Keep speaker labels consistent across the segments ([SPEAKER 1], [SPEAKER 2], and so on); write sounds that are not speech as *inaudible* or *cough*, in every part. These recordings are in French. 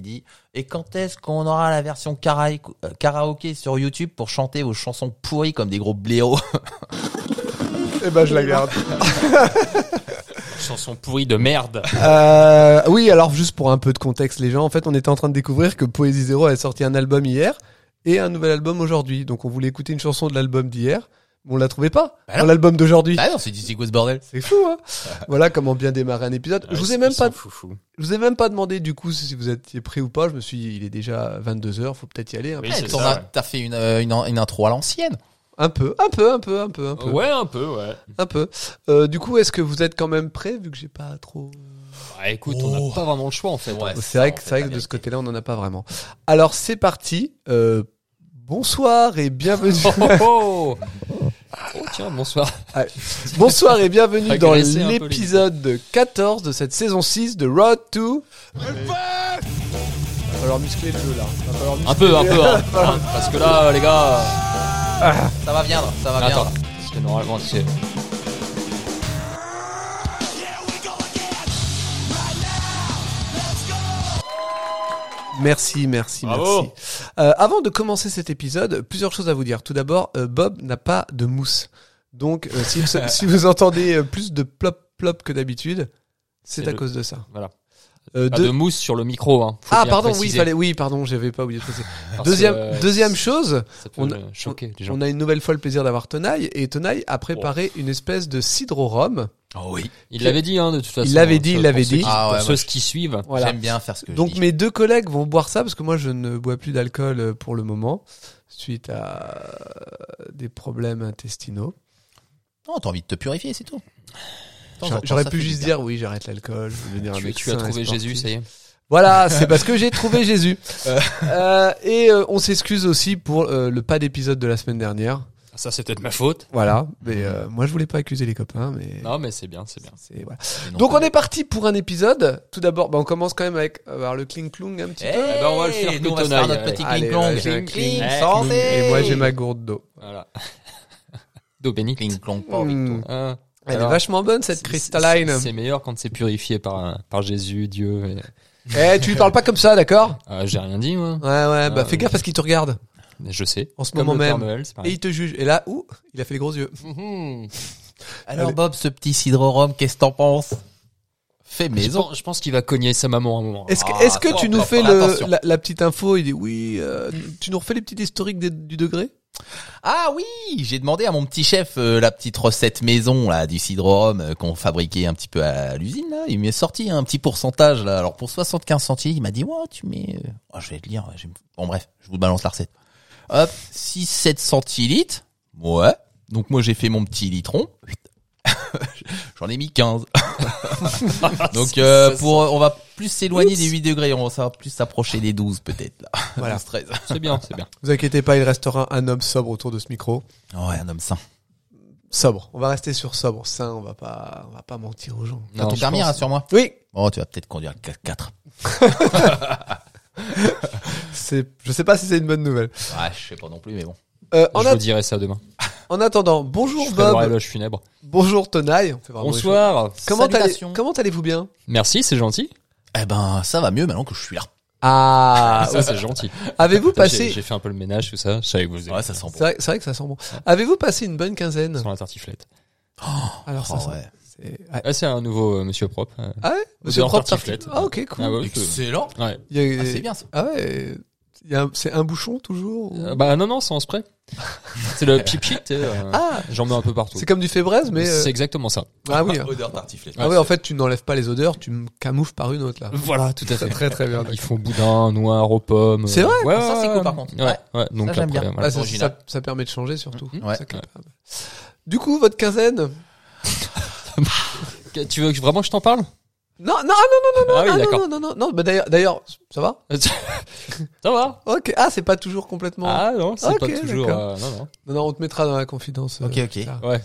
[SPEAKER 1] dit Et quand est-ce qu'on aura la version kara- euh, karaoké sur YouTube pour chanter vos chansons pourries comme des gros
[SPEAKER 2] *laughs*
[SPEAKER 1] blaireaux
[SPEAKER 3] Eh ben, je la garde.
[SPEAKER 2] Chanson pourrie de merde.
[SPEAKER 1] Ah
[SPEAKER 3] Euh, oui, alors juste pour un peu de contexte, les gens, en fait, on était en train de découvrir que Poésie Zéro a sorti un album hier et un nouvel album aujourd'hui. Donc, on voulait écouter une chanson de l'album d'hier, mais on la trouvait pas
[SPEAKER 1] Bah non.
[SPEAKER 3] dans l'album d'aujourd'hui.
[SPEAKER 1] Ah non, c'est du c'est quoi ce bordel
[SPEAKER 3] C'est fou, hein Voilà comment bien démarrer un épisode. je vous ai même pas,
[SPEAKER 2] Foufou.
[SPEAKER 3] je vous ai même pas demandé du coup si vous étiez prêt ou pas. Je me suis, dit, il est déjà 22 h faut peut-être y aller. Un,
[SPEAKER 2] Oui,
[SPEAKER 1] Ah,
[SPEAKER 2] c'est
[SPEAKER 1] t'en
[SPEAKER 2] ça,
[SPEAKER 1] as-
[SPEAKER 2] ouais.
[SPEAKER 1] T'as fait une, euh, une, une intro à l'ancienne.
[SPEAKER 3] un peu, un peu, un peu, un peu, un peu,
[SPEAKER 2] Ouais, un peu, ouais.
[SPEAKER 3] un peu. Euh, du coup, est-ce que vous êtes quand même prêt vu que j'ai pas trop.
[SPEAKER 2] Bah, écoute,
[SPEAKER 1] Oh.
[SPEAKER 2] on n'a pas vraiment le choix, en fait.
[SPEAKER 1] Ouais,
[SPEAKER 3] C'est
[SPEAKER 1] ça,
[SPEAKER 3] vrai
[SPEAKER 1] en
[SPEAKER 3] que,
[SPEAKER 1] fait,
[SPEAKER 3] c'est vrai
[SPEAKER 1] la
[SPEAKER 3] que de ce
[SPEAKER 1] vérité.
[SPEAKER 3] côté-là, on n'en a pas vraiment. Alors, c'est parti. Euh, bonsoir et
[SPEAKER 2] *laughs*
[SPEAKER 3] bienvenue.
[SPEAKER 2] *laughs* Oh, oh, oh. Oh, tiens, bonsoir.
[SPEAKER 3] bonsoir et bienvenue dans
[SPEAKER 2] Agresser un peu les-
[SPEAKER 3] l'épisode 14 de cette saison 6 de Road to. Va falloir muscler le jeu là. Va falloir muscler-
[SPEAKER 2] Un peu, un peu, *laughs* hein. Parce que là, les gars.
[SPEAKER 1] Ça va viendre, ça va
[SPEAKER 2] Attends,
[SPEAKER 1] viendre.
[SPEAKER 2] Ah, parce que normalement, c'est.
[SPEAKER 3] Merci, merci,
[SPEAKER 2] Bravo.
[SPEAKER 3] merci. Euh, avant de commencer cet épisode, plusieurs choses à vous dire. Tout d'abord, euh, Bob n'a pas de mousse. Donc, euh, si,
[SPEAKER 2] *laughs*
[SPEAKER 3] vous, si vous entendez euh, plus de plop plop que d'habitude, c'est
[SPEAKER 2] C'est
[SPEAKER 3] à
[SPEAKER 2] le-
[SPEAKER 3] cause de ça.
[SPEAKER 2] Voilà.
[SPEAKER 3] Euh,
[SPEAKER 2] Pas
[SPEAKER 3] deux-
[SPEAKER 2] de mousse sur le micro, hein. Faut
[SPEAKER 3] Ah
[SPEAKER 2] bien
[SPEAKER 3] pardon, oui,
[SPEAKER 2] préciser,
[SPEAKER 3] fallait, oui, pardon, j'avais pas oublié de préciser.
[SPEAKER 2] parce que,
[SPEAKER 3] Deuxième,
[SPEAKER 2] euh,
[SPEAKER 3] deuxième chose,
[SPEAKER 2] Ça peut
[SPEAKER 3] on-
[SPEAKER 2] le choquer, les gens.
[SPEAKER 3] on a une nouvelle fois le plaisir d'avoir Tonaille et Tonaille a préparé une espèce de cidre au rhum.
[SPEAKER 1] Oh oui.
[SPEAKER 2] Il l'avait dit, hein, de toute façon.
[SPEAKER 3] l'avait dit,
[SPEAKER 2] pour
[SPEAKER 3] il l'avait
[SPEAKER 2] ceux qui-
[SPEAKER 3] dit.
[SPEAKER 1] Ah
[SPEAKER 2] Pour
[SPEAKER 1] ouais,
[SPEAKER 2] ceux
[SPEAKER 1] moi,
[SPEAKER 2] qui suivent.
[SPEAKER 3] Voilà.
[SPEAKER 1] J'aime bien faire ce que
[SPEAKER 3] Donc
[SPEAKER 1] je dis.
[SPEAKER 3] mes deux collègues vont boire ça parce que moi je ne bois plus d'alcool euh, pour le moment suite à euh, des problèmes intestinaux.
[SPEAKER 1] Non, Oh, t'as envie de te purifier, c'est tout. Attends,
[SPEAKER 3] J'a-
[SPEAKER 1] j'entends,
[SPEAKER 3] J'aurais
[SPEAKER 1] ça
[SPEAKER 3] pu
[SPEAKER 1] fait
[SPEAKER 3] juste
[SPEAKER 1] du bien.
[SPEAKER 3] dire oui, j'arrête l'alcool, je veux devenir un
[SPEAKER 2] Tu, tu
[SPEAKER 3] médecin
[SPEAKER 2] as trouvé
[SPEAKER 3] et sportif.
[SPEAKER 2] Jésus, ça y est.
[SPEAKER 3] Voilà, c'est parce que j'ai trouvé Jésus. *laughs* Euh, et euh, on s'excuse aussi pour euh, le pas d'épisode de la semaine dernière.
[SPEAKER 2] Ah, Ça, c'est peut-être ma faute.
[SPEAKER 3] Voilà, mais euh, moi je voulais pas accuser les copains, mais
[SPEAKER 2] Non, mais c'est bien, c'est bien.
[SPEAKER 3] c'est voilà.
[SPEAKER 1] Et non,
[SPEAKER 3] Donc euh,
[SPEAKER 1] t'as-
[SPEAKER 3] on est parti pour un épisode. Tout d'abord, bah, on commence quand même avec euh, par le cling clong un petit
[SPEAKER 1] Eh
[SPEAKER 3] peu.
[SPEAKER 2] Eh ben, on va le faire
[SPEAKER 1] nous,
[SPEAKER 2] que
[SPEAKER 1] on va se faire
[SPEAKER 2] Tonaille,
[SPEAKER 1] notre
[SPEAKER 2] allez.
[SPEAKER 1] petit
[SPEAKER 3] Allez,
[SPEAKER 1] cling clong.
[SPEAKER 3] ouais, j'ai un cling,
[SPEAKER 2] cling,
[SPEAKER 1] santé.
[SPEAKER 3] Et moi
[SPEAKER 2] eh.
[SPEAKER 3] j'ai ma gourde d'eau.
[SPEAKER 2] Voilà. *laughs* D'eau bénite.
[SPEAKER 1] cling clong pas avec
[SPEAKER 3] Hmm.
[SPEAKER 1] toi.
[SPEAKER 2] Hein.
[SPEAKER 3] Elle
[SPEAKER 2] Alors,
[SPEAKER 3] est vachement bonne cette
[SPEAKER 2] c'est-
[SPEAKER 3] cristalline.
[SPEAKER 2] c'est- C'est meilleur quand c'est purifié par, un- par Jésus, Dieu. et-
[SPEAKER 3] Eh, tu lui parles pas comme ça,
[SPEAKER 2] *laughs*
[SPEAKER 3] d'accord
[SPEAKER 2] Ah, J'ai rien dit, moi.
[SPEAKER 3] Ouais, ouais. Bah
[SPEAKER 2] Ah,
[SPEAKER 3] fais
[SPEAKER 2] oui.
[SPEAKER 3] gaffe parce qu'il te regarde
[SPEAKER 2] Je sais.
[SPEAKER 3] en ce
[SPEAKER 2] Comme
[SPEAKER 3] moment
[SPEAKER 2] le Père
[SPEAKER 3] même.
[SPEAKER 2] Noël, c'est
[SPEAKER 3] Et
[SPEAKER 2] pareil.
[SPEAKER 3] il te juge. Et là, ouh, il a fait les gros yeux.
[SPEAKER 2] Mhm.
[SPEAKER 1] Alors
[SPEAKER 3] Allez.
[SPEAKER 1] Bob, ce petit cidre-rhum, qu'est-ce que t'en penses Fais
[SPEAKER 2] Je
[SPEAKER 1] maison.
[SPEAKER 2] pense, je pense qu'il va cogner sa maman à un moment.
[SPEAKER 3] Est-ce que,
[SPEAKER 1] Ah,
[SPEAKER 3] est-ce que
[SPEAKER 1] attends,
[SPEAKER 3] tu nous
[SPEAKER 1] attends,
[SPEAKER 3] fais
[SPEAKER 1] attends,
[SPEAKER 3] le-
[SPEAKER 1] attention.
[SPEAKER 3] la, la petite info Il dit oui. euh, tu nous refais les petites historiques des- du degré
[SPEAKER 1] Ah oui, j'ai demandé à mon petit chef euh, la petite recette maison là du cidre au rhum euh, qu'on fabriquait un petit peu à l'usine là. Il m'est sorti un petit pourcentage là. Alors pour 75 centimes, il m'a dit ouais tu mets. euh, oh, je vais te lire. je vais me- Bon bref, je vous balance la recette. Hop, 6-7 centilitres. Ouais. Donc moi j'ai fait mon petit litron. *laughs* J'en ai mis 15. Donc euh, pour euh, on va plus s'éloigner des 8 degrés, on va ça va plus s'approcher des 12 peut-être là. *laughs*
[SPEAKER 3] Voilà.
[SPEAKER 1] 12, 13.
[SPEAKER 2] C'est bien, c'est bien.
[SPEAKER 3] Vous inquiétez pas, il restera un homme sobre autour de ce micro.
[SPEAKER 1] Oh, Ouais, un homme sain.
[SPEAKER 3] Sobre. On va rester sur sobre. Ça, on va pas, on va pas mentir aux gens.
[SPEAKER 1] T'as
[SPEAKER 2] Non,
[SPEAKER 1] ton
[SPEAKER 2] je
[SPEAKER 1] permis
[SPEAKER 2] pense-
[SPEAKER 1] rassure-moi.
[SPEAKER 3] Oui,
[SPEAKER 1] Oh, tu vas peut-être conduire le 4
[SPEAKER 3] c'est, je sais pas si c'est une bonne nouvelle.
[SPEAKER 1] Ouais, Ah, je sais pas non plus, mais bon.
[SPEAKER 3] Euh, en,
[SPEAKER 2] Je
[SPEAKER 3] a-
[SPEAKER 2] vous dirai ça demain.
[SPEAKER 3] en attendant, bonjour
[SPEAKER 2] Je ferai leur
[SPEAKER 3] Bob,
[SPEAKER 2] éloge funèbre.
[SPEAKER 3] bonjour Tonaille. On fait vraiment les choses.
[SPEAKER 2] Bonsoir.
[SPEAKER 3] Comment allez-
[SPEAKER 1] Salutations.
[SPEAKER 3] comment allez-vous bien
[SPEAKER 2] Merci, c'est gentil.
[SPEAKER 1] Eh ben, ça va mieux maintenant que je suis là.
[SPEAKER 3] Ah,
[SPEAKER 2] ça, c'est gentil.
[SPEAKER 3] avez-vous
[SPEAKER 2] Ça, J'ai
[SPEAKER 3] passé
[SPEAKER 2] j'ai fait un peu le ménage, tout ça. Je savais que vous
[SPEAKER 1] Ouais, ça sent
[SPEAKER 3] C'est
[SPEAKER 1] bon.
[SPEAKER 3] vrai, c'est vrai que ça sent bon. Avez-vous passé une bonne quinzaine
[SPEAKER 2] Sans la tartiflette.
[SPEAKER 3] Alors ça,
[SPEAKER 1] Oh,
[SPEAKER 3] sent-
[SPEAKER 1] ouais.
[SPEAKER 3] c'est- ouais.
[SPEAKER 2] Ah, c'est un nouveau euh, monsieur propre. euh.
[SPEAKER 3] Ah ouais Monsieur
[SPEAKER 2] Odeur
[SPEAKER 3] Propre
[SPEAKER 2] tartiflette.
[SPEAKER 3] tartiflette. Ah ok, cool.
[SPEAKER 2] Ah ouais, ouais, je-
[SPEAKER 1] Excellent.
[SPEAKER 2] ouais.
[SPEAKER 3] Il y a-
[SPEAKER 1] Ah, c'est bien ça.
[SPEAKER 3] Ah ouais. il y a un- C'est un bouchon toujours ou-
[SPEAKER 2] Euh, Bah non, non, c'est en spray. c'est le pip pip. tu sais, euh,
[SPEAKER 3] Ah,
[SPEAKER 2] J'en mets un peu partout.
[SPEAKER 3] c'est comme du fébraise, mais euh,
[SPEAKER 2] C'est exactement ça.
[SPEAKER 3] ah oui.
[SPEAKER 1] Odeur tartiflette.
[SPEAKER 3] Ah ouais, en fait, tu n'enlèves pas les odeurs, tu me camoufles par une autre là.
[SPEAKER 2] Voilà, tout à fait.
[SPEAKER 3] Très très bien.
[SPEAKER 2] Ils font boudin, noir, aux pommes.
[SPEAKER 3] C'est vrai
[SPEAKER 2] Ouais,
[SPEAKER 1] Ça,
[SPEAKER 2] ouais,
[SPEAKER 1] c'est cool,
[SPEAKER 2] ouais.
[SPEAKER 1] par contre.
[SPEAKER 2] Ouais, ouais. Donc
[SPEAKER 1] j'aime
[SPEAKER 2] après,
[SPEAKER 1] bien.
[SPEAKER 2] voilà.
[SPEAKER 3] Ah, ça,
[SPEAKER 1] Original.
[SPEAKER 3] ça- ça permet de changer surtout.
[SPEAKER 1] Mhm. Ouais.
[SPEAKER 3] Ça, c'est pas mal. Du coup, votre quinzaine
[SPEAKER 2] Que- Tu veux que- vraiment que je t'en parle
[SPEAKER 3] Non, non, non,
[SPEAKER 2] Ah
[SPEAKER 3] non,
[SPEAKER 2] oui,
[SPEAKER 3] non,
[SPEAKER 2] d'accord.
[SPEAKER 3] non, non, non, non. Bah, d'ailleurs, d'ailleurs, ça va
[SPEAKER 2] ça va
[SPEAKER 3] Ok. Ah, c'est pas toujours complètement.
[SPEAKER 2] Ah non, c'est
[SPEAKER 3] Ok,
[SPEAKER 2] pas toujours.
[SPEAKER 3] d'accord.
[SPEAKER 2] euh, non, non.
[SPEAKER 3] Non, non, on te mettra dans la confidence. euh,
[SPEAKER 1] Ok, ok.
[SPEAKER 3] plus tard.
[SPEAKER 2] Ouais.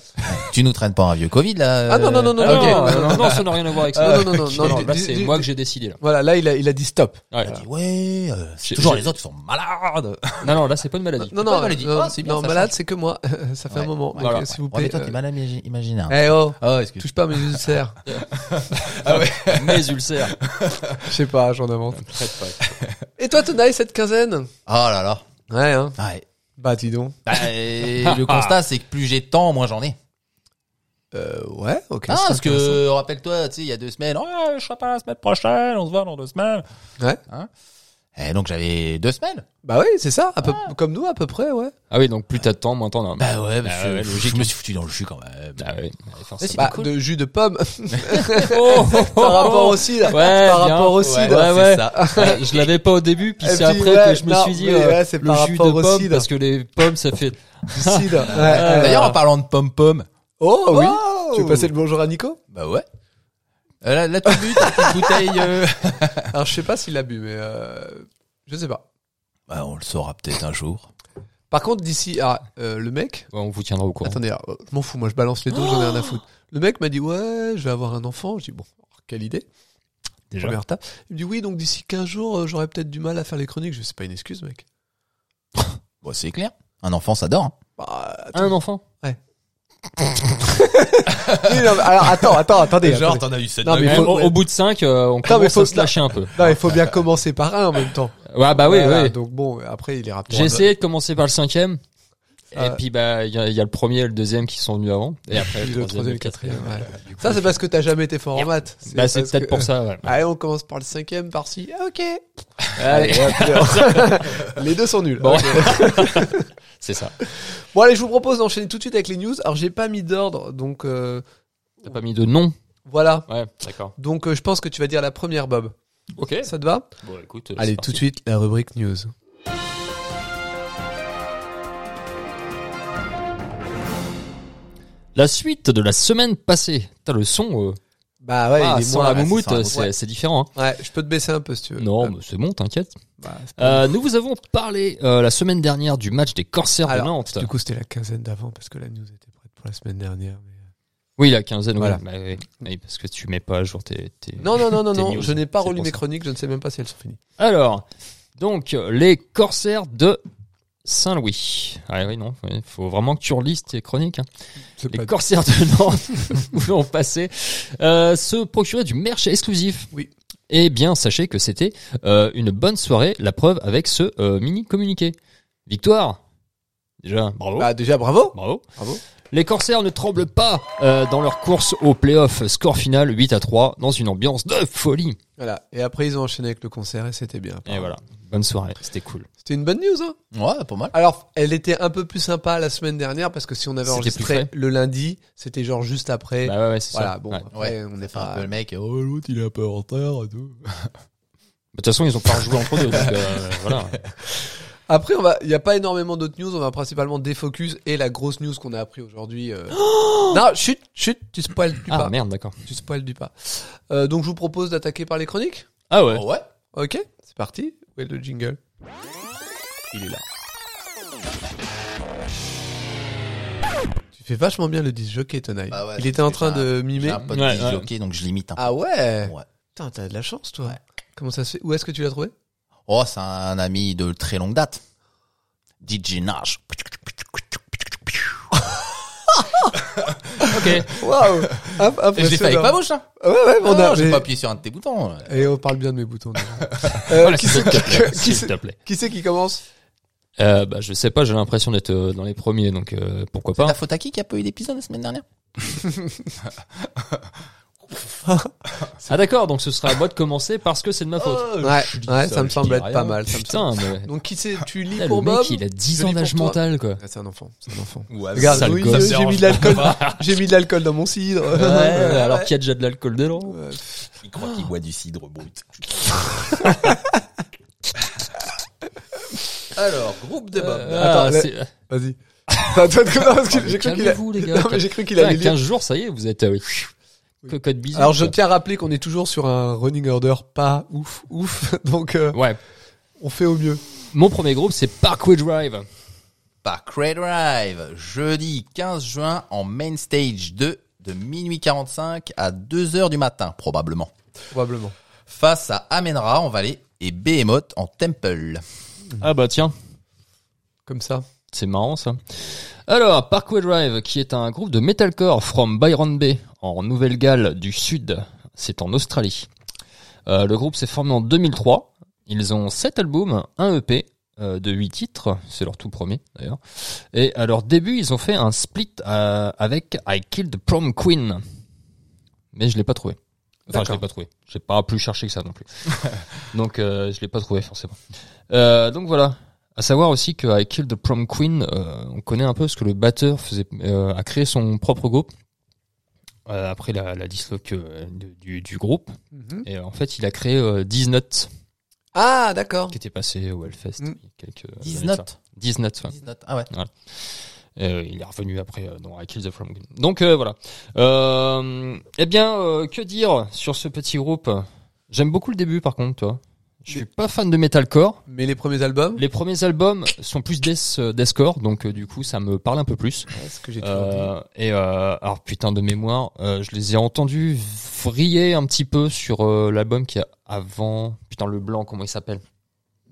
[SPEAKER 1] Tu nous traînes pas un vieux Covid là
[SPEAKER 3] Ah non, non, non, non,
[SPEAKER 2] Ah,
[SPEAKER 3] ok.
[SPEAKER 2] non, non, non, non, ça n'a rien à voir avec ça.
[SPEAKER 3] Non, non, non,
[SPEAKER 2] Ok.
[SPEAKER 3] non, Ah. non,
[SPEAKER 2] là,
[SPEAKER 3] dis-
[SPEAKER 2] c'est
[SPEAKER 3] dis-
[SPEAKER 2] moi que j'ai décidé là.
[SPEAKER 3] Voilà, là, il a, il a dit stop.
[SPEAKER 2] Ouais.
[SPEAKER 1] Elle dit, ouais, euh, c'est
[SPEAKER 2] J'ai-
[SPEAKER 1] toujours
[SPEAKER 2] j'ai-
[SPEAKER 1] les autres qui sont malades.
[SPEAKER 2] Non, non, là, c'est pas
[SPEAKER 3] *laughs*
[SPEAKER 2] une maladie.
[SPEAKER 3] Non,
[SPEAKER 1] pas
[SPEAKER 3] non,
[SPEAKER 1] maladie.
[SPEAKER 3] non,
[SPEAKER 1] Ah, c'est bien,
[SPEAKER 3] non,
[SPEAKER 1] ça
[SPEAKER 3] malade, c'est que moi. *laughs* ça fait un
[SPEAKER 1] Ouais.
[SPEAKER 3] moment.
[SPEAKER 2] Voilà.
[SPEAKER 3] Ok, S'il vous
[SPEAKER 1] Ouais,
[SPEAKER 3] plaît.
[SPEAKER 1] mais toi, t'es
[SPEAKER 3] euh,
[SPEAKER 1] malade imagi- imaginaire.
[SPEAKER 3] Eh oh,
[SPEAKER 1] Oh, excuse.
[SPEAKER 3] touche pas à mes
[SPEAKER 1] *laughs*
[SPEAKER 3] ulcères.
[SPEAKER 2] Mes ulcères.
[SPEAKER 3] Je sais pas, j'en invente.
[SPEAKER 1] *laughs*
[SPEAKER 2] Prête pas.
[SPEAKER 3] *laughs* Et toi, Tonaï, cette quinzaine
[SPEAKER 1] Ah là là.
[SPEAKER 3] Ouais, hein.
[SPEAKER 1] Ouais.
[SPEAKER 3] Bah, dis donc.
[SPEAKER 1] Bah, et le constat, c'est que plus j'ai de temps, moins j'en ai.
[SPEAKER 3] Euh, ouais, ok.
[SPEAKER 1] Ah,
[SPEAKER 3] c'est
[SPEAKER 1] parce
[SPEAKER 3] intéressant.
[SPEAKER 1] que, rappelle-toi, tu sais, il y a deux semaines, ouais, je serai pas la semaine prochaine, on se voit dans deux semaines.
[SPEAKER 3] Ouais.
[SPEAKER 1] Hein et donc j'avais deux semaines.
[SPEAKER 3] Bah oui, c'est ça, à peu,
[SPEAKER 1] Ah.
[SPEAKER 3] comme nous, à peu près, ouais.
[SPEAKER 2] Ah oui, donc plus t'as de temps, moins t'en as.
[SPEAKER 1] Bah ouais, hein. parce
[SPEAKER 2] Ah
[SPEAKER 1] que
[SPEAKER 2] ouais,
[SPEAKER 1] pff,
[SPEAKER 2] logique.
[SPEAKER 1] je me suis foutu dans le jus quand même.
[SPEAKER 2] Ah oui,
[SPEAKER 1] c'est
[SPEAKER 3] Bah,
[SPEAKER 1] cool.
[SPEAKER 3] de jus de pomme,
[SPEAKER 2] Oh, oh, oh,
[SPEAKER 3] *laughs* par rapport aussi, là.
[SPEAKER 2] Ouais,
[SPEAKER 3] par
[SPEAKER 2] bien.
[SPEAKER 3] rapport aussi,
[SPEAKER 2] ouais,
[SPEAKER 3] là.
[SPEAKER 1] c'est
[SPEAKER 3] *laughs*
[SPEAKER 2] ouais.
[SPEAKER 1] ça.
[SPEAKER 2] Ouais, Ah, je l'avais pas au début, puis
[SPEAKER 3] Et
[SPEAKER 2] c'est
[SPEAKER 3] puis,
[SPEAKER 2] après
[SPEAKER 3] ouais,
[SPEAKER 2] que je me
[SPEAKER 3] non,
[SPEAKER 2] suis dit
[SPEAKER 3] mais
[SPEAKER 2] euh,
[SPEAKER 3] ouais, c'est
[SPEAKER 2] le
[SPEAKER 3] par
[SPEAKER 2] jus de
[SPEAKER 3] rapport au
[SPEAKER 2] pomme
[SPEAKER 3] cidre.
[SPEAKER 2] parce que les pommes ça fait
[SPEAKER 3] Du cidre. *laughs* Ouais, ouais.
[SPEAKER 1] D'ailleurs, en parlant de pom-pom.
[SPEAKER 3] Oh, oui.
[SPEAKER 1] Wow.
[SPEAKER 3] Tu veux passer le bonjour à Nico
[SPEAKER 1] Bah ouais. Euh, Là, là, tu butes, ta petite bouteille.
[SPEAKER 3] *laughs*
[SPEAKER 1] euh.
[SPEAKER 3] Alors, je sais pas s'il l'a bu, mais euh, je sais pas.
[SPEAKER 1] Bah, on le saura peut-être un jour.
[SPEAKER 3] Par contre, d'ici à euh, le mec,
[SPEAKER 2] Ouais, on vous tiendra au courant.
[SPEAKER 3] attendez, alors, euh, je m'en fous, moi je balance les deux, j'en ai rien à foutre. Le mec m'a dit ouais, je vais avoir un enfant. Je dis bon, alors, quelle idée.
[SPEAKER 2] Déjà.
[SPEAKER 3] Première tape. Il me dit oui, donc d'ici 15 jours, euh, j'aurai peut-être du mal à faire les chroniques. Je sais pas une excuse, mec.
[SPEAKER 1] Bon, c'est clair. Un enfant, ça dort. hein.
[SPEAKER 3] Bah, attends.
[SPEAKER 2] Un enfant.
[SPEAKER 3] Ah, Oui, non, mais alors attends, attends, *laughs* attendez.
[SPEAKER 1] Genre, t'en
[SPEAKER 3] attendez.
[SPEAKER 1] as eu 7
[SPEAKER 3] Non, mais
[SPEAKER 2] Ouais,
[SPEAKER 3] faut-
[SPEAKER 2] au,
[SPEAKER 3] ouais.
[SPEAKER 2] au bout de 5 on
[SPEAKER 3] mais
[SPEAKER 2] commence
[SPEAKER 3] faut
[SPEAKER 2] à se
[SPEAKER 3] se la-
[SPEAKER 2] lâcher un peu.
[SPEAKER 3] Non, il faut bien commencer par un en même temps.
[SPEAKER 2] Ouais, bah oui,
[SPEAKER 3] Voilà,
[SPEAKER 2] oui.
[SPEAKER 3] Donc bon, après il ira.
[SPEAKER 2] J'ai essayé de commencer par le cinquième.
[SPEAKER 3] Ah.
[SPEAKER 2] Et puis bah il y, a- il y a le premier et le deuxième qui sont venus avant.
[SPEAKER 3] *laughs*
[SPEAKER 2] Et après
[SPEAKER 3] le troisième, le quatrième.
[SPEAKER 2] quatrième.
[SPEAKER 3] ouais. Ça c'est parce que t'as jamais été fort en maths.
[SPEAKER 2] Bah c'est
[SPEAKER 3] parce que-
[SPEAKER 2] peut-être
[SPEAKER 3] Ah,
[SPEAKER 2] pour ça. ouais.
[SPEAKER 3] Allez, on commence par le cinquième, par-ci. Ah, ok.
[SPEAKER 2] Allez,
[SPEAKER 3] Et *laughs* après- les deux sont nuls.
[SPEAKER 2] Bon.
[SPEAKER 3] Ok.
[SPEAKER 2] *laughs* c'est ça.
[SPEAKER 3] Bon allez, je vous propose d'enchaîner tout de suite avec les news. Alors j'ai pas mis d'ordre, donc euh,
[SPEAKER 2] T'as pas mis de nom.
[SPEAKER 3] voilà.
[SPEAKER 2] Ouais, d'accord.
[SPEAKER 3] Donc euh, je pense que tu vas dire la première, Bob.
[SPEAKER 2] Ok.
[SPEAKER 3] Ça te va
[SPEAKER 2] Bon, écoute. euh,
[SPEAKER 3] Allez,
[SPEAKER 2] c'est
[SPEAKER 3] tout de
[SPEAKER 2] parti.
[SPEAKER 3] suite la rubrique news.
[SPEAKER 2] La suite de la semaine passée. T'as le son. euh,
[SPEAKER 3] Bah ouais,
[SPEAKER 2] ah,
[SPEAKER 3] il est
[SPEAKER 2] sans
[SPEAKER 3] moins-
[SPEAKER 2] la
[SPEAKER 1] ouais, c'est
[SPEAKER 2] moumoute,
[SPEAKER 1] sans la
[SPEAKER 2] c'est
[SPEAKER 3] moumoute.
[SPEAKER 2] c'est différent. hein.
[SPEAKER 3] Ouais, je peux te baisser un peu si tu veux.
[SPEAKER 2] Non,
[SPEAKER 3] Euh,
[SPEAKER 2] mais c'est bon, t'inquiète.
[SPEAKER 3] bah, c'est pas-
[SPEAKER 2] Euh, nous vous avons parlé euh, la semaine dernière du match des cancers
[SPEAKER 3] Alors,
[SPEAKER 2] de Nantes.
[SPEAKER 3] Du coup, c'était la quinzaine d'avant parce que la news était prête pour la semaine dernière. mais-
[SPEAKER 2] Oui, la quinzaine. oui.
[SPEAKER 3] Voilà.
[SPEAKER 2] Bah, oui. Oui, parce que tu mets pas à jour tes. tes-
[SPEAKER 3] Non, non, non, non,
[SPEAKER 2] Tes
[SPEAKER 3] non.
[SPEAKER 2] news,
[SPEAKER 3] Je n'ai pas
[SPEAKER 2] c'est
[SPEAKER 3] relu
[SPEAKER 2] pour
[SPEAKER 3] mes
[SPEAKER 2] ça.
[SPEAKER 3] chroniques. Je ne sais même pas si elles sont finies.
[SPEAKER 2] Alors, donc euh, les corsaires de Saint-Louis. Ah oui, non, il faut vraiment que tu relises tes chroniques. hein. Les corsaires de Nantes *laughs* où l'on passé euh, se procurer du merch exclusif.
[SPEAKER 3] Oui.
[SPEAKER 2] Eh bien, sachez que c'était euh, une bonne soirée, la preuve avec ce euh, mini communiqué. Victoire Déjà, bravo.
[SPEAKER 3] Bah déjà, bravo.
[SPEAKER 2] Bravo.
[SPEAKER 3] Bravo.
[SPEAKER 2] Les Corsaires ne tremblent pas euh, dans leur course au playoff. Score final 8 à 3 dans une ambiance de folie.
[SPEAKER 3] Voilà. Et après, ils ont enchaîné avec le concert et c'était bien.
[SPEAKER 2] Et voilà. Bonne soirée. C'était cool.
[SPEAKER 3] C'était une bonne news. Hein
[SPEAKER 1] Ouais, pas mal.
[SPEAKER 3] Alors, elle était un peu plus sympa la semaine dernière parce que si on avait
[SPEAKER 2] C'était plus
[SPEAKER 3] enregistré
[SPEAKER 2] frais.
[SPEAKER 3] le lundi, c'était genre juste après.
[SPEAKER 2] Bah ouais, ouais, c'est
[SPEAKER 3] voilà.
[SPEAKER 2] ça.
[SPEAKER 3] Bon,
[SPEAKER 2] Ouais.
[SPEAKER 3] après, on
[SPEAKER 1] Ça
[SPEAKER 3] n'est
[SPEAKER 1] fait un
[SPEAKER 3] pas.
[SPEAKER 1] peu le mec, oh l'autre il est un peu en retard et tout.
[SPEAKER 2] Bah, De toute façon, ils ont pas rejoué entre deux. Donc, *laughs* euh, voilà.
[SPEAKER 3] Après, on va. Il n'y a pas énormément d'autres news. On va principalement défocus et la grosse news qu'on a appris aujourd'hui.
[SPEAKER 2] *gasps*
[SPEAKER 3] euh, non, chut, chut, tu spoil du
[SPEAKER 2] Oh Ah
[SPEAKER 3] pas.
[SPEAKER 2] merde, d'accord.
[SPEAKER 3] Tu spoil du pas. Euh, donc, je vous propose d'attaquer par les chroniques.
[SPEAKER 2] Ah ouais.
[SPEAKER 1] Oh ouais
[SPEAKER 3] Ok, c'est parti. Où est le jingle Il est là. Tu fais vachement bien le disjockey, Tonaï.
[SPEAKER 1] Bah ouais,
[SPEAKER 3] il
[SPEAKER 1] c'est
[SPEAKER 3] était en
[SPEAKER 1] parce que
[SPEAKER 3] train
[SPEAKER 1] j'ai
[SPEAKER 3] de
[SPEAKER 1] J'ai
[SPEAKER 3] mimer.
[SPEAKER 1] un pote
[SPEAKER 2] Ouais,
[SPEAKER 1] qui
[SPEAKER 2] ouais.
[SPEAKER 1] joue ok, donc je l'imite hein. un peu.
[SPEAKER 3] Ah ouais.
[SPEAKER 1] Ouais.
[SPEAKER 3] Putain, t'as de la chance, toi.
[SPEAKER 1] Ouais.
[SPEAKER 3] Comment ça se fait Où est-ce que tu l'as trouvé
[SPEAKER 1] Oh, c'est un ami de très longue date. DJ Nage.
[SPEAKER 2] *laughs* Ok.
[SPEAKER 3] Waouh
[SPEAKER 1] Je l'ai fait avec ma bouche, hein.
[SPEAKER 3] Ouais, ouais, on
[SPEAKER 1] Ah,
[SPEAKER 3] a.
[SPEAKER 1] j'ai
[SPEAKER 3] mais-
[SPEAKER 1] pas appuyé sur un de tes boutons.
[SPEAKER 3] Et on parle bien de mes boutons. déjà. Euh,
[SPEAKER 2] Voilà,
[SPEAKER 3] qui
[SPEAKER 2] s'il
[SPEAKER 3] c'est
[SPEAKER 2] te
[SPEAKER 3] qui,
[SPEAKER 2] plaît,
[SPEAKER 3] qui
[SPEAKER 2] s'il
[SPEAKER 3] c'est-
[SPEAKER 2] te plaît.
[SPEAKER 3] qui, c'est qui commence
[SPEAKER 2] Euh, bah, je sais pas, j'ai l'impression d'être euh, dans les premiers, donc euh, pourquoi
[SPEAKER 1] La
[SPEAKER 2] *laughs* pas.
[SPEAKER 1] faute à qui qui a pas eu d'épisode la semaine dernière
[SPEAKER 2] Ah d'accord, donc ce sera à moi de commencer parce que c'est de ma faute.
[SPEAKER 3] Ouais, ouais, ça me
[SPEAKER 2] je
[SPEAKER 3] semble
[SPEAKER 2] dis
[SPEAKER 3] être
[SPEAKER 2] rien.
[SPEAKER 3] pas mal. ça me semble.
[SPEAKER 2] Putain, mais...
[SPEAKER 3] Donc qui c'est Tu lis
[SPEAKER 2] Putain, le
[SPEAKER 3] pour Bob
[SPEAKER 2] mec, il a 10
[SPEAKER 3] Je
[SPEAKER 2] ans
[SPEAKER 3] lis pour
[SPEAKER 2] d'âge
[SPEAKER 3] toi.
[SPEAKER 2] mental, quoi.
[SPEAKER 3] Ah, C'est un enfant. C'est un enfant.
[SPEAKER 1] Ouais,
[SPEAKER 3] Regarde,
[SPEAKER 2] sale
[SPEAKER 3] oui,
[SPEAKER 2] gosse.
[SPEAKER 3] euh, j'ai mis de l'alcool. J'ai mis de l'alcool dans mon cidre. *laughs*
[SPEAKER 2] Ouais,
[SPEAKER 3] Ouais,
[SPEAKER 2] Euh, alors
[SPEAKER 3] ouais.
[SPEAKER 2] qu'il y a déjà de l'alcool dedans.
[SPEAKER 3] Ouais.
[SPEAKER 1] Il croit qu'il boit du cidre brut. *laughs* Alors, groupe de Bob.
[SPEAKER 2] Euh,
[SPEAKER 3] Attends,
[SPEAKER 2] ah,
[SPEAKER 3] le-
[SPEAKER 2] c'est-
[SPEAKER 3] Vas-y. *laughs* Enfin, toi, non, parce que
[SPEAKER 2] Ah, mais
[SPEAKER 3] j'ai cru qu'il a...
[SPEAKER 2] calmez-vous, les gars.
[SPEAKER 3] Non, mais j'ai cru qu'il allait
[SPEAKER 2] Putain,
[SPEAKER 3] lire.
[SPEAKER 2] 15 jours, ça y est, vous êtes. euh, Cocotte bisous.
[SPEAKER 3] Alors, je tiens à rappeler qu'on est toujours sur un running order pas ouf, ouf. *laughs* Donc, euh,
[SPEAKER 2] Ouais.
[SPEAKER 3] on fait au mieux.
[SPEAKER 2] Mon premier groupe, c'est Parkway Drive.
[SPEAKER 1] Par Cray bah, Drive, jeudi 15 juin en Main Stage 2 de minuit 45 à 2h du matin, probablement.
[SPEAKER 3] Probablement.
[SPEAKER 1] Face à Amenra en vallée et Behemoth en Temple.
[SPEAKER 2] Ah bah tiens,
[SPEAKER 3] Comme ça.
[SPEAKER 2] c'est marrant ça. Alors, Parkway Drive, qui est un groupe de metalcore from Byron Bay, en Nouvelle-Galles du Sud. C'est en Australie. Euh, le groupe s'est formé en 2003. Ils ont 7 albums, un EP euh, de 8 titres, c'est leur tout premier d'ailleurs. Et à leur début, ils ont fait un split euh, avec I Killed the Prom Queen. Mais je l'ai pas trouvé. Enfin, je l'ai
[SPEAKER 3] D'accord.
[SPEAKER 2] pas trouvé. J'ai pas plus cherché que ça non plus. *laughs* donc, euh, je l'ai pas trouvé forcément. Euh, donc voilà. À savoir aussi que I Killed the Prom Queen, euh, on connaît un peu ce que le batteur faisait, euh, a créé son propre groupe euh, après la, la disloque euh, de- du, du groupe.
[SPEAKER 3] Mhm.
[SPEAKER 2] Et euh, en fait, il a créé euh, Diz Nuts,
[SPEAKER 3] Ah, d'accord.
[SPEAKER 2] qui était passé au Hellfest.
[SPEAKER 3] Mm.
[SPEAKER 2] il y a quelques années de
[SPEAKER 1] Dix
[SPEAKER 2] ça.
[SPEAKER 1] notes.
[SPEAKER 2] Diz Nuts, ouais.
[SPEAKER 1] Dix notes. Ah ouais.
[SPEAKER 2] Euh, il est revenu après euh, dans I Kill the From Green. Donc euh, voilà. Euh, eh bien, euh, que dire sur ce petit groupe J'aime beaucoup le début par contre, toi. Je suis pas fan de metalcore.
[SPEAKER 3] Mais les premiers albums,
[SPEAKER 2] Les premiers albums sont plus death, euh, deathcore, donc euh, du coup ça me parle un peu plus.
[SPEAKER 3] Ouais, ce que j'ai toujours dit.
[SPEAKER 2] Euh, et euh, alors putain de mémoire, euh, je les ai entendus vriller un petit peu sur euh, l'album qui a avant. Putain le blanc, comment il s'appelle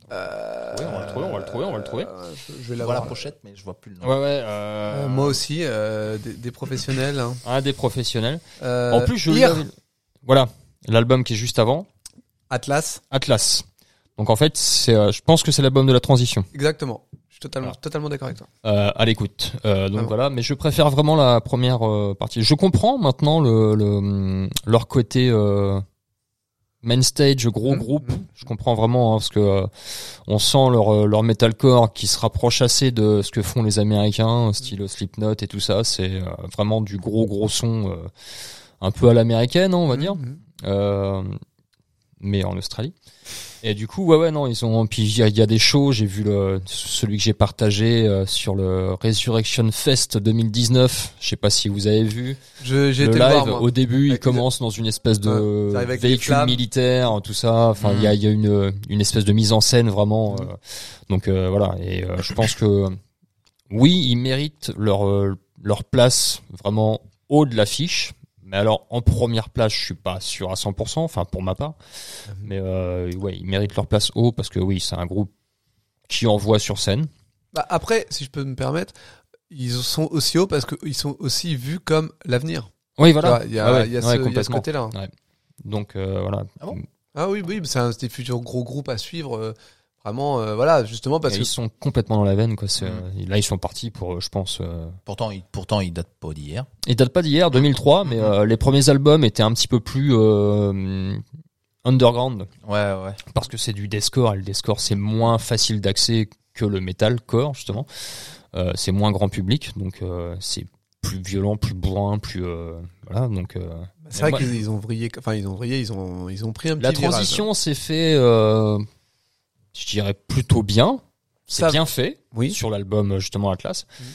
[SPEAKER 2] Ouais, on va le trouver, on va le trouver, on va le trouver.
[SPEAKER 3] Euh, je- je vais
[SPEAKER 1] Je vois la
[SPEAKER 3] l'avoir.
[SPEAKER 1] pochette, mais je vois plus le
[SPEAKER 2] Ouais
[SPEAKER 1] nom.
[SPEAKER 2] ouais. euh,
[SPEAKER 3] Euh, moi aussi, euh, des, des professionnels. hein.
[SPEAKER 2] un des professionnels.
[SPEAKER 3] Euh,
[SPEAKER 2] en plus je
[SPEAKER 3] Ear,
[SPEAKER 2] l'avais- voilà l'album qui est juste avant
[SPEAKER 3] Atlas,
[SPEAKER 2] Atlas. Donc en fait c'est, euh, je pense que c'est l'album de la transition.
[SPEAKER 3] exactement. Je suis totalement,
[SPEAKER 2] Voilà.
[SPEAKER 3] totalement d'accord avec toi.
[SPEAKER 2] euh, à l'écoute. Euh, donc
[SPEAKER 3] Ah bon.
[SPEAKER 2] voilà, mais je préfère vraiment la première euh, partie. Je comprends maintenant le, le, hum, leur côté euh, main stage, gros
[SPEAKER 3] Mhm.
[SPEAKER 2] groupe.
[SPEAKER 3] Mhm.
[SPEAKER 2] Je comprends vraiment hein, parce que euh, on sent leur euh, leur metalcore qui se rapproche assez de ce que font les Américains, euh, style Slipknot et tout ça. C'est euh, vraiment du gros gros son. euh, un peu à l'américaine, hein, on va dire
[SPEAKER 3] Mhm.
[SPEAKER 2] euh, mais en Australie. Et du coup, ouais, ouais, non, ils ont. Puis il y, a- il y a des shows. J'ai vu le celui que j'ai partagé euh, sur le Resurrection Fest 2019. Je sais pas si vous avez vu
[SPEAKER 3] Je- J'ai
[SPEAKER 2] le
[SPEAKER 3] été
[SPEAKER 2] live.
[SPEAKER 3] le voir, moi.
[SPEAKER 2] au début, il
[SPEAKER 3] Avec les-
[SPEAKER 2] commence dans une espèce de
[SPEAKER 3] Ouais, ça arrive avec les
[SPEAKER 2] véhicule
[SPEAKER 3] flammes.
[SPEAKER 2] militaire, tout ça. Enfin, il y a, il y a une une espèce de mise en scène
[SPEAKER 3] Mm.
[SPEAKER 2] vraiment. euh, donc euh, voilà. Et euh, je pense que oui, ils méritent leur euh, leur place vraiment haut de l'affiche. Mais alors en première place, je suis pas sûr à 100%. Enfin, pour ma part.
[SPEAKER 3] Mm-hmm.
[SPEAKER 2] Mais euh, ouais, ils méritent leur place haut parce que oui, c'est un groupe qui envoie sur scène.
[SPEAKER 3] Bah, après, si je peux me permettre, ils sont aussi hauts parce qu'ils sont aussi vus comme l'avenir.
[SPEAKER 2] Oui,
[SPEAKER 3] Tu vois,
[SPEAKER 2] voilà.
[SPEAKER 3] Il y a,
[SPEAKER 2] Ah ouais,
[SPEAKER 3] il y a
[SPEAKER 2] ouais,
[SPEAKER 3] ce, il y a ce
[SPEAKER 2] complètement.
[SPEAKER 3] côté-là.
[SPEAKER 2] Donc euh, voilà.
[SPEAKER 1] Ah bon
[SPEAKER 3] Ah oui, oui, mais c'est un c'est des futurs gros groupes à suivre. euh, vraiment, euh, voilà, justement parce
[SPEAKER 2] Et
[SPEAKER 3] que Mm.
[SPEAKER 2] ils sont complètement dans la veine quoi. C'est, euh, Là, ils sont partis pour, euh, je pense. euh,
[SPEAKER 1] Pourtant, il, pourtant, il date pas d'hier.
[SPEAKER 2] Ils datent pas d'hier, 2003, mais euh, les premiers albums étaient un petit peu plus euh, underground
[SPEAKER 1] Ouais, ouais.
[SPEAKER 2] parce que c'est du deathcore et le deathcore c'est moins facile d'accès que le metalcore justement. Euh, c'est moins grand public, donc euh, c'est plus violent, plus bourrin, plus euh, voilà. Donc euh,
[SPEAKER 3] c'est vrai
[SPEAKER 2] moi-
[SPEAKER 3] qu'ils ils ont vrillé. Enfin, ils ont vrillé. Ils ont, ils ont pris un petit
[SPEAKER 2] La
[SPEAKER 3] virage.
[SPEAKER 2] transition s'est fait, euh, je dirais plutôt bien. C'est
[SPEAKER 3] Ça-
[SPEAKER 2] bien fait
[SPEAKER 3] Oui.
[SPEAKER 2] sur l'album euh, justement Atlas.
[SPEAKER 3] Mhm.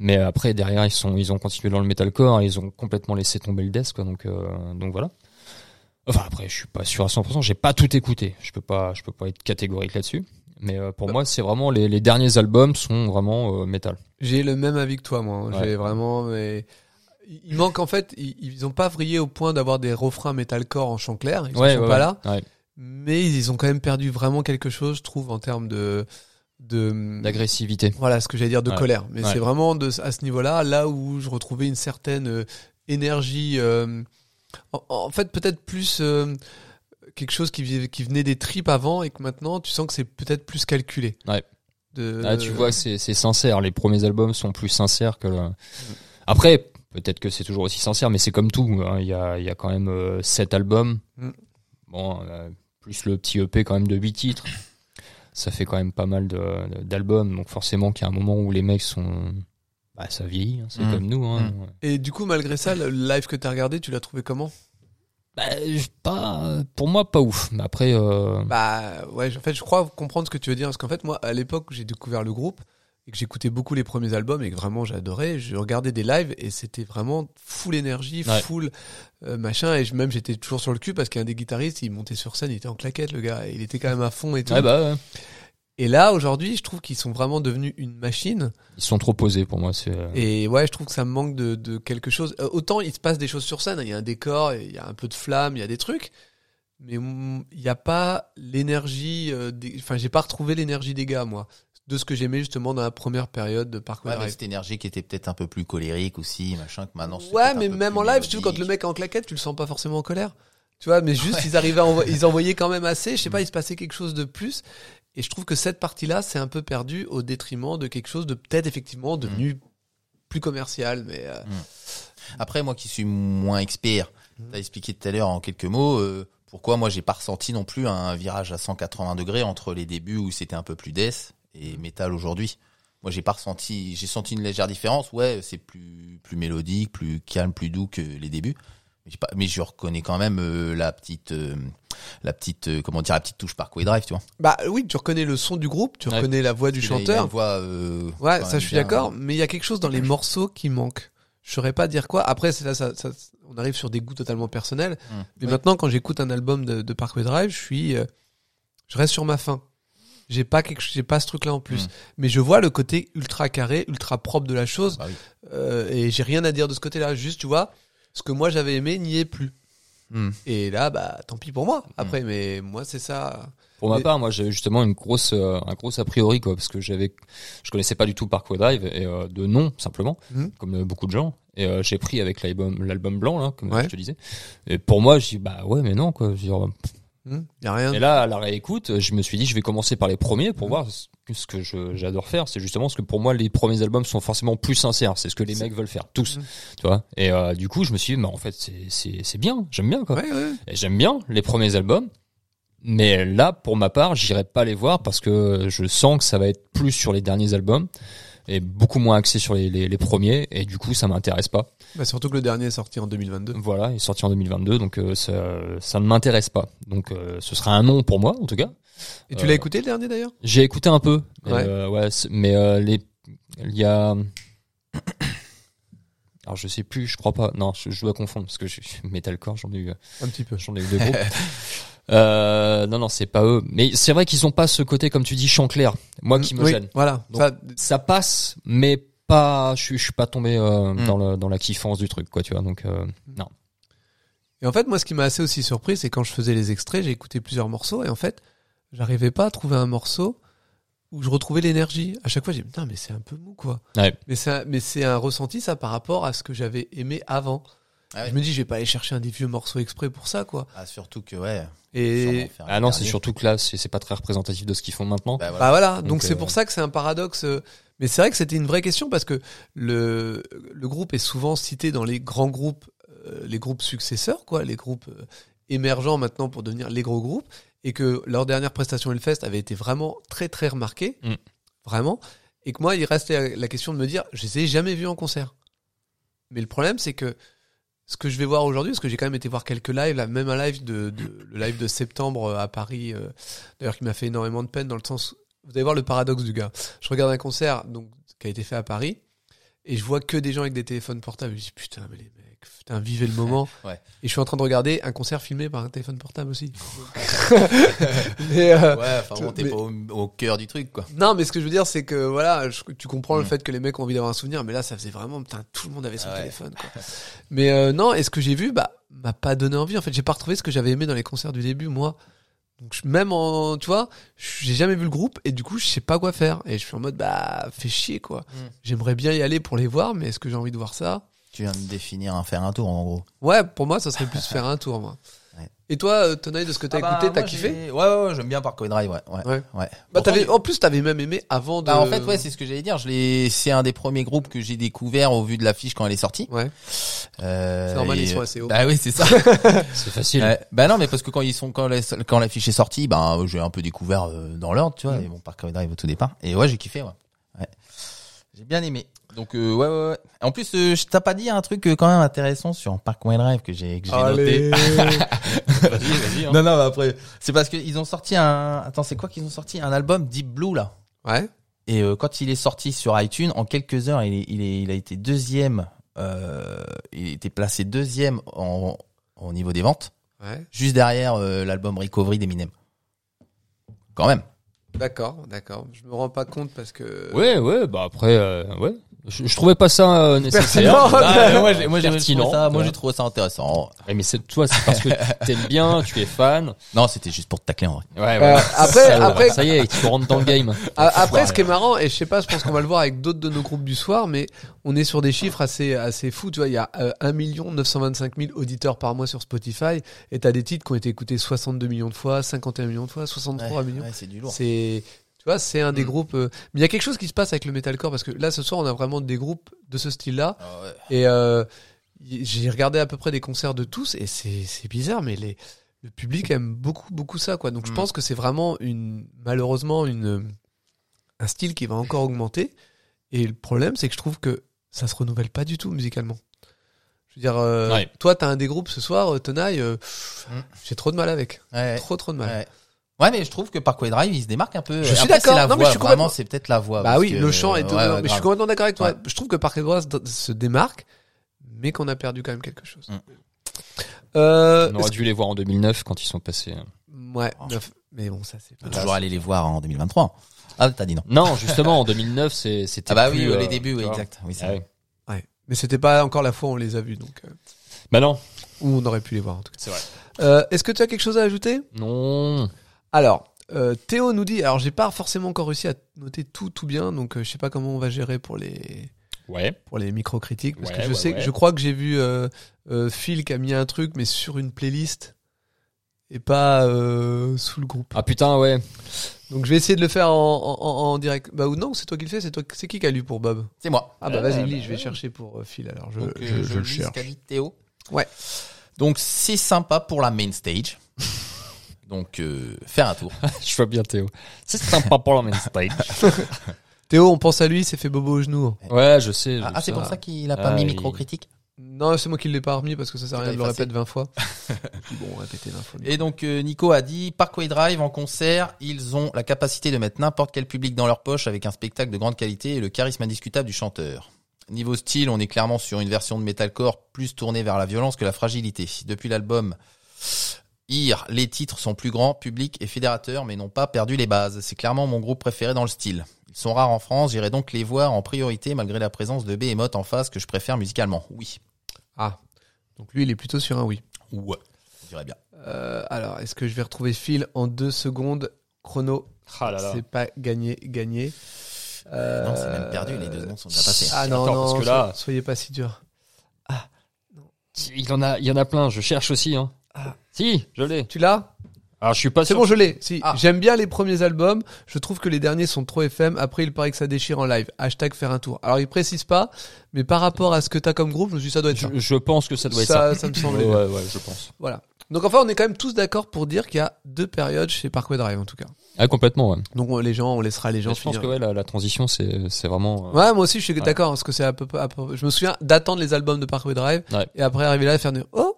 [SPEAKER 2] Mais après derrière ils sont ils ont continué dans le metalcore, et ils ont complètement laissé tomber le death quoi, donc euh, donc voilà. Enfin après je suis pas sûr à 100%, j'ai pas tout écouté, je peux pas je peux pas être catégorique là-dessus. Mais euh, pour
[SPEAKER 3] Bah.
[SPEAKER 2] moi c'est vraiment les, les derniers albums sont vraiment euh, metal.
[SPEAKER 3] J'ai le même avis que toi, moi. hein.
[SPEAKER 2] Ouais.
[SPEAKER 3] J'ai vraiment. Mais... Il il manque en fait. Ils, ils ont pas vrillé au point d'avoir des refrains metalcore en chant clair. Ils en sont pas là.
[SPEAKER 2] ouais.
[SPEAKER 3] Mais ils ont quand même perdu vraiment quelque chose, je trouve, en termes de de
[SPEAKER 2] D'agressivité.
[SPEAKER 3] Voilà ce que j'allais dire de
[SPEAKER 2] Ouais.
[SPEAKER 3] colère. Mais
[SPEAKER 2] Ouais.
[SPEAKER 3] c'est vraiment de, à ce niveau-là, là où je retrouvais une certaine euh, énergie. euh, en, en fait, peut-être plus euh, quelque chose qui, vi- qui venait des tripes avant et que maintenant, tu sens que c'est peut-être plus calculé.
[SPEAKER 2] Ouais.
[SPEAKER 3] De-
[SPEAKER 2] Ah, tu vois, c'est c'est sincère. Les premiers albums sont plus sincères que le. Après, peut-être que c'est toujours aussi sincère, mais c'est comme tout. hein. Il y, a, il y a quand même euh, sept albums.
[SPEAKER 3] Mm.
[SPEAKER 2] Bon, euh, plus le petit EP quand même de huit titres. Ça fait quand même pas mal de- d'albums. Donc forcément qu'il y a un moment où les mecs sont. Bah, ça vieillit, hein. c'est
[SPEAKER 1] Mm.
[SPEAKER 2] comme nous. Hein.
[SPEAKER 3] Et du coup, malgré ça, le live que t'as regardé, tu l'as trouvé comment
[SPEAKER 2] Bah, je- pas, pour moi, pas ouf. Mais après. euh,
[SPEAKER 3] Bah ouais, en fait, je crois comprendre ce que tu veux dire. Parce qu'en fait, moi, à l'époque où j'ai découvert le groupe et que j'écoutais beaucoup les premiers albums et que vraiment j'adorais, je regardais des lives et c'était vraiment full énergie,
[SPEAKER 2] Ouais.
[SPEAKER 3] full euh, machin. Et je- même j'étais toujours sur le cul parce qu'un des guitaristes, il montait sur scène, il était en claquette, le gars. et il était quand même à fond
[SPEAKER 1] Mm.
[SPEAKER 3] et tout.
[SPEAKER 2] ouais, bah, ouais.
[SPEAKER 3] Et là, aujourd'hui, je trouve qu'ils sont vraiment devenus une machine.
[SPEAKER 2] Ils sont trop posés pour moi. C'est.
[SPEAKER 1] Mm.
[SPEAKER 2] euh,
[SPEAKER 3] Et ouais, je trouve que ça me manque de, de quelque chose. Euh, autant il se passe des choses sur scène, il y a un décor, il y a un peu de flamme, il y a des trucs, mais mm, il n'y a pas l'énergie. euh, des- Enfin, j'ai pas retrouvé l'énergie des gars, moi, de ce que j'aimais justement dans la première période de Parkway
[SPEAKER 1] Ouais, mais
[SPEAKER 3] Drive.
[SPEAKER 1] cette énergie qui était peut-être un peu plus colérique aussi, machin, que maintenant. c'est
[SPEAKER 3] Ouais,
[SPEAKER 1] peut-être un
[SPEAKER 3] mais
[SPEAKER 1] peu
[SPEAKER 3] même
[SPEAKER 1] plus
[SPEAKER 3] en live, tu vois, quand le
[SPEAKER 1] mélodique.
[SPEAKER 3] mec est en claquette, tu le sens pas forcément en colère. Tu vois, mais juste, ils arrivaient à envo- ils envoyaient quand même assez. Je sais
[SPEAKER 1] Mm.
[SPEAKER 3] pas, il se passait quelque chose de plus. Et je trouve que cette partie-là, c'est un peu perdu au détriment de quelque chose de peut-être effectivement devenu
[SPEAKER 1] Mm.
[SPEAKER 3] plus commercial. Mais euh,
[SPEAKER 1] Après, moi qui suis moins expert,
[SPEAKER 3] Mhm.
[SPEAKER 1] t'as expliqué tout à l'heure en quelques mots euh, pourquoi moi j'ai pas ressenti non plus un virage à 180 degrés entre les débuts où c'était un peu plus death et
[SPEAKER 3] Mhm.
[SPEAKER 1] métal aujourd'hui. Moi j'ai pas ressenti, j'ai senti une légère différence. Ouais, c'est plus plus mélodique, plus calme, plus doux que les débuts. Mais, j'ai pas- mais je reconnais quand même euh, la petite, euh, la petite, euh, comment dire, la petite touche par Quay Drive, tu vois.
[SPEAKER 3] bah oui, tu reconnais le son du groupe, tu
[SPEAKER 2] Ouais.
[SPEAKER 3] reconnais la voix du
[SPEAKER 1] Parce qu'il a- il a une
[SPEAKER 3] chanteur.
[SPEAKER 1] voix, euh,
[SPEAKER 3] Ouais,
[SPEAKER 1] quand
[SPEAKER 3] ça
[SPEAKER 1] même
[SPEAKER 3] je suis
[SPEAKER 1] bien-
[SPEAKER 3] d'accord, mais il y a quelque chose dans les morceaux qui manque. Je saurais pas dire quoi. Après, c'est là, ça, ça- on arrive sur des goûts totalement personnels.
[SPEAKER 1] Mm.
[SPEAKER 3] Mais
[SPEAKER 1] Ouais.
[SPEAKER 3] maintenant, quand j'écoute un album de, de Parkway Drive, je suis, euh, je reste sur ma faim. J'ai pas quelque, j'ai pas ce truc-là en plus.
[SPEAKER 1] Mm.
[SPEAKER 3] Mais je vois le côté ultra carré, ultra propre de la chose,
[SPEAKER 1] Bah oui.
[SPEAKER 3] euh, et j'ai rien à dire de ce côté-là. Juste, tu vois, ce que moi j'avais aimé n'y est plus.
[SPEAKER 1] Hmm.
[SPEAKER 3] Et là, bah, tant pis pour moi. Après, mais moi, c'est ça.
[SPEAKER 2] Pour ma
[SPEAKER 3] Mais-
[SPEAKER 2] part, moi, j'avais justement une grosse, euh, un gros a priori, quoi, parce que j'avais, je connaissais pas du tout Parkway Drive et euh, de nom simplement,
[SPEAKER 3] Mhm.
[SPEAKER 2] comme euh, beaucoup de gens. Et euh, j'ai pris avec l'album, l'album blanc, là, comme
[SPEAKER 3] Ouais.
[SPEAKER 2] je te disais. Et pour moi, j'ai dit, bah ouais, mais non, quoi. Je veux dire,
[SPEAKER 3] Hmm y a rien.
[SPEAKER 2] Et là, à la réécoute, je me suis dit, je vais commencer par les premiers
[SPEAKER 3] Mhm.
[SPEAKER 2] pour voir ce que- ce que je- j'adore faire. C'est justement ce que pour moi, les premiers albums sont forcément plus sincères. C'est ce que les
[SPEAKER 3] C'est-
[SPEAKER 2] mecs veulent faire, tous.
[SPEAKER 3] Mhm.
[SPEAKER 2] Tu vois. Et euh, du coup, je me suis dit, bah, en fait, c'est- c'est c'est bien. J'aime bien, quoi.
[SPEAKER 3] Ouais, ouais.
[SPEAKER 2] Et J'aime bien les premiers albums. Mais là, pour ma part, j'irai pas les voir parce que je sens que ça va être plus sur les derniers albums et beaucoup moins axé sur les, les, les premiers. Et du coup, ça m'intéresse pas.
[SPEAKER 3] Bah, surtout que le dernier est sorti en 2022.
[SPEAKER 2] Voilà, il est sorti en 2022, donc euh, ça, ça ne m'intéresse pas. Donc euh, ce sera un non pour moi, en tout cas.
[SPEAKER 3] Et tu
[SPEAKER 2] Euh,
[SPEAKER 3] l'as écouté le dernier d'ailleurs?
[SPEAKER 2] J'ai écouté un peu, mais,
[SPEAKER 3] Ouais.
[SPEAKER 2] euh, ouais, c'est- mais euh, les, il y a, *coughs* alors je sais plus, je crois pas. Non, je, je dois confondre parce que je, je- metalcore, j'en ai eu, euh,
[SPEAKER 3] Un petit peu.
[SPEAKER 2] j'en ai eu deux
[SPEAKER 1] *laughs*
[SPEAKER 2] groupes. Euh, non, non, c'est pas eux. Mais c'est vrai qu'ils ont pas ce côté, comme tu dis, chant clair. Moi, qui me
[SPEAKER 3] Oui,
[SPEAKER 2] gêne.
[SPEAKER 3] Voilà.
[SPEAKER 2] Donc,
[SPEAKER 3] Ça,
[SPEAKER 2] Ça passe, mais pas. Je, suis- je suis pas tombé euh,
[SPEAKER 1] Mm.
[SPEAKER 2] dans, le- dans la kiffance du truc, quoi. Tu vois. Donc euh, non.
[SPEAKER 3] et en fait, moi, ce qui m'a assez aussi surpris, c'est quand je faisais les extraits, j'ai écouté plusieurs morceaux et en fait, j'arrivais pas à trouver un morceau où je retrouvais l'énergie. À chaque fois, j'ai dit, putain, mais c'est un peu mou, quoi.
[SPEAKER 2] Ouais.
[SPEAKER 3] Mais c'est un, mais c'est un ressenti, ça, par rapport à ce que j'avais aimé avant.
[SPEAKER 1] Ah ouais.
[SPEAKER 3] Je me dis, je vais pas aller chercher un des vieux morceaux exprès pour ça, quoi.
[SPEAKER 1] Ah, surtout que ouais.
[SPEAKER 3] Et,
[SPEAKER 1] sûrement faire
[SPEAKER 2] Ah
[SPEAKER 1] un
[SPEAKER 2] non, c'est
[SPEAKER 1] dernier.
[SPEAKER 2] surtout que là, c'est c'est pas très représentatif de ce qu'ils font maintenant.
[SPEAKER 1] Bah, voilà.
[SPEAKER 3] Bah voilà, donc
[SPEAKER 2] Donc,
[SPEAKER 3] c'est
[SPEAKER 2] euh,
[SPEAKER 3] pour ça que c'est un paradoxe. euh, Mais c'est vrai que c'était une vraie question parce que le, le groupe est souvent cité dans les grands groupes, euh, les groupes successeurs, quoi, les groupes euh, émergents maintenant pour devenir les gros groupes, et que leur dernière prestation Hellfest avait été vraiment très très remarquée,
[SPEAKER 2] Mm.
[SPEAKER 3] vraiment, et que moi il restait la question de me dire, je les ai jamais vus en concert. Mais le problème c'est que ce que je vais voir aujourd'hui, parce que j'ai quand même été voir quelques lives, là, même un live de, de- le live de septembre euh, à Paris, euh, d'ailleurs qui m'a fait énormément de peine dans le sens, vous allez voir le paradoxe du gars. Je regarde un concert donc qui a été fait à Paris et je vois que des gens avec des téléphones portables. Je me dis putain mais les mecs, putain vivez le moment.
[SPEAKER 1] Ouais.
[SPEAKER 3] Et je suis en train de regarder un concert filmé par un téléphone portable aussi. *laughs* Mais, euh,
[SPEAKER 1] Ouais, enfin bon, t'es
[SPEAKER 3] Mais-
[SPEAKER 1] pas au, au cœur du truc, quoi.
[SPEAKER 3] Non, mais ce que je veux dire, c'est que voilà, je- tu comprends le
[SPEAKER 1] Mm.
[SPEAKER 3] fait que les mecs ont envie d'avoir un souvenir, mais là, ça faisait vraiment, putain, tout le monde avait son
[SPEAKER 1] Ah ouais.
[SPEAKER 3] téléphone. Quoi. *laughs* mais euh, non, et ce que j'ai vu, bah, m'a pas donné envie. En fait, j'ai pas retrouvé ce que j'avais aimé dans les concerts du début, moi. Donc, je- même en, tu vois, j'ai jamais vu le groupe, et du coup, je sais pas quoi faire. Et je suis en mode, bah, fais chier, quoi.
[SPEAKER 1] Mm.
[SPEAKER 3] J'aimerais bien y aller pour les voir, mais est-ce que j'ai envie de voir ça
[SPEAKER 1] Tu viens de définir un faire un tour, en gros.
[SPEAKER 3] Ouais, pour moi, ça serait plus faire un tour, moi.
[SPEAKER 1] *laughs* Ouais.
[SPEAKER 3] Et toi, euh, Tonaï, de ce que
[SPEAKER 1] Ah
[SPEAKER 3] t'as
[SPEAKER 1] bah,
[SPEAKER 3] écouté, t'as
[SPEAKER 1] Ouais,
[SPEAKER 3] kiffé
[SPEAKER 1] ouais, ouais, j'aime bien Parkway Drive, ouais. Ouais.
[SPEAKER 3] Ouais.
[SPEAKER 1] ouais.
[SPEAKER 3] bah,
[SPEAKER 1] Pourtant,
[SPEAKER 3] t'avais, Euh,
[SPEAKER 1] il-
[SPEAKER 3] En plus, t'avais même aimé avant de.
[SPEAKER 1] Bah, en fait, ouais, c'est ce que j'allais dire. Je l'ai, c'est un des premiers groupes que j'ai découvert au vu de l'affiche quand elle est sortie.
[SPEAKER 3] Ouais.
[SPEAKER 1] Euh,
[SPEAKER 3] C'est normal,
[SPEAKER 1] et-
[SPEAKER 3] ils sont assez hauts.
[SPEAKER 1] Bah oui, c'est ça.
[SPEAKER 2] C'est facile.
[SPEAKER 1] Ouais. Bah non, mais parce que quand ils sont, quand la- quand l'affiche est sortie, bah, euh, j'ai un peu découvert euh, dans l'ordre, tu vois,
[SPEAKER 3] Mm.
[SPEAKER 1] et mon Parkway Drive au tout départ. Et ouais, j'ai kiffé, ouais. ouais. J'ai bien aimé. Donc, euh, ouais, ouais, ouais. En plus, euh, je t'as pas dit un truc euh, quand même intéressant sur Parkway Drive que j'ai, que j'ai noté.
[SPEAKER 2] Vas-y, vas-y, hein.
[SPEAKER 1] Non, non, mais après, c'est parce qu'ils ont sorti un. Attends, c'est quoi qu'ils ont sorti Un album Deep Blue, là.
[SPEAKER 3] ouais.
[SPEAKER 1] Et euh, quand il est sorti sur iTunes, en quelques heures, il, est- il, est- il a été deuxième. Euh, il était placé deuxième en, au niveau des ventes,
[SPEAKER 3] Ouais.
[SPEAKER 1] juste derrière euh, l'album Recovery d'Eminem. Quand même.
[SPEAKER 3] D'accord, d'accord. Je me rends pas compte parce que.
[SPEAKER 2] Ouais, ouais, bah après, euh, ouais. Je, je trouvais pas
[SPEAKER 1] *laughs*
[SPEAKER 2] ça euh, nécessaire.
[SPEAKER 3] Pertinent.
[SPEAKER 1] Ah, euh, moi, j'ai- moi, j'ai
[SPEAKER 2] Pertinent.
[SPEAKER 1] trouvé ça, moi,
[SPEAKER 2] Ouais.
[SPEAKER 1] j'ai trouvé ça intéressant.
[SPEAKER 2] Ouais, mais c'est toi, c'est
[SPEAKER 1] *laughs*
[SPEAKER 2] parce que t'aimes bien, tu es fan.
[SPEAKER 1] Non, c'était juste pour te tacler en vrai.
[SPEAKER 2] Ouais, voilà.
[SPEAKER 3] Euh, après-
[SPEAKER 2] Salaud.
[SPEAKER 3] après-
[SPEAKER 2] ça y est, tu rentres dans le game.
[SPEAKER 3] A- Après, ce qui est marrant, et je sais pas, je pense qu'on va le voir avec d'autres de nos groupes du soir, mais on est sur des chiffres assez, assez fous. Tu vois, il y a euh, 1 925 000 auditeurs par mois sur Spotify, et t'as des titres qui ont été écoutés 62 millions de fois, 51 millions de fois, 63 millions.
[SPEAKER 1] c'est du lourd.
[SPEAKER 3] c'est, tu vois, c'est un des groupes. euh, mais il y a quelque chose qui se passe avec le metalcore parce que là, ce soir, on a vraiment des groupes de ce style-là,
[SPEAKER 1] Ah,
[SPEAKER 3] et euh, y- j'ai regardé à peu près des concerts de tous, et c'est, c'est bizarre, mais les, le public aime beaucoup, beaucoup ça, quoi. Donc je
[SPEAKER 1] Mm.
[SPEAKER 3] pense que c'est vraiment une, malheureusement, une un style qui va encore augmenter. Et le problème, c'est que je trouve que ça se renouvelle pas du tout musicalement. Je veux dire, euh,
[SPEAKER 2] Ouais.
[SPEAKER 3] toi, t'as un des groupes ce soir, euh, Tenaille, euh,
[SPEAKER 1] Mm.
[SPEAKER 3] j'ai trop de mal avec.
[SPEAKER 1] Ouais.
[SPEAKER 3] Trop, trop de mal.
[SPEAKER 1] Eh. Ouais. Ouais, mais je trouve que Parkway Drive, il se démarque un peu.
[SPEAKER 3] Je suis
[SPEAKER 1] Après,
[SPEAKER 3] d'accord.
[SPEAKER 1] c'est la
[SPEAKER 3] Non, mais
[SPEAKER 1] voix,
[SPEAKER 3] je suis complètement-
[SPEAKER 1] Vraiment, c'est peut-être la voix.
[SPEAKER 3] Bah
[SPEAKER 1] parce
[SPEAKER 3] oui,
[SPEAKER 1] que-
[SPEAKER 3] le chant est
[SPEAKER 1] ouais,
[SPEAKER 3] étonnant,
[SPEAKER 1] ouais,
[SPEAKER 3] mais je suis
[SPEAKER 1] grave.
[SPEAKER 3] complètement d'accord avec toi.
[SPEAKER 1] Ouais.
[SPEAKER 3] Je trouve que Parker Bros se démarque, mais qu'on a perdu quand même quelque chose.
[SPEAKER 1] Mm.
[SPEAKER 3] Euh,
[SPEAKER 2] On aurait dû les voir en 2009 quand ils sont passés. hein.
[SPEAKER 3] Ouais,
[SPEAKER 1] Oh.
[SPEAKER 3] neuf. mais bon, ça c'est pas
[SPEAKER 1] Faut toujours aller les voir en 2023. Ah, t'as dit non.
[SPEAKER 2] Non, justement, en 2009, c'est- c'était.
[SPEAKER 1] Ah bah
[SPEAKER 2] plus,
[SPEAKER 1] oui,
[SPEAKER 2] euh,
[SPEAKER 1] les débuts, oui,
[SPEAKER 2] tu vois.
[SPEAKER 1] exact. Oui, c'est
[SPEAKER 2] Ah
[SPEAKER 1] vrai.
[SPEAKER 2] ouais.
[SPEAKER 3] Ouais. Mais c'était pas encore la fois où on les a vus, donc euh,
[SPEAKER 2] Bah non,
[SPEAKER 3] ou on aurait pu les voir en tout cas.
[SPEAKER 2] C'est vrai.
[SPEAKER 3] Euh, Est-ce que tu as quelque chose à ajouter
[SPEAKER 2] non.
[SPEAKER 3] Alors, euh, Théo nous dit, alors j'ai pas forcément encore réussi à noter tout tout bien, donc euh, je sais pas comment on va gérer pour les
[SPEAKER 2] Ouais.
[SPEAKER 3] pour les micro critiques, parce
[SPEAKER 2] Ouais,
[SPEAKER 3] que je
[SPEAKER 2] ouais,
[SPEAKER 3] sais,
[SPEAKER 2] ouais.
[SPEAKER 3] je crois que j'ai vu euh, euh, Phil qui a mis un truc, mais sur une playlist et pas euh, sous le groupe.
[SPEAKER 2] Ah putain, ouais.
[SPEAKER 3] Donc je vais essayer de le faire en, en- en- en direct. Bah ou non, c'est toi qui le fais, c'est toi, c'est qui qui a lu pour Bob
[SPEAKER 1] C'est moi.
[SPEAKER 3] Ah bah
[SPEAKER 2] Euh,
[SPEAKER 3] vas-y,
[SPEAKER 2] bah,
[SPEAKER 3] lis, je vais
[SPEAKER 2] ouais.
[SPEAKER 3] chercher pour euh, Phil alors. Je,
[SPEAKER 1] Donc, euh,
[SPEAKER 3] je- je le
[SPEAKER 1] lis ce
[SPEAKER 3] cherche.
[SPEAKER 1] qu'a dit Théo.
[SPEAKER 3] Ouais.
[SPEAKER 1] Donc, c'est sympa pour la main stage. Donc, euh, faire un tour.
[SPEAKER 2] *laughs* Je vois bien Théo. C'est sympa pour la main
[SPEAKER 1] *laughs*
[SPEAKER 2] stage.
[SPEAKER 3] Théo, on pense à lui, il s'est fait bobo au genou.
[SPEAKER 2] Ouais, je sais.
[SPEAKER 1] Ah,
[SPEAKER 2] je
[SPEAKER 1] ah, c'est
[SPEAKER 2] sais.
[SPEAKER 1] pour ça qu'il a pas
[SPEAKER 2] Ah,
[SPEAKER 1] mis
[SPEAKER 2] il-
[SPEAKER 1] micro-critique.
[SPEAKER 3] Non, c'est moi qui l'ai pas remis parce que ça sert à
[SPEAKER 1] Tu
[SPEAKER 3] rien de
[SPEAKER 1] l'as
[SPEAKER 3] le
[SPEAKER 1] effacé.
[SPEAKER 3] répéter 20 fois. Puis bon, répéter 20 fois.
[SPEAKER 1] Et donc, euh, Nico a dit, Parkway Drive en concert, ils ont la capacité de mettre n'importe quel public dans leur poche avec un spectacle de grande qualité et le charisme indiscutable du chanteur. Niveau style, on est clairement sur une version de metalcore plus tournée vers la violence que la fragilité. Depuis l'album IR, les titres sont plus grands, publics et fédérateurs, mais n'ont pas perdu les bases. C'est clairement mon groupe préféré dans le style. Ils sont rares en France, j'irai donc les voir en priorité malgré la présence de Behemoth en face que je préfère musicalement. Oui.
[SPEAKER 3] Ah, donc lui, il est plutôt sur un oui.
[SPEAKER 1] Ouais. On dirait bien.
[SPEAKER 3] Euh, alors, est-ce que je vais retrouver Phil en deux secondes chrono
[SPEAKER 2] Ah là là.
[SPEAKER 3] C'est pas gagné, gagné.
[SPEAKER 1] Non, c'est même perdu, les deux secondes sont déjà passées.
[SPEAKER 3] Ah non,
[SPEAKER 2] Attends,
[SPEAKER 3] non,
[SPEAKER 2] parce que là-
[SPEAKER 3] so- soyez pas si dur.
[SPEAKER 2] Il y en a, il y en a plein. Je cherche aussi. Hein.
[SPEAKER 3] Ah.
[SPEAKER 2] Si, je l'ai.
[SPEAKER 3] Tu l'as
[SPEAKER 2] Alors je suis pas
[SPEAKER 3] C'est
[SPEAKER 2] sûr.
[SPEAKER 3] bon, je l'ai. Si.
[SPEAKER 1] Ah.
[SPEAKER 3] J'aime bien les premiers albums. Je trouve que les derniers sont trop FM. Après, il paraît que ça déchire en live. Hashtag faire un tour. Alors, il précise pas, mais par rapport à ce que t'as comme groupe, je me suis dit, ça doit être ça.
[SPEAKER 2] Je, je pense que ça doit être ça.
[SPEAKER 3] Ça, ça me semble.
[SPEAKER 2] Ouais, ouais, ouais, je pense.
[SPEAKER 3] Voilà. Donc, enfin, on est quand même tous d'accord pour dire qu'il y a deux périodes chez Parkway Drive, en tout cas.
[SPEAKER 2] Ah complètement. Ouais.
[SPEAKER 3] Donc, on- les gens, on laissera les gens
[SPEAKER 2] Mais Je pense
[SPEAKER 3] finir.
[SPEAKER 2] que ouais, la, la transition, c'est, c'est vraiment. euh,
[SPEAKER 3] Ouais, moi aussi, je suis
[SPEAKER 2] Ouais.
[SPEAKER 3] d'accord, parce que c'est à peu près, à peu- je me souviens d'attendre les albums de Parkway Drive,
[SPEAKER 2] Ouais.
[SPEAKER 3] et après arriver là et faire dire, oh,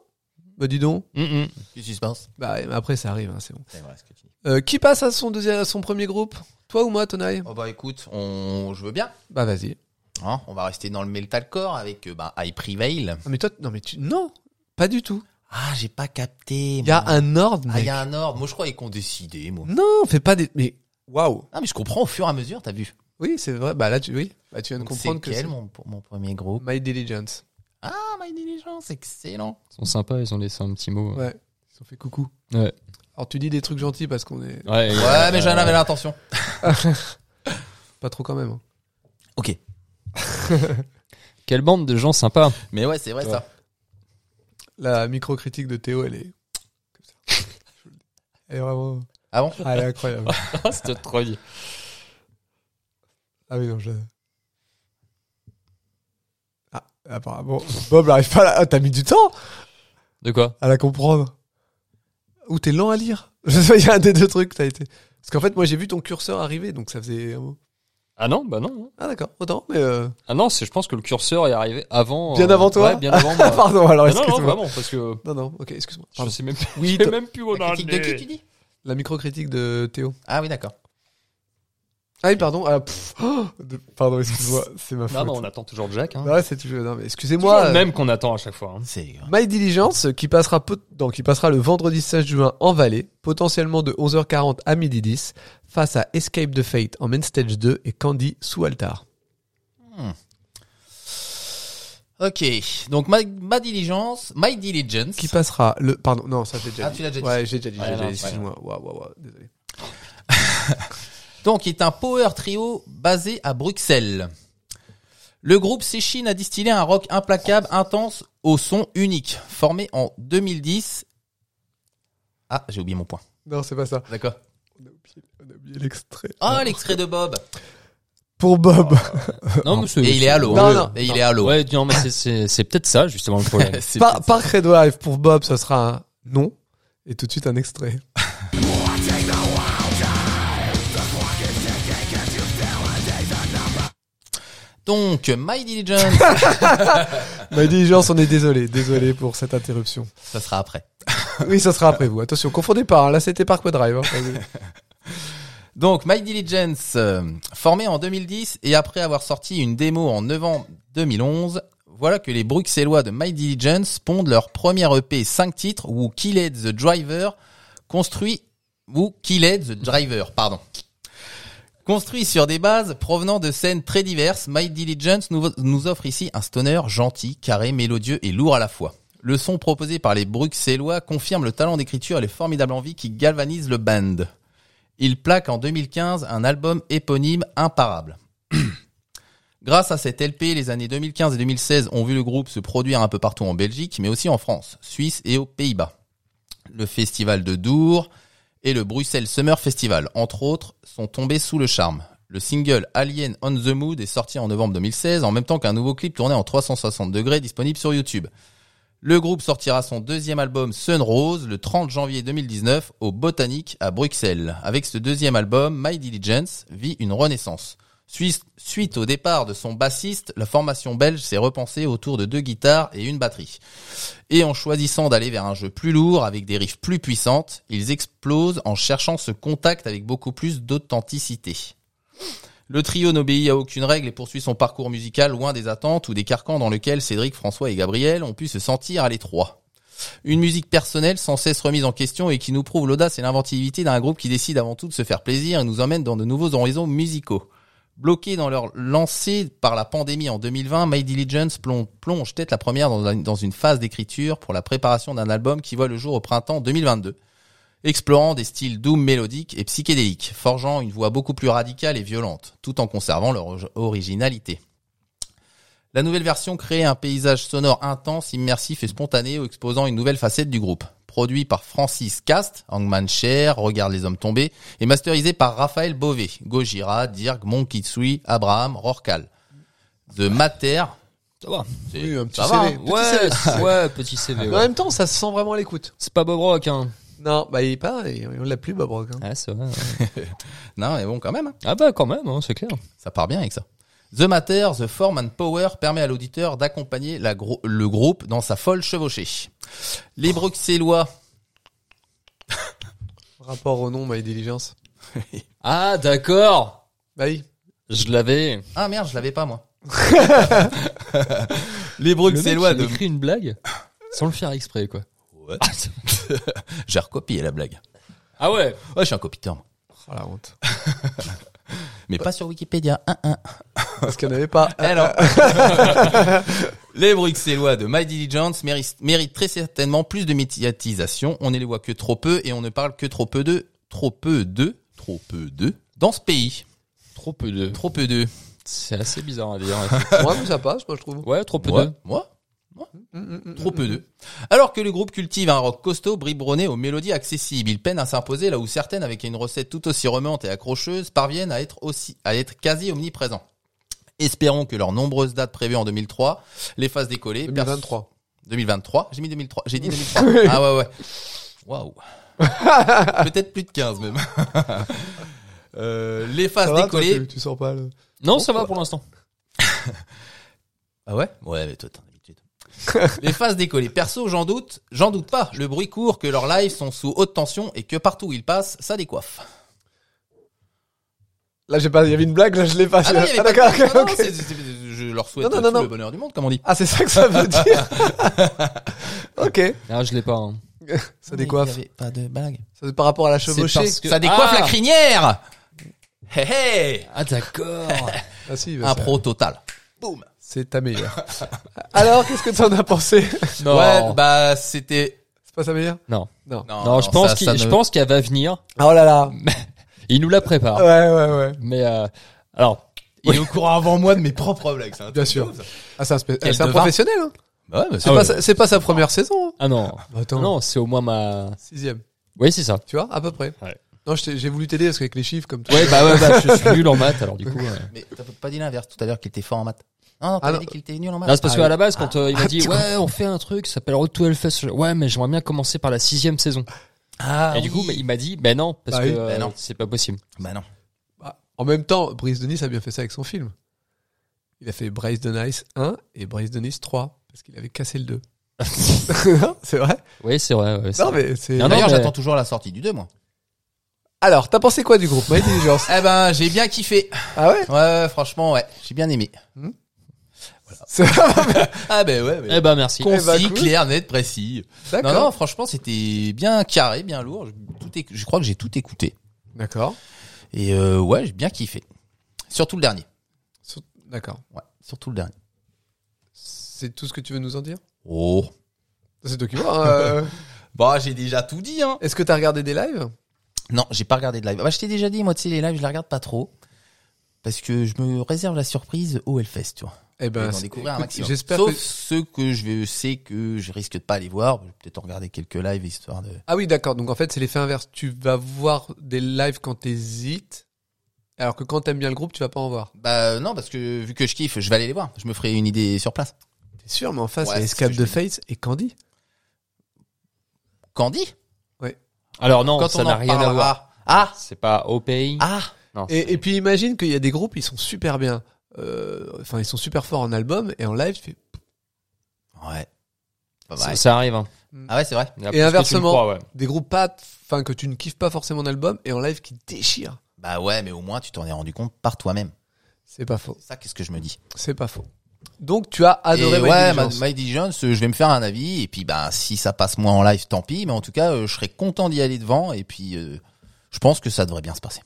[SPEAKER 3] bah, dis donc.
[SPEAKER 2] Mm, mm.
[SPEAKER 1] Qu'est-ce qui se passe
[SPEAKER 3] Bah, ouais, mais après, ça arrive, hein, c'est bon.
[SPEAKER 1] C'est vrai ce que tu dis.
[SPEAKER 3] Euh, qui passe à son deuxième, à son premier groupe? Toi ou moi, Tonaï?
[SPEAKER 1] Oh bah écoute, on... je veux bien.
[SPEAKER 3] Bah, vas-y.
[SPEAKER 1] Hein, on va rester dans le metalcore avec euh, bah, I Prevail.
[SPEAKER 3] Ah, mais toi, non, mais tu, non, pas du tout.
[SPEAKER 1] Ah, j'ai pas capté.
[SPEAKER 3] Il y a un ordre,
[SPEAKER 1] Ah,
[SPEAKER 3] mec.
[SPEAKER 1] il y a un ordre. Moi, je croyais qu'on décidait, moi.
[SPEAKER 3] Non, fais pas des. Mais waouh.
[SPEAKER 1] Ah, mais je comprends au fur et à mesure, t'as vu.
[SPEAKER 3] Oui, c'est vrai. Bah là, tu oui. Bah, tu viens de
[SPEAKER 1] Donc,
[SPEAKER 3] comprendre
[SPEAKER 1] c'est
[SPEAKER 3] que
[SPEAKER 1] quel
[SPEAKER 3] c'est
[SPEAKER 1] mon, mon premier groupe
[SPEAKER 3] My Diligence.
[SPEAKER 1] Ah, My Diligence, excellent.
[SPEAKER 2] Ils sont sympas. Ils ont laissé un petit mot.
[SPEAKER 3] Ouais. Ils ont fait coucou.
[SPEAKER 2] Ouais.
[SPEAKER 3] Alors tu dis des trucs gentils parce qu'on est
[SPEAKER 2] Ouais. euh,
[SPEAKER 1] Ouais, mais j'en avais l'intention.
[SPEAKER 3] pas trop quand même. hein.
[SPEAKER 1] Ok.
[SPEAKER 2] Quelle bande de gens *laughs* sympas.
[SPEAKER 1] Mais ouais, c'est vrai
[SPEAKER 2] Ouais.
[SPEAKER 1] ça.
[SPEAKER 3] La micro critique de Théo, elle est. comme
[SPEAKER 2] *laughs*
[SPEAKER 3] ça. Elle est vraiment.
[SPEAKER 1] Ah bon
[SPEAKER 3] Ah, elle est incroyable.
[SPEAKER 2] C'était trop bien.
[SPEAKER 3] Ah oui, non, je. Ah, apparemment, Bob n'arrive pas à la... Ah, t'as mis du temps
[SPEAKER 2] De quoi
[SPEAKER 3] à la comprendre. Ou t'es lent à lire. *laughs* Je sais pas, il y a un des deux trucs, t'as été. Parce qu'en fait, moi j'ai vu ton curseur arriver, donc ça faisait un mot.
[SPEAKER 2] Ah non, bah non.
[SPEAKER 3] Ah d'accord, autant, mais euh,
[SPEAKER 2] Ah non, c'est je pense que le curseur est arrivé avant. euh,
[SPEAKER 3] Bien avant toi
[SPEAKER 2] Ouais, bien avant moi.
[SPEAKER 3] Ah, *laughs* pardon, alors
[SPEAKER 2] Ah non, non,
[SPEAKER 3] excuse-moi.
[SPEAKER 2] vraiment, parce que
[SPEAKER 3] Non, non, ok, excuse-moi.
[SPEAKER 2] je
[SPEAKER 3] Pardon.
[SPEAKER 2] sais même,
[SPEAKER 3] Oui,
[SPEAKER 2] *laughs* je sais
[SPEAKER 3] to-
[SPEAKER 2] même plus où on
[SPEAKER 1] La
[SPEAKER 2] en
[SPEAKER 1] critique de
[SPEAKER 2] est.
[SPEAKER 1] qui, tu dis
[SPEAKER 3] la micro-critique de Théo.
[SPEAKER 1] Ah oui, d'accord.
[SPEAKER 3] Ah oui, pardon, ah, pff, oh, de- pardon,
[SPEAKER 1] *laughs*
[SPEAKER 3] excuse-moi, c'est ma
[SPEAKER 2] Non,
[SPEAKER 3] faute.
[SPEAKER 2] mais on attend toujours Jack. Hein.
[SPEAKER 3] Non, ouais, c'est toujours, non, mais
[SPEAKER 2] Toujours
[SPEAKER 3] excusez-moi.
[SPEAKER 2] le
[SPEAKER 3] euh,
[SPEAKER 2] même qu'on attend à chaque fois. hein.
[SPEAKER 1] C'est
[SPEAKER 3] My Diligence, euh, qui passera, pot- donc, qui passera le vendredi 16 juin en Valais, potentiellement de 11h40 à 12h10, face à Escape the Fate en Main Stage 2 et Candy sous altar.
[SPEAKER 1] Ok, donc ma, ma diligence, my diligence.
[SPEAKER 3] Qui passera le. Pardon, non, ça j'ai déjà
[SPEAKER 1] Ah,
[SPEAKER 3] dit.
[SPEAKER 1] tu l'as déjà dit.
[SPEAKER 3] Ouais, j'ai déjà dit,
[SPEAKER 1] Ouais,
[SPEAKER 3] j'ai
[SPEAKER 1] non,
[SPEAKER 3] déjà dit,
[SPEAKER 1] c'est pas
[SPEAKER 3] excuse-moi. Waouh, waouh, waouh, désolé.
[SPEAKER 1] Donc, est un power trio basé à Bruxelles. Le groupe s'échine à distiller un rock implacable, intense, au son unique. Formé en 2010. Ah, j'ai oublié mon point.
[SPEAKER 3] Non, c'est pas ça.
[SPEAKER 1] D'accord.
[SPEAKER 3] On a oublié, on a oublié l'extrait.
[SPEAKER 1] Ah, l'extrait de Bob.
[SPEAKER 3] Pour
[SPEAKER 1] Oh,
[SPEAKER 3] Bob.
[SPEAKER 2] Non, mais c'est-
[SPEAKER 1] Et il est à l'eau.
[SPEAKER 3] Non,
[SPEAKER 1] hein.
[SPEAKER 3] non,
[SPEAKER 1] *laughs* Et il
[SPEAKER 3] non.
[SPEAKER 1] est à l'eau.
[SPEAKER 2] Ouais, non, mais c'est- c'est c'est peut-être ça, justement,
[SPEAKER 1] *laughs*
[SPEAKER 2] le problème.
[SPEAKER 1] C'est
[SPEAKER 3] Par, par Redwive, pour Bob, ça sera un non. Et tout de suite un extrait.
[SPEAKER 1] Donc, My Diligence,
[SPEAKER 3] Ma diligence, on est désolé. Désolé pour cette interruption.
[SPEAKER 1] ça sera après.
[SPEAKER 3] Oui, ça sera après vous. Attention, confondez pas. hein. Là, c'était Park Drive. hein. Vas-y.
[SPEAKER 1] Donc, My Diligence, euh, formé en 2010 et après avoir sorti une démo en novembre 2011, voilà que les Bruxellois de My Diligence pondent leur premier EP 5 titres ou Kill It the Driver, construit ou Kill It the Driver, pardon. Construit sur des bases provenant de scènes très diverses, My Diligence nous, nous offre ici un stoner gentil, carré, mélodieux et lourd à la fois. Le son proposé par les Bruxellois confirme le talent d'écriture et les formidables envies qui galvanisent le band. Il plaque en 2015 un album éponyme imparable. *clears throat* Grâce à cet LP, les années 2015 et 2016 ont vu le groupe se produire un peu partout en Belgique, mais aussi en France, Suisse et aux Pays-Bas. Le festival de Dour et le Bruxelles Summer Festival, entre autres, sont tombés sous le charme. Le single Alien on the Mood est sorti en novembre 2016, en même temps qu'un nouveau clip tourné en 360 degrés disponible sur YouTube. Le groupe sortira son deuxième album Sunrose le 30 janvier 2019 au Botanique à Bruxelles. Avec ce deuxième album, My Diligence vit une renaissance. Suite, suite au départ de son bassiste, la formation belge s'est repensée autour de deux guitares et une batterie. Et en choisissant d'aller vers un jeu plus lourd avec des riffs plus puissantes, ils explosent en cherchant ce contact avec beaucoup plus d'authenticité. Le trio n'obéit à aucune règle et poursuit son parcours musical loin des attentes ou des carcans dans lesquels Cédric, François et Gabriel ont pu se sentir à l'étroit. Une musique personnelle sans cesse remise en question et qui nous prouve l'audace et l'inventivité d'un groupe qui décide avant tout de se faire plaisir et nous emmène dans de nouveaux horizons musicaux. Bloqués dans leur lancée par la pandémie en 2020, My Diligence plon- plonge tête la première dans la- dans une phase d'écriture pour la préparation d'un album qui voit le jour au printemps 2022 explorant des styles doom mélodiques et psychédéliques, forgeant une voix beaucoup plus radicale et violente, tout en conservant leur or- originalité. La nouvelle version crée un paysage sonore intense, immersif et spontané, exposant une nouvelle facette du groupe. Produit par Francis Cast, Hangman Cher, Regarde les hommes tombés, et masterisé par Raphaël Bové, Gojira, Dirk, Monkitsui, Abraham, Rorcal. The Mater,
[SPEAKER 2] Ça va.
[SPEAKER 1] c'est-
[SPEAKER 3] Oui, un petit
[SPEAKER 1] ça va,
[SPEAKER 3] CV.
[SPEAKER 1] hein.
[SPEAKER 3] Petit
[SPEAKER 2] Ouais,
[SPEAKER 3] CV.
[SPEAKER 2] ouais, petit CV.
[SPEAKER 3] Mais
[SPEAKER 2] ouais.
[SPEAKER 3] en même temps, ça se sent vraiment à l'écoute.
[SPEAKER 2] C'est pas Bob Rock, hein.
[SPEAKER 3] Non, bah il est pas. et On l'a plus, Bob Rock. hein.
[SPEAKER 2] Ah, c'est vrai. ouais.
[SPEAKER 1] Non, mais bon, quand même. hein.
[SPEAKER 2] Ah bah quand même, hein, c'est clair.
[SPEAKER 1] Ça part bien avec ça. The Matter, The Form and Power permet à l'auditeur d'accompagner la gro- le groupe dans sa folle chevauchée. Les Bruxellois,
[SPEAKER 3] Rapport au nom, My Diligence.
[SPEAKER 2] Ah d'accord.
[SPEAKER 3] Bah oui.
[SPEAKER 2] Je l'avais.
[SPEAKER 1] ah merde, je l'avais pas moi. les
[SPEAKER 2] loin
[SPEAKER 1] Bruxellois
[SPEAKER 2] de
[SPEAKER 1] de
[SPEAKER 2] écrit une blague sans le faire exprès quoi. Ah, c'est-
[SPEAKER 1] *laughs* J'ai recopié la blague.
[SPEAKER 2] ah ouais.
[SPEAKER 1] Ouais, je suis un copiteur, moi.
[SPEAKER 3] Oh la honte.
[SPEAKER 1] mais pas sur Wikipédia. Hein, hein.
[SPEAKER 3] Parce qu'il n'y en avait pas.
[SPEAKER 1] Eh non. *laughs* les Bruxellois de My Diligence méritent, méritent très certainement plus de médiatisation. On ne les voit que trop peu et on ne parle que trop peu d'eux, trop peu d'eux, trop peu d'eux dans ce pays.
[SPEAKER 2] Trop peu de.
[SPEAKER 1] Trop peu d'eux.
[SPEAKER 2] C'est assez bizarre à dire.
[SPEAKER 3] Moi, mais ça passe, moi, je trouve.
[SPEAKER 2] Ouais, trop peu
[SPEAKER 1] Moi,
[SPEAKER 2] de.
[SPEAKER 1] moi,
[SPEAKER 3] Mm, mm, mm,
[SPEAKER 1] Trop
[SPEAKER 3] mm.
[SPEAKER 1] peu d'eux. Alors que le groupe cultive un rock costaud, biberonné aux mélodies accessibles, il peine à s'imposer là où certaines, avec une recette tout aussi remuante et accrocheuse, parviennent à être aussi, à être quasi omniprésents. Espérons que leurs nombreuses dates prévues en 2003 les fassent décoller.
[SPEAKER 3] 2023.
[SPEAKER 1] 2023. J'ai mis 2003. J'ai dit
[SPEAKER 3] *laughs*
[SPEAKER 1] 2003. ah ouais, ouais. Waouh. Peut-être plus de 15
[SPEAKER 3] *laughs*
[SPEAKER 1] même. euh, les fassent
[SPEAKER 3] Ça va, toi,
[SPEAKER 1] décoller.
[SPEAKER 3] tu, tu sens pas le...
[SPEAKER 2] Non, ça va pour l'instant.
[SPEAKER 1] Ah ouais Ouais, mais toi, t'as l'habitude. *laughs* les phases décollées. Perso, j'en doute, j'en doute pas. Le bruit court que leurs lives sont sous haute tension et que partout où ils passent, ça
[SPEAKER 3] *laughs*
[SPEAKER 1] décoiffe.
[SPEAKER 3] Là, j'ai pas. Il y avait une blague, là, je l'ai pas.
[SPEAKER 1] Ah non, il y avait
[SPEAKER 3] d'accord.
[SPEAKER 1] pas de- non, non,
[SPEAKER 3] ok, ok.
[SPEAKER 1] c'est- c'est- c'est- je leur souhaite
[SPEAKER 3] Non, non, non,
[SPEAKER 1] tout
[SPEAKER 3] non.
[SPEAKER 1] le bonheur du monde, comme on dit.
[SPEAKER 3] Ah, c'est ça que ça veut dire. *laughs* ok.
[SPEAKER 2] Ah, je l'ai pas. hein.
[SPEAKER 3] Ça décoiffe.
[SPEAKER 1] Il y avait pas de blague.
[SPEAKER 3] Ça, c'est par rapport à la
[SPEAKER 2] C'est
[SPEAKER 3] chevauchée.
[SPEAKER 2] parce que-
[SPEAKER 1] Ça décoiffe
[SPEAKER 2] Ah
[SPEAKER 1] la crinière Hé hé
[SPEAKER 2] Ah d'accord.
[SPEAKER 3] *laughs* Ah si. bah,
[SPEAKER 1] Un
[SPEAKER 3] ça-
[SPEAKER 1] pro total. Boum
[SPEAKER 3] C'est ta meilleure. *laughs* Alors, qu'est-ce que t'en as pensé
[SPEAKER 2] Non.
[SPEAKER 1] Ouais, bah c'était.
[SPEAKER 3] C'est pas ta meilleure
[SPEAKER 2] non.
[SPEAKER 3] Non.
[SPEAKER 1] Non,
[SPEAKER 2] Non, je pense
[SPEAKER 1] Oh, ça-
[SPEAKER 2] qu'il-
[SPEAKER 1] ça
[SPEAKER 2] je
[SPEAKER 1] ne-
[SPEAKER 2] pense qu'elle va venir.
[SPEAKER 3] Oh là là.
[SPEAKER 2] *laughs*
[SPEAKER 3] Euh.
[SPEAKER 2] Il nous la prépare.
[SPEAKER 3] Ouais, ouais, ouais.
[SPEAKER 2] Mais euh, alors,
[SPEAKER 1] Il est au courant avant moi de mes propres blagues. c'est un
[SPEAKER 3] Bien
[SPEAKER 1] truc
[SPEAKER 3] sûr.
[SPEAKER 1] de ouf,
[SPEAKER 3] Ah, c'est un, spé-
[SPEAKER 1] Quel
[SPEAKER 3] c'est un
[SPEAKER 1] devin.
[SPEAKER 3] professionnel. Hein.
[SPEAKER 1] ça. Ouais, mais
[SPEAKER 3] C'est
[SPEAKER 1] c'est
[SPEAKER 2] Ah
[SPEAKER 3] pas,
[SPEAKER 2] ouais.
[SPEAKER 3] sa- c'est pas sa première saison. hein.
[SPEAKER 2] ah non,
[SPEAKER 3] Bah, attends.
[SPEAKER 2] non, c'est au moins ma.
[SPEAKER 3] Sixième.
[SPEAKER 2] Oui, c'est ça.
[SPEAKER 3] Tu vois, à peu près.
[SPEAKER 2] Ouais.
[SPEAKER 3] Non, je t'ai- j'ai voulu t'aider parce qu'avec les chiffres, comme tout. *laughs*
[SPEAKER 2] Ouais, bah ouais, bah, je suis nul en maths, alors du coup. euh.
[SPEAKER 1] Mais t'as pas dit l'inverse tout à l'heure qu'il était fort en maths. Non, non,
[SPEAKER 3] Ah
[SPEAKER 1] t'as
[SPEAKER 3] non.
[SPEAKER 1] dit qu'il était nul en
[SPEAKER 2] Non,
[SPEAKER 1] maths.
[SPEAKER 2] c'est parce
[SPEAKER 3] Ah
[SPEAKER 2] qu'à
[SPEAKER 3] oui.
[SPEAKER 2] la base, quand euh, il m'a
[SPEAKER 3] Ah,
[SPEAKER 2] dit,
[SPEAKER 3] tu
[SPEAKER 2] ouais, on fait un truc, ça s'appelle Road to Hellfest. Je- Ouais, mais j'aimerais bien commencer par la sixième saison.
[SPEAKER 1] Ah,
[SPEAKER 2] Et du coup,
[SPEAKER 1] oui.
[SPEAKER 2] bah, il m'a dit, ben non, parce
[SPEAKER 3] Bah
[SPEAKER 2] que
[SPEAKER 3] oui.
[SPEAKER 2] euh,
[SPEAKER 1] Bah non.
[SPEAKER 2] c'est pas possible.
[SPEAKER 1] Bah non.
[SPEAKER 3] Bah, en même temps, Brice Denis a bien fait ça avec son film. Il a fait Bryce Denis 1 et Bryce Denis 3 parce qu'il avait cassé le 2. c'est vrai
[SPEAKER 2] Oui, c'est vrai. ouais, c'est
[SPEAKER 3] Non,
[SPEAKER 2] vrai.
[SPEAKER 3] mais c'est.
[SPEAKER 2] Non, non.
[SPEAKER 1] D'ailleurs,
[SPEAKER 2] mais-
[SPEAKER 1] j'attends toujours la sortie du 2, moi.
[SPEAKER 3] Alors, t'as pensé quoi du groupe My Diligence
[SPEAKER 1] Eh ben, j'ai bien kiffé.
[SPEAKER 3] Ah ouais
[SPEAKER 1] Ouais, ouais, franchement, ouais. J'ai bien aimé.
[SPEAKER 3] *laughs* C'est-
[SPEAKER 1] Ah ben ouais,
[SPEAKER 2] Eh ben merci.
[SPEAKER 3] Con-
[SPEAKER 1] Concis,
[SPEAKER 3] bah, cool.
[SPEAKER 1] clair, net, précis. Non, non,
[SPEAKER 3] D'accord.
[SPEAKER 1] franchement, c'était bien carré, bien lourd. Je, tout éc- je crois que j'ai tout écouté.
[SPEAKER 3] D'accord.
[SPEAKER 1] Et euh, ouais, j'ai bien kiffé. Surtout le dernier.
[SPEAKER 3] Sur- D'accord.
[SPEAKER 1] Ouais, surtout le dernier.
[SPEAKER 3] C'est tout ce que tu veux nous en dire
[SPEAKER 1] Oh.
[SPEAKER 3] C'est toi qui vois. euh,
[SPEAKER 1] Bah, j'ai déjà tout dit, hein.
[SPEAKER 3] *laughs* Est-ce que t'as regardé des lives
[SPEAKER 1] Non, j'ai pas regardé de live. Bah, je t'ai déjà dit, moi, tu sais, les lives, je les regarde pas trop. Parce que je me réserve la surprise au Hellfest, tu vois.
[SPEAKER 3] Eh
[SPEAKER 1] Et
[SPEAKER 3] ben,
[SPEAKER 1] d'en
[SPEAKER 3] c'est-
[SPEAKER 1] découvrir un
[SPEAKER 3] écoute,
[SPEAKER 1] maximum.
[SPEAKER 3] J'espère
[SPEAKER 1] Sauf
[SPEAKER 3] que-
[SPEAKER 1] ceux que je vais- sais que je risque de pas aller voir. Je vais peut-être en regarder quelques lives histoire de.
[SPEAKER 3] Ah oui, d'accord. Donc en fait, c'est l'effet inverse. Tu vas voir des lives quand t'hésites, alors que quand t'aimes bien le groupe, tu vas pas en voir.
[SPEAKER 1] Bah, non, parce que vu que je kiffe, je vais aller les voir. Je me ferai une idée sur place.
[SPEAKER 3] T'es sûr, mais en face,
[SPEAKER 1] Ouais,
[SPEAKER 3] il y a
[SPEAKER 1] c'est ce
[SPEAKER 3] Escape
[SPEAKER 1] que
[SPEAKER 3] the
[SPEAKER 1] je me
[SPEAKER 3] Fates et Candy.
[SPEAKER 1] Candy?
[SPEAKER 2] Alors non,
[SPEAKER 1] Quand
[SPEAKER 2] ça
[SPEAKER 1] on
[SPEAKER 2] n'a
[SPEAKER 1] en
[SPEAKER 2] rien à
[SPEAKER 1] parlera.
[SPEAKER 2] voir.
[SPEAKER 1] Ah!
[SPEAKER 2] C'est pas au pays.
[SPEAKER 1] Ah!
[SPEAKER 3] Et, et puis imagine qu'il y a des groupes, ils sont super bien. Euh, Enfin, ils sont super forts en album et en live. tu fais-
[SPEAKER 1] Ouais. Pas
[SPEAKER 2] ça,
[SPEAKER 1] mal.
[SPEAKER 2] ça arrive. hein.
[SPEAKER 1] Ah ouais, c'est vrai.
[SPEAKER 2] Il y a plus que tu le
[SPEAKER 3] inversement.
[SPEAKER 2] crois, ouais.
[SPEAKER 3] Des groupes pas, enfin, que tu ne kiffes pas forcément en album et en live qui déchirent.
[SPEAKER 1] Bah ouais, mais au moins tu t'en es rendu compte par toi-même.
[SPEAKER 3] C'est pas faux.
[SPEAKER 1] Ça, qu'est-ce que je me dis
[SPEAKER 3] C'est pas faux. Donc tu as adoré
[SPEAKER 1] Et
[SPEAKER 3] My
[SPEAKER 1] Ouais,
[SPEAKER 3] Diligence.
[SPEAKER 1] My, My Diligence, euh, je vais me faire un avis et puis bah si ça passe moins en live, tant pis. Mais en tout cas, euh, je serais content d'y aller devant et puis euh, je pense que ça devrait bien se passer.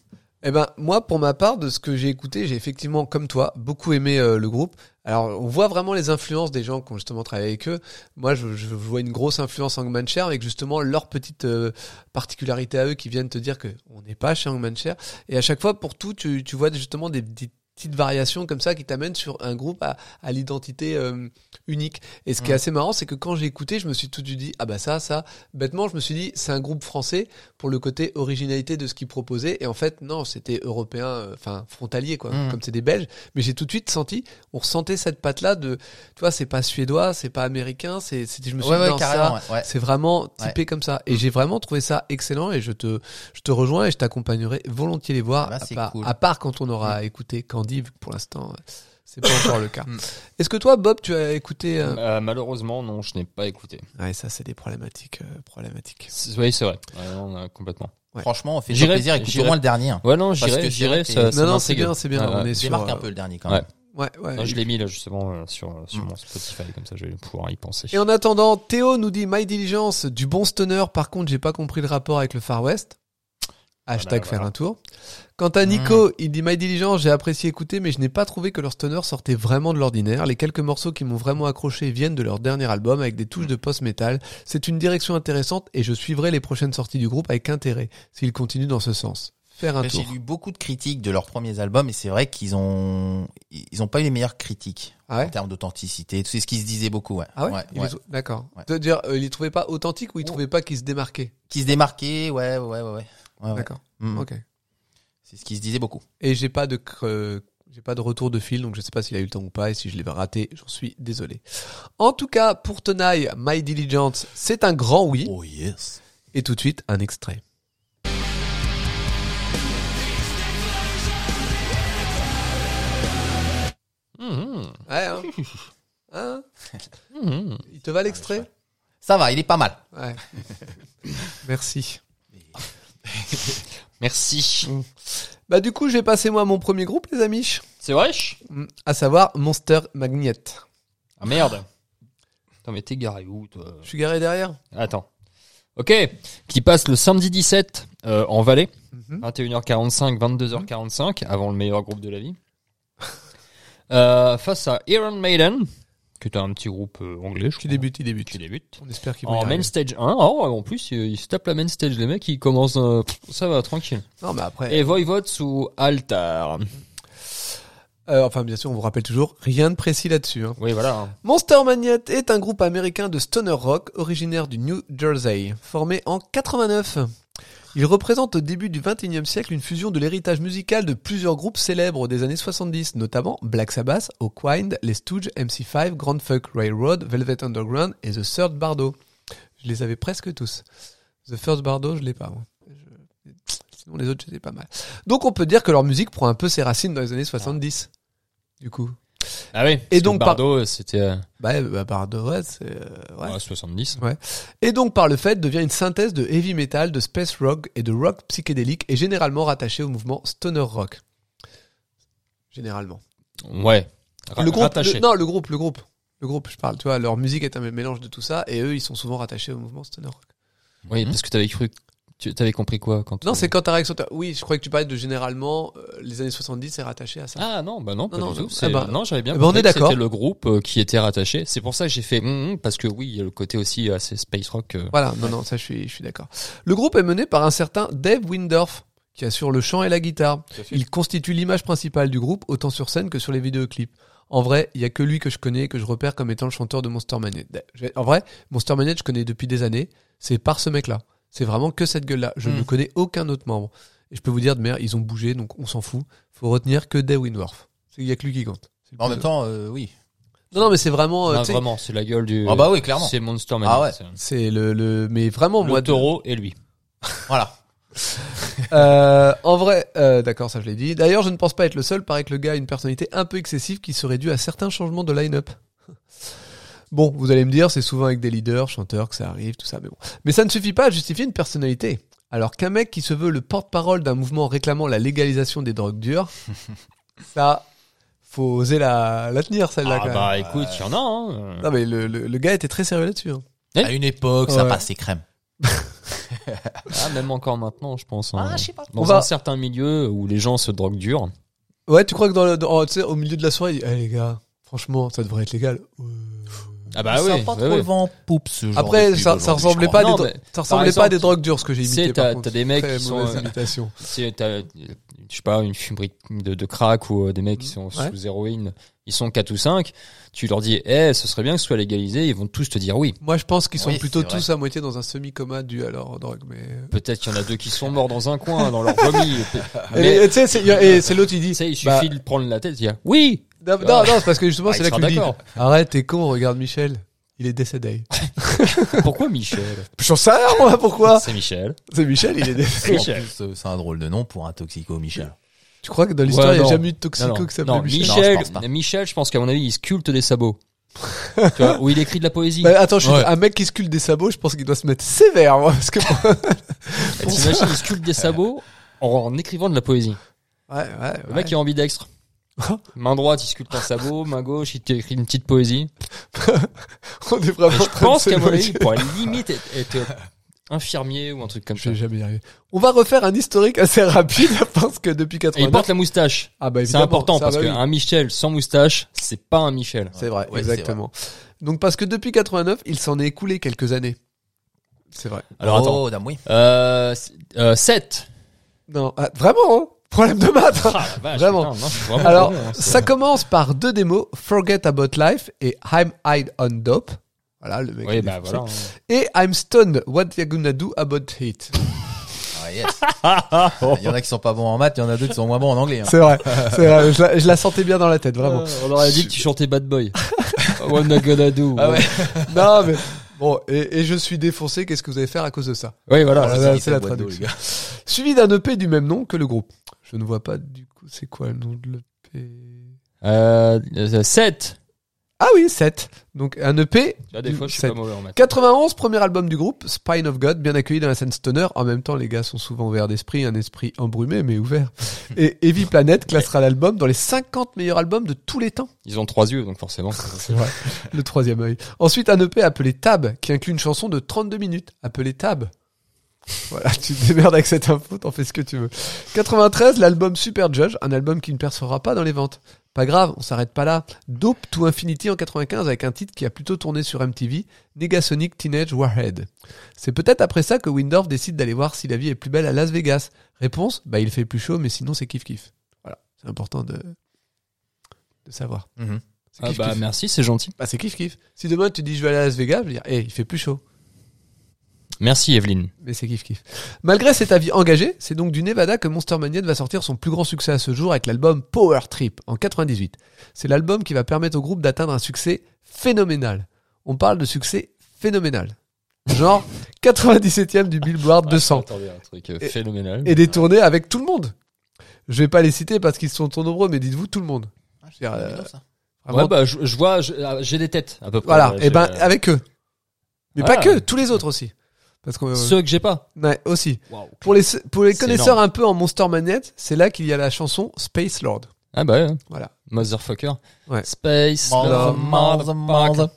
[SPEAKER 3] Eh ben moi pour ma part de ce que j'ai écouté, j'ai effectivement comme toi beaucoup aimé euh, le groupe. Alors on voit vraiment les influences des gens qui ont justement travaillé avec eux. Moi je, je vois une grosse influence Hangman Cher avec justement leur petite euh, particularité à eux qui viennent te dire que on n'est pas chez Hangman Cher et à chaque fois pour tout tu, tu vois justement des, des petites variations comme ça qui t'amènent sur un groupe à, à l'identité euh, unique. Et ce qui est
[SPEAKER 1] Mhm.
[SPEAKER 3] assez marrant c'est que quand j'ai écouté, je me suis tout de suite dit ah bah ça ça bêtement je me suis dit c'est un groupe français pour le côté originalité de ce qu'ils proposaient. Et en fait, non, c'était européen, euh, enfin frontalier, quoi,
[SPEAKER 1] Mm.
[SPEAKER 3] comme c'est des Belges. Mais j'ai tout de suite senti, on ressentait cette patte-là de, tu vois, c'est pas suédois, c'est pas américain, c'est, c'était, je me suis dit, non, ça,
[SPEAKER 1] ouais, ouais.
[SPEAKER 3] c'est vraiment typé comme ça. Et j'ai vraiment trouvé ça excellent et je te, je te rejoins et je t'accompagnerai volontiers les voir.
[SPEAKER 1] Ah bah,
[SPEAKER 3] à,
[SPEAKER 1] c'est
[SPEAKER 3] part,
[SPEAKER 1] cool.
[SPEAKER 3] à part quand on aura écouté Candy, vu que pour l'instant, euh, c'est pas encore le cas.
[SPEAKER 1] Mm.
[SPEAKER 3] Est-ce que toi, Bob, tu as écouté, euh,
[SPEAKER 2] Euh, malheureusement, non, je n'ai pas écouté.
[SPEAKER 3] ouais, ça, c'est des problématiques, euh, problématiques.
[SPEAKER 2] C'est- Oui, c'est vrai. Ouais, non, euh, complètement.
[SPEAKER 3] ouais.
[SPEAKER 1] Franchement, fait
[SPEAKER 2] J'irai-
[SPEAKER 1] plaisir. Écoute au
[SPEAKER 2] j'irai.
[SPEAKER 1] moins le dernier.
[SPEAKER 2] Ouais, non,
[SPEAKER 1] que
[SPEAKER 2] j'irai,
[SPEAKER 1] c'est
[SPEAKER 2] j'irai.
[SPEAKER 1] vrai que
[SPEAKER 2] Ça,
[SPEAKER 1] les-
[SPEAKER 2] ça
[SPEAKER 3] Non, non, c'est
[SPEAKER 2] m'intrigue.
[SPEAKER 3] bien, c'est bien.
[SPEAKER 2] Ouais,
[SPEAKER 3] on
[SPEAKER 2] ouais.
[SPEAKER 3] est sur,
[SPEAKER 1] Démarque
[SPEAKER 3] euh,
[SPEAKER 1] un peu le dernier quand
[SPEAKER 2] Ouais.
[SPEAKER 1] même.
[SPEAKER 3] Ouais, ouais.
[SPEAKER 2] Non, je l'ai mis là justement euh, sur, sur
[SPEAKER 1] Mm.
[SPEAKER 2] mon Spotify, comme ça je vais pouvoir y penser.
[SPEAKER 3] Et en attendant, Théo nous dit My Diligence du bon stoner. Par contre, j'ai pas compris le rapport avec le Far West. Hashtag
[SPEAKER 2] Voilà,
[SPEAKER 3] faire
[SPEAKER 2] voilà.
[SPEAKER 3] un tour. Quant à
[SPEAKER 1] Hmm.
[SPEAKER 3] Nico, il dit My Diligence, j'ai apprécié écouter, mais je n'ai pas trouvé que leur stoner sortait vraiment de l'ordinaire. Les quelques morceaux qui m'ont vraiment accroché viennent de leur dernier album avec des
[SPEAKER 1] Hmm.
[SPEAKER 3] touches de post-metal. C'est une direction intéressante et je suivrai les prochaines sorties du groupe avec intérêt s'ils continuent dans ce sens. Faire un
[SPEAKER 1] J'ai
[SPEAKER 3] tour.
[SPEAKER 1] lu beaucoup de critiques de leurs premiers albums et c'est vrai qu'ils ont ils ont pas eu les meilleures critiques
[SPEAKER 3] Ah ouais
[SPEAKER 1] en termes d'authenticité. C'est ce qui se disait beaucoup. Ouais.
[SPEAKER 3] Ah ouais,
[SPEAKER 1] ouais,
[SPEAKER 3] Il
[SPEAKER 1] ouais.
[SPEAKER 3] les- D'accord.
[SPEAKER 1] Ouais.
[SPEAKER 3] C'est-à-dire, euh, ils les trouvaient pas authentiques ou ils
[SPEAKER 1] Oh.
[SPEAKER 3] trouvaient pas qu'ils se démarquaient
[SPEAKER 1] Qui se démarquaient. Ouais, ouais, ouais, ouais. Ouais, ouais.
[SPEAKER 3] D'accord.
[SPEAKER 1] Mm.
[SPEAKER 3] Ok.
[SPEAKER 1] C'est ce qui se disait beaucoup.
[SPEAKER 3] Et j'ai pas de cre- j'ai pas de retour de fil, donc je sais pas s'il a eu le temps ou pas, et si je l'ai raté, j'en suis désolé. En tout cas, pour Tenaille, My Diligence, c'est un grand oui.
[SPEAKER 1] Oh yes.
[SPEAKER 3] Et tout de suite, un extrait.
[SPEAKER 2] Mhm.
[SPEAKER 3] Ouais, hein *laughs* Hein
[SPEAKER 2] Mhm.
[SPEAKER 3] Il te va l'extrait
[SPEAKER 1] Ça va, il est pas mal.
[SPEAKER 3] Ouais. *laughs* Merci.
[SPEAKER 2] Merci.
[SPEAKER 3] Bah du coup, je vais passer moi à mon premier groupe, les amis,
[SPEAKER 2] C'est vrai ch-
[SPEAKER 3] Mm, à savoir Monster Magnet.
[SPEAKER 2] Ah merde. Attends, mais t'es garé où toi
[SPEAKER 3] Je suis garé derrière
[SPEAKER 2] Attends. Ok, qui passe le samedi 17 euh, en Valais,
[SPEAKER 3] Mhm.
[SPEAKER 2] 21h45, 22h45, avant le meilleur groupe de la vie. euh, face à Iron Maiden, qui est un petit groupe euh, anglais, je
[SPEAKER 3] Tu
[SPEAKER 2] crois.
[SPEAKER 3] débutes, il débute.
[SPEAKER 2] Qui débute.
[SPEAKER 3] On espère qu'il va y
[SPEAKER 2] En
[SPEAKER 3] arriver.
[SPEAKER 2] main stage 1, oh, en plus, ils ils se tapent la main stage, les mecs, ils commencent, euh, pff, ça va, tranquille.
[SPEAKER 3] Non, mais après.
[SPEAKER 2] Et Voivod sous Altar.
[SPEAKER 3] euh, enfin, bien sûr, on vous rappelle toujours, rien de précis là-dessus. hein.
[SPEAKER 2] Oui, voilà. hein.
[SPEAKER 3] Monster Magnet est un groupe américain de stoner rock originaire du New Jersey, formé en 89. Il représente au début du XXIe siècle une fusion de l'héritage musical de plusieurs groupes célèbres des années 70, notamment Black Sabbath, Hawkwind, Les Stooges, MC5, Grand Funk Railroad, Velvet Underground et The Third Bardo. Je les avais presque tous. The First Bardo, je l'ai pas. moi. Je- Sinon les autres, j'étais pas mal. Donc on peut dire que leur musique prend un peu ses racines dans les années 70. Du coup.
[SPEAKER 2] Ah oui.
[SPEAKER 3] Et
[SPEAKER 2] Et
[SPEAKER 3] donc,
[SPEAKER 2] donc, Bardo, c'était, euh,
[SPEAKER 3] Bah, bah Bardo, ouais, c'est... euh, ouais.
[SPEAKER 2] ouais, 70.
[SPEAKER 3] Et donc par le fait devient une synthèse de heavy metal, de space rock et de rock psychédélique et généralement rattaché au mouvement stoner rock. Généralement.
[SPEAKER 2] Ouais. Ra-
[SPEAKER 3] le groupe,
[SPEAKER 2] rattaché.
[SPEAKER 3] le- non, le groupe, le groupe. Le groupe, je parle, tu vois, leur musique est un mélange de tout ça et eux ils sont souvent rattachés au mouvement stoner rock.
[SPEAKER 2] Oui,
[SPEAKER 1] Hmm.
[SPEAKER 2] parce que t'avais cru, tu t'avais compris quoi quand
[SPEAKER 3] Non,
[SPEAKER 2] euh,
[SPEAKER 3] c'est quand ta réaction. t'as- Oui, je croyais que tu parlais de généralement euh, les années 70 c'est rattaché à ça.
[SPEAKER 2] Ah non, bah non, pas
[SPEAKER 3] Non, non,
[SPEAKER 2] du
[SPEAKER 3] non.
[SPEAKER 2] tout. C'est-
[SPEAKER 3] Ah bah,
[SPEAKER 2] non, j'avais bien
[SPEAKER 3] bah, on
[SPEAKER 2] compris
[SPEAKER 3] est
[SPEAKER 2] que
[SPEAKER 3] d'accord.
[SPEAKER 2] C'était le groupe euh, qui était rattaché. C'est pour ça que j'ai fait hum, hum, parce que oui, il y a le côté aussi assez space rock. euh.
[SPEAKER 3] Voilà, non, non, ça je suis, je suis d'accord. Le groupe est mené par un certain Dave Windorf qui assure le chant et la guitare. Il constitue l'image principale du groupe, autant sur scène que sur les vidéoclips. En vrai, il y a que lui que je connais et que je repère comme étant le chanteur de Monster Magnet. Da- je vais- En vrai, Monster Magnet, je connais depuis des années. C'est par ce mec-là. C'est vraiment que cette gueule-là. Je
[SPEAKER 2] Mm.
[SPEAKER 3] ne connais aucun autre membre. Et je peux vous dire, de merde, ils ont bougé, donc on s'en fout. Faut retenir que Dave Windorf. C'est- Il y a que lui qui compte. C'est le
[SPEAKER 1] En
[SPEAKER 3] plus-
[SPEAKER 1] même temps, euh, oui.
[SPEAKER 3] Non, non, mais c'est vraiment. euh,
[SPEAKER 2] Ah,
[SPEAKER 3] tu sais,
[SPEAKER 2] vraiment, c'est la gueule du.
[SPEAKER 1] Ah bah oui, clairement.
[SPEAKER 2] euh, C'est Monster Man.
[SPEAKER 1] Ah ouais.
[SPEAKER 2] C'est-
[SPEAKER 3] C'est le, le- Mais vraiment,
[SPEAKER 2] Le
[SPEAKER 3] moi. de-
[SPEAKER 2] taureau et lui.
[SPEAKER 1] Voilà.
[SPEAKER 3] Euh, en vrai, euh, d'accord, ça je l'ai dit. D'ailleurs, je ne pense pas être le seul. Paraît que le gars a une personnalité un peu excessive qui serait due à certains changements de line-up. *laughs* Bon, vous allez me dire, c'est souvent avec des leaders, chanteurs que ça arrive, tout ça, mais bon. Mais ça ne suffit pas à justifier une personnalité. Alors qu'un mec qui se veut le porte-parole d'un mouvement réclamant la légalisation des drogues
[SPEAKER 2] *laughs*
[SPEAKER 3] dures, ça, faut oser la, la tenir, celle-là,
[SPEAKER 2] Ah
[SPEAKER 3] quand
[SPEAKER 2] bah
[SPEAKER 3] même.
[SPEAKER 2] écoute, il y en a. Hein.
[SPEAKER 3] Non, mais le, le- le gars était très sérieux là-dessus. hein.
[SPEAKER 2] Eh
[SPEAKER 1] À une époque, ça
[SPEAKER 3] Ouais.
[SPEAKER 1] passait crème.
[SPEAKER 2] Ah, même encore maintenant, je pense. hein.
[SPEAKER 1] Ah, sais pas.
[SPEAKER 2] Dans
[SPEAKER 3] On
[SPEAKER 2] un
[SPEAKER 3] va-
[SPEAKER 2] certain milieu où les gens se droguent dur.
[SPEAKER 3] Ouais, tu crois que dans le, dans- tu sais, au milieu de la soirée, il dit, Eh, les gars, franchement, ça devrait être légal. Euh, Ouais.
[SPEAKER 2] Ah bah oui.
[SPEAKER 1] ça sent pas
[SPEAKER 2] oui,
[SPEAKER 1] trop
[SPEAKER 2] oui.
[SPEAKER 1] le vent en poupe, ce genre de
[SPEAKER 3] Après,
[SPEAKER 1] pub
[SPEAKER 3] ça, ça
[SPEAKER 1] aujourd'hui, je
[SPEAKER 3] ressemblait
[SPEAKER 1] crois.
[SPEAKER 3] pas, à
[SPEAKER 2] crois.
[SPEAKER 3] des
[SPEAKER 2] Non,
[SPEAKER 3] dro-
[SPEAKER 2] mais
[SPEAKER 3] ça ressemblait
[SPEAKER 2] par
[SPEAKER 3] pas à des
[SPEAKER 2] exemple,
[SPEAKER 3] drogues dures ce que j'ai imité.
[SPEAKER 2] c'est-
[SPEAKER 3] par
[SPEAKER 2] t'as-
[SPEAKER 3] contre.
[SPEAKER 2] t'as des mecs
[SPEAKER 3] Très
[SPEAKER 2] qui sont,
[SPEAKER 3] mauvaise
[SPEAKER 2] euh,
[SPEAKER 3] imitation.
[SPEAKER 2] Si t'as, je sais pas, une fumerie de, de crack ou euh, des mecs qui
[SPEAKER 1] Mm.
[SPEAKER 2] sont
[SPEAKER 3] Ouais.
[SPEAKER 2] sous héroïne, ils sont 4 ou 5, tu leur dis, eh, ce serait bien que ce soit légalisé, ils vont tous te dire oui.
[SPEAKER 3] Moi, je pense qu'ils sont
[SPEAKER 1] Oui,
[SPEAKER 3] plutôt
[SPEAKER 1] c'est vrai.
[SPEAKER 3] tous à moitié dans un semi-coma dû à leur drogue. Mais
[SPEAKER 2] Peut-être qu'il y en a deux qui sont morts dans un coin, dans leur
[SPEAKER 1] *laughs*
[SPEAKER 2] vomi.
[SPEAKER 3] Et-
[SPEAKER 2] Ah, Mais,
[SPEAKER 3] et tu sais, c'est il y a- et c'est l'autre il
[SPEAKER 2] tu
[SPEAKER 3] dit.
[SPEAKER 2] sais, il suffit
[SPEAKER 3] bah,
[SPEAKER 2] de prendre la tête, il y a, oui!
[SPEAKER 3] non, non, non, c'est parce que justement,
[SPEAKER 2] Ah,
[SPEAKER 3] c'est là
[SPEAKER 2] il
[SPEAKER 3] que
[SPEAKER 2] sera
[SPEAKER 3] tu dis.
[SPEAKER 2] d'accord.
[SPEAKER 3] Arrête, t'es con, regarde Michel. Il est décédé.
[SPEAKER 2] Pourquoi
[SPEAKER 3] *laughs*
[SPEAKER 2] Michel?
[SPEAKER 3] J'en sais rien, moi, pourquoi
[SPEAKER 2] C'est Michel.
[SPEAKER 3] *laughs* C'est Michel, il est décédé.
[SPEAKER 2] C'est
[SPEAKER 1] En
[SPEAKER 2] Michel.
[SPEAKER 1] plus, euh, c'est un drôle de nom pour un toxico, Michel.
[SPEAKER 3] Tu crois que dans l'histoire,
[SPEAKER 2] Ouais,
[SPEAKER 3] il n'y a
[SPEAKER 2] non.
[SPEAKER 3] jamais eu de toxico
[SPEAKER 2] Non, non,
[SPEAKER 3] qui s'appelait
[SPEAKER 2] non,
[SPEAKER 3] Michel
[SPEAKER 1] Non,
[SPEAKER 2] Michel,
[SPEAKER 1] je pense pas.
[SPEAKER 2] Michel, je pense qu'à mon avis, il sculpte
[SPEAKER 3] *laughs*
[SPEAKER 2] des sabots. tu vois, où il écrit de la poésie.
[SPEAKER 3] Bah, attends, je suis
[SPEAKER 1] Ouais.
[SPEAKER 3] un mec qui sculpte des sabots, je pense qu'il doit se mettre sévère, moi, parce que. *laughs* ouais,
[SPEAKER 2] Et T'imagines, il sculpte des sabots en, en écrivant de la poésie.
[SPEAKER 3] ouais.
[SPEAKER 2] Le mec est ambidextre. Main droite, il sculpte un sabot, main gauche, il t'écrit une petite poésie.
[SPEAKER 3] On est vraiment.
[SPEAKER 2] Et
[SPEAKER 3] en
[SPEAKER 2] je
[SPEAKER 3] train de
[SPEAKER 2] pense qu'à mon avis,
[SPEAKER 3] s'éloigner.
[SPEAKER 2] il pourrait limite être, être infirmier ou un truc comme
[SPEAKER 3] Je
[SPEAKER 2] ça.
[SPEAKER 3] vais jamais y arriver. On va refaire un historique assez rapide *laughs* parce que depuis
[SPEAKER 2] Et il
[SPEAKER 3] 89.
[SPEAKER 2] porte la moustache.
[SPEAKER 3] Ah bah
[SPEAKER 2] C'est
[SPEAKER 3] évidemment,
[SPEAKER 2] important
[SPEAKER 3] ça,
[SPEAKER 2] parce hein.
[SPEAKER 3] bah oui. Oh.
[SPEAKER 2] qu'un Michel sans moustache, c'est pas un Michel.
[SPEAKER 3] c'est vrai,
[SPEAKER 1] Ouais, c'est
[SPEAKER 3] exactement. Donc parce que depuis 89, il s'en est écoulé quelques années. C'est vrai.
[SPEAKER 2] Alors attends.
[SPEAKER 1] Oh, dame, oui.
[SPEAKER 2] Euh, c'est- euh, 7.
[SPEAKER 3] Non, ah, vraiment. hein Problème de maths.
[SPEAKER 2] *laughs* Ah, la vache,
[SPEAKER 3] Vraiment.
[SPEAKER 2] putain, non, je suis vraiment
[SPEAKER 3] Alors,
[SPEAKER 2] pas bon, hein, c'est-
[SPEAKER 3] ça commence par deux démos, Forget About Life et I'm Hide on Dope. Voilà, le mec.
[SPEAKER 2] Oui,
[SPEAKER 3] est
[SPEAKER 2] bah
[SPEAKER 3] défoncé.
[SPEAKER 2] voilà.
[SPEAKER 3] Et I'm Stoned, What You Gonna Do About
[SPEAKER 2] *laughs*
[SPEAKER 3] It.
[SPEAKER 1] Ah, yes. Il y en a qui sont pas bons en maths, il y en a d'autres qui sont moins bons en anglais. hein.
[SPEAKER 3] C'est vrai, c'est vrai. Je la, je la sentais bien dans la tête, vraiment.
[SPEAKER 2] Euh, on aurait dit que tu chantais Bad Boy. What not gonna do.
[SPEAKER 1] Ah ouais.
[SPEAKER 3] non, mais bon, et, et je suis défoncé, qu'est-ce que vous allez faire à cause de ça
[SPEAKER 2] Oui,
[SPEAKER 3] Voilà,
[SPEAKER 2] voilà.
[SPEAKER 1] Ah,
[SPEAKER 3] là,
[SPEAKER 1] c'est
[SPEAKER 3] c'est la
[SPEAKER 1] boîte d'eau,
[SPEAKER 3] traduction.
[SPEAKER 1] les gars.
[SPEAKER 3] Suivi d'un EP du même nom que le groupe. Je ne vois pas du coup, c'est quoi le nom de l'EP
[SPEAKER 2] Euh, 7.
[SPEAKER 3] Ah oui, 7. Donc un EP.
[SPEAKER 2] Tu vois, des fois, je suis
[SPEAKER 3] Sept.
[SPEAKER 2] pas mauvais en maths.
[SPEAKER 3] 91, premier album du groupe, Spine of God, bien accueilli dans la scène stoner. En même temps, les gars sont souvent ouverts d'esprit, un esprit embrumé mais ouvert. Et Heavy Planet classera l'album dans les 50 meilleurs albums de tous les temps.
[SPEAKER 2] Ils ont trois yeux, donc forcément.
[SPEAKER 3] Le troisième œil. Ensuite, un EP appelé Tab, qui inclut une chanson de 32 minutes, appelée Tab. Voilà, tu te démerdes avec cette info, t'en fais ce que tu veux. 93, l'album Super Judge, un album qui ne percera pas dans les ventes. Pas grave, on s'arrête pas là. Dope to Infinity en 95 avec un titre qui a plutôt tourné sur MTV, Negasonic Teenage Warhead. C'est peut-être après ça que Windorf décide d'aller voir si la vie est plus belle à Las Vegas. Réponse, bah il fait plus chaud, mais sinon c'est kiff kiff. Voilà, c'est important de, de savoir.
[SPEAKER 1] Mhm.
[SPEAKER 3] C'est
[SPEAKER 2] Ah
[SPEAKER 3] kiff-kiff.
[SPEAKER 2] bah merci, c'est gentil.
[SPEAKER 3] Bah, c'est kiff kiff. Si demain tu dis je vais aller à Las Vegas, je vais dire, Eh, il fait plus chaud.
[SPEAKER 2] Merci Evelyne.
[SPEAKER 3] Mais c'est kiff kiff. Malgré cet avis engagé, c'est donc du Nevada que Monster Magnet va sortir son plus grand succès à ce jour avec l'album Power Trip en 98. C'est l'album qui va permettre au groupe d'atteindre un succès phénoménal. On parle de succès phénoménal. Genre 97e du Billboard 200
[SPEAKER 2] Attendez, un truc euh,
[SPEAKER 3] Et-
[SPEAKER 2] phénoménal.
[SPEAKER 3] et des tournées avec tout le monde. Je vais pas les citer parce qu'ils sont trop nombreux, mais dites-vous tout le monde.
[SPEAKER 1] Ah,
[SPEAKER 3] c'est pas évident, Vraiment,
[SPEAKER 2] Ouais, bah, je, je vois, je- ah, j'ai des têtes à peu près.
[SPEAKER 3] voilà,
[SPEAKER 2] Ouais,
[SPEAKER 3] et
[SPEAKER 2] j'ai- euh,
[SPEAKER 3] ben avec eux. Mais pas
[SPEAKER 2] Ah.
[SPEAKER 3] que, tous les autres aussi. Parce que
[SPEAKER 2] ceux que j'ai pas.
[SPEAKER 3] ouais, aussi. euh, Pour les, pour les
[SPEAKER 2] C'est
[SPEAKER 3] connaisseurs un peu en Monster Magnet, c'est là qu'il y a la chanson Space Lord.
[SPEAKER 2] Ah bah, ouais.
[SPEAKER 3] Voilà.
[SPEAKER 2] motherfucker.
[SPEAKER 3] Ouais.
[SPEAKER 2] Space.
[SPEAKER 1] Mother, mother, mother.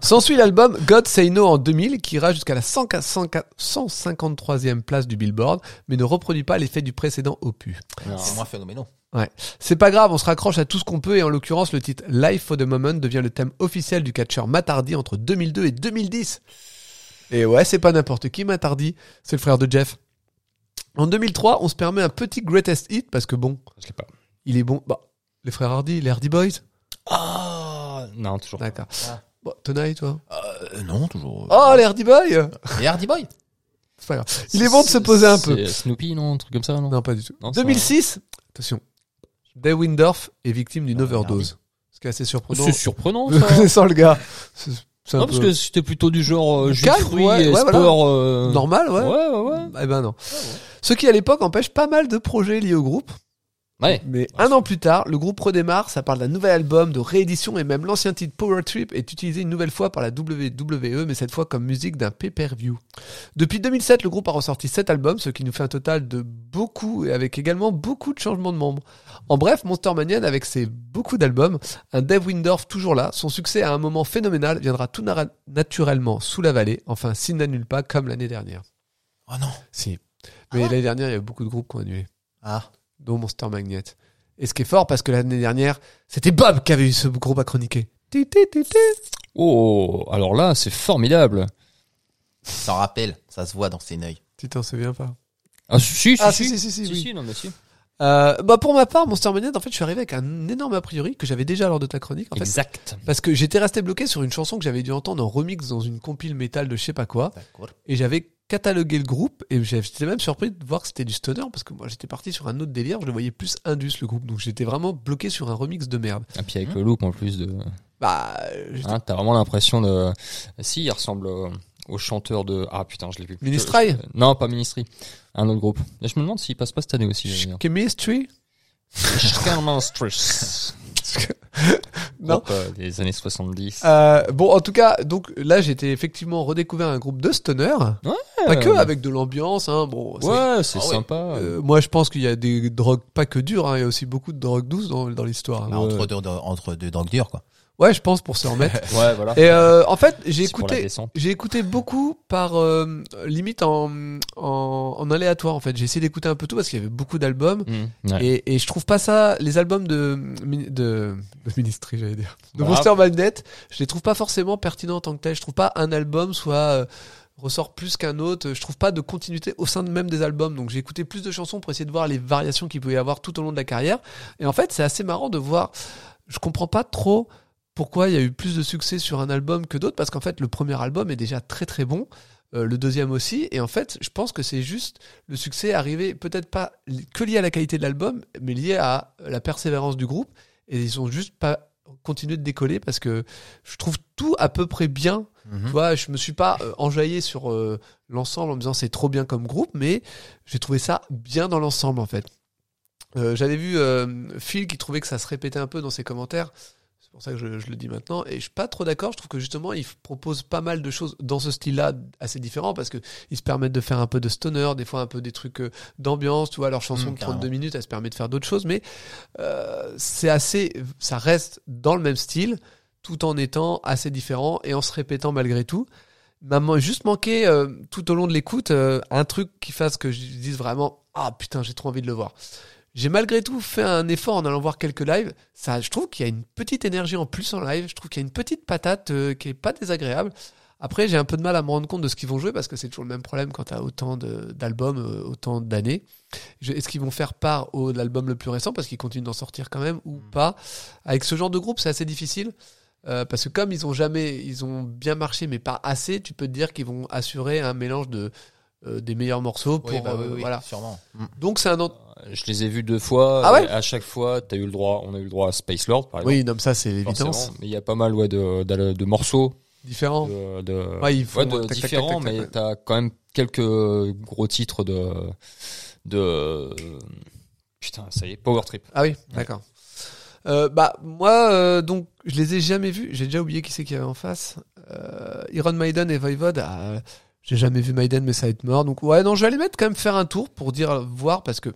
[SPEAKER 3] S'ensuit l'album God Say No en 2000 qui ira jusqu'à la 100 153e place du Billboard mais ne reproduit pas l'effet du précédent opus.
[SPEAKER 2] Non.
[SPEAKER 1] Euh, C'est moins phénoménal.
[SPEAKER 3] C'est pas grave, on se raccroche à tout ce qu'on peut et en l'occurrence le titre Life for the Moment devient le thème officiel du catcheur Matt Hardy entre 2002 et 2010. Et ouais, c'est pas n'importe qui Matt Hardy, c'est le frère de Jeff. En 2003, on se permet un petit greatest hit parce que bon,
[SPEAKER 2] Je l'ai pas.
[SPEAKER 3] il est bon. Bah, les frères Hardy, les Hardy Boys.
[SPEAKER 2] Ah Non, toujours.
[SPEAKER 3] D'accord.
[SPEAKER 1] Ah.
[SPEAKER 3] Bon, Tonight, toi.
[SPEAKER 1] Euh, non, toujours.
[SPEAKER 3] Oh, les Hardy Boys
[SPEAKER 1] Et Hardy Boy
[SPEAKER 3] C'est pas grave. Il est bon de se poser un peu.
[SPEAKER 2] C'est euh, Snoopy, non Un truc comme ça, non,
[SPEAKER 3] Non, pas du tout.
[SPEAKER 2] Non, c'est
[SPEAKER 3] 2006, attention, Dave Windorf est victime d'une
[SPEAKER 1] Ah,
[SPEAKER 3] overdose. Ce qui est assez surprenant.
[SPEAKER 2] Oh,
[SPEAKER 3] *laughs*
[SPEAKER 2] C'est surprenant, ça.
[SPEAKER 3] Connaissant le gars. C'est c'est un
[SPEAKER 2] non, parce
[SPEAKER 3] peu
[SPEAKER 2] que c'était plutôt du genre euh, jus de
[SPEAKER 3] Calme,
[SPEAKER 2] fruits
[SPEAKER 3] ouais,
[SPEAKER 2] et
[SPEAKER 3] ouais, voilà.
[SPEAKER 2] sport. euh,
[SPEAKER 3] normal, ouais.
[SPEAKER 2] Ouais, ouais, ouais.
[SPEAKER 3] Eh ben non. Ce qui à l'époque empêche pas mal de projets liés au groupe.
[SPEAKER 2] Ouais.
[SPEAKER 3] Mais un an plus tard, le groupe redémarre, ça parle d'un nouvel album, de réédition et même l'ancien titre Power Trip est utilisé une nouvelle fois par la WWE, mais cette fois comme musique d'un pay-per-view. Depuis 2007, le groupe a ressorti 7 albums, ce qui nous fait un total de beaucoup et avec également beaucoup de changements de membres. En bref, Monster Manian, avec ses beaucoup d'albums, un Dave Windorf toujours là, son succès à un moment phénoménal viendra tout nara- naturellement sous la vallée, enfin s'il n'annule pas comme l'année dernière.
[SPEAKER 1] Oh non.
[SPEAKER 3] Si. Mais l'année dernière, il y a beaucoup de groupes qui ont annulé
[SPEAKER 1] Ah.
[SPEAKER 3] dont Monster Magnet. Et ce qui est fort, parce que l'année dernière, c'était Bob qui avait eu ce groupe à chroniquer. Tu, tu, tu, tu.
[SPEAKER 2] Oh, alors là, c'est formidable.
[SPEAKER 1] Ça rappelle, ça se voit dans ses neuils.
[SPEAKER 3] Tu t'en souviens pas
[SPEAKER 2] Ah, si, si,
[SPEAKER 3] Ah
[SPEAKER 2] si.
[SPEAKER 3] si, si, si, si,
[SPEAKER 2] Si,
[SPEAKER 3] oui.
[SPEAKER 2] si, non, mais si.
[SPEAKER 3] Euh, bah pour ma part, Monster Magnet, en fait, je suis arrivé avec un énorme a priori que j'avais déjà lors de ta chronique, en fait,
[SPEAKER 2] Exact.
[SPEAKER 3] parce que j'étais resté bloqué sur une chanson que j'avais dû entendre en remix dans une compile métal de je sais pas quoi,
[SPEAKER 1] D'accord.
[SPEAKER 3] et j'avais catalogué le groupe, et j'étais même surpris de voir que c'était du stoner, parce que moi, j'étais parti sur un autre délire, je le voyais plus indus le groupe, donc j'étais vraiment bloqué sur un remix de merde.
[SPEAKER 2] Et puis avec le look en plus de.
[SPEAKER 3] Bah, j'étais-
[SPEAKER 2] Hein, T'as vraiment l'impression de. Si, il ressemble euh, au chanteur de. Ah putain, je l'ai vu.
[SPEAKER 3] Ministry
[SPEAKER 2] Je- Non, pas Ministry. Un autre groupe. Et je me demande s'il passe pas cette année aussi. j'allais dire.
[SPEAKER 3] Chemistry
[SPEAKER 2] Schermanstress.
[SPEAKER 3] Non.
[SPEAKER 2] Groupe, euh, des années 70.
[SPEAKER 3] Euh, bon, en tout cas, donc là, j'étais effectivement redécouvert un groupe de stoner. Pas que avec de l'ambiance, hein. Bon, c'est-
[SPEAKER 2] Euh, Ouais, c'est
[SPEAKER 1] Ah ouais.
[SPEAKER 2] sympa.
[SPEAKER 3] Euh, moi, je pense qu'il y a des drogues pas que dures, hein, il y a aussi beaucoup de drogues douces dans, dans l'histoire. hein.
[SPEAKER 1] Bah, Entre deux, entre deux dents dures, quoi.
[SPEAKER 3] Ouais, je pense pour se
[SPEAKER 2] *laughs*
[SPEAKER 3] remettre.
[SPEAKER 2] Ouais, voilà.
[SPEAKER 3] Et euh, en fait, j'ai
[SPEAKER 2] C'est pour la
[SPEAKER 3] écouté,
[SPEAKER 2] descente.
[SPEAKER 3] j'ai écouté beaucoup par euh, limite en, en, en aléatoire. En fait, j'ai essayé d'écouter un peu tout parce qu'il y avait beaucoup d'albums.
[SPEAKER 2] Mmh, ouais.
[SPEAKER 3] Hmm. Et, et je trouve pas ça, les albums de, de, de Ministry, j'allais dire, de
[SPEAKER 2] Bravo.
[SPEAKER 3] Monster Magnet, je les trouve pas forcément pertinents en tant que tel. Je trouve pas un album soit euh, ressort plus qu'un autre. Je trouve pas de continuité au sein de même des albums. Donc j'ai écouté plus de chansons pour essayer de voir les variations qu'il pouvait y avoir tout au long de la carrière. Et en fait, c'est assez marrant de voir. Je comprends pas trop pourquoi il y a eu plus de succès sur un album que d'autres parce qu'en fait, le premier album est déjà très très bon. euh, le deuxième aussi, et en fait, je pense que c'est juste le succès est arrivé peut-être pas li- que lié à la qualité de l'album, mais lié à la persévérance du groupe. Et ils ont juste pas continué de décoller parce que je trouve tout à peu près bien. Tu
[SPEAKER 1] Mhm.
[SPEAKER 3] vois, je me suis pas euh, enjaillé sur euh, l'ensemble en me disant c'est trop bien comme groupe, mais j'ai trouvé ça bien dans l'ensemble en fait. Euh, J'avais vu euh, Phil qui trouvait que ça se répétait un peu dans ses commentaires. C'est pour ça que je, je le dis maintenant. Et je suis pas trop d'accord. Je trouve que justement, ils proposent pas mal de choses dans ce style-là assez différents parce que ils se permettent de faire un peu de stoner, des fois un peu des trucs euh, d'ambiance. Tu vois, leur chanson
[SPEAKER 1] Mm,
[SPEAKER 3] de 32
[SPEAKER 1] carrément.
[SPEAKER 3] minutes, elle se permet de faire d'autres choses. Mais euh, c'est assez. Ça reste dans le même style tout en étant assez différent et en se répétant malgré tout m'a man- juste manqué euh, tout au long de l'écoute euh, un truc qui fasse que je dise vraiment ah putain j'ai trop envie de le voir J'ai malgré tout fait un effort en allant voir quelques lives. Ça, je trouve qu'il y a une petite énergie en plus en live. Je trouve qu'il y a une petite patate euh, qui est pas désagréable. Après, j'ai un peu de mal à me rendre compte de ce qu'ils vont jouer parce que c'est toujours le même problème quand tu as autant de- d'albums, euh, autant d'années. Je- Est-ce qu'ils vont faire part au, de l'album le plus récent parce qu'ils continuent d'en sortir quand même
[SPEAKER 1] Hmm.
[SPEAKER 3] ou pas Avec ce genre de groupe, c'est assez difficile euh, parce que comme ils ont jamais, ils ont bien marché mais pas assez, tu peux te dire qu'ils vont assurer un mélange de euh, des meilleurs morceaux pour
[SPEAKER 1] Oui, bah oui,
[SPEAKER 3] euh,
[SPEAKER 1] oui,
[SPEAKER 3] voilà.
[SPEAKER 1] sûrement.
[SPEAKER 3] Donc c'est un autre.
[SPEAKER 2] Je les ai vus deux fois.
[SPEAKER 3] Ah
[SPEAKER 2] et
[SPEAKER 3] ouais
[SPEAKER 2] à chaque fois, t'as eu le droit. On a eu le droit à Space Lord, par exemple.
[SPEAKER 3] Oui, non, mais ça c'est évident,
[SPEAKER 2] forcément. Mais il y a pas mal ouais, de, de- de morceaux
[SPEAKER 3] différent.
[SPEAKER 2] de, de-
[SPEAKER 3] Ouais, ils font
[SPEAKER 2] Oh.
[SPEAKER 3] euh,
[SPEAKER 2] ouais,
[SPEAKER 3] tac,
[SPEAKER 2] de-
[SPEAKER 3] tac,
[SPEAKER 2] différents,
[SPEAKER 3] tac, tac,
[SPEAKER 2] mais
[SPEAKER 3] tac,
[SPEAKER 2] t'as quand même quelques gros titres de de putain, ça y est, Power Trip.
[SPEAKER 3] Ah oui, d'accord. Euh, bah moi euh, donc je les ai jamais vus, j'ai déjà oublié qui c'est qu'il y avait en face. Euh, Iron Maiden et Voivod, ah, j'ai jamais vu Maiden mais ça va être mort. Donc ouais non je vais aller mettre quand même faire un tour pour dire voir parce que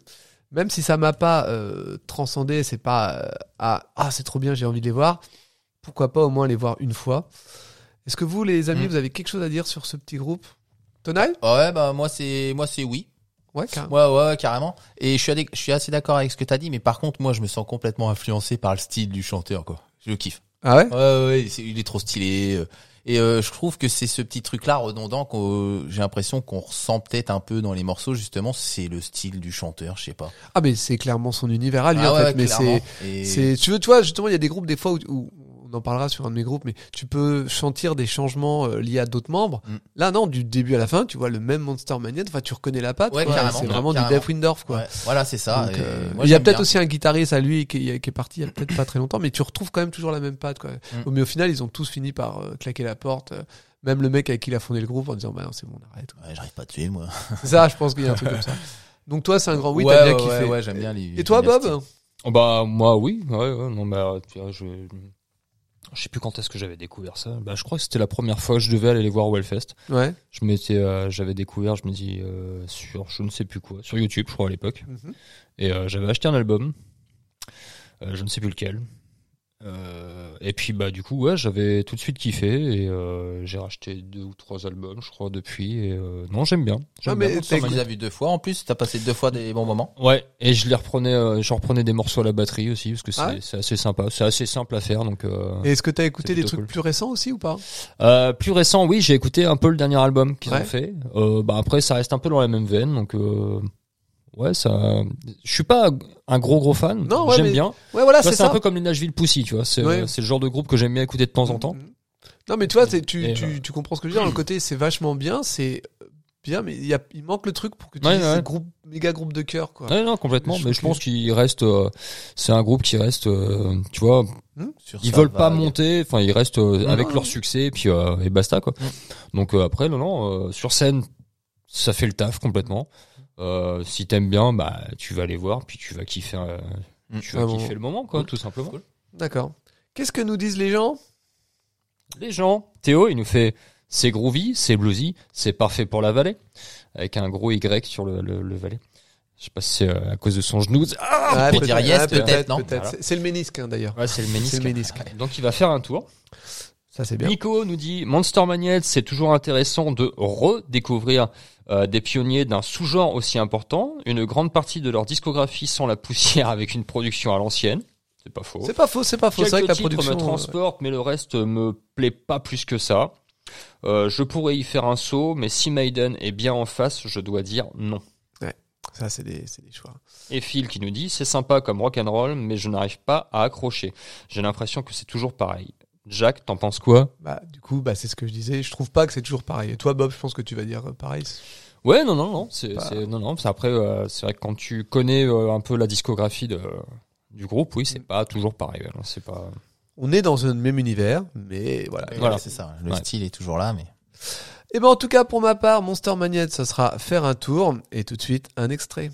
[SPEAKER 3] même si ça m'a pas euh, transcendé, c'est pas euh, ah, ah, c'est trop bien j'ai envie de les voir. Pourquoi pas au moins les voir une fois. Est-ce que vous les amis
[SPEAKER 1] Mm.
[SPEAKER 3] vous avez quelque chose à dire sur ce petit groupe? Tonal
[SPEAKER 1] Ouais, bah moi c'est moi c'est oui.
[SPEAKER 3] Ouais carrément.
[SPEAKER 1] Ouais, ouais, ouais, carrément. Et je suis, adé- je suis assez d'accord avec ce que t'as dit, mais par contre, moi, je me sens complètement influencé par le style du chanteur, quoi. Je le kiffe.
[SPEAKER 3] Ah ouais?
[SPEAKER 1] Ouais, ouais, ouais, c'est- il est trop stylé. euh. Et euh, je trouve que c'est ce petit truc-là redondant qu'on euh, j'ai l'impression qu'on ressent peut-être un peu dans les morceaux, justement. C'est le style du chanteur, je sais pas.
[SPEAKER 3] Ah mais c'est clairement son univers à lui
[SPEAKER 1] Ah
[SPEAKER 3] en
[SPEAKER 1] ouais,
[SPEAKER 3] fait, mais
[SPEAKER 1] clairement.
[SPEAKER 3] c'est
[SPEAKER 1] Et-
[SPEAKER 3] C'est, tu veux, tu vois, justement, il y a des groupes des fois où, où- on en parlera sur un de mes groupes, mais tu peux sentir des changements euh, liés à d'autres membres.
[SPEAKER 1] Mm.
[SPEAKER 3] Là, non, du début à la fin, tu vois le même Monster Magnet. Enfin, tu reconnais la patte.
[SPEAKER 1] Ouais,
[SPEAKER 3] quoi,
[SPEAKER 1] carrément,
[SPEAKER 3] c'est
[SPEAKER 1] ouais,
[SPEAKER 3] vraiment du
[SPEAKER 1] carrément.
[SPEAKER 3] Def Windorf, quoi.
[SPEAKER 1] ouais, voilà, c'est ça.
[SPEAKER 3] Donc,
[SPEAKER 1] Et
[SPEAKER 3] euh,
[SPEAKER 1] moi,
[SPEAKER 3] il y a
[SPEAKER 1] j'aime
[SPEAKER 3] peut-être
[SPEAKER 1] bien.
[SPEAKER 3] aussi un guitariste à lui qui, qui est parti il y a peut-être pas très longtemps, mais tu retrouves quand même toujours la même patte. Quoi.
[SPEAKER 1] Mm.
[SPEAKER 3] Mais au final, ils ont tous fini par euh, claquer la porte. euh, même le mec avec qui il a fondé le groupe en disant bah non, c'est bon,
[SPEAKER 1] *laughs*
[SPEAKER 3] on arrête.
[SPEAKER 1] Ouais, j'arrive pas à te tuer, moi.
[SPEAKER 3] ça, je pense qu'il y a un truc comme ça. Donc toi, c'est un grand Oh oui,
[SPEAKER 1] ouais,
[SPEAKER 3] t'as bien
[SPEAKER 1] ouais,
[SPEAKER 3] kiffé.
[SPEAKER 1] ouais, ouais, j'aime bien les-
[SPEAKER 3] Et toi,
[SPEAKER 1] j'aime bien
[SPEAKER 3] Bob
[SPEAKER 1] ce style.
[SPEAKER 2] Oh, bah moi oui, ouais, ouais, non bah tu vois, je je sais plus quand est-ce que j'avais découvert ça. Bah je crois que c'était la première fois que je devais aller les voir au Hellfest.
[SPEAKER 3] Ouais.
[SPEAKER 2] Je m'étais euh, j'avais découvert, je me dis euh, sur je ne sais plus quoi, sur YouTube je crois à l'époque.
[SPEAKER 3] Mhm.
[SPEAKER 2] Et euh, j'avais acheté un album, Euh, je ne sais plus lequel. Euh, et puis bah du coup ouais j'avais tout de suite kiffé et euh, j'ai racheté deux ou trois albums je crois depuis et euh, non j'aime bien j'aime
[SPEAKER 3] Ah, mais
[SPEAKER 2] bien Monster
[SPEAKER 1] Tu
[SPEAKER 3] t'es-
[SPEAKER 2] Magnet.
[SPEAKER 1] les as vus deux fois en plus, t'as passé deux fois des bons moments.
[SPEAKER 2] Ouais, et je les reprenais, euh, j'en reprenais des morceaux à la batterie aussi, parce que c'est
[SPEAKER 3] Ah ouais
[SPEAKER 2] c'est assez sympa, c'est assez simple à faire. Donc, euh...
[SPEAKER 3] Et est-ce que t'as écouté des
[SPEAKER 2] plutôt
[SPEAKER 3] trucs
[SPEAKER 2] cool.
[SPEAKER 3] plus récents aussi ou pas
[SPEAKER 2] Euh, plus récent, oui, j'ai écouté un peu le dernier album qu'ils
[SPEAKER 3] Ouais.
[SPEAKER 2] ont fait. Euh, bah après, ça reste un peu dans la même veine, donc euh... ouais, ça. Je suis pas un gros gros fan,
[SPEAKER 3] Non, ouais,
[SPEAKER 2] j'aime
[SPEAKER 3] mais
[SPEAKER 2] bien.
[SPEAKER 3] Ouais, voilà,
[SPEAKER 2] Tu vois,
[SPEAKER 3] c'est
[SPEAKER 2] Bah, c'est un
[SPEAKER 3] ça.
[SPEAKER 2] peu comme les Nashville Pussy, tu vois. C'est euh,
[SPEAKER 3] Ouais.
[SPEAKER 2] c'est le genre de groupe que j'aime bien écouter de temps en temps.
[SPEAKER 3] Mhm. Non, mais tu vois, c'est- tu,
[SPEAKER 2] Et,
[SPEAKER 3] tu,
[SPEAKER 2] euh,
[SPEAKER 3] tu comprends ce que je veux dire. Le côté, c'est vachement bien, c'est bien, mais il y a, il manque le truc pour que tu
[SPEAKER 2] Ouais,
[SPEAKER 3] dises
[SPEAKER 2] ouais.
[SPEAKER 3] c'est groupe, méga groupe de cœur, quoi.
[SPEAKER 2] Ouais, non, complètement.
[SPEAKER 3] Je
[SPEAKER 2] Mais je
[SPEAKER 3] trouve
[SPEAKER 2] pense qu'il reste, euh, c'est un groupe qui reste, euh, tu vois,
[SPEAKER 1] Sur bah,
[SPEAKER 2] ils
[SPEAKER 1] sa
[SPEAKER 2] veulent pas
[SPEAKER 1] vague.
[SPEAKER 2] monter enfin ils restent euh,
[SPEAKER 1] Non,
[SPEAKER 2] avec
[SPEAKER 3] non, non.
[SPEAKER 2] leur succès et puis euh, et basta quoi donc euh, après non non euh, sur scène ça fait le taf complètement euh, si t'aimes bien bah tu vas les voir puis tu vas kiffer euh,
[SPEAKER 1] Mm.
[SPEAKER 2] tu vas
[SPEAKER 3] Ah bon.
[SPEAKER 2] kiffer le moment quoi tout simplement
[SPEAKER 3] D'accord. Qu'est-ce que nous disent les gens
[SPEAKER 2] les gens Théo il nous fait c'est groovy c'est bluesy c'est parfait pour la vallée avec un gros Y sur le, le, le vallée je sais pas si c'est euh, à cause de son genou ah
[SPEAKER 3] Ah,
[SPEAKER 1] peut dire yes, peut-être, non
[SPEAKER 2] Voilà.
[SPEAKER 3] C'est- C'est le ménisque, hein, d'ailleurs.
[SPEAKER 2] ouais, c'est le ménisque. Ah,
[SPEAKER 3] C'est le ménisque.
[SPEAKER 2] donc il va faire un tour
[SPEAKER 3] Ça, c'est bien.
[SPEAKER 2] Nico nous dit Monster Magnet, c'est toujours intéressant de redécouvrir euh, des pionniers d'un sous-genre aussi important. Une grande partie de leur discographie sans la poussière avec une production à l'ancienne. C'est pas faux.
[SPEAKER 3] C'est pas faux, c'est pas faux. C'est
[SPEAKER 2] Quelques
[SPEAKER 3] vrai que la
[SPEAKER 2] titres
[SPEAKER 3] production.
[SPEAKER 2] me transporte, mais le reste me plaît pas plus que ça. Euh, je pourrais y faire un saut, mais si Maiden est bien en face, je dois dire non.
[SPEAKER 3] euh, Ça, c'est des, c'est des choix.
[SPEAKER 2] Et Phil qui nous dit c'est sympa comme rock and roll, mais je n'arrive pas à accrocher. J'ai l'impression que c'est toujours pareil. Jack, t'en penses quoi
[SPEAKER 3] Bah, du coup, bah, c'est ce que je disais. Je trouve pas que c'est toujours pareil. Et toi, Bob, je pense que tu vas dire euh, pareil.
[SPEAKER 2] Ouais, non, non, non. C'est,
[SPEAKER 3] Bah.
[SPEAKER 2] c'est- non, non. c'est Après, euh, c'est vrai que quand tu connais euh, un peu la discographie de, du groupe, oui, c'est pas toujours pareil. ouais, non, c'est pas.
[SPEAKER 3] On est dans un même univers, mais voilà.
[SPEAKER 1] Ouais,
[SPEAKER 2] Voilà.
[SPEAKER 1] c'est ça. Le
[SPEAKER 2] Ouais.
[SPEAKER 1] style est toujours là, mais.
[SPEAKER 3] Et ben en tout cas pour ma part, Monster Magnet, ça sera faire un tour et tout de suite un extrait.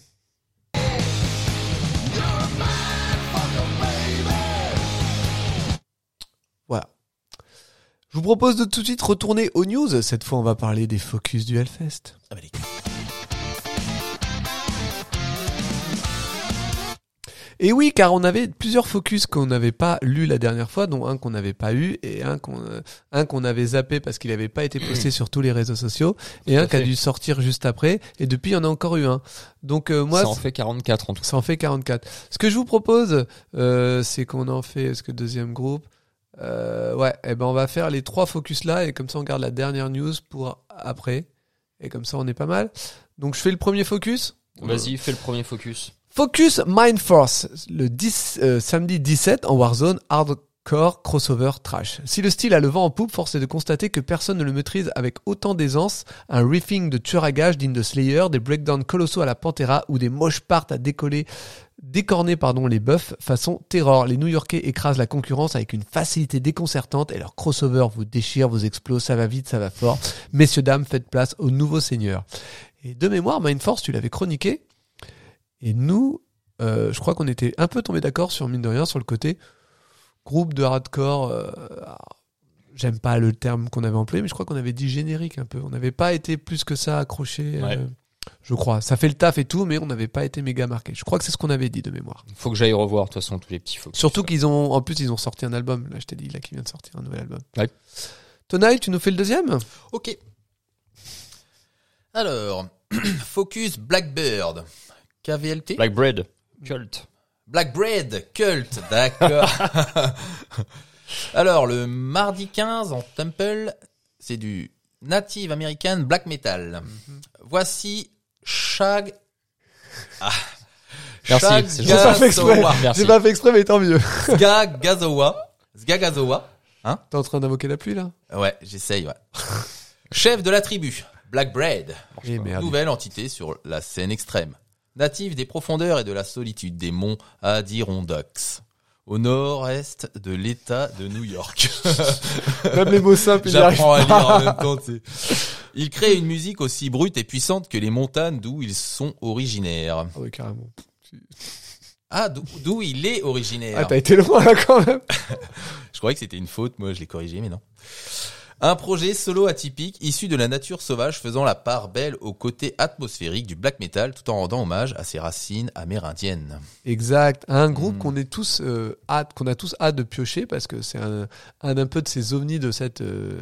[SPEAKER 3] Voilà. Je vous propose de tout de suite retourner aux news. Cette fois, on va parler des focus du Hellfest.
[SPEAKER 1] Ah bah, les-
[SPEAKER 3] Et oui, car on avait plusieurs focus qu'on n'avait pas lus la dernière fois, dont un qu'on n'avait pas eu et un qu'on euh, un qu'on avait zappé parce qu'il n'avait pas été posté sur tous les réseaux sociaux et
[SPEAKER 2] à
[SPEAKER 3] un qui a
[SPEAKER 2] fait.
[SPEAKER 3] dû sortir juste après. Et depuis, il y en a encore eu un. Donc euh, moi,
[SPEAKER 2] ça en fait 44 en tout.
[SPEAKER 3] ça en fait 44. Ce que je vous propose, euh, c'est qu'on en fait, est-ce que deuxième groupe Euh, Ouais, et ben on va faire les trois focus là, et comme ça on garde la dernière news pour après. Et comme ça on est pas mal. Donc je fais le premier focus.
[SPEAKER 2] Vas-y, fais le premier focus.
[SPEAKER 3] Focus Mind Force, le 10, euh, samedi 17 en Warzone Hardcore Crossover Trash. Si le style a le vent en poupe, force est de constater que personne ne le maîtrise avec autant d'aisance. Un riffing de tueur à gage digne de Slayer, des breakdowns colossaux à la Pantera ou des moches parts à décoller décorner pardon, les buffs façon terror. Les New Yorkais écrasent la concurrence avec une facilité déconcertante et leur crossover vous déchire, vous explose, ça va vite, ça va fort. Messieurs, dames, faites place au nouveau seigneur. Et de mémoire, Mindforce, tu l'avais chroniqué. Et nous, euh, je crois qu'on était un peu tombés d'accord sur, mine de rien, sur le côté groupe de hardcore. euh, alors, J'aime pas le terme qu'on avait employé, mais je crois qu'on avait dit générique un peu. On n'avait pas été plus que ça accroché, euh,
[SPEAKER 2] Ouais.
[SPEAKER 3] je crois. Ça fait le taf et tout, mais on n'avait pas été méga marqué. Je crois que c'est ce qu'on avait dit de mémoire.
[SPEAKER 2] Faut que j'aille revoir de toute façon tous les petits focus.
[SPEAKER 3] Surtout qu'ils ont, en plus, ils ont sorti un album. Là, je t'ai dit, là, qui vient de sortir un nouvel album.
[SPEAKER 2] Ouais.
[SPEAKER 3] Tonai, tu nous fais le deuxième
[SPEAKER 1] Ok. Alors, *clears throat* Focus Blackbird. KVLT
[SPEAKER 2] Black Bread, Cult.
[SPEAKER 1] Black Bread, culte,
[SPEAKER 2] *laughs*
[SPEAKER 1] d'accord. Alors, le mardi 15 en Temple, c'est du Native American Black Metal.
[SPEAKER 2] Mm-hmm.
[SPEAKER 1] Voici Shag... Ah.
[SPEAKER 2] Merci,
[SPEAKER 1] Shag
[SPEAKER 2] c'est gentil.
[SPEAKER 3] J'ai pas fait exprès.
[SPEAKER 1] Gazowa.
[SPEAKER 2] Merci.
[SPEAKER 3] fait exprès, mais tant mieux.
[SPEAKER 1] Sga Gazowa. Sga Gazowa.
[SPEAKER 3] T'es en train d'invoquer la pluie, là
[SPEAKER 1] Ouais, j'essaye,
[SPEAKER 2] *laughs*
[SPEAKER 1] ouais. Chef de la tribu, Black Bread.
[SPEAKER 3] Eh merde.
[SPEAKER 1] Nouvelle entité sur la scène extrême. Native des profondeurs et de la solitude des monts Adirondacks. Au nord-est de l'État de New
[SPEAKER 3] *laughs*
[SPEAKER 1] York.
[SPEAKER 3] Même les mots simples, ils y arrivent.
[SPEAKER 1] J'apprends à lire en même temps. tu sais. Ils créent une musique aussi brute et puissante que les montagnes d'où ils sont originaires.
[SPEAKER 3] Ah oui, carrément.
[SPEAKER 1] Ah, d'où- d'où il est originaire.
[SPEAKER 3] Ah, t'as été loin, là, quand même.
[SPEAKER 1] Je croyais que c'était une faute, moi je l'ai corrigé, mais non. Un projet solo atypique, issu de la nature sauvage, faisant la part belle au côté atmosphérique du black metal, tout en rendant hommage à ses racines amérindiennes.
[SPEAKER 3] *laughs* Exact. Un groupe
[SPEAKER 1] Mm.
[SPEAKER 3] qu'on est tous euh, hâte, qu'on a tous hâte de piocher parce que c'est un, un, un peu de ces ovnis de cette euh,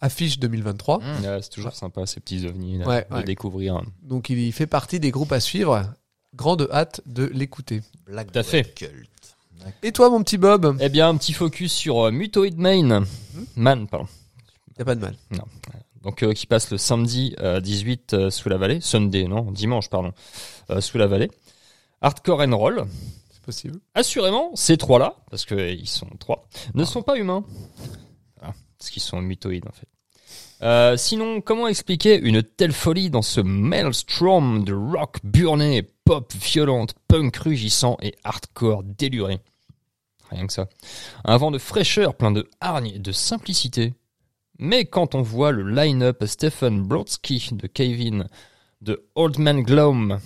[SPEAKER 3] affiche 2023.
[SPEAKER 1] Mm.
[SPEAKER 2] Ouais, c'est toujours sympa ces petits ovnis là,
[SPEAKER 3] Ouais,
[SPEAKER 2] de
[SPEAKER 3] ouais.
[SPEAKER 2] découvrir.
[SPEAKER 3] Donc, il fait partie des groupes à suivre. Grande hâte de l'écouter.
[SPEAKER 1] Black
[SPEAKER 2] Tout à fait.
[SPEAKER 1] Blood Cult.
[SPEAKER 3] Et toi, mon petit Bob
[SPEAKER 2] Eh bien, un petit focus sur euh, Mutoid Main.
[SPEAKER 3] Mm-hmm.
[SPEAKER 2] Man, pardon.
[SPEAKER 3] T'as pas de mal.
[SPEAKER 2] donc euh, qui passe le samedi euh, 18 euh, sous la vallée, Sunday, non, dimanche, pardon, euh, sous la vallée. Hardcore and Roll.
[SPEAKER 3] C'est possible.
[SPEAKER 2] Assurément, ces trois-là, parce que euh, ils sont trois, ne sont pas humains. Ah, parce qu'ils sont mutoïdes, en fait. Euh, sinon, comment expliquer une telle folie dans ce maelstrom de rock burné, pop violente, punk rugissant et hardcore déluré Rien que ça. Un vent de fraîcheur plein de hargne et de simplicité. Mais quand on voit le line-up Stephen Brodsky de Kevin, de Old Man Gloom,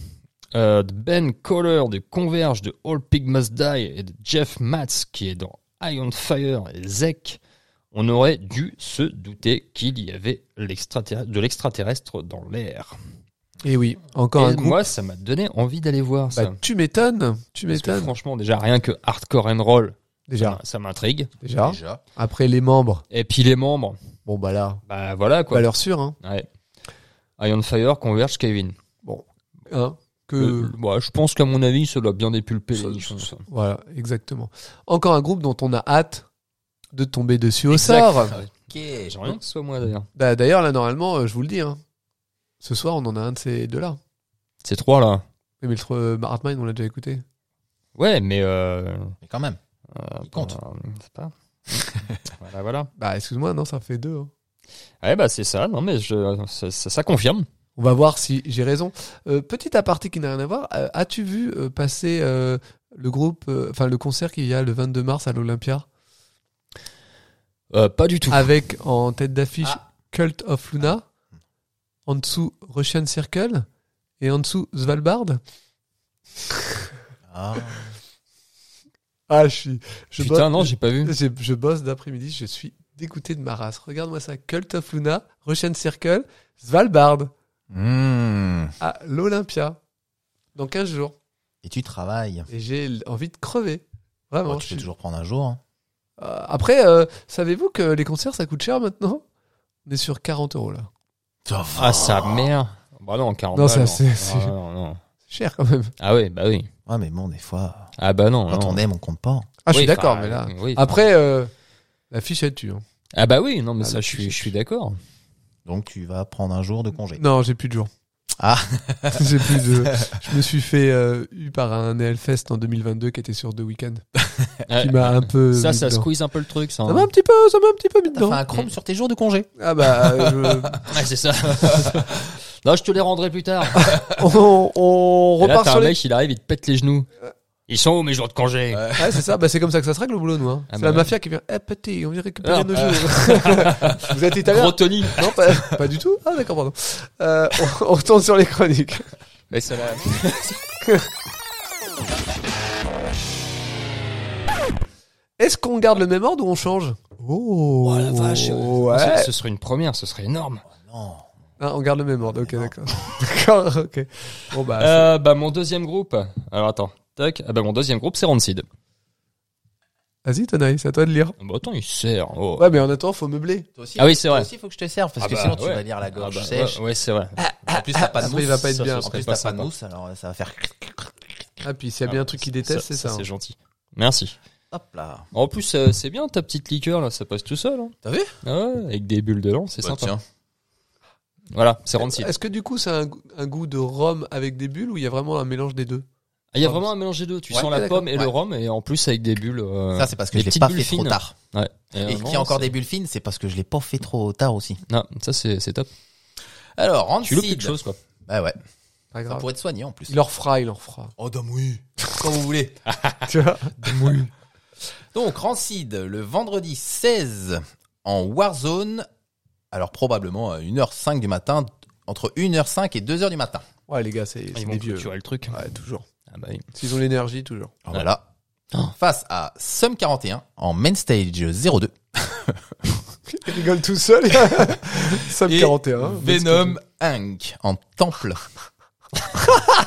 [SPEAKER 2] euh, de Ben Kohler de Converge, de All Pig Must Die et de Jeff Matz qui est dans Iron Fire et Zek, on aurait dû se douter qu'il y avait l'extraterre- de l'extraterrestre dans l'air.
[SPEAKER 3] Et Eh oui, encore un
[SPEAKER 2] Et
[SPEAKER 3] groupe.
[SPEAKER 2] moi, ça m'a donné envie d'aller voir ça.
[SPEAKER 3] Bah, tu m'étonnes, tu
[SPEAKER 2] Parce que
[SPEAKER 3] m'étonnes.
[SPEAKER 2] franchement, déjà, rien que hardcore and roll,
[SPEAKER 3] Déjà,
[SPEAKER 2] ça m'intrigue.
[SPEAKER 3] déjà.
[SPEAKER 1] Déjà.
[SPEAKER 3] Après les membres,
[SPEAKER 2] Et puis les membres,
[SPEAKER 3] bon bah là,
[SPEAKER 2] bah voilà quoi.
[SPEAKER 3] valeur sûre, hein.
[SPEAKER 2] Ouais. Iron Fire, Converge, Kevin.
[SPEAKER 3] Hein, que
[SPEAKER 2] Euh, ouais, je pense qu'à mon avis, ça doit bien dépulper. les nichons, ça.
[SPEAKER 3] voilà, exactement. Encore un groupe dont on a hâte de tomber dessus au
[SPEAKER 2] Exact.
[SPEAKER 3] sort.
[SPEAKER 2] Ah ouais.
[SPEAKER 1] Ok.
[SPEAKER 2] J'ai rien que ce soit moi d'ailleurs.
[SPEAKER 3] Bah, D'ailleurs là normalement, euh, je vous le dis, hein, ce soir on en a un de ces deux là.
[SPEAKER 2] Ces trois là.
[SPEAKER 3] Mais le euh, Hardmine, on l'a déjà écouté.
[SPEAKER 2] Ouais, mais euh,
[SPEAKER 1] Mais quand même.
[SPEAKER 2] Euh,
[SPEAKER 1] Il compte.
[SPEAKER 2] bah, c'est
[SPEAKER 3] *laughs*
[SPEAKER 2] pas. voilà, voilà.
[SPEAKER 3] Bah excuse-moi, non, ça fait deux. hein.
[SPEAKER 2] Ouais, bah c'est ça. Non, mais je, ça, ça- ça confirme.
[SPEAKER 3] On va voir si j'ai raison. Euh, petit aparté qui n'a rien à voir. euh, As-tu vu euh, passer euh, le groupe, euh, enfin le concert qu'il y a le 22 mars à l'Olympia
[SPEAKER 2] Euh, pas du tout.
[SPEAKER 3] avec en tête d'affiche
[SPEAKER 1] Ah.
[SPEAKER 3] Cult of Luna, en dessous Russian Circle et en dessous Svalbard.
[SPEAKER 1] Ah.
[SPEAKER 3] Ah, je suis. Je
[SPEAKER 2] Putain, non,
[SPEAKER 3] bosse,
[SPEAKER 2] j'ai pas vu.
[SPEAKER 3] Mmh. je, je bosse d'après-midi, je suis dégoûté de ma race. Regarde-moi ça Cult of Luna, Russian Circle, Svalbard
[SPEAKER 1] Hmm.
[SPEAKER 3] à l'Olympia dans 15 jours.
[SPEAKER 1] Et tu travailles.
[SPEAKER 3] Et j'ai l- envie de crever. Vraiment.
[SPEAKER 1] Oh, tu peux
[SPEAKER 3] je suis-
[SPEAKER 1] toujours prendre un jour. hein.
[SPEAKER 3] Euh, après, euh, savez-vous que les concerts, ça coûte cher maintenant On est sur 40 euros là.
[SPEAKER 2] Ah, sa mère. Bah non, 40
[SPEAKER 3] Non, ça,
[SPEAKER 2] balles,
[SPEAKER 3] c'est- c'est-
[SPEAKER 2] Ah, non, non.
[SPEAKER 3] C'est cher quand même.
[SPEAKER 2] Ah oui, bah oui.
[SPEAKER 1] Ouais, mais bon, des fois,
[SPEAKER 2] Ah bah non.
[SPEAKER 1] quand
[SPEAKER 2] non.
[SPEAKER 1] on aime, on compte pas.
[SPEAKER 3] Ah, je
[SPEAKER 2] Oui,
[SPEAKER 3] suis d'accord,
[SPEAKER 2] enfin,
[SPEAKER 3] mais là.
[SPEAKER 2] oui, enfin.
[SPEAKER 3] Après, euh, la fiche, elle tue. hein.
[SPEAKER 2] Ah bah oui, non, mais
[SPEAKER 3] Ah,
[SPEAKER 2] ça,
[SPEAKER 3] le
[SPEAKER 2] je suis,
[SPEAKER 3] fichier.
[SPEAKER 2] je suis d'accord.
[SPEAKER 1] Donc tu vas prendre un jour de congé.
[SPEAKER 3] Non, j'ai plus de jours.
[SPEAKER 1] Ah.
[SPEAKER 3] *laughs* j'ai plus de. Je me suis fait euh, eu par un Hellfest en 2022 qui était sur deux week-ends. Qui m'a un peu.
[SPEAKER 2] Euh, Ça,
[SPEAKER 3] mis
[SPEAKER 2] ça
[SPEAKER 3] dedans.
[SPEAKER 2] squeeze un peu le truc, ça. hein.
[SPEAKER 3] Ça m'a un petit peu, ça m'a un petit peu mis
[SPEAKER 1] T'as fait
[SPEAKER 3] dedans.
[SPEAKER 1] un chrome sur tes jours de congé.
[SPEAKER 3] Ah bah, je-
[SPEAKER 2] Ouais,
[SPEAKER 3] *laughs*
[SPEAKER 2] c'est ça. non, je te les rendrai plus tard. *laughs*
[SPEAKER 3] on, on
[SPEAKER 2] Et là,
[SPEAKER 3] repart
[SPEAKER 2] t'as un
[SPEAKER 3] sur les. Euh.
[SPEAKER 2] mec, il arrive, il te pète les genoux. Ils sont où mes jours de congé
[SPEAKER 1] Ouais.
[SPEAKER 3] Ouais, c'est ça. Bah, c'est comme ça que ça se règle au boulot, nous. hein.
[SPEAKER 2] Ah
[SPEAKER 3] c'est
[SPEAKER 2] bah
[SPEAKER 3] la
[SPEAKER 2] ouais.
[SPEAKER 3] mafia qui vient. Eh, petit, on vient récupérer
[SPEAKER 2] Ah,
[SPEAKER 3] nos
[SPEAKER 2] euh. *laughs*
[SPEAKER 3] jours. *laughs* Vous êtes italien
[SPEAKER 2] Gros Tony.
[SPEAKER 3] Non, pas, pas du tout. Ah, d'accord, pardon. Euh, on, on retourne sur les chroniques.
[SPEAKER 2] Mais ça va.
[SPEAKER 3] Est-ce qu'on garde le même ordre ou on change Oh,
[SPEAKER 2] Oh la vache.
[SPEAKER 3] Ouais.
[SPEAKER 2] Ça, Ce serait une première, ce serait énorme.
[SPEAKER 1] Non.
[SPEAKER 3] Ah, on garde le même ordre, ok, d'accord. *laughs* D'accord, ok. Bon,
[SPEAKER 1] Ah,
[SPEAKER 3] bah,
[SPEAKER 2] Euh, bah, mon deuxième groupe. Alors, attends. Tac. Ah bah, mon deuxième groupe, c'est Rancid.
[SPEAKER 3] c'est- vas-y, Tonaï, c'est à toi de lire.
[SPEAKER 2] Bah, attends, il sert. Oh.
[SPEAKER 3] Ouais, mais en attendant, faut meubler.
[SPEAKER 1] Toi aussi,
[SPEAKER 2] Ah oui, c'est
[SPEAKER 1] toi
[SPEAKER 2] vrai.
[SPEAKER 1] aussi, faut que je te serve parce
[SPEAKER 2] Ah
[SPEAKER 1] que
[SPEAKER 2] bah,
[SPEAKER 1] sinon tu
[SPEAKER 2] ouais.
[SPEAKER 1] vas lire la
[SPEAKER 2] Ah
[SPEAKER 1] gorge
[SPEAKER 2] bah,
[SPEAKER 1] sèche.
[SPEAKER 2] ouais, ouais, c'est vrai.
[SPEAKER 1] En plus, t'as pas de
[SPEAKER 3] Après,
[SPEAKER 1] mousse.
[SPEAKER 3] il va pas être
[SPEAKER 2] ça,
[SPEAKER 3] bien.
[SPEAKER 2] ça
[SPEAKER 1] En
[SPEAKER 2] serait
[SPEAKER 1] plus,
[SPEAKER 2] pas
[SPEAKER 1] t'as pas de
[SPEAKER 2] sympa.
[SPEAKER 1] mousse, alors ça va faire.
[SPEAKER 3] Ah, puis s'il y a
[SPEAKER 2] bah,
[SPEAKER 3] bien un truc qu'il déteste, c'est ça. hein.
[SPEAKER 2] C'est gentil. Merci.
[SPEAKER 1] Hop là.
[SPEAKER 2] En plus, euh, c'est bien ta petite liqueur là, ça passe tout seul. hein.
[SPEAKER 1] T'as vu
[SPEAKER 2] Ah ouais, avec des bulles dedans, c'est
[SPEAKER 1] Bah,
[SPEAKER 2] sympa.
[SPEAKER 1] tiens.
[SPEAKER 2] Voilà, c'est
[SPEAKER 1] Euh,
[SPEAKER 2] Rancid.
[SPEAKER 3] Est-ce que du coup, c'est un, go- un goût de rhum avec des bulles ou il y a vraiment un mélange des deux
[SPEAKER 2] Ah, Il y a vraiment un mélange des deux. Tu
[SPEAKER 1] euh, Ouais,
[SPEAKER 2] sens la
[SPEAKER 1] d'accord.
[SPEAKER 2] pomme et le
[SPEAKER 1] Ouais.
[SPEAKER 2] rhum, et en plus avec des bulles. euh,
[SPEAKER 1] Ça, c'est parce que
[SPEAKER 2] les
[SPEAKER 1] je l'ai
[SPEAKER 2] petites
[SPEAKER 1] pas
[SPEAKER 2] bulles
[SPEAKER 1] fait trop
[SPEAKER 2] fines.
[SPEAKER 1] tard.
[SPEAKER 2] ouais. euh,
[SPEAKER 1] Et
[SPEAKER 2] non,
[SPEAKER 1] qu'il y a encore
[SPEAKER 2] c'est-
[SPEAKER 1] des bulles fines, c'est parce que je l'ai pas fait trop tard aussi.
[SPEAKER 2] Non, ça c'est c'est top.
[SPEAKER 1] Alors,
[SPEAKER 2] Tu loupes quelque
[SPEAKER 1] Rancid.
[SPEAKER 2] chose quoi.
[SPEAKER 1] Bah ouais.
[SPEAKER 3] Pas
[SPEAKER 1] Ça
[SPEAKER 3] grave.
[SPEAKER 1] pourrait être soigné en plus.
[SPEAKER 3] Il en fera, il en fera.
[SPEAKER 1] Oh, dame, oui. Comme vous voulez.
[SPEAKER 2] Ah.
[SPEAKER 3] tu vois
[SPEAKER 1] Donc, Rancid, le vendredi 16 en Warzone. Alors, probablement euh, à 1h05 du matin, entre 1h05 et 2h du matin.
[SPEAKER 3] Ouais, les gars, c'est c'est
[SPEAKER 2] Ah, Ils
[SPEAKER 3] des
[SPEAKER 2] vont
[SPEAKER 3] vieux.
[SPEAKER 2] clôturer le truc.
[SPEAKER 3] Ouais, toujours.
[SPEAKER 2] Ah bah oui.
[SPEAKER 3] S'ils ont l'énergie, toujours.
[SPEAKER 1] Alors,
[SPEAKER 2] Ouais.
[SPEAKER 1] Voilà.
[SPEAKER 2] Oh.
[SPEAKER 1] Face à Sum 41 en Main Stage 02.
[SPEAKER 3] *laughs* Ils rigolent tout *laughs* seuls. Sam
[SPEAKER 1] Et
[SPEAKER 3] 41.
[SPEAKER 1] Venom Inc. en Temple.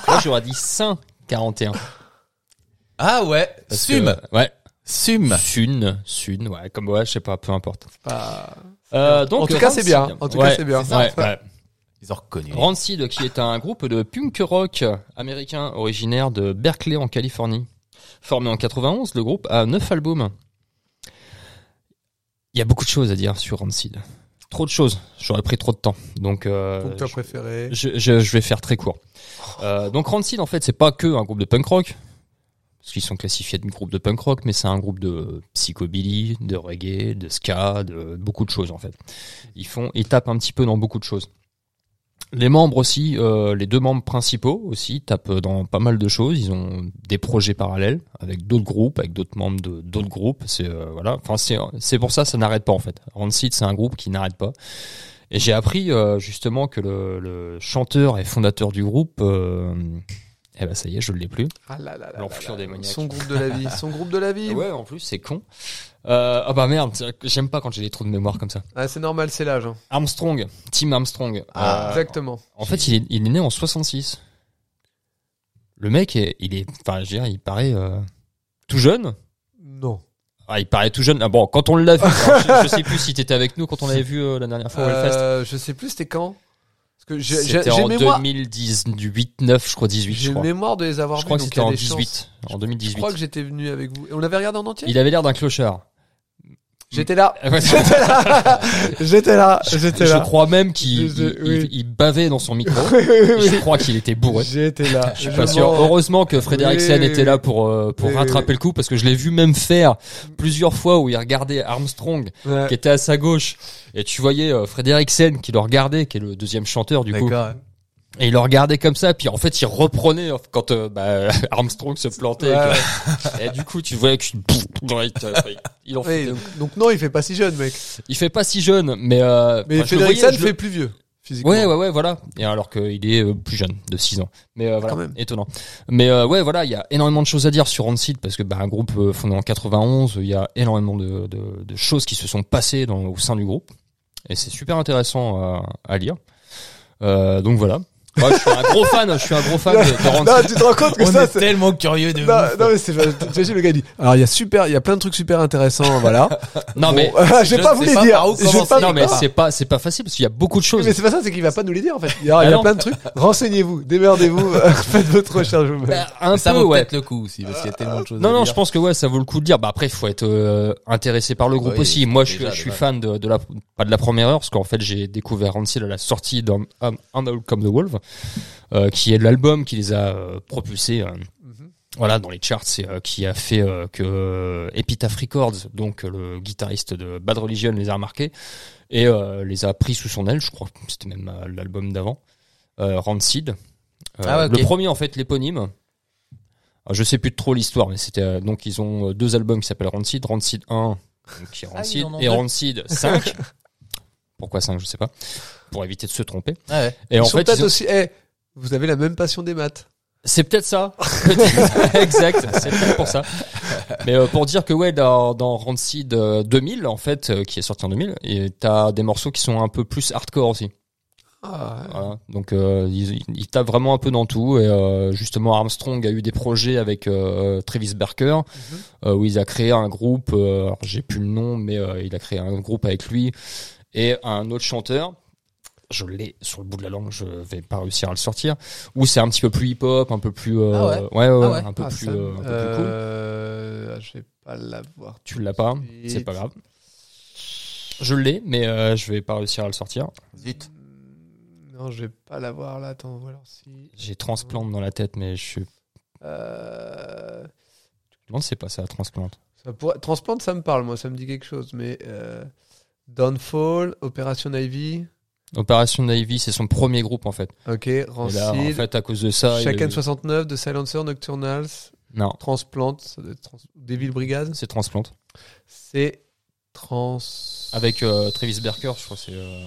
[SPEAKER 2] Moi j'aurais dit 5 41.
[SPEAKER 1] Ah ouais,
[SPEAKER 2] parce
[SPEAKER 1] Sum.
[SPEAKER 2] que- Ouais.
[SPEAKER 1] Sum.
[SPEAKER 2] Sun, Sun, ouais, comme ouais, je sais pas, peu importe.
[SPEAKER 3] Pas...
[SPEAKER 2] Euh, donc
[SPEAKER 3] En tout cas,
[SPEAKER 2] Rancid.
[SPEAKER 3] c'est bien. En tout cas,
[SPEAKER 2] Ouais,
[SPEAKER 3] c'est bien.
[SPEAKER 2] Ouais, ouais.
[SPEAKER 1] Ils ont reconnu.
[SPEAKER 2] Rancid, qui est un groupe de punk rock américain originaire de Berkeley en Californie. Formé en 91, le groupe a 9 albums. Il y a beaucoup de choses à dire sur Rancid. Trop de choses. J'aurais pris trop de temps. Donc, euh,
[SPEAKER 3] Ton
[SPEAKER 2] je-
[SPEAKER 3] préféré.
[SPEAKER 2] je, je- je vais faire très court. Euh, donc Rancid, en fait, c'est pas que un groupe de punk rock, parce qu'ils sont classifiés de groupe de punk rock, mais c'est un groupe de psychobilly, de reggae, de ska, de beaucoup de choses en fait. Ils font, ils tapent un petit peu dans beaucoup de choses. Les membres aussi, euh, les deux membres principaux aussi tapent dans pas mal de choses. Ils ont des projets parallèles avec d'autres groupes, avec d'autres membres de d'autres groupes. C'est euh, voilà. Enfin, c'est c'est pour ça, ça n'arrête pas en fait. Rancid, c'est un groupe qui n'arrête pas. Et j'ai appris euh, justement que le, le chanteur et fondateur du groupe, euh, eh ben ça y est, je ne l'ai plus.
[SPEAKER 3] Ah là là là là
[SPEAKER 2] L'enflure
[SPEAKER 3] là.
[SPEAKER 2] démoniaque. Ah
[SPEAKER 3] Son groupe de la
[SPEAKER 2] *laughs*
[SPEAKER 3] vie. Son groupe de la vie.
[SPEAKER 2] ouais, en plus c'est con. Euh, ah bah merde, c'est vrai que j'aime pas quand j'ai des trous de mémoire comme ça.
[SPEAKER 3] Ah, c'est normal, c'est l'âge. hein.
[SPEAKER 2] Armstrong, Tim Armstrong.
[SPEAKER 1] Ah,
[SPEAKER 2] Euh,
[SPEAKER 3] Exactement.
[SPEAKER 2] En fait, il est, il est né en 66. Le mec, est- il est, enfin, je veux dire, il paraît euh, tout jeune.
[SPEAKER 3] Non.
[SPEAKER 2] Ah, il paraît tout jeune. Ah bon, quand on l'a vu, alors, je, je sais plus si t'étais avec nous quand on l'avait vu euh, la dernière fois au Hellfest.
[SPEAKER 3] Euh, je sais plus, c'était quand Parce que j'ai- j'ai
[SPEAKER 2] C'était
[SPEAKER 3] j'ai
[SPEAKER 2] en
[SPEAKER 3] mémoire.
[SPEAKER 2] 2018, 9, je crois 18,
[SPEAKER 3] J'ai
[SPEAKER 2] je crois.
[SPEAKER 3] mémoire de les avoir
[SPEAKER 2] Je crois
[SPEAKER 3] vus, donc
[SPEAKER 2] que c'était
[SPEAKER 3] il y a
[SPEAKER 2] en
[SPEAKER 3] des chances.
[SPEAKER 2] 18. En
[SPEAKER 3] Je crois
[SPEAKER 2] 2018.
[SPEAKER 3] que j'étais venu avec vous. Et on l'avait regardé en entier
[SPEAKER 2] Il avait l'air d'un clochard.
[SPEAKER 3] J'étais
[SPEAKER 2] *laughs*
[SPEAKER 3] là.
[SPEAKER 2] je
[SPEAKER 3] J'étais là. J'étais là. *laughs*
[SPEAKER 2] crois même qu'il
[SPEAKER 3] Je-
[SPEAKER 2] il-
[SPEAKER 3] oui.
[SPEAKER 2] il- il bavait dans son micro.
[SPEAKER 3] Oui, oui, oui.
[SPEAKER 2] Je crois qu'il était bourré.
[SPEAKER 3] J'étais là.
[SPEAKER 2] Je suis pas sûr. Heureusement que Frédéric Sen
[SPEAKER 3] Oui, oui,
[SPEAKER 2] était là pour, euh, pour
[SPEAKER 3] Oui,
[SPEAKER 2] rattraper le coup parce que je l'ai vu même faire plusieurs fois où il regardait Armstrong
[SPEAKER 3] Ouais.
[SPEAKER 2] qui était à sa gauche et tu voyais euh, Frédéric Sen qui le regardait qui est le deuxième chanteur du coup
[SPEAKER 3] D'accord.
[SPEAKER 2] et il le regardait comme ça puis en fait il reprenait euh, quand euh, bah, Armstrong se plantait et
[SPEAKER 3] Ouais,
[SPEAKER 2] que- et, du coup tu voyais que il en
[SPEAKER 3] Oui,
[SPEAKER 2] foutait.
[SPEAKER 3] donc, donc non, il fait pas si jeune, mec.
[SPEAKER 2] il fait pas si jeune mais euh,
[SPEAKER 3] Mais
[SPEAKER 2] enfin, je le
[SPEAKER 3] Federic
[SPEAKER 2] voyais,
[SPEAKER 3] Sen
[SPEAKER 2] je le-
[SPEAKER 3] fait plus vieux, physiquement.
[SPEAKER 2] Ouais, ouais, ouais, voilà. Et alors qu'il est euh, plus jeune, de 6 ans. Mais euh, voilà,
[SPEAKER 3] Quand même.
[SPEAKER 2] étonnant. Mais euh, ouais, voilà, il y a énormément de choses à dire sur Rancid parce que bah, un groupe euh, fondé en 91, il y a énormément de, de, de choses qui se sont passées dans, au sein du groupe. Et c'est super intéressant à, à lire. Euh, donc voilà. Ouais, je suis un gros fan, je suis un gros fan de, de Rancid.
[SPEAKER 3] *laughs* Non, tu te rends compte que
[SPEAKER 1] On
[SPEAKER 3] ça,
[SPEAKER 1] est
[SPEAKER 3] c'est-
[SPEAKER 1] tellement curieux de
[SPEAKER 3] Non,
[SPEAKER 1] ouf.
[SPEAKER 3] non, mais c'est t'imagines le gars il dit. Alors il y a super, il y a plein de trucs super intéressants, voilà.
[SPEAKER 2] *laughs* Non, mais,
[SPEAKER 3] Bon, je
[SPEAKER 1] je
[SPEAKER 3] vais pas
[SPEAKER 1] ne
[SPEAKER 3] vous
[SPEAKER 1] sais
[SPEAKER 3] les
[SPEAKER 1] pas
[SPEAKER 3] dire.
[SPEAKER 1] par où
[SPEAKER 3] Je vais
[SPEAKER 1] commencer.
[SPEAKER 3] pas.
[SPEAKER 2] non,
[SPEAKER 3] vous-
[SPEAKER 2] mais c'est pas, c'est pas facile parce qu'il y a beaucoup de choses.
[SPEAKER 3] Mais c'est pas ça, c'est qu'il va pas nous les dire en fait. Il y a, il y a
[SPEAKER 2] Ah non.
[SPEAKER 3] plein de trucs. Renseignez-vous, démerdez-vous, euh, *laughs* faites votre recherche vous-même.
[SPEAKER 2] Bah, un
[SPEAKER 1] Ça
[SPEAKER 2] peu,
[SPEAKER 1] vaut
[SPEAKER 2] ouais.
[SPEAKER 1] peut-être le coup aussi, parce qu'il y a tellement de choses.
[SPEAKER 2] Non,
[SPEAKER 1] à
[SPEAKER 2] non,
[SPEAKER 1] dire.
[SPEAKER 2] je pense que ouais, ça vaut le coup de dire. Bah après, faut être euh, intéressé par le groupe
[SPEAKER 1] Oui,
[SPEAKER 2] aussi. Moi, je suis,
[SPEAKER 1] déjà,
[SPEAKER 2] je suis
[SPEAKER 1] ouais.
[SPEAKER 2] fan de, de la pas de la première heure, parce qu'en fait, j'ai découvert Rancid à la sortie d'un Un Un Howl Comme the Wolf, euh, qui est l'album qui les a euh, propulsés. euh,
[SPEAKER 1] Mhm.
[SPEAKER 2] Voilà, dans les charts, c'est euh, qui a fait euh, que euh, Epitaph Records, donc euh, le guitariste de Bad Religion, les a remarqués et euh, les a pris sous son aile. Je crois que c'était même euh, l'album d'avant, euh, Rancid. Euh,
[SPEAKER 1] Ah ouais, ok.
[SPEAKER 2] Le premier, en fait, l'éponyme. Alors, je sais plus trop l'histoire, mais c'était euh, donc ils ont euh, deux albums qui s'appellent Rancid, Rancid 1, donc, qui est
[SPEAKER 1] Ah,
[SPEAKER 2] Rancid,
[SPEAKER 1] ils en ont
[SPEAKER 2] et
[SPEAKER 1] deux.
[SPEAKER 2] Rancid
[SPEAKER 1] *laughs*
[SPEAKER 2] 5. Pourquoi 5, je sais pas. Pour éviter de se tromper.
[SPEAKER 1] Ah ouais.
[SPEAKER 2] Et
[SPEAKER 3] Ils
[SPEAKER 2] en
[SPEAKER 3] sont
[SPEAKER 2] fait,
[SPEAKER 3] peut-être
[SPEAKER 2] ils ont-
[SPEAKER 3] aussi. eh, vous avez la même passion des maths.
[SPEAKER 2] c'est
[SPEAKER 1] *laughs*
[SPEAKER 2] peut-être ça. Peut-être. exact. C'est peut-être pour ça. Mais euh, pour dire que ouais, dans, dans Rancid euh, 2000, en fait, euh, qui est sorti en 2000, et t'as des morceaux qui sont un peu plus hardcore aussi.
[SPEAKER 3] Ah, ouais.
[SPEAKER 2] Voilà. Donc euh, ils, ils tapent vraiment un peu dans tout. Et euh, justement, Armstrong a eu des projets avec euh, Travis Barker, euh, où il a créé un groupe. euh, alors, J'ai plus le nom, mais euh, il a créé un groupe avec lui et un autre chanteur. Je l'ai sur le bout de la langue, je vais pas réussir à le sortir. Où c'est un petit peu plus hip-hop, un peu plus, euh,
[SPEAKER 1] Ah ouais
[SPEAKER 2] ouais, ouais,
[SPEAKER 1] Ah ouais.
[SPEAKER 2] un peu
[SPEAKER 3] Ah,
[SPEAKER 2] plus,
[SPEAKER 3] ça,
[SPEAKER 2] euh, un peu plus cool.
[SPEAKER 3] euh, Je vais pas l'avoir.
[SPEAKER 2] Tu l'as pas, c'est pas grave. Je l'ai, mais euh, je vais pas réussir à le sortir.
[SPEAKER 1] Zut.
[SPEAKER 3] Hmm, Non, je vais pas l'avoir là. Attends, voilà. Si.
[SPEAKER 2] J'ai transplante dans la tête, mais je suis.
[SPEAKER 3] Euh,
[SPEAKER 2] Non, c'est pas ça, transplante.
[SPEAKER 3] ça pourrait- Transplante, ça me parle, moi, ça me dit quelque chose. Mais euh, Downfall, Opération Ivy,
[SPEAKER 2] Opération Navy, c'est son premier groupe en fait.
[SPEAKER 3] ok,
[SPEAKER 2] Et là, en
[SPEAKER 3] Rancid,
[SPEAKER 2] fait, à cause de ça,
[SPEAKER 3] Chacun
[SPEAKER 2] il-
[SPEAKER 3] de 69, The Silencer, Nocturnals,
[SPEAKER 2] non,
[SPEAKER 3] Transplante, ça doit être Trans- Devil Brigade,
[SPEAKER 2] c'est transplante.
[SPEAKER 3] c'est Trans.
[SPEAKER 2] Avec euh, Travis Barker, je crois. que C'est euh,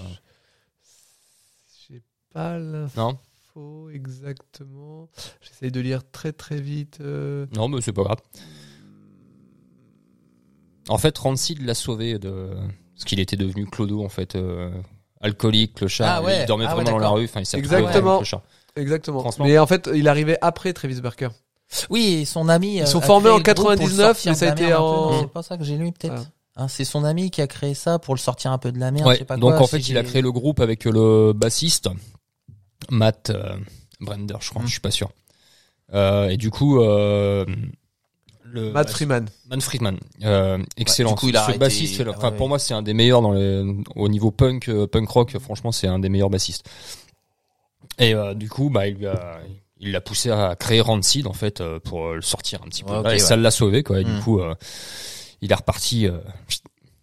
[SPEAKER 3] J'ai pas l'info
[SPEAKER 2] non,
[SPEAKER 3] exactement. J'essaye de lire très très vite. euh,
[SPEAKER 2] non, mais c'est pas grave. En fait, Rancid l'a sauvé de ce qu'il était devenu Clodo en fait, euh, alcoolique, le chat.
[SPEAKER 1] Ah ouais,
[SPEAKER 2] il dormait
[SPEAKER 1] ah ouais,
[SPEAKER 2] vraiment dans la
[SPEAKER 1] d'accord.
[SPEAKER 2] rue. Enfin, il s'est
[SPEAKER 3] Exactement.
[SPEAKER 2] Le chat.
[SPEAKER 3] Exactement.
[SPEAKER 2] Transplante.
[SPEAKER 3] Mais en fait, il arrivait après Travis Barker.
[SPEAKER 1] Oui, et son ami. euh,
[SPEAKER 3] Ils sont formés en 99, mais ça a été en-
[SPEAKER 1] C'est pas ça que j'ai lu peut-être.
[SPEAKER 3] Ah.
[SPEAKER 1] Hein, c'est son ami qui a créé ça pour le sortir un peu de la merde.
[SPEAKER 2] Ouais,
[SPEAKER 1] je sais pas
[SPEAKER 2] donc
[SPEAKER 1] quoi,
[SPEAKER 2] en fait,
[SPEAKER 1] si
[SPEAKER 2] il a
[SPEAKER 1] j'ai-
[SPEAKER 2] créé le groupe avec euh, le bassiste Matt euh, Brender, je crois.
[SPEAKER 1] Mm.
[SPEAKER 2] Je suis pas sûr. Euh, et du coup, euh, le
[SPEAKER 3] Matt
[SPEAKER 2] bassiste-
[SPEAKER 3] Freeman.
[SPEAKER 2] Man Friedman, euh, excellent.
[SPEAKER 1] Ouais, du coup, il a
[SPEAKER 2] Ce
[SPEAKER 1] arrêté-
[SPEAKER 2] bassiste, fait le- enfin
[SPEAKER 1] ouais,
[SPEAKER 2] pour
[SPEAKER 1] ouais.
[SPEAKER 2] moi, c'est un des meilleurs dans les, au niveau punk, euh, punk rock. Franchement, c'est un des meilleurs bassistes. Et euh, du coup, bah, il lui a- il l'a poussé à créer Rancid en fait euh, pour euh, le sortir un petit peu.
[SPEAKER 1] Ouais, ok,
[SPEAKER 2] et
[SPEAKER 1] ouais.
[SPEAKER 2] ça l'a sauvé quoi. Et
[SPEAKER 1] Hmm.
[SPEAKER 2] Du coup, euh, il est reparti euh,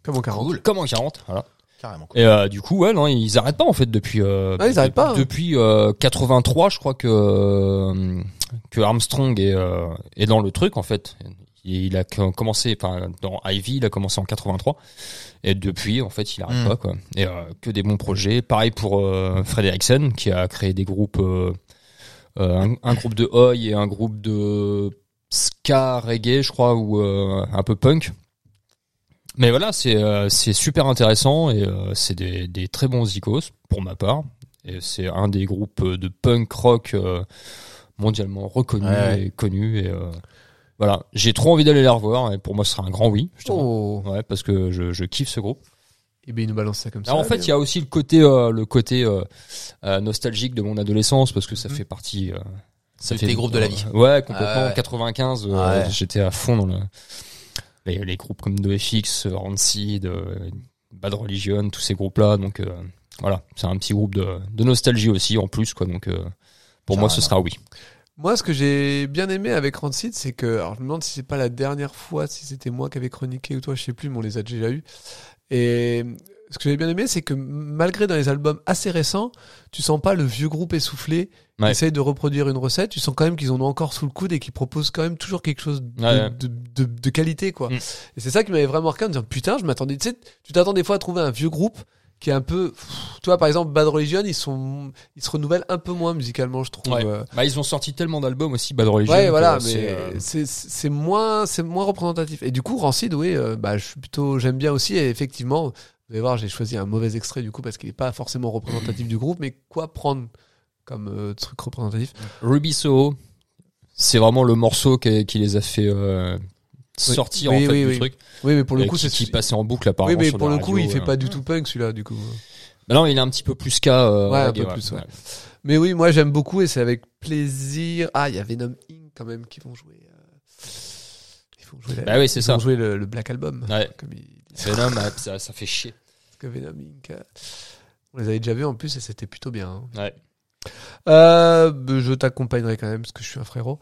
[SPEAKER 3] Comme en 40.
[SPEAKER 2] comme en 40. Voilà.
[SPEAKER 1] Carrément. quoi.
[SPEAKER 2] Et euh, du coup, ouais, non, ils arrêtent pas en fait depuis. euh,
[SPEAKER 3] Ah, ils arrêtent pas, hein.
[SPEAKER 2] Depuis euh, 83, je crois que euh, que Armstrong est euh, est dans le truc en fait. Il il a co- commencé, enfin, dans Ivy, il a commencé en 83. Et depuis, en fait, il arrête
[SPEAKER 1] Mm.
[SPEAKER 2] pas, quoi. Et euh, que des bons projets. Pareil pour euh, Fred Erickson, qui a créé des groupes, euh, euh, un, un groupe de Oi et un groupe de ska reggae, je crois, ou euh, un peu punk. Mais voilà, c'est euh, c'est super intéressant et euh, c'est des, des très bons icos, pour ma part. Et c'est un des groupes de punk rock euh, mondialement reconnu
[SPEAKER 1] Ouais, ouais.
[SPEAKER 2] et connu. Et, euh, voilà, j'ai trop envie d'aller les revoir et pour moi, ce sera un grand oui. je t'avoue.
[SPEAKER 3] Oh.
[SPEAKER 2] Ouais, parce que je, je kiffe ce groupe.
[SPEAKER 3] Et bien, il nous balance ça comme ça.
[SPEAKER 2] Alors, Bah, en fait, il y a aussi le côté, euh, le côté euh, euh, nostalgique de mon adolescence parce que ça
[SPEAKER 3] Mhm.
[SPEAKER 2] fait partie. euh, ça
[SPEAKER 1] De tes groupes de la vie.
[SPEAKER 2] euh, ouais, complètement.
[SPEAKER 1] Ah ouais.
[SPEAKER 2] En 95, euh,
[SPEAKER 1] Ah ouais.
[SPEAKER 2] j'étais à fond dans le, les, les groupes comme NoFX, euh, Rancid, euh, Bad Religion, tous ces groupes-là. Donc euh, voilà, c'est un petit groupe de, de nostalgie aussi en plus, quoi. Donc euh, pour moi, ce
[SPEAKER 1] Carrément.
[SPEAKER 2] sera oui.
[SPEAKER 3] Moi, ce que j'ai bien aimé avec Rancid, c'est que. Alors, je me demande si c'est pas la dernière fois, si c'était moi qui avais chroniqué ou toi, je sais plus, mais on les a déjà eus. Et ce que j'ai bien aimé, c'est que malgré dans les albums assez récents, tu sens pas le vieux groupe essoufflé qui
[SPEAKER 2] Ouais.
[SPEAKER 3] essaye de reproduire une recette. Tu sens quand même qu'ils en ont encore sous le coude et qu'ils proposent quand même toujours quelque chose de,
[SPEAKER 2] Ouais, ouais.
[SPEAKER 3] de, de- de qualité, quoi.
[SPEAKER 2] Mm.
[SPEAKER 3] Et c'est ça qui m'avait vraiment marqué en me disant putain, je m'attendais. Tu sais, tu t'attends des fois à trouver un vieux groupe qui est un peu. pff, Tu vois, par exemple, Bad Religion, ils sont, ils se renouvellent un peu moins musicalement, je trouve.
[SPEAKER 2] Ouais.
[SPEAKER 3] Euh,
[SPEAKER 2] Bah, ils ont sorti tellement d'albums aussi, Bad Religion.
[SPEAKER 3] Ouais,
[SPEAKER 2] que
[SPEAKER 3] voilà,
[SPEAKER 2] c'est,
[SPEAKER 3] mais
[SPEAKER 2] euh,
[SPEAKER 3] c'est c'est moins c'est moins représentatif. Et du coup, Rancid, oui, euh, bah je suis plutôt j'aime bien aussi. Et effectivement, vous allez voir, j'ai choisi un mauvais extrait du coup parce qu'il n'est pas forcément représentatif du groupe. Mais quoi prendre comme euh, truc représentatif.
[SPEAKER 2] Ruby Soho, c'est vraiment le morceau qui, qui les a fait euh, sortir
[SPEAKER 3] Oui,
[SPEAKER 2] en fait
[SPEAKER 3] oui,
[SPEAKER 2] du
[SPEAKER 3] oui.
[SPEAKER 2] truc.
[SPEAKER 3] Oui, mais pour le
[SPEAKER 2] Et
[SPEAKER 3] coup,
[SPEAKER 2] qui,
[SPEAKER 3] c'est
[SPEAKER 2] qui passait en boucle
[SPEAKER 3] Oui,
[SPEAKER 2] apparemment.
[SPEAKER 3] mais
[SPEAKER 2] sur
[SPEAKER 3] pour
[SPEAKER 2] la
[SPEAKER 3] le
[SPEAKER 2] radio,
[SPEAKER 3] coup, il fait
[SPEAKER 2] euh.
[SPEAKER 3] pas du tout punk celui-là, du coup.
[SPEAKER 2] Bah non, il est un petit peu plus qu'à. euh,
[SPEAKER 3] Ouais, un
[SPEAKER 2] reggae,
[SPEAKER 3] peu plus, ouais. Mais oui, moi j'aime beaucoup et c'est avec plaisir. Ah, il y a Venom Inc. quand même qui vont jouer. euh, Ils vont jouer, la-
[SPEAKER 2] Bah oui, c'est
[SPEAKER 3] ils
[SPEAKER 2] ça.
[SPEAKER 3] vont jouer le, le Black Album.
[SPEAKER 2] Ouais.
[SPEAKER 3] Comme ils disent
[SPEAKER 2] Venom, ah, ça, ça fait chier.
[SPEAKER 3] que Venom Inc. euh, On les avait déjà vus en plus et c'était plutôt bien. hein.
[SPEAKER 2] Ouais.
[SPEAKER 3] Euh, bah, je t'accompagnerai quand même parce que je suis un frérot.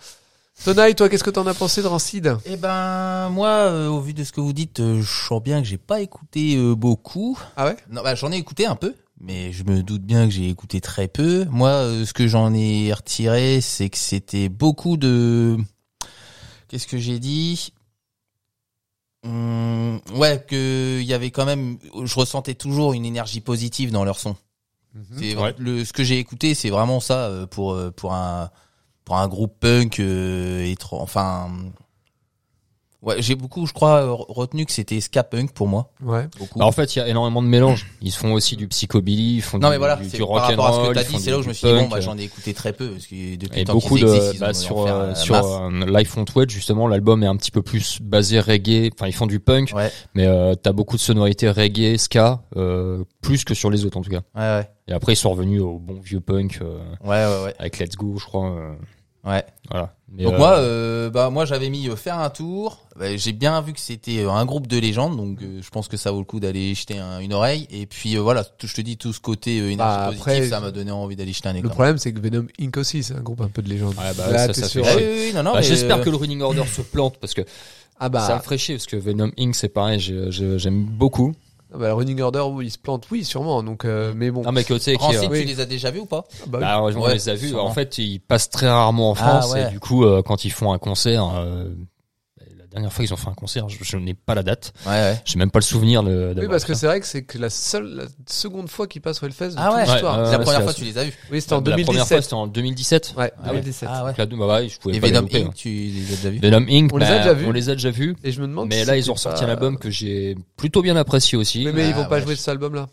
[SPEAKER 3] Tonai, toi, qu'est-ce que t'en as pensé de Rancid
[SPEAKER 1] Eh ben moi, euh, au vu de ce que vous dites, euh, je sens bien que j'ai pas écouté euh, beaucoup.
[SPEAKER 3] Ah ouais
[SPEAKER 1] Non, bah, j'en ai écouté un peu, mais je me doute bien que j'ai écouté très peu. Moi, euh, ce que j'en ai retiré, c'est que c'était beaucoup de... Qu'est-ce que j'ai dit Hum, Ouais, que il y avait quand même... Je ressentais toujours une énergie positive dans leur son.
[SPEAKER 3] Mhm.
[SPEAKER 1] C'est
[SPEAKER 2] Ouais.
[SPEAKER 1] le ce que j'ai écouté, c'est vraiment ça euh, pour euh, pour un pour un groupe punk euh, étran- enfin ouais, j'ai beaucoup je crois euh, retenu que c'était ska punk pour moi,
[SPEAKER 3] Ouais.
[SPEAKER 1] beaucoup.
[SPEAKER 2] Bah, en fait, il y a énormément de mélanges. Ils font aussi du psychobilly, ils font
[SPEAKER 1] non
[SPEAKER 2] du,
[SPEAKER 1] mais voilà,
[SPEAKER 2] du,
[SPEAKER 1] c'est
[SPEAKER 2] du
[SPEAKER 1] par rapport à ce que
[SPEAKER 2] rock'n'roll,
[SPEAKER 1] t'as
[SPEAKER 2] ils font
[SPEAKER 1] dit, c'est
[SPEAKER 2] du-
[SPEAKER 1] là où je me
[SPEAKER 2] du
[SPEAKER 1] suis dit bon
[SPEAKER 2] punk,
[SPEAKER 1] bah
[SPEAKER 2] euh.
[SPEAKER 1] j'en ai écouté très peu parce que depuis
[SPEAKER 2] Et
[SPEAKER 1] le temps
[SPEAKER 2] beaucoup
[SPEAKER 1] qu'ils existent,
[SPEAKER 2] de
[SPEAKER 1] ils
[SPEAKER 2] bah,
[SPEAKER 1] ont
[SPEAKER 2] sur
[SPEAKER 1] faire,
[SPEAKER 2] euh,
[SPEAKER 1] euh,
[SPEAKER 2] sur
[SPEAKER 1] masse.
[SPEAKER 2] euh, Life on Wedge justement l'album est un petit peu plus basé reggae enfin ils font du punk
[SPEAKER 1] Ouais.
[SPEAKER 2] mais euh, t'as beaucoup de sonorités reggae ska euh, plus que sur les autres en tout cas
[SPEAKER 1] ouais ouais.
[SPEAKER 2] et après ils sont revenus au bon vieux punk euh,
[SPEAKER 1] Ouais ouais ouais.
[SPEAKER 2] avec Let's Go je crois euh,
[SPEAKER 1] ouais.
[SPEAKER 2] voilà Mais,
[SPEAKER 1] Donc
[SPEAKER 2] euh,
[SPEAKER 1] moi, euh, bah moi j'avais mis euh, faire un tour. Bah, j'ai bien vu que c'était euh, un groupe de légendes, donc euh, je pense que ça vaut le coup d'aller y jeter un- une oreille. Et puis euh, voilà, tout- je te dis tout ce côté euh, énergie
[SPEAKER 3] Bah,
[SPEAKER 1] positive,
[SPEAKER 3] après,
[SPEAKER 1] ça m'a donné envie d'aller jeter un
[SPEAKER 3] Le
[SPEAKER 1] éclair.
[SPEAKER 3] problème, c'est que Venom Inc. aussi, c'est un groupe un peu de légende.
[SPEAKER 2] Ouais, bah,
[SPEAKER 3] Là,
[SPEAKER 2] ça,
[SPEAKER 3] t'es
[SPEAKER 2] ça
[SPEAKER 3] sur-
[SPEAKER 2] fait
[SPEAKER 1] Ah
[SPEAKER 2] chier.
[SPEAKER 1] oui, oui, oui, non, non,
[SPEAKER 2] bah,
[SPEAKER 1] mais,
[SPEAKER 2] j'espère
[SPEAKER 1] euh,
[SPEAKER 2] que le Running Order se plante parce que
[SPEAKER 3] Ah bah,
[SPEAKER 2] ça a fraîché parce que Venom Inc c'est pareil j'ai- j'ai- j'aime beaucoup
[SPEAKER 3] ah bah, le Running Order, où ils se plantent, oui, sûrement. Donc, euh, mais bon.
[SPEAKER 2] ah mais côté qui
[SPEAKER 1] Rancid,
[SPEAKER 2] euh,
[SPEAKER 1] tu
[SPEAKER 3] oui.
[SPEAKER 1] les as déjà vus ou pas
[SPEAKER 3] Ah bah oui.
[SPEAKER 2] Bah, heureusement, on
[SPEAKER 1] Ouais,
[SPEAKER 2] les a vus.
[SPEAKER 1] sûrement.
[SPEAKER 2] En fait, ils passent très rarement
[SPEAKER 1] Ah,
[SPEAKER 2] en France
[SPEAKER 1] ouais.
[SPEAKER 2] et du coup, euh, quand ils font un concert, euh, la dernière fois qu'ils ont fait un concert, je, je n'ai pas la date,
[SPEAKER 1] Ouais, ouais.
[SPEAKER 2] j'ai même pas le souvenir de.
[SPEAKER 3] Oui,
[SPEAKER 2] d'avoir
[SPEAKER 3] parce
[SPEAKER 2] fait
[SPEAKER 3] que
[SPEAKER 2] ça.
[SPEAKER 3] c'est vrai que c'est que la seule, la seconde fois qu'ils passent au Hellfest de
[SPEAKER 1] Ah
[SPEAKER 3] toute
[SPEAKER 1] ouais.
[SPEAKER 3] l'histoire.
[SPEAKER 2] Ouais,
[SPEAKER 1] C'est
[SPEAKER 2] ouais.
[SPEAKER 1] la première
[SPEAKER 2] c'est
[SPEAKER 1] fois
[SPEAKER 2] la-
[SPEAKER 1] que tu les as vus.
[SPEAKER 3] Oui, c'était en
[SPEAKER 2] La première fois,
[SPEAKER 3] 2017.
[SPEAKER 2] c'était en
[SPEAKER 3] Ouais,
[SPEAKER 2] 2017. Ah ouais.
[SPEAKER 3] 2017.
[SPEAKER 1] Ah ouais.
[SPEAKER 2] Donc là, bah, ouais, je pouvais
[SPEAKER 1] Et
[SPEAKER 2] pas
[SPEAKER 1] Venom
[SPEAKER 2] les louper,
[SPEAKER 1] Inc, tu les as déjà
[SPEAKER 2] hein.
[SPEAKER 1] vus
[SPEAKER 2] Venom Inc.
[SPEAKER 3] On les a
[SPEAKER 2] bah,
[SPEAKER 3] déjà vus.
[SPEAKER 2] on les a déjà vus.
[SPEAKER 3] Et je me demande.
[SPEAKER 2] Mais
[SPEAKER 3] si
[SPEAKER 2] là, ils
[SPEAKER 3] c'était
[SPEAKER 2] ont ressorti
[SPEAKER 3] pas-
[SPEAKER 2] un album que j'ai plutôt bien apprécié aussi.
[SPEAKER 3] Oui, mais ils
[SPEAKER 1] Ah,
[SPEAKER 3] vont pas
[SPEAKER 1] ouais.
[SPEAKER 3] jouer cet album-là.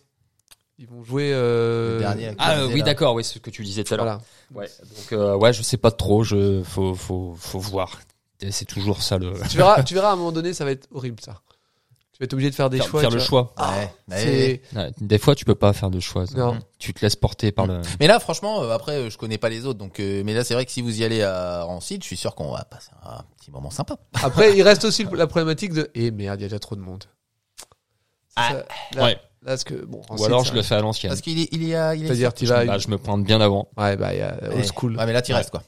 [SPEAKER 3] Ils vont jouer. euh,
[SPEAKER 1] Le dernier avec
[SPEAKER 2] Ah
[SPEAKER 1] Venom
[SPEAKER 2] euh,
[SPEAKER 1] Inc,
[SPEAKER 2] oui
[SPEAKER 1] là.
[SPEAKER 2] d'accord oui c'est ce que tu disais tout à l'heure
[SPEAKER 3] Voilà.
[SPEAKER 2] ouais donc euh, ouais je sais pas trop je faut faut faut voir c'est toujours ça le
[SPEAKER 3] tu, verras, tu verras, à un moment donné, ça va être horrible, ça. Tu vas être obligé de faire des
[SPEAKER 2] *laughs* faire,
[SPEAKER 3] choix.
[SPEAKER 2] faire
[SPEAKER 3] tu
[SPEAKER 2] le
[SPEAKER 3] vois.
[SPEAKER 2] choix
[SPEAKER 1] Ouais. bah Ouais.
[SPEAKER 3] C'est-
[SPEAKER 2] Ouais, des fois tu peux pas faire de choix ça.
[SPEAKER 3] Non.
[SPEAKER 2] tu te laisses porter par le
[SPEAKER 1] Mais là, franchement, euh, après, euh, je connais pas les autres, donc euh, mais là, c'est vrai que si vous y allez à Rancid, je suis sûr qu'on va passer un petit moment sympa.
[SPEAKER 3] Après, il reste aussi la problématique de. Eh merde, il y a déjà trop de monde.
[SPEAKER 1] Ah,
[SPEAKER 3] Ça, là,
[SPEAKER 2] ouais.
[SPEAKER 3] là, ce que. Bon,
[SPEAKER 2] ou alors
[SPEAKER 3] c'est
[SPEAKER 2] je le fais à l'ancienne
[SPEAKER 1] Parce qu'il est, il est, à- il est.
[SPEAKER 3] C'est-à-dire, tu vas.
[SPEAKER 2] bah, je me pointe bien avant
[SPEAKER 3] Ouais, bah, il y a
[SPEAKER 1] Ouais.
[SPEAKER 3] old school.
[SPEAKER 1] Ouais, mais là, tu
[SPEAKER 2] Ouais.
[SPEAKER 1] restes quoi.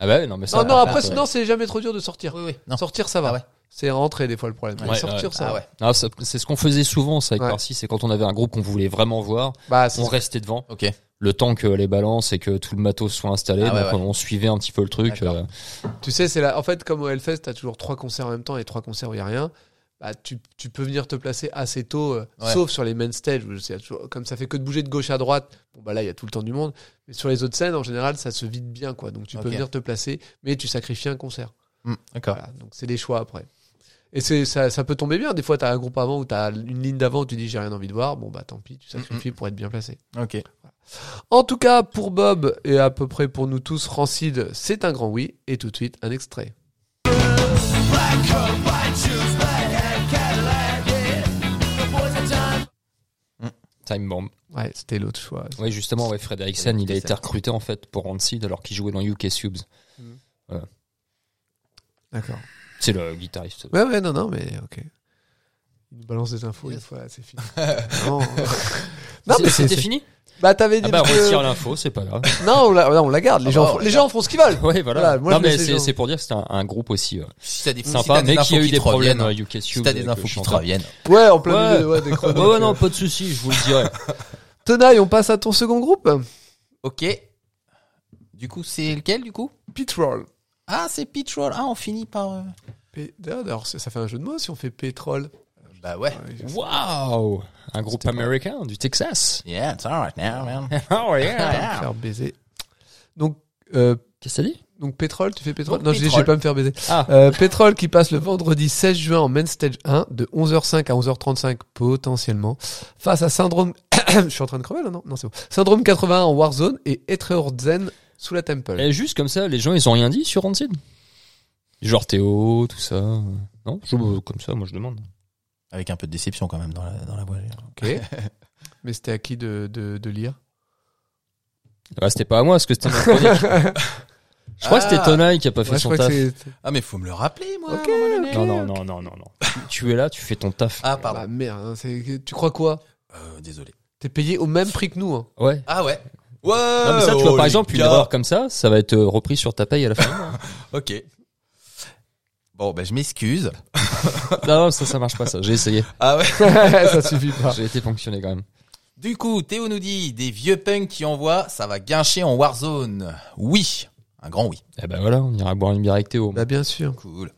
[SPEAKER 2] ah bah ouais, non mais ça
[SPEAKER 3] Non, non,
[SPEAKER 2] ah,
[SPEAKER 3] après,
[SPEAKER 2] ouais.
[SPEAKER 3] non, c'est jamais trop dur de sortir.
[SPEAKER 1] Oui, oui. Non.
[SPEAKER 3] Sortir, ça va.
[SPEAKER 1] Ah ouais.
[SPEAKER 3] C'est rentrer, des fois, le problème. Mais
[SPEAKER 2] Ouais,
[SPEAKER 3] sortir,
[SPEAKER 2] ouais.
[SPEAKER 3] ça
[SPEAKER 1] Ah
[SPEAKER 3] va.
[SPEAKER 1] ouais.
[SPEAKER 2] Ah, ça- c'est ce qu'on faisait souvent ça avec
[SPEAKER 3] Ouais.
[SPEAKER 2] Parsi c'est quand on avait un groupe qu'on voulait vraiment voir
[SPEAKER 3] Bah, c'est
[SPEAKER 2] on restait devant
[SPEAKER 1] Ok.
[SPEAKER 2] le temps que les balances et que tout le matos soit installé
[SPEAKER 1] Ah ouais,
[SPEAKER 2] donc
[SPEAKER 1] ouais.
[SPEAKER 2] on on suivait un petit peu le truc
[SPEAKER 1] D'accord.
[SPEAKER 2] euh,
[SPEAKER 3] Tu sais, c'est là. En fait, comme au Hellfest, t'as toujours trois concerts en même temps et trois concerts où il n'y a rien. Bah, tu, tu peux venir te placer assez tôt, euh,
[SPEAKER 1] Ouais.
[SPEAKER 3] sauf sur les main stages, où c'est toujours- comme ça fait que de bouger de gauche à droite, bon, bah là, il y a tout le temps du monde. Mais sur les autres scènes, en général, ça se vide bien, quoi. Donc, tu peux
[SPEAKER 1] Ok.
[SPEAKER 3] venir te placer, mais tu sacrifies un concert.
[SPEAKER 1] Hmm, D'accord.
[SPEAKER 3] Voilà. Donc, c'est des choix après. Et c'est, ça, ça peut tomber bien. Des fois, t'as un groupe avant ou t'as une ligne d'avant où tu dis j'ai rien envie de voir. Bon, bah tant pis, tu sacrifies pour être bien placé.
[SPEAKER 1] Ok.
[SPEAKER 3] En tout cas, pour Bob et à peu près pour nous tous, Rancid, c'est un grand oui. Et tout de suite, un extrait.
[SPEAKER 2] Time Bomb
[SPEAKER 3] Ouais, c'était l'autre choix.
[SPEAKER 2] ouais justement ouais Fred Erickson il a été recruté en fait pour Rancid alors qu'il jouait dans UK Subs
[SPEAKER 3] D'accord.
[SPEAKER 2] c'est le guitariste
[SPEAKER 3] Ouais, ouais, non, non, mais ok. Il nous balance des infos
[SPEAKER 1] Yes.
[SPEAKER 3] une fois, c'est fini. non, Non, mais
[SPEAKER 2] C'est-
[SPEAKER 3] c'est-
[SPEAKER 2] c'était
[SPEAKER 3] c'est-
[SPEAKER 2] fini
[SPEAKER 3] Bah, t'avais dit.
[SPEAKER 2] ah bah on
[SPEAKER 3] que-
[SPEAKER 2] retire l'info c'est pas grave
[SPEAKER 3] Non, on la, non, on la garde. Les,
[SPEAKER 1] Ah
[SPEAKER 3] gens,
[SPEAKER 1] bah, on
[SPEAKER 3] font-
[SPEAKER 1] la
[SPEAKER 3] les
[SPEAKER 1] garde.
[SPEAKER 3] gens font ce qu'ils veulent.
[SPEAKER 2] *laughs* ouais voilà,
[SPEAKER 3] Voilà, moi,
[SPEAKER 2] non
[SPEAKER 3] je me
[SPEAKER 2] mais
[SPEAKER 3] sais
[SPEAKER 2] c'est
[SPEAKER 3] genre-
[SPEAKER 2] c'est pour dire que c'est un, un groupe aussi euh,
[SPEAKER 1] Si t'as des, si
[SPEAKER 2] sympa
[SPEAKER 1] t'as
[SPEAKER 2] mais qui a eu des problèmes euh,
[SPEAKER 1] reviennent, euh,
[SPEAKER 2] à UK Subs
[SPEAKER 1] si t'as des
[SPEAKER 2] avec le
[SPEAKER 1] infos qui te
[SPEAKER 2] chanteur.
[SPEAKER 1] reviennent.
[SPEAKER 3] Ouais, en plein
[SPEAKER 2] *laughs* Ouais.
[SPEAKER 3] milieu ouais, des chroniques.
[SPEAKER 2] Ouais, ouais, non, pas de souci, je vous le
[SPEAKER 1] *laughs*
[SPEAKER 2] dirai.
[SPEAKER 3] Tenaille, on passe à ton second groupe.
[SPEAKER 1] Ok. Du coup, c'est lequel, du coup
[SPEAKER 3] Pit Roll.
[SPEAKER 1] Ah, c'est Petrol. Ah, on finit par... euh,
[SPEAKER 3] P- D'ailleurs, d'ailleurs, ça ça fait un jeu de mots si on fait pétrole.
[SPEAKER 1] Bah ouais.
[SPEAKER 2] Waouh Un groupe américain
[SPEAKER 1] *laughs*
[SPEAKER 2] du Texas.
[SPEAKER 1] Yeah, it's alright now, man.
[SPEAKER 2] Oh yeah
[SPEAKER 3] Faire baiser. Donc, euh,
[SPEAKER 2] *laughs* Qu'est-ce que t'as dit
[SPEAKER 3] Donc pétrole, tu fais pétrole
[SPEAKER 1] Donc,
[SPEAKER 3] Non, je dis, je vais
[SPEAKER 1] pétrole.
[SPEAKER 3] pas me faire baiser.
[SPEAKER 2] Ah.
[SPEAKER 3] Euh, pétrole qui passe le vendredi 16 juin en Main Stage 1 de 11h05 à 11h35 potentiellement face à Syndrome. *coughs* je suis en train de crever là, non Non, c'est bon. Syndrome 81 en Warzone et Etreordzen sous la Temple.
[SPEAKER 2] Et juste comme ça, les gens, ils ont rien dit sur Rancid Genre Théo, tout ça. euh, Non, je, comme ça, moi je demande.
[SPEAKER 1] Avec un peu de déception quand même dans la, dans la boîte.
[SPEAKER 3] Ok. Mais c'était à qui de, de, de lire
[SPEAKER 2] Ah, c'était pas à moi, parce que
[SPEAKER 1] *laughs*
[SPEAKER 2] c'était ma chronique. Je crois que c'était
[SPEAKER 1] Ah.
[SPEAKER 2] Tonai qui a pas fait
[SPEAKER 3] Ouais, je
[SPEAKER 2] son
[SPEAKER 3] crois que
[SPEAKER 2] taf.
[SPEAKER 3] c'est.
[SPEAKER 1] Ah mais faut me le rappeler moi. à un
[SPEAKER 3] Ok,
[SPEAKER 1] moment donné.
[SPEAKER 2] Non, non, non, non, non, non. Tu- tu es là, tu fais ton taf.
[SPEAKER 1] Ah
[SPEAKER 3] Bah
[SPEAKER 1] pardon.
[SPEAKER 3] merde, hein, c'est- tu crois quoi
[SPEAKER 1] Euh, désolé.
[SPEAKER 3] T'es payé au même prix que nous. hein.
[SPEAKER 2] Ouais.
[SPEAKER 1] Ah ouais. Ouais.
[SPEAKER 2] Non, mais ça, tu vois, par
[SPEAKER 1] holy
[SPEAKER 2] exemple, une
[SPEAKER 1] cow.
[SPEAKER 2] erreur comme ça, ça va être euh, repris sur ta paye à
[SPEAKER 1] *laughs*
[SPEAKER 2] la fin.
[SPEAKER 1] Ok. Bon ben je m'excuse.
[SPEAKER 2] non, non, ça, ça marche pas, ça. J'ai essayé.
[SPEAKER 1] Ah ouais.
[SPEAKER 3] ça suffit
[SPEAKER 1] Ah.
[SPEAKER 3] pas.
[SPEAKER 2] J'ai été ponctionné quand même.
[SPEAKER 1] Du coup, Théo nous dit des vieux punks qui envoient, ça va guincher en Warzone. Oui, un grand oui.
[SPEAKER 2] Eh ben voilà, on ira boire une bière avec Théo.
[SPEAKER 3] Bah bien sûr.
[SPEAKER 1] Cool.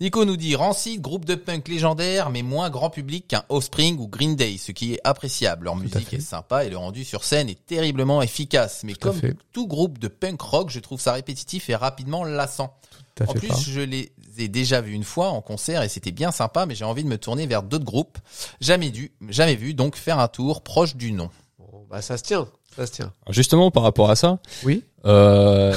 [SPEAKER 1] Nico nous dit Rancid, groupe de punk légendaire, mais moins grand public qu'un Offspring ou Green Day, ce qui est appréciable. Leur musique
[SPEAKER 3] fait.
[SPEAKER 1] est sympa et le rendu sur scène est terriblement efficace. Mais
[SPEAKER 3] Tout à
[SPEAKER 1] comme
[SPEAKER 3] fait.
[SPEAKER 1] tout groupe de punk rock, je trouve ça répétitif et rapidement lassant.
[SPEAKER 3] T'as
[SPEAKER 1] En
[SPEAKER 3] fait
[SPEAKER 1] plus,
[SPEAKER 3] pas.
[SPEAKER 1] je les ai déjà vus une fois en concert et c'était bien sympa, mais j'ai envie de me tourner vers d'autres groupes. Jamais dû, jamais vu, donc faire un tour proche du nom.
[SPEAKER 3] Bon, bah ça se tient. Ça se tient.
[SPEAKER 2] Justement, par rapport à ça,
[SPEAKER 3] Oui.
[SPEAKER 2] euh...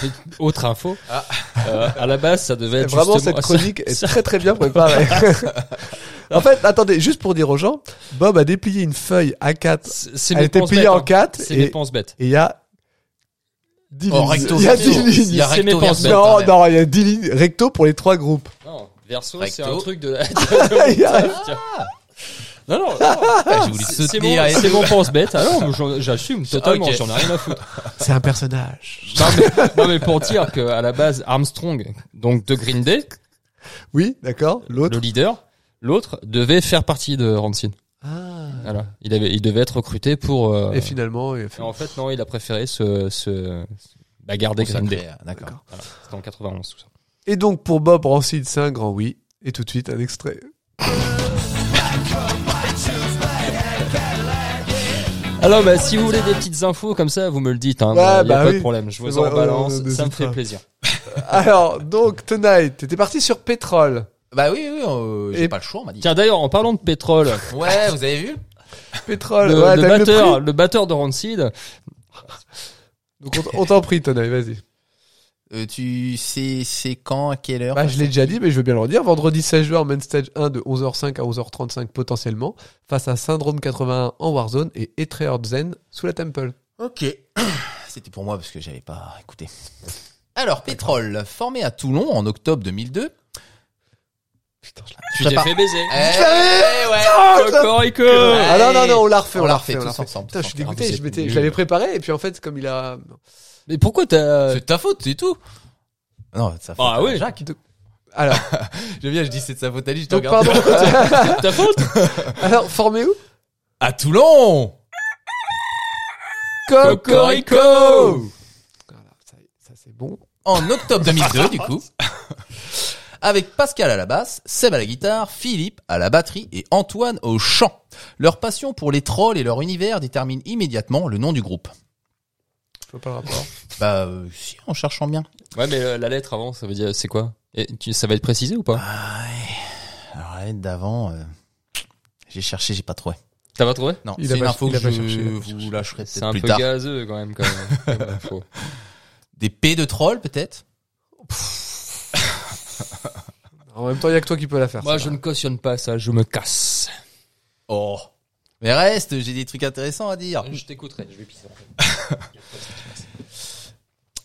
[SPEAKER 2] *laughs* autre info.
[SPEAKER 1] Ah.
[SPEAKER 2] Euh, à la base, ça devait être
[SPEAKER 3] Vraiment,
[SPEAKER 2] *laughs* justement-
[SPEAKER 3] cette chronique est
[SPEAKER 2] ça-
[SPEAKER 3] très très bien
[SPEAKER 2] *laughs*
[SPEAKER 3] préparée. en fait, attendez, juste pour dire aux gens, Bob a déplié une feuille A4.
[SPEAKER 2] C'est c'est
[SPEAKER 3] Elle
[SPEAKER 2] mes
[SPEAKER 3] était
[SPEAKER 2] penses
[SPEAKER 3] pliée
[SPEAKER 2] bêtes,
[SPEAKER 3] en
[SPEAKER 2] hein.
[SPEAKER 3] 4
[SPEAKER 2] C'est
[SPEAKER 3] et
[SPEAKER 2] mes penses bêtes.
[SPEAKER 3] et il y a 10
[SPEAKER 1] Oh,
[SPEAKER 3] lignes.
[SPEAKER 1] recto,
[SPEAKER 3] *laughs* Il y a
[SPEAKER 1] verso. Il
[SPEAKER 3] 10
[SPEAKER 1] y
[SPEAKER 3] lignes.
[SPEAKER 1] a
[SPEAKER 2] C'est mes
[SPEAKER 1] recto,
[SPEAKER 2] penses
[SPEAKER 1] verso,
[SPEAKER 3] Non,
[SPEAKER 1] quand même.
[SPEAKER 3] non, il y a 10 lignes recto pour les trois
[SPEAKER 2] *laughs*
[SPEAKER 3] groupes.
[SPEAKER 2] hein. Non, verso,
[SPEAKER 1] Recto.
[SPEAKER 2] c'est un truc de la...
[SPEAKER 3] *laughs*
[SPEAKER 2] *laughs*
[SPEAKER 3] Il y a-
[SPEAKER 2] non, non, non.
[SPEAKER 1] Ah, j'ai voulu te
[SPEAKER 2] C'est
[SPEAKER 1] soutenir.
[SPEAKER 2] mon,
[SPEAKER 1] et-
[SPEAKER 2] c'est mon pense-bête. Alors, j'assume totalement,
[SPEAKER 1] Ok.
[SPEAKER 2] j'en ai rien à foutre.
[SPEAKER 3] C'est un personnage.
[SPEAKER 2] Non mais, non, mais pour dire qu'à la base, Armstrong, donc de Green Day,
[SPEAKER 3] Oui, d'accord. L'autre.
[SPEAKER 2] le leader, l'autre devait faire partie de Rancid.
[SPEAKER 3] Ah.
[SPEAKER 2] Voilà. Il, avait, il devait être recruté pour... euh,
[SPEAKER 3] Et finalement, il a
[SPEAKER 2] et
[SPEAKER 3] fait-
[SPEAKER 2] en fait, non, il a préféré se... se bah, garder Green Day.
[SPEAKER 1] D'accord.
[SPEAKER 2] Voilà. C'était en 91, tout ça.
[SPEAKER 3] Et donc pour Bob Rancid, c'est un grand oui. Et tout de suite, un extrait. *laughs*
[SPEAKER 2] Alors, bah, si vous voulez des petites infos comme ça, vous me le dites. Hein,
[SPEAKER 3] Ouais,
[SPEAKER 2] bah, y a
[SPEAKER 3] bah
[SPEAKER 2] pas
[SPEAKER 3] oui.
[SPEAKER 2] de problème. Je vous
[SPEAKER 3] Ouais,
[SPEAKER 2] en
[SPEAKER 3] ouais,
[SPEAKER 2] balance.
[SPEAKER 3] ouais, ouais,
[SPEAKER 2] ça me
[SPEAKER 3] n'hésite
[SPEAKER 2] fait
[SPEAKER 3] pas.
[SPEAKER 2] plaisir.
[SPEAKER 3] Alors, donc, Tonight, t'étais parti sur pétrole.
[SPEAKER 1] Bah oui, oui, euh, j'ai
[SPEAKER 3] Et-
[SPEAKER 1] pas le choix, on m'a dit.
[SPEAKER 2] Tiens, d'ailleurs, en parlant de pétrole,
[SPEAKER 1] Ouais, vous avez vu
[SPEAKER 3] Pétrole,
[SPEAKER 2] le,
[SPEAKER 3] ouais,
[SPEAKER 2] le
[SPEAKER 3] t'as eu
[SPEAKER 2] batteur,
[SPEAKER 3] prix
[SPEAKER 2] le, batteur de Rancid,
[SPEAKER 3] Donc on t- on t'en prie, Tonight, vas-y.
[SPEAKER 1] Euh, Tu sais, c'est quand, à quelle heure
[SPEAKER 3] Bah, je l'ai déjà dit, mais je veux bien le redire. Vendredi 16 juin, Main Stage 1 de 11h05 à 11h35 potentiellement, face à Syndrome 81 en Warzone et Etreord Zen sous la Temple.
[SPEAKER 1] Ok. *clears throat* C'était pour moi parce que j'avais pas écouté. Alors, Pétrole, formé à Toulon en octobre 2002.
[SPEAKER 3] Putain, je
[SPEAKER 2] tu
[SPEAKER 1] Ça
[SPEAKER 2] t'es
[SPEAKER 1] part-
[SPEAKER 2] fait baiser.
[SPEAKER 1] Eh, ouais.
[SPEAKER 2] Cocorico.
[SPEAKER 3] Ah non, non, non, on l'a refait,
[SPEAKER 1] On
[SPEAKER 3] on,
[SPEAKER 1] l'a
[SPEAKER 3] l'a
[SPEAKER 1] refait
[SPEAKER 3] refait, on
[SPEAKER 1] tous
[SPEAKER 3] l'a refait.
[SPEAKER 1] ensemble,
[SPEAKER 3] Putain,
[SPEAKER 1] tous
[SPEAKER 3] je suis
[SPEAKER 1] ensemble.
[SPEAKER 3] dégoûté,
[SPEAKER 2] Ah, mais
[SPEAKER 3] je,
[SPEAKER 2] c'est
[SPEAKER 3] m'étais-
[SPEAKER 2] nul.
[SPEAKER 3] je l'avais préparé et puis en fait, comme il a...
[SPEAKER 2] Mais pourquoi t'as...
[SPEAKER 1] C'est de ta faute, c'est tout. Non, c'est de sa faute.
[SPEAKER 2] Ah oui.
[SPEAKER 1] Jacques.
[SPEAKER 3] Alors,
[SPEAKER 1] J'aime bien, je dis c'est de sa faute à lui, je te
[SPEAKER 3] donc
[SPEAKER 1] regarde.
[SPEAKER 3] pardon.
[SPEAKER 1] *laughs*
[SPEAKER 2] Ta faute
[SPEAKER 3] Alors, formé où
[SPEAKER 1] À Toulon
[SPEAKER 2] Cocorico
[SPEAKER 3] Voilà, ça, ça, c'est bon.
[SPEAKER 1] en octobre 2002 du coup. *laughs* Avec Pascal à la basse, Seb à la guitare, Philippe à la batterie et Antoine au chant. Leur passion pour les trolls et leur univers détermine immédiatement le nom du groupe.
[SPEAKER 3] Je vois pas le rapport.
[SPEAKER 1] Bah euh, si, en cherchant bien.
[SPEAKER 2] Ouais, mais euh, la lettre avant, ça veut dire c'est quoi Et tu- Ça va être précisé ou pas
[SPEAKER 1] Bah, Alors la lettre d'avant, euh, j'ai cherché, j'ai pas trouvé.
[SPEAKER 2] T'as pas trouvé
[SPEAKER 1] Non,
[SPEAKER 3] Il
[SPEAKER 1] c'est
[SPEAKER 3] a
[SPEAKER 1] une
[SPEAKER 3] pas-
[SPEAKER 1] info
[SPEAKER 3] il
[SPEAKER 1] que
[SPEAKER 3] a pas
[SPEAKER 1] je
[SPEAKER 3] cherché, il a pas
[SPEAKER 1] vous lâcherai
[SPEAKER 2] C'est
[SPEAKER 1] peut-être
[SPEAKER 2] un
[SPEAKER 1] plus
[SPEAKER 2] peu
[SPEAKER 1] tard.
[SPEAKER 2] gazeux quand même. Quand même. *laughs* comme info.
[SPEAKER 1] Des P de troll peut-être
[SPEAKER 3] En même temps, il y a que toi qui peux la faire.
[SPEAKER 1] Bah.
[SPEAKER 3] ça
[SPEAKER 2] Moi, je
[SPEAKER 3] va.
[SPEAKER 2] ne cautionne pas ça, je me casse.
[SPEAKER 1] Oh. Mais reste, j'ai des trucs intéressants à dire.
[SPEAKER 2] Ah. Je t'écouterai, je vais pisser.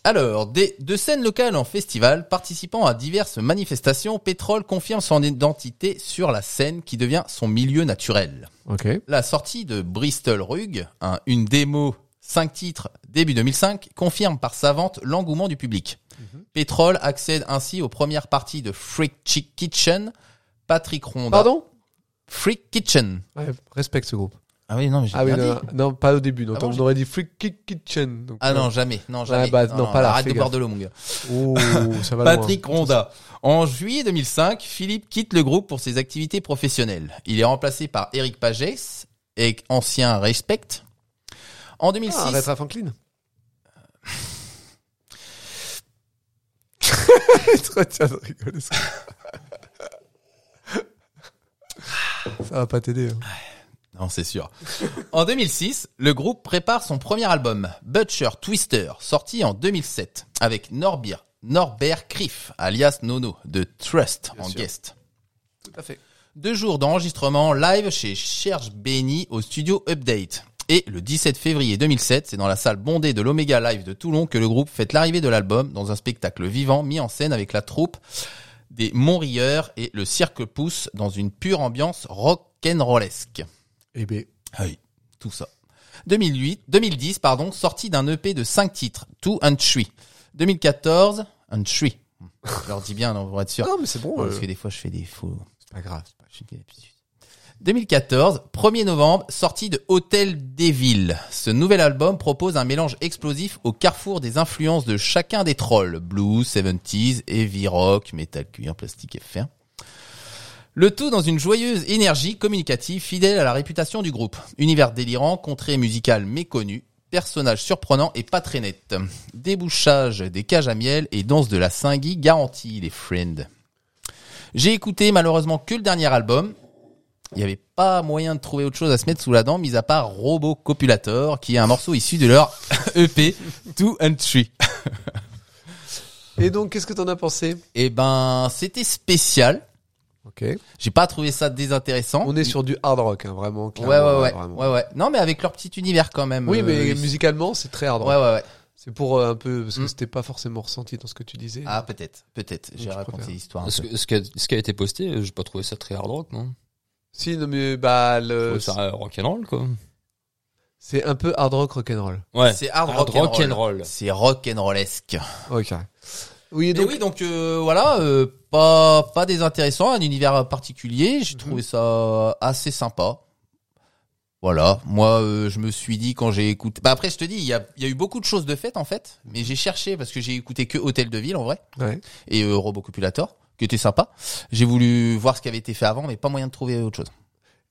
[SPEAKER 1] Alors, des, de scènes locales en festival, participant à diverses manifestations, Pétrole confirme son identité sur la scène qui devient son milieu naturel.
[SPEAKER 3] Ok.
[SPEAKER 1] La sortie de Bristol Rug, un- une démo 5 titres début 2005, confirme par sa vente l'engouement du public.
[SPEAKER 3] Mhm.
[SPEAKER 1] Pétrole accède ainsi aux premières parties de Freak Chi- Kitchen, Patrick Ronda.
[SPEAKER 3] Pardon
[SPEAKER 1] Freak Kitchen.
[SPEAKER 3] Ouais, Respecte ce groupe.
[SPEAKER 1] Ah oui, non, mais j'ai
[SPEAKER 3] Ah oui,
[SPEAKER 1] bien
[SPEAKER 3] non,
[SPEAKER 1] dit.
[SPEAKER 3] non, non, pas au début. Donc
[SPEAKER 1] Ah bon,
[SPEAKER 3] on aurait dit Freak Kick Kitchen. donc,
[SPEAKER 1] Ah
[SPEAKER 3] euh,
[SPEAKER 1] non, jamais. Non, jamais.
[SPEAKER 3] bah, non, pas là,
[SPEAKER 1] arrête
[SPEAKER 3] fais
[SPEAKER 1] de boire
[SPEAKER 3] gaffe.
[SPEAKER 1] de l'eau, mon gars.
[SPEAKER 3] Oh,
[SPEAKER 1] *laughs*
[SPEAKER 3] ça va
[SPEAKER 1] Patrick Ronda. En juillet 2005, Philippe quitte le groupe pour ses activités professionnelles. Il est remplacé par Eric Pagès, et- ancien Respect. En *laughs*
[SPEAKER 3] loin.
[SPEAKER 1] 2006,
[SPEAKER 3] Ah, Aretha Franklin. Tiens, de rigoler, ça. ça va pas t'aider. hein.
[SPEAKER 1] Non, c'est sûr. en 2006, le groupe prépare son premier album, Butcher Twister, sorti en 2007, avec Norbert, Norbert Kriff, alias Nono, de Trust
[SPEAKER 3] Bien
[SPEAKER 1] en
[SPEAKER 3] sûr.
[SPEAKER 1] guest.
[SPEAKER 3] Tout à fait.
[SPEAKER 1] Deux jours d'enregistrement live chez Serge Benny au studio Update. Et le 17 février 2007, c'est dans la salle bondée de l'Omega Live de Toulon que le groupe fête l'arrivée de l'album dans un spectacle vivant mis en scène avec la troupe des Montrieurs et le Cirque Pousse dans une pure ambiance rock'n'rollesque.
[SPEAKER 3] Eh ben,
[SPEAKER 1] Ah oui, tout ça. 2008, 2010, pardon, sortie d'un EP de 5 titres, Two and Three. 2014, and Three. Hmm, Je leur dis bien, non, pour être sûr.
[SPEAKER 3] non, mais c'est bon.
[SPEAKER 1] hein, Parce
[SPEAKER 3] euh,
[SPEAKER 1] que des fois, je fais des faux.
[SPEAKER 3] C'est pas grave. c'est pas-
[SPEAKER 1] J'ai des habitudes. 2014, 1er novembre, sortie de Hôtel des Villes. Ce nouvel album propose un mélange explosif au carrefour des influences de chacun des trolls. Blues, 70s, heavy rock, métal cuir, plastique et fer. Le tout dans une joyeuse énergie communicative fidèle à la réputation du groupe. Univers délirant, contrée musicale méconnue, personnages surprenants et pas très nets. Débouchage des cages à miel et danse de la cinguie garantie, les friends. J'ai écouté malheureusement que le dernier album. Il n'y avait pas moyen de trouver autre chose à se mettre sous la dent, mis à part Robo Copulator, qui est un morceau issu de leur *laughs* EP Two and Three.
[SPEAKER 3] Et donc, qu'est-ce que t'en as pensé
[SPEAKER 1] Et ben, c'était spécial.
[SPEAKER 3] Ok.
[SPEAKER 1] J'ai pas trouvé ça désintéressant.
[SPEAKER 3] On est sur du hard rock, hein, vraiment.
[SPEAKER 1] Ouais,
[SPEAKER 3] clairement,
[SPEAKER 1] ouais, ouais, ouais,
[SPEAKER 3] vraiment.
[SPEAKER 1] ouais. Non, mais avec leur petit univers quand même.
[SPEAKER 3] Oui,
[SPEAKER 1] euh,
[SPEAKER 3] mais
[SPEAKER 1] ils-
[SPEAKER 3] musicalement, c'est très hard rock.
[SPEAKER 1] Ouais, ouais, ouais.
[SPEAKER 3] C'est pour euh, un peu parce que
[SPEAKER 1] Mm.
[SPEAKER 3] c'était pas forcément ressenti dans ce que tu disais.
[SPEAKER 1] Ah, peut-être, peut-être. J'ai
[SPEAKER 3] je
[SPEAKER 1] raconté
[SPEAKER 3] préfère.
[SPEAKER 1] l'histoire. un
[SPEAKER 2] Ce,
[SPEAKER 1] peu.
[SPEAKER 2] que- ce qui a, ce qui a été posté, euh, j'ai pas trouvé ça très hard rock, non.
[SPEAKER 3] Si, non, mais bah
[SPEAKER 2] J'ai
[SPEAKER 3] le,
[SPEAKER 2] trouvé ça euh, rock'n'roll, quoi.
[SPEAKER 3] c'est un peu hard rock rock'n'roll.
[SPEAKER 2] Ouais.
[SPEAKER 1] C'est hard,
[SPEAKER 2] Hard
[SPEAKER 1] rock, and roll.
[SPEAKER 2] rock'n'roll.
[SPEAKER 1] C'est rock and rollesque.
[SPEAKER 3] Ok. Oui, et
[SPEAKER 1] Mais
[SPEAKER 3] donc
[SPEAKER 1] oui, donc euh, voilà, euh, pas pas désintéressant, un univers particulier.
[SPEAKER 3] Mhm.
[SPEAKER 1] J'ai trouvé ça assez sympa. Voilà, moi euh, je me suis dit quand j'ai écouté. Bah après je te dis, il y a, il y a eu beaucoup de choses de faites en fait, mais j'ai cherché parce que j'ai écouté que Hôtel de Ville en vrai
[SPEAKER 3] ouais.
[SPEAKER 1] et euh, Robocopulator qui était sympa. J'ai voulu voir ce qui avait été fait avant, mais pas moyen de trouver autre chose.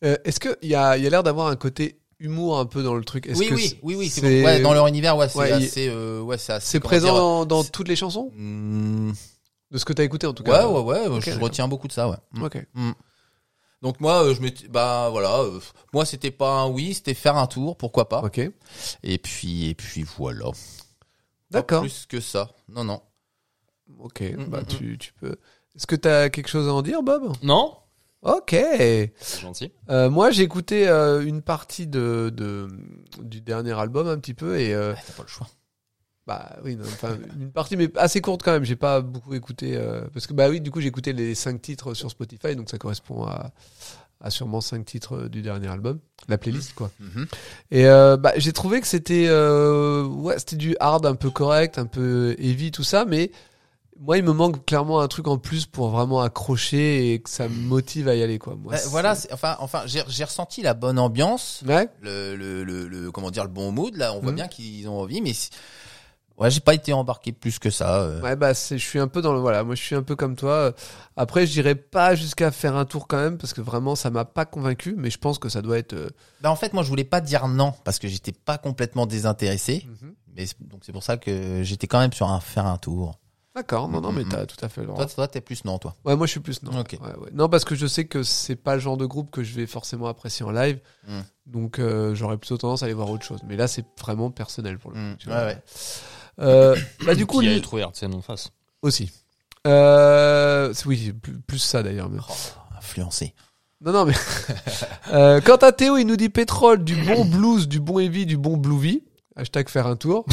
[SPEAKER 3] Euh, Est-ce que il y a, il y a l'air d'avoir un côté humour un peu dans le truc Est-ce
[SPEAKER 1] Oui,
[SPEAKER 3] que
[SPEAKER 1] oui,
[SPEAKER 3] c'est-
[SPEAKER 1] oui, oui, c'est bon. Ouais, dans leur univers, ouais, c'est
[SPEAKER 3] Ouais, il-
[SPEAKER 1] assez, euh, ouais, c'est assez.
[SPEAKER 3] c'est
[SPEAKER 1] comment
[SPEAKER 3] présent
[SPEAKER 1] dire,
[SPEAKER 3] dans, dans
[SPEAKER 1] c'est-
[SPEAKER 3] toutes les chansons
[SPEAKER 1] Hmm,
[SPEAKER 3] de ce que t'as écouté en tout
[SPEAKER 1] ouais, ouais,
[SPEAKER 3] cas.
[SPEAKER 1] ouais,
[SPEAKER 3] Ok,
[SPEAKER 1] je
[SPEAKER 3] d'accord. Mm.
[SPEAKER 1] retiens beaucoup de ça, ouais.
[SPEAKER 3] Ok.
[SPEAKER 1] Donc moi, euh, je m'étais, bah voilà, euh, moi c'était pas un oui, c'était faire un tour, pourquoi pas.
[SPEAKER 3] Ok.
[SPEAKER 1] Et puis et puis voilà. Pas
[SPEAKER 3] D'accord.
[SPEAKER 1] Plus que ça. Non non.
[SPEAKER 3] Ok.
[SPEAKER 1] Mm,
[SPEAKER 3] Bah
[SPEAKER 1] mm,
[SPEAKER 3] tu, tu peux. Est-ce que t'as quelque chose à en dire, Bob
[SPEAKER 2] Non
[SPEAKER 3] Ok.
[SPEAKER 2] C'est gentil.
[SPEAKER 3] Euh, moi, j'ai écouté euh, une partie de, de du dernier album un petit peu et euh,
[SPEAKER 1] Ah, T'as pas le choix.
[SPEAKER 3] bah oui, non, enfin une partie mais assez courte quand même. J'ai pas beaucoup écouté euh, parce que bah oui, du coup, j'ai écouté les cinq titres sur Spotify, donc ça correspond à, à sûrement cinq titres euh, du dernier album, la playlist quoi. Et euh, bah, j'ai trouvé que c'était euh, ouais, c'était du hard un peu correct, un peu heavy tout ça, mais moi, il me manque clairement un truc en plus pour vraiment accrocher et que ça me motive à y aller quoi. Moi,
[SPEAKER 1] Bah,
[SPEAKER 3] c'est-
[SPEAKER 1] voilà. c'est- Enfin enfin j'ai j'ai ressenti la bonne ambiance,
[SPEAKER 3] Ouais.
[SPEAKER 1] le, le, le, le- comment dire le bon mood là. On voit
[SPEAKER 3] Mhm.
[SPEAKER 1] bien qu'ils ont envie, mais si- ouais j'ai pas été embarqué plus que ça. euh.
[SPEAKER 3] Ouais bah c'est, je suis un peu dans le voilà, moi je suis un peu comme toi. Euh, Après je dirais pas jusqu'à faire un tour quand même parce que vraiment ça m'a pas convaincu, mais je pense que ça doit être. euh,
[SPEAKER 1] Bah en fait moi je voulais pas dire non parce que j'étais pas complètement désintéressé, mais c'est- donc c'est pour ça que j'étais quand même sur un faire un tour.
[SPEAKER 3] D'accord, non non mais
[SPEAKER 1] Mhm.
[SPEAKER 3] t'as tout à fait le
[SPEAKER 1] Toi
[SPEAKER 3] droit.
[SPEAKER 1] toi t'es plus non toi.
[SPEAKER 3] Ouais moi je suis plus non.
[SPEAKER 1] Ok.
[SPEAKER 3] Ouais, ouais. Non parce que je sais que c'est pas le genre de groupe que je vais forcément apprécier en live,
[SPEAKER 1] Mm.
[SPEAKER 3] donc euh, j'aurais plutôt tendance à aller voir autre chose. Mais là c'est vraiment personnel pour le.
[SPEAKER 1] Mm.
[SPEAKER 3] coup, tu
[SPEAKER 1] Ouais,
[SPEAKER 3] vois.
[SPEAKER 1] ouais.
[SPEAKER 3] Euh, bah du coup
[SPEAKER 2] Qui
[SPEAKER 3] le-
[SPEAKER 2] a trouvé hard, c'est non face.
[SPEAKER 3] aussi. Euh, oui plus, plus ça d'ailleurs. Mais...
[SPEAKER 1] Influencé.
[SPEAKER 3] Non, non, mais. *laughs* Euh, quant à Théo, il nous dit pétrole, du
[SPEAKER 1] *clears throat*
[SPEAKER 3] bon blues, du bon heavy, du bon blouvy. Hashtag faire
[SPEAKER 1] *laughs*
[SPEAKER 3] un tour.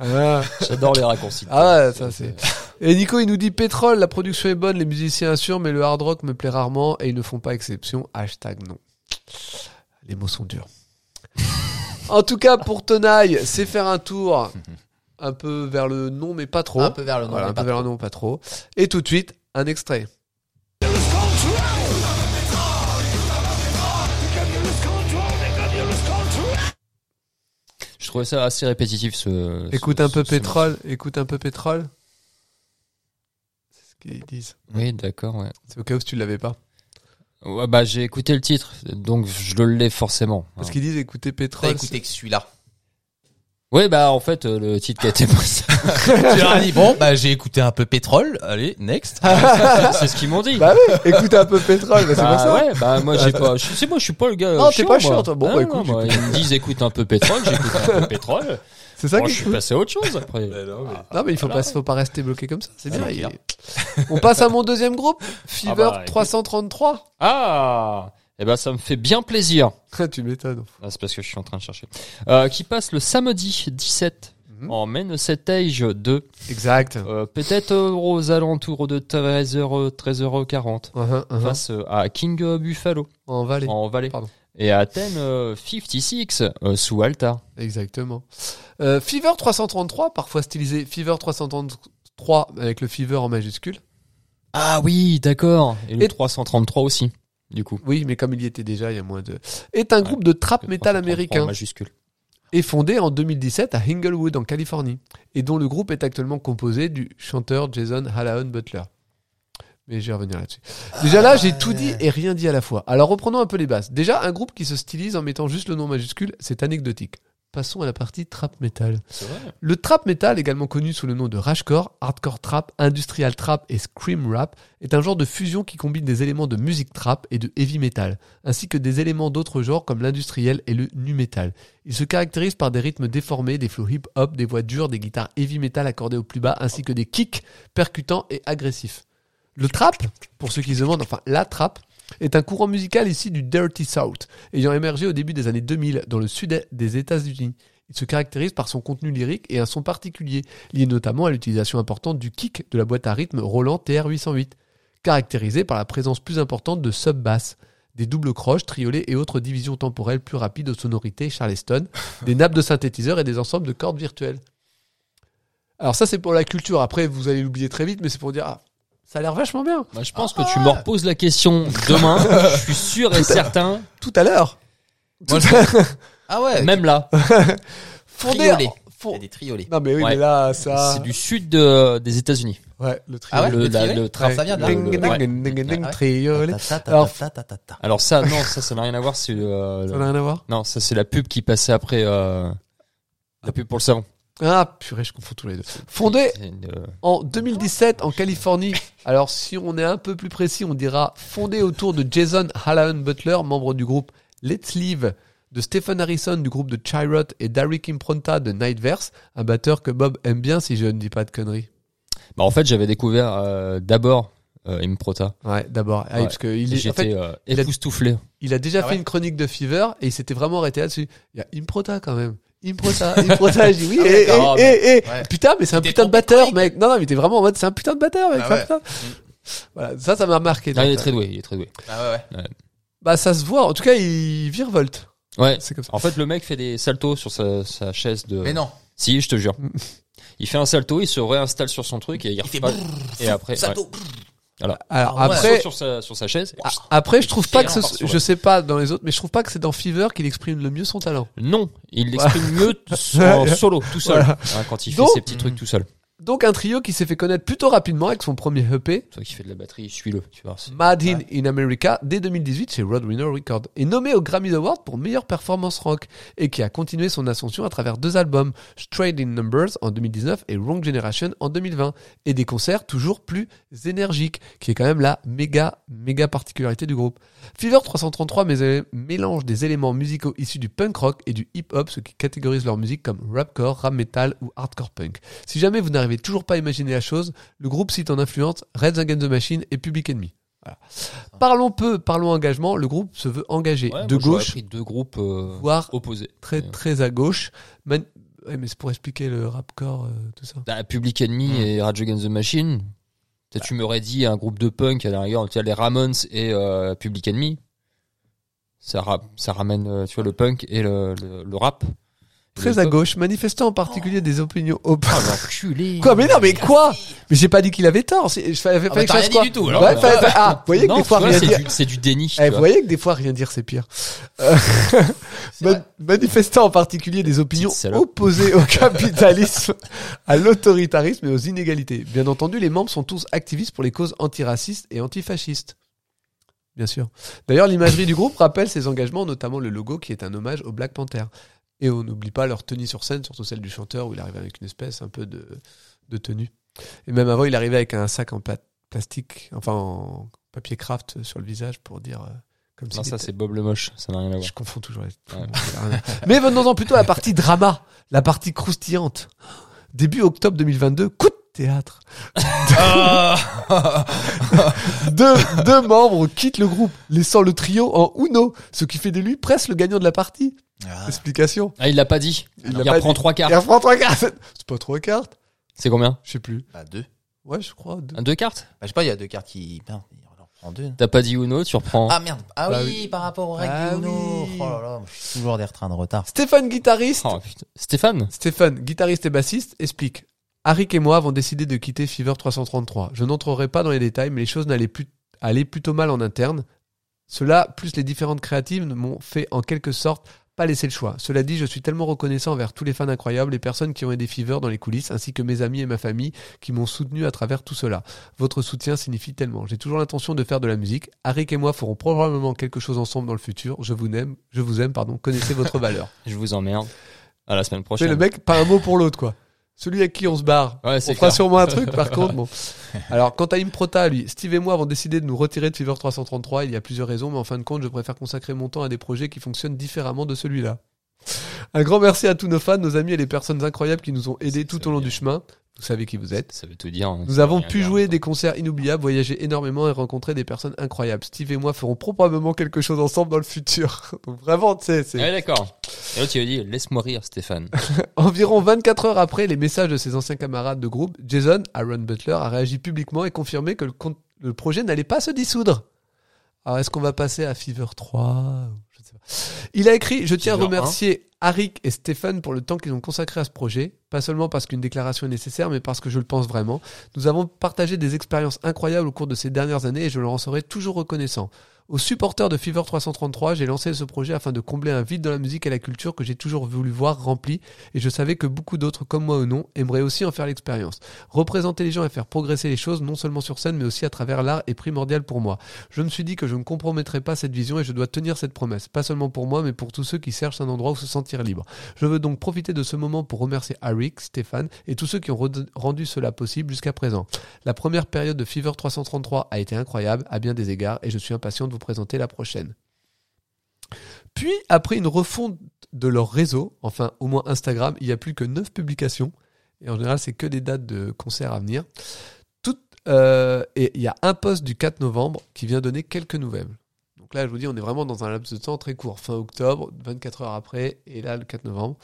[SPEAKER 3] Ah.
[SPEAKER 2] J'adore les raccourcis.
[SPEAKER 3] Ah ouais, ça, c'est- Et Nico, il nous dit pétrole, la production est bonne, les musiciens assurent, mais le hard rock me plaît rarement et ils ne font pas exception. Hashtag non. Les mots sont durs. en tout cas, pour Tenaille, c'est faire un tour un peu vers le non, mais pas trop.
[SPEAKER 1] Un peu vers le nom.
[SPEAKER 3] Voilà,
[SPEAKER 1] mais
[SPEAKER 3] un
[SPEAKER 1] pas
[SPEAKER 3] peu vers le non, pas trop. Et tout de suite, un extrait.
[SPEAKER 2] Je trouvais ça assez répétitif ce.
[SPEAKER 3] Écoute
[SPEAKER 2] ce-
[SPEAKER 3] un peu
[SPEAKER 2] ce- ce-
[SPEAKER 3] pétrole, écoute un peu pétrole. C'est ce qu'ils disent.
[SPEAKER 2] Oui, d'accord, ouais.
[SPEAKER 3] C'est au cas où si tu l'avais pas.
[SPEAKER 2] Ouais, bah, j'ai écouté le titre, donc je le l'ai forcément.
[SPEAKER 3] Parce qu'ils disent écouter
[SPEAKER 1] T'as
[SPEAKER 3] pétrole.
[SPEAKER 1] écouté que celui-là.
[SPEAKER 2] Oui, bah en fait, euh, le titre qui a *laughs* été posté,
[SPEAKER 1] Tu leur as dit, bon, bah, j'ai écouté un peu pétrole. Allez, next.
[SPEAKER 2] c'est ce qu'ils m'ont dit.
[SPEAKER 3] Bah oui, écoute un peu pétrole, bah, c'est
[SPEAKER 2] Bah
[SPEAKER 3] pas ça.
[SPEAKER 2] ouais, bah moi j'ai pas, je sais moi je suis pas le gars.
[SPEAKER 3] Non, t'es pas
[SPEAKER 2] moi.
[SPEAKER 3] chiant, toi. Bon,
[SPEAKER 2] Ah,
[SPEAKER 3] bah,
[SPEAKER 2] non,
[SPEAKER 3] écoute,
[SPEAKER 2] moi, ils me disent écoute un peu pétrole, j'écoute un
[SPEAKER 3] *laughs*
[SPEAKER 2] peu pétrole.
[SPEAKER 3] C'est ça
[SPEAKER 2] Bon,
[SPEAKER 3] que
[SPEAKER 2] Oh, je suis Ah passé à autre chose après.
[SPEAKER 3] Non, mais il faut pas, faut pas rester bloqué comme ça. C'est bien.
[SPEAKER 2] c'est
[SPEAKER 3] il-
[SPEAKER 2] Ah, clair.
[SPEAKER 3] *laughs* On passe à mon deuxième groupe, Fever
[SPEAKER 2] Ah bah, écoute.
[SPEAKER 3] 333.
[SPEAKER 2] Ah, et ben ça me fait bien plaisir.
[SPEAKER 3] *laughs* tu m'étonnes.
[SPEAKER 2] Ah, c'est parce que je suis en train de chercher. Euh, qui passe le samedi 17
[SPEAKER 3] Mhm.
[SPEAKER 2] en main setage 2.
[SPEAKER 3] Exact.
[SPEAKER 2] Euh, Peut-être euh, aux alentours de 13h, 13h40.
[SPEAKER 3] Uh-huh, uh-huh.
[SPEAKER 2] Face euh, à King euh, Buffalo
[SPEAKER 3] En Valais.
[SPEAKER 2] en Valais.
[SPEAKER 3] Pardon.
[SPEAKER 2] Et à Athènes euh, 56 euh, sous Altar.
[SPEAKER 3] Exactement. Euh, Fever 333, parfois stylisé Fever 333 avec le Fever en majuscule.
[SPEAKER 2] Ah oui, d'accord. Et le
[SPEAKER 3] Et-
[SPEAKER 2] 333 aussi, du coup.
[SPEAKER 3] Oui, mais comme il y était déjà, il y a moins de. Est un groupe de trap
[SPEAKER 2] Le
[SPEAKER 3] metal
[SPEAKER 2] 333 en
[SPEAKER 3] américain
[SPEAKER 2] Majuscule.
[SPEAKER 3] et fondé en 2017 à Inglewood en Californie et dont le groupe est actuellement composé du chanteur Jason Hallahan Butler. Mais je vais revenir là-dessus. Déjà là, j'ai tout dit et rien dit à la fois. Alors reprenons un peu les bases. Déjà, un groupe qui se stylise en mettant juste le nom majuscule, c'est anecdotique. Passons à la partie trap metal.
[SPEAKER 2] C'est vrai.
[SPEAKER 3] Le trap metal, également connu sous le nom de rashcore, hardcore trap, industrial trap et scream rap, est un genre de fusion qui combine des éléments de musique trap et de heavy metal, ainsi que des éléments d'autres genres comme l'industriel et le nu metal. Il se caractérise par des rythmes déformés, des flows hip hop, des voix dures, des guitares heavy metal accordées au plus bas, ainsi que des kicks percutants et agressifs. Le trap, pour ceux qui se demandent, enfin la trap, est un courant musical issu du Dirty South, ayant émergé au début des années 2000 dans le sud des États-Unis. Il se caractérise par son contenu lyrique et un son particulier, lié notamment à l'utilisation importante du kick de la boîte à rythme Roland TR-808, caractérisé par la présence plus importante de sub-basses, des doubles croches, triolets et autres divisions temporelles plus rapides aux sonorités Charleston, des nappes de synthétiseurs et des ensembles de cordes virtuelles. Alors ça c'est pour la culture, après vous allez l'oublier très vite, mais c'est pour dire, ah, ça a l'air vachement bien.
[SPEAKER 2] Bah, je pense
[SPEAKER 3] Ah.
[SPEAKER 2] que tu me reposes la question *laughs* demain. je suis sûr et certain,
[SPEAKER 3] Tout à l'heure.
[SPEAKER 1] Moi, je- Ah ouais.
[SPEAKER 2] même là.
[SPEAKER 3] Fondé
[SPEAKER 1] Triolet.
[SPEAKER 3] fond-
[SPEAKER 1] Il y a des triolets.
[SPEAKER 3] Non mais oui,
[SPEAKER 2] Ouais.
[SPEAKER 3] mais là ça...
[SPEAKER 2] C'est du sud de- des États-Unis.
[SPEAKER 3] Ouais, le trio.
[SPEAKER 1] Ah ouais,
[SPEAKER 2] le,
[SPEAKER 1] des triolets
[SPEAKER 2] le trap.
[SPEAKER 1] Ça vient de là.
[SPEAKER 2] Le- le-
[SPEAKER 3] Ding,
[SPEAKER 2] ouais.
[SPEAKER 3] ding, ding, ding,
[SPEAKER 1] Ouais. Ah,
[SPEAKER 3] triolet. Alors-
[SPEAKER 1] Ta-ta-ta-ta-ta-ta-ta.
[SPEAKER 2] Alors ça, non, ça, ça n'a rien à voir. C'est euh,
[SPEAKER 3] Ça n'a rien à voir
[SPEAKER 2] non, ça c'est la pub qui passait après. euh, la pub pour le savon.
[SPEAKER 3] Ah purée, je confonds tous les deux. Fondé
[SPEAKER 2] C'est une, euh,
[SPEAKER 3] en 2017 en Californie. Alors si on est un peu plus précis, on dira fondé autour de Jason Hallahan Butler, membre du groupe Let's Live, de Stephen Harrison du groupe de Chirot et Derek Impronta de Nightverse, un batteur que Bob aime bien si je ne dis pas de conneries.
[SPEAKER 2] Bah, en fait, j'avais découvert euh, d'abord euh, Improta.
[SPEAKER 3] Ouais, d'abord, ah,
[SPEAKER 2] Ouais.
[SPEAKER 3] parce que il, est, en fait,
[SPEAKER 2] J'étais euh,
[SPEAKER 3] il a-
[SPEAKER 2] époustouflé.
[SPEAKER 3] il a déjà
[SPEAKER 1] Ah
[SPEAKER 3] fait
[SPEAKER 1] ouais.
[SPEAKER 3] une chronique de Fever et il s'était vraiment arrêté là-dessus. Il y a Improta quand même. Improta,
[SPEAKER 1] *laughs*
[SPEAKER 3] Improta, je dis oui,
[SPEAKER 1] Ah ouais,
[SPEAKER 3] eh, eh,
[SPEAKER 2] d'accord,
[SPEAKER 3] eh, eh.
[SPEAKER 1] Ouais.
[SPEAKER 3] putain, mais c'est un
[SPEAKER 1] T'es
[SPEAKER 3] putain de
[SPEAKER 1] trop
[SPEAKER 3] batteur,
[SPEAKER 1] chronique.
[SPEAKER 3] mec. Non, non, mais t'es vraiment en mode, c'est un putain de batteur, mec.
[SPEAKER 1] Ah
[SPEAKER 3] c'est un
[SPEAKER 1] ouais. Mm.
[SPEAKER 3] putain. *laughs* Voilà, ça, ça m'a marqué.
[SPEAKER 2] Ah, il est
[SPEAKER 3] donc, euh,
[SPEAKER 2] très doué, il est très doué.
[SPEAKER 1] Ah ouais, ouais.
[SPEAKER 3] Bah ça se voit, en tout cas il virevolte.
[SPEAKER 2] Ouais,
[SPEAKER 3] C'est comme ça.
[SPEAKER 2] En fait, le mec fait des saltos sur sa, sa chaise de.
[SPEAKER 1] Mais non.
[SPEAKER 2] Si, je te jure. Il fait un salto, il se réinstalle sur son truc et il,
[SPEAKER 1] fait
[SPEAKER 2] repart- Et après, ouais.
[SPEAKER 1] Sato.
[SPEAKER 3] Alors
[SPEAKER 1] Ah ouais.
[SPEAKER 2] Il
[SPEAKER 3] après,
[SPEAKER 2] saute sur sa, sur sa chaise.
[SPEAKER 3] a- après je trouve pas que
[SPEAKER 1] Excellent,
[SPEAKER 3] ce,
[SPEAKER 1] par
[SPEAKER 3] je sais pas dans les autres, mais je trouve pas que c'est dans Fever qu'il exprime le mieux son talent.
[SPEAKER 2] Non, il l'exprime mieux t- en solo, tout seul.
[SPEAKER 3] Voilà.
[SPEAKER 2] Hein, quand il fait
[SPEAKER 3] Donc-
[SPEAKER 2] ses petits trucs tout seul.
[SPEAKER 3] Donc un trio qui s'est fait connaître plutôt rapidement avec son premier E EP,
[SPEAKER 2] Toi qui fais de la batterie, suis-le. Tu vois, c'est-
[SPEAKER 3] Mad in, in America, dès 2018 chez Roadrunner Records, et nommé au Grammy Award pour meilleure performance rock, et qui a continué son ascension à travers deux albums, Straight in Numbers en 2019 et Wrong Generation en 2020, et des concerts toujours plus énergiques, qui est quand même la méga, méga particularité du groupe. Fever 333 mais- euh, mélange des éléments musicaux issus du punk rock et du hip hop, ce qui catégorise leur musique comme rapcore, rap metal ou hardcore punk. Si jamais vous n'arrivez toujours pas à imaginer la chose, le groupe cite en influence Red Against the Machine et Public Enemy. Voilà. Parlons peu, parlons engagement. Le groupe se veut engagé
[SPEAKER 2] Ouais,
[SPEAKER 3] de
[SPEAKER 2] moi, j'aurais
[SPEAKER 3] gauche,
[SPEAKER 2] pris deux groupes euh,
[SPEAKER 3] voire
[SPEAKER 2] opposés.
[SPEAKER 3] très
[SPEAKER 2] Ouais.
[SPEAKER 3] très à gauche. Man- Ouais, mais c'est pour expliquer le rapcore, euh, tout ça.
[SPEAKER 2] Bah, Public Enemy
[SPEAKER 1] Hmm.
[SPEAKER 2] et Rage Against the Machine. Peut-être tu m'aurais dit un groupe de punk à la rigueur, tu as les Ramones et euh, Public Enemy. Ça, ra- ça ramène, euh, tu vois, le punk et le, le, le rap.
[SPEAKER 3] Très à gauche, manifestant en particulier des opinions op. *laughs*
[SPEAKER 2] Oh, l'enculé.
[SPEAKER 3] Quoi Mais non, mais quoi Mais j'ai pas dit qu'il avait tort. c'est- Je fallait- fallait
[SPEAKER 1] Ah
[SPEAKER 3] que
[SPEAKER 1] bah,
[SPEAKER 3] je
[SPEAKER 1] t'as
[SPEAKER 3] fasse
[SPEAKER 1] rien
[SPEAKER 3] quoi
[SPEAKER 1] dit du tout, alors.
[SPEAKER 3] Ouais, fallait- fallait- Ah, vous voyez que
[SPEAKER 2] Non,
[SPEAKER 3] des fois
[SPEAKER 2] tu vois,
[SPEAKER 3] rien
[SPEAKER 2] c'est
[SPEAKER 3] dire.
[SPEAKER 2] du- C'est du déni. tu
[SPEAKER 3] Eh, vous
[SPEAKER 2] vois.
[SPEAKER 3] voyez que des fois rien dire c'est pire. Euh,
[SPEAKER 1] C'est
[SPEAKER 3] man-
[SPEAKER 1] vrai.
[SPEAKER 3] manifestant en particulier des opinions
[SPEAKER 2] Petite salope.
[SPEAKER 3] opposées
[SPEAKER 2] *laughs*
[SPEAKER 3] au capitalisme, à l'autoritarisme et aux inégalités. Bien entendu, les membres sont tous activistes pour les causes antiracistes et antifascistes. Bien sûr. D'ailleurs, l'imagerie du groupe rappelle ses engagements, notamment le logo qui est un hommage au Black Panther. Et on n'oublie pas leur tenue sur scène, surtout celle du chanteur où il arrive avec une espèce un peu de, de tenue. Et même avant, il arrivait avec un sac en pla- plastique, enfin en papier craft sur le visage pour dire euh, comme
[SPEAKER 2] Non,
[SPEAKER 3] s'il
[SPEAKER 2] Ah, ça
[SPEAKER 3] était-
[SPEAKER 2] c'est Bob le moche, ça n'a rien à voir.
[SPEAKER 3] Je confonds toujours les.
[SPEAKER 2] Ouais.
[SPEAKER 3] *laughs* Mais venons-en plutôt à la partie drama, la partie croustillante. Début octobre 2022, coup de théâtre. Deux, deux membres quittent le groupe, laissant le trio en Uno, ce qui fait de lui presque le gagnant de la partie.
[SPEAKER 1] Ah.
[SPEAKER 3] Explication.
[SPEAKER 2] Ah, il l'a pas dit.
[SPEAKER 3] Il
[SPEAKER 2] Il,
[SPEAKER 3] l'a pas
[SPEAKER 2] reprend
[SPEAKER 3] dit.
[SPEAKER 2] trois
[SPEAKER 3] Il
[SPEAKER 2] cartes.
[SPEAKER 3] reprend trois cartes. C'est pas trois cartes
[SPEAKER 2] C'est combien
[SPEAKER 3] Je sais plus.
[SPEAKER 1] Bah, deux.
[SPEAKER 3] Ouais, je crois. deux.
[SPEAKER 2] Un, Deux cartes
[SPEAKER 1] Bah, je sais pas, il y a deux cartes qui. Merde, on en prend deux.
[SPEAKER 2] T'as pas dit Uno, tu reprends.
[SPEAKER 1] Ah merde. Ah
[SPEAKER 3] Bah
[SPEAKER 1] oui, par rapport aux règles
[SPEAKER 3] Ah
[SPEAKER 1] du Uno.
[SPEAKER 3] oui.
[SPEAKER 1] Oh là là, je suis toujours des retrains de retard.
[SPEAKER 3] Stéphane, guitariste.
[SPEAKER 2] Oh, putain. Stéphane
[SPEAKER 3] Stéphane, guitariste et bassiste, explique. Arik et moi avons décidé de quitter Fever 333. Je n'entrerai pas dans les détails, mais les choses n'allaient plus, allaient plutôt mal en interne. Cela, plus les différentes créatives, ne m'ont fait en quelque sorte pas laisser le choix. Cela dit, je suis tellement reconnaissant envers tous les fans incroyables, les personnes qui ont aidé Fever dans les coulisses, ainsi que mes amis et ma famille qui m'ont soutenu à travers tout cela. Votre soutien signifie tellement. J'ai toujours l'intention de faire de la musique. Arik et moi ferons probablement quelque chose ensemble dans le futur. Je vous aime, je vous aime, pardon. Connaissez votre valeur.
[SPEAKER 2] Je vous emmerde. À la semaine
[SPEAKER 3] Mais
[SPEAKER 2] prochaine.
[SPEAKER 3] le mec, pas un mot pour l'autre, quoi. Celui à qui on se barre.
[SPEAKER 2] Ouais,
[SPEAKER 3] on
[SPEAKER 2] c'est
[SPEAKER 3] fera
[SPEAKER 2] clair.
[SPEAKER 3] sûrement un truc,
[SPEAKER 2] *laughs*
[SPEAKER 3] par contre, bon. Alors, quant à Improta, lui, Steve et moi avons décidé de nous retirer de Fever 333. Il y a plusieurs raisons, mais en fin de compte, je préfère consacrer mon temps à des projets qui fonctionnent différemment de celui-là. Un grand merci à tous nos fans, nos amis et les personnes incroyables qui nous ont aidés
[SPEAKER 2] Ça,
[SPEAKER 3] tout
[SPEAKER 2] ça
[SPEAKER 3] au long
[SPEAKER 2] veut
[SPEAKER 3] du
[SPEAKER 2] dire.
[SPEAKER 3] chemin. Vous savez qui vous êtes.
[SPEAKER 2] Ça veut tout dire. hein.
[SPEAKER 3] Nous
[SPEAKER 2] Ça
[SPEAKER 3] avons
[SPEAKER 2] veut rien
[SPEAKER 3] pu
[SPEAKER 2] dire, en
[SPEAKER 3] jouer
[SPEAKER 2] même
[SPEAKER 3] des concerts inoubliables, voyager énormément et rencontrer des personnes incroyables. Steve et moi ferons probablement quelque chose ensemble dans le futur. *laughs* Donc vraiment, tu sais,
[SPEAKER 2] temps.
[SPEAKER 3] c'est...
[SPEAKER 2] Ah, ouais, d'accord. Et l'autre, il a dit Laisse-moi rire,
[SPEAKER 3] *laughs*
[SPEAKER 2] Stéphane.
[SPEAKER 3] Environ 24 heures après les messages de ses anciens camarades de groupe, Jason, Aaron Butler, a réagi publiquement et confirmé que le, con- le projet n'allait pas se dissoudre. Alors est-ce qu'on va passer à Fever 3 Je ne sais pas. Il a écrit Je tiens à
[SPEAKER 2] Fever
[SPEAKER 3] remercier Arik et Stéphane pour le temps qu'ils ont consacré à ce projet, pas seulement parce qu'une déclaration est nécessaire, mais parce que je le pense vraiment. Nous avons partagé des expériences incroyables au cours de ces dernières années et je leur en serai toujours reconnaissant. Aux supporters de Fever 333, j'ai lancé ce projet afin de combler un vide dans la musique et la culture que j'ai toujours voulu voir rempli et je savais que beaucoup d'autres, comme moi ou non, aimeraient aussi en faire l'expérience. Représenter les gens et faire progresser les choses, non seulement sur scène, mais aussi à travers l'art, est primordial pour moi. Je me suis dit que je ne compromettrais pas cette vision et je dois tenir cette promesse, pas seulement pour moi, mais pour tous ceux qui cherchent un endroit où se sentir libre. Je veux donc profiter de ce moment pour remercier Arik, Stéphane et tous ceux qui ont red- rendu cela possible jusqu'à présent. La première période de Fever 333 a été incroyable à bien des égards et je suis impatient de vous présenter la prochaine. Puis, après une refonte de leur réseau, enfin au moins Instagram, il n'y a plus que 9 publications. Et en général, c'est que des dates de concerts à venir. Toutes, euh, et il y a un post du 4 novembre qui vient donner quelques nouvelles. Donc là, je vous dis, on est vraiment dans un laps de temps très court. Fin octobre, 24 heures après, et là, le 4 novembre.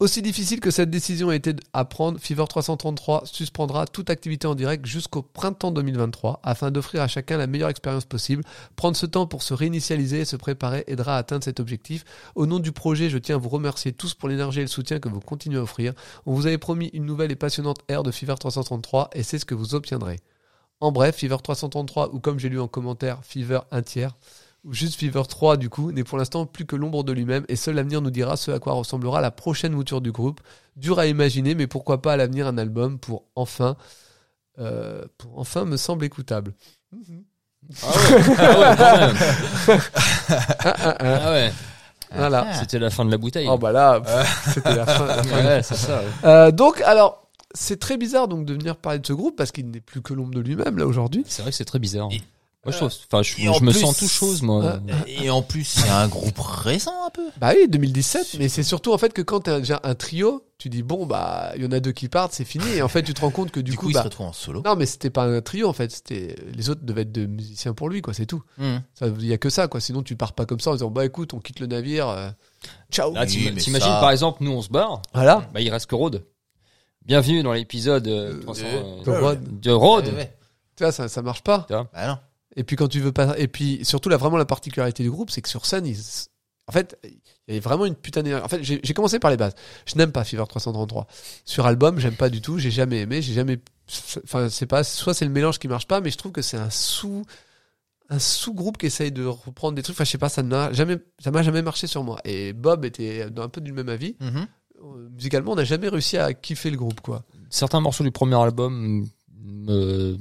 [SPEAKER 3] Aussi difficile que cette décision a été à prendre, Fever 333 suspendra toute activité en direct jusqu'au printemps 2023 afin d'offrir à chacun la meilleure expérience possible. Prendre ce temps pour se réinitialiser et se préparer aidera à atteindre cet objectif. Au nom du projet, je tiens à vous remercier tous pour l'énergie et le soutien que vous continuez à offrir. On vous avait promis une nouvelle et passionnante ère de Fever 333 et c'est ce que vous obtiendrez. En bref, Fever 333 ou comme j'ai lu en commentaire, Fever 1 tiers ou juste Fever 3 du coup, n'est pour l'instant plus que l'ombre de lui-même et seul l'avenir nous dira ce à quoi ressemblera la prochaine mouture du groupe. Dur à imaginer, mais pourquoi pas à l'avenir un album pour enfin, euh, pour enfin me semble écoutable.
[SPEAKER 2] Ah ouais, ah ouais, quand même.
[SPEAKER 3] Ah, ah, ah.
[SPEAKER 2] Ah ouais.
[SPEAKER 3] Voilà.
[SPEAKER 1] Ah.
[SPEAKER 2] C'était la fin de la bouteille.
[SPEAKER 3] Oh bah là, pff, c'était la fin, la fin
[SPEAKER 2] ouais, c'est ça. ouais.
[SPEAKER 3] Euh, donc, alors, c'est très bizarre donc de venir parler de ce groupe parce qu'il n'est plus que l'ombre de lui-même là aujourd'hui.
[SPEAKER 2] C'est vrai que c'est très bizarre.
[SPEAKER 1] Et-
[SPEAKER 2] moi, je trouve. Enfin, je,
[SPEAKER 1] Et en
[SPEAKER 2] je me
[SPEAKER 1] plus-
[SPEAKER 2] sens tout chose, moi.
[SPEAKER 1] Et en plus, c'est un groupe récent un peu.
[SPEAKER 3] Bah oui, 2017, mais c'est surtout en fait que quand t'as déjà un trio, tu dis bon bah il y en a deux qui partent, c'est fini. Et en fait, tu te rends compte que du,
[SPEAKER 1] Du coup, il se
[SPEAKER 3] bah,
[SPEAKER 1] retrouve en solo.
[SPEAKER 3] non mais c'était pas un trio en fait, c'était les autres devaient être deux musiciens pour lui quoi, c'est tout.
[SPEAKER 1] Hmm.
[SPEAKER 3] Ça, Il y a que ça quoi. Sinon tu pars pas comme ça en disant bah écoute on quitte le navire, euh, ciao.
[SPEAKER 2] Là,
[SPEAKER 1] Oh, Oui,
[SPEAKER 2] t'im-
[SPEAKER 1] mais
[SPEAKER 2] t'imagines,
[SPEAKER 1] ça-
[SPEAKER 2] par exemple, nous, on se barre.
[SPEAKER 3] Voilà.
[SPEAKER 2] Bah, il reste que Rhodes. Bienvenue dans l'épisode euh,
[SPEAKER 1] Euh,
[SPEAKER 2] 300,
[SPEAKER 1] de-
[SPEAKER 2] euh,
[SPEAKER 3] Donc, Rod,
[SPEAKER 2] de Rhodes.
[SPEAKER 1] Eh, Ouais, ouais.
[SPEAKER 3] tu vois, ça, ça marche pas.
[SPEAKER 1] Bah non.
[SPEAKER 3] Et puis quand tu veux pas, et puis surtout là vraiment la particularité du groupe, c'est que sur scène, ils- en fait, il y a vraiment une putain d'énergie. En fait, j'ai j'ai commencé par les bases. Je n'aime pas Fever 333. Sur album, j'aime pas du tout. J'ai jamais aimé. J'ai jamais. Enfin, c'est pas. Soit c'est le mélange qui marche pas, mais je trouve que c'est un sous un sous-groupe qui essaye de reprendre des trucs. Enfin, je sais pas. Ça n'a jamais. Ça m'a jamais marché sur moi. Et Bob était dans un peu du même avis.
[SPEAKER 1] Mhm.
[SPEAKER 3] Euh, Musicalement, on n'a jamais réussi à kiffer le groupe, quoi.
[SPEAKER 2] Certains morceaux du premier album me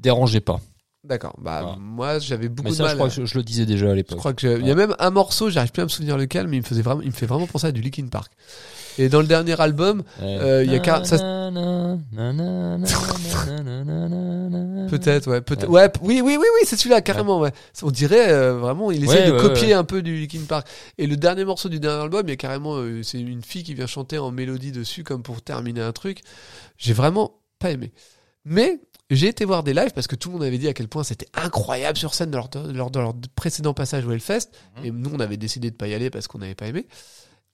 [SPEAKER 2] dérangeaient pas.
[SPEAKER 3] D'accord. Bah,
[SPEAKER 2] Voilà.
[SPEAKER 3] moi, j'avais beaucoup
[SPEAKER 2] Mais
[SPEAKER 3] de
[SPEAKER 2] ça,
[SPEAKER 3] mal.
[SPEAKER 2] je crois que je, je le disais déjà à
[SPEAKER 3] Je
[SPEAKER 2] l'époque.
[SPEAKER 3] crois que j'ai- il y a même un morceau, j'arrive plus à me souvenir lequel, mais il me faisait vraiment, il me fait vraiment penser à du Linkin Park. Et dans le dernier album, euh, il y a car- ça-
[SPEAKER 2] *laughs* Mhm.
[SPEAKER 3] peut-être, ouais, peut-être, ouais, p- oui, oui, oui, oui, c'est celui-là carrément, ouais. On dirait euh, vraiment, il essaie
[SPEAKER 2] Ouais,
[SPEAKER 3] de
[SPEAKER 2] ouais,
[SPEAKER 3] copier
[SPEAKER 2] ouais.
[SPEAKER 3] un peu du Linkin Park. Et le dernier morceau du dernier album, il y a carrément, euh, c'est une fille qui vient chanter en mélodie dessus, comme pour terminer un truc. J'ai vraiment pas aimé. Mais j'ai été voir des lives parce que tout le monde avait dit à quel point c'était incroyable sur scène dans leur, leur- dans leur précédent passage au Hellfest.
[SPEAKER 1] Mhm.
[SPEAKER 3] Et nous, on avait décidé de pas y aller parce qu'on n'avait pas aimé.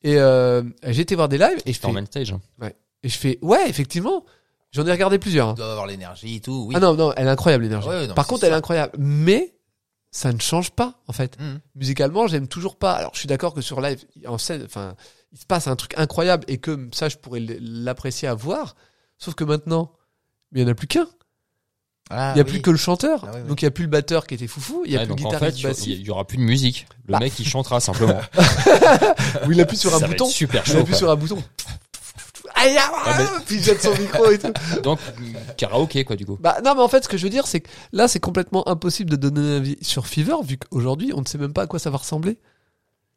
[SPEAKER 3] Et euh, j'ai été voir des lives et je fais,
[SPEAKER 2] Storm and Stage.
[SPEAKER 3] et je fais, ouais, effectivement, j'en ai regardé plusieurs. hein.
[SPEAKER 1] Ils doivent avoir l'énergie et tout. Oui.
[SPEAKER 3] Ah non, non, elle est incroyable l'énergie.
[SPEAKER 1] Ouais, ouais, non,
[SPEAKER 3] Par
[SPEAKER 1] mais
[SPEAKER 3] contre,
[SPEAKER 1] c'est
[SPEAKER 3] elle est
[SPEAKER 1] sûr.
[SPEAKER 3] incroyable. Mais ça ne change pas, en fait.
[SPEAKER 1] Mhm.
[SPEAKER 3] Musicalement, j'aime toujours pas. Alors, je suis d'accord que sur live, en scène, enfin, il se passe un truc incroyable et que ça, je pourrais l'apprécier à voir. Sauf que maintenant, il y en a plus qu'un.
[SPEAKER 1] Ah
[SPEAKER 3] il y a
[SPEAKER 1] oui.
[SPEAKER 3] plus que le chanteur.
[SPEAKER 1] Ah oui, oui.
[SPEAKER 3] Donc, il y a plus le batteur qui était foufou. Il y a
[SPEAKER 2] Ouais,
[SPEAKER 3] plus le
[SPEAKER 2] donc en fait,
[SPEAKER 3] guitariste
[SPEAKER 2] il y aura-
[SPEAKER 3] bassiste.
[SPEAKER 2] il y aura plus de musique. Le
[SPEAKER 3] Bah.
[SPEAKER 2] mec, il chantera simplement.
[SPEAKER 3] Ou il appuie *laughs* sur un
[SPEAKER 2] *laughs* Ça va
[SPEAKER 3] bouton.
[SPEAKER 2] être super
[SPEAKER 3] Il
[SPEAKER 2] chaud.
[SPEAKER 3] appuie sur un
[SPEAKER 2] *laughs*
[SPEAKER 3] bouton. Aïe, ah,
[SPEAKER 2] Ouais,
[SPEAKER 3] Puis il jette son micro et tout.
[SPEAKER 2] quoi. Donc karaoké quoi du coup.
[SPEAKER 3] Bah non, mais en fait, ce que je veux dire, c'est que là, c'est complètement impossible de donner un avis sur Fever, vu qu'aujourd'hui, on ne sait même pas à quoi ça va ressembler.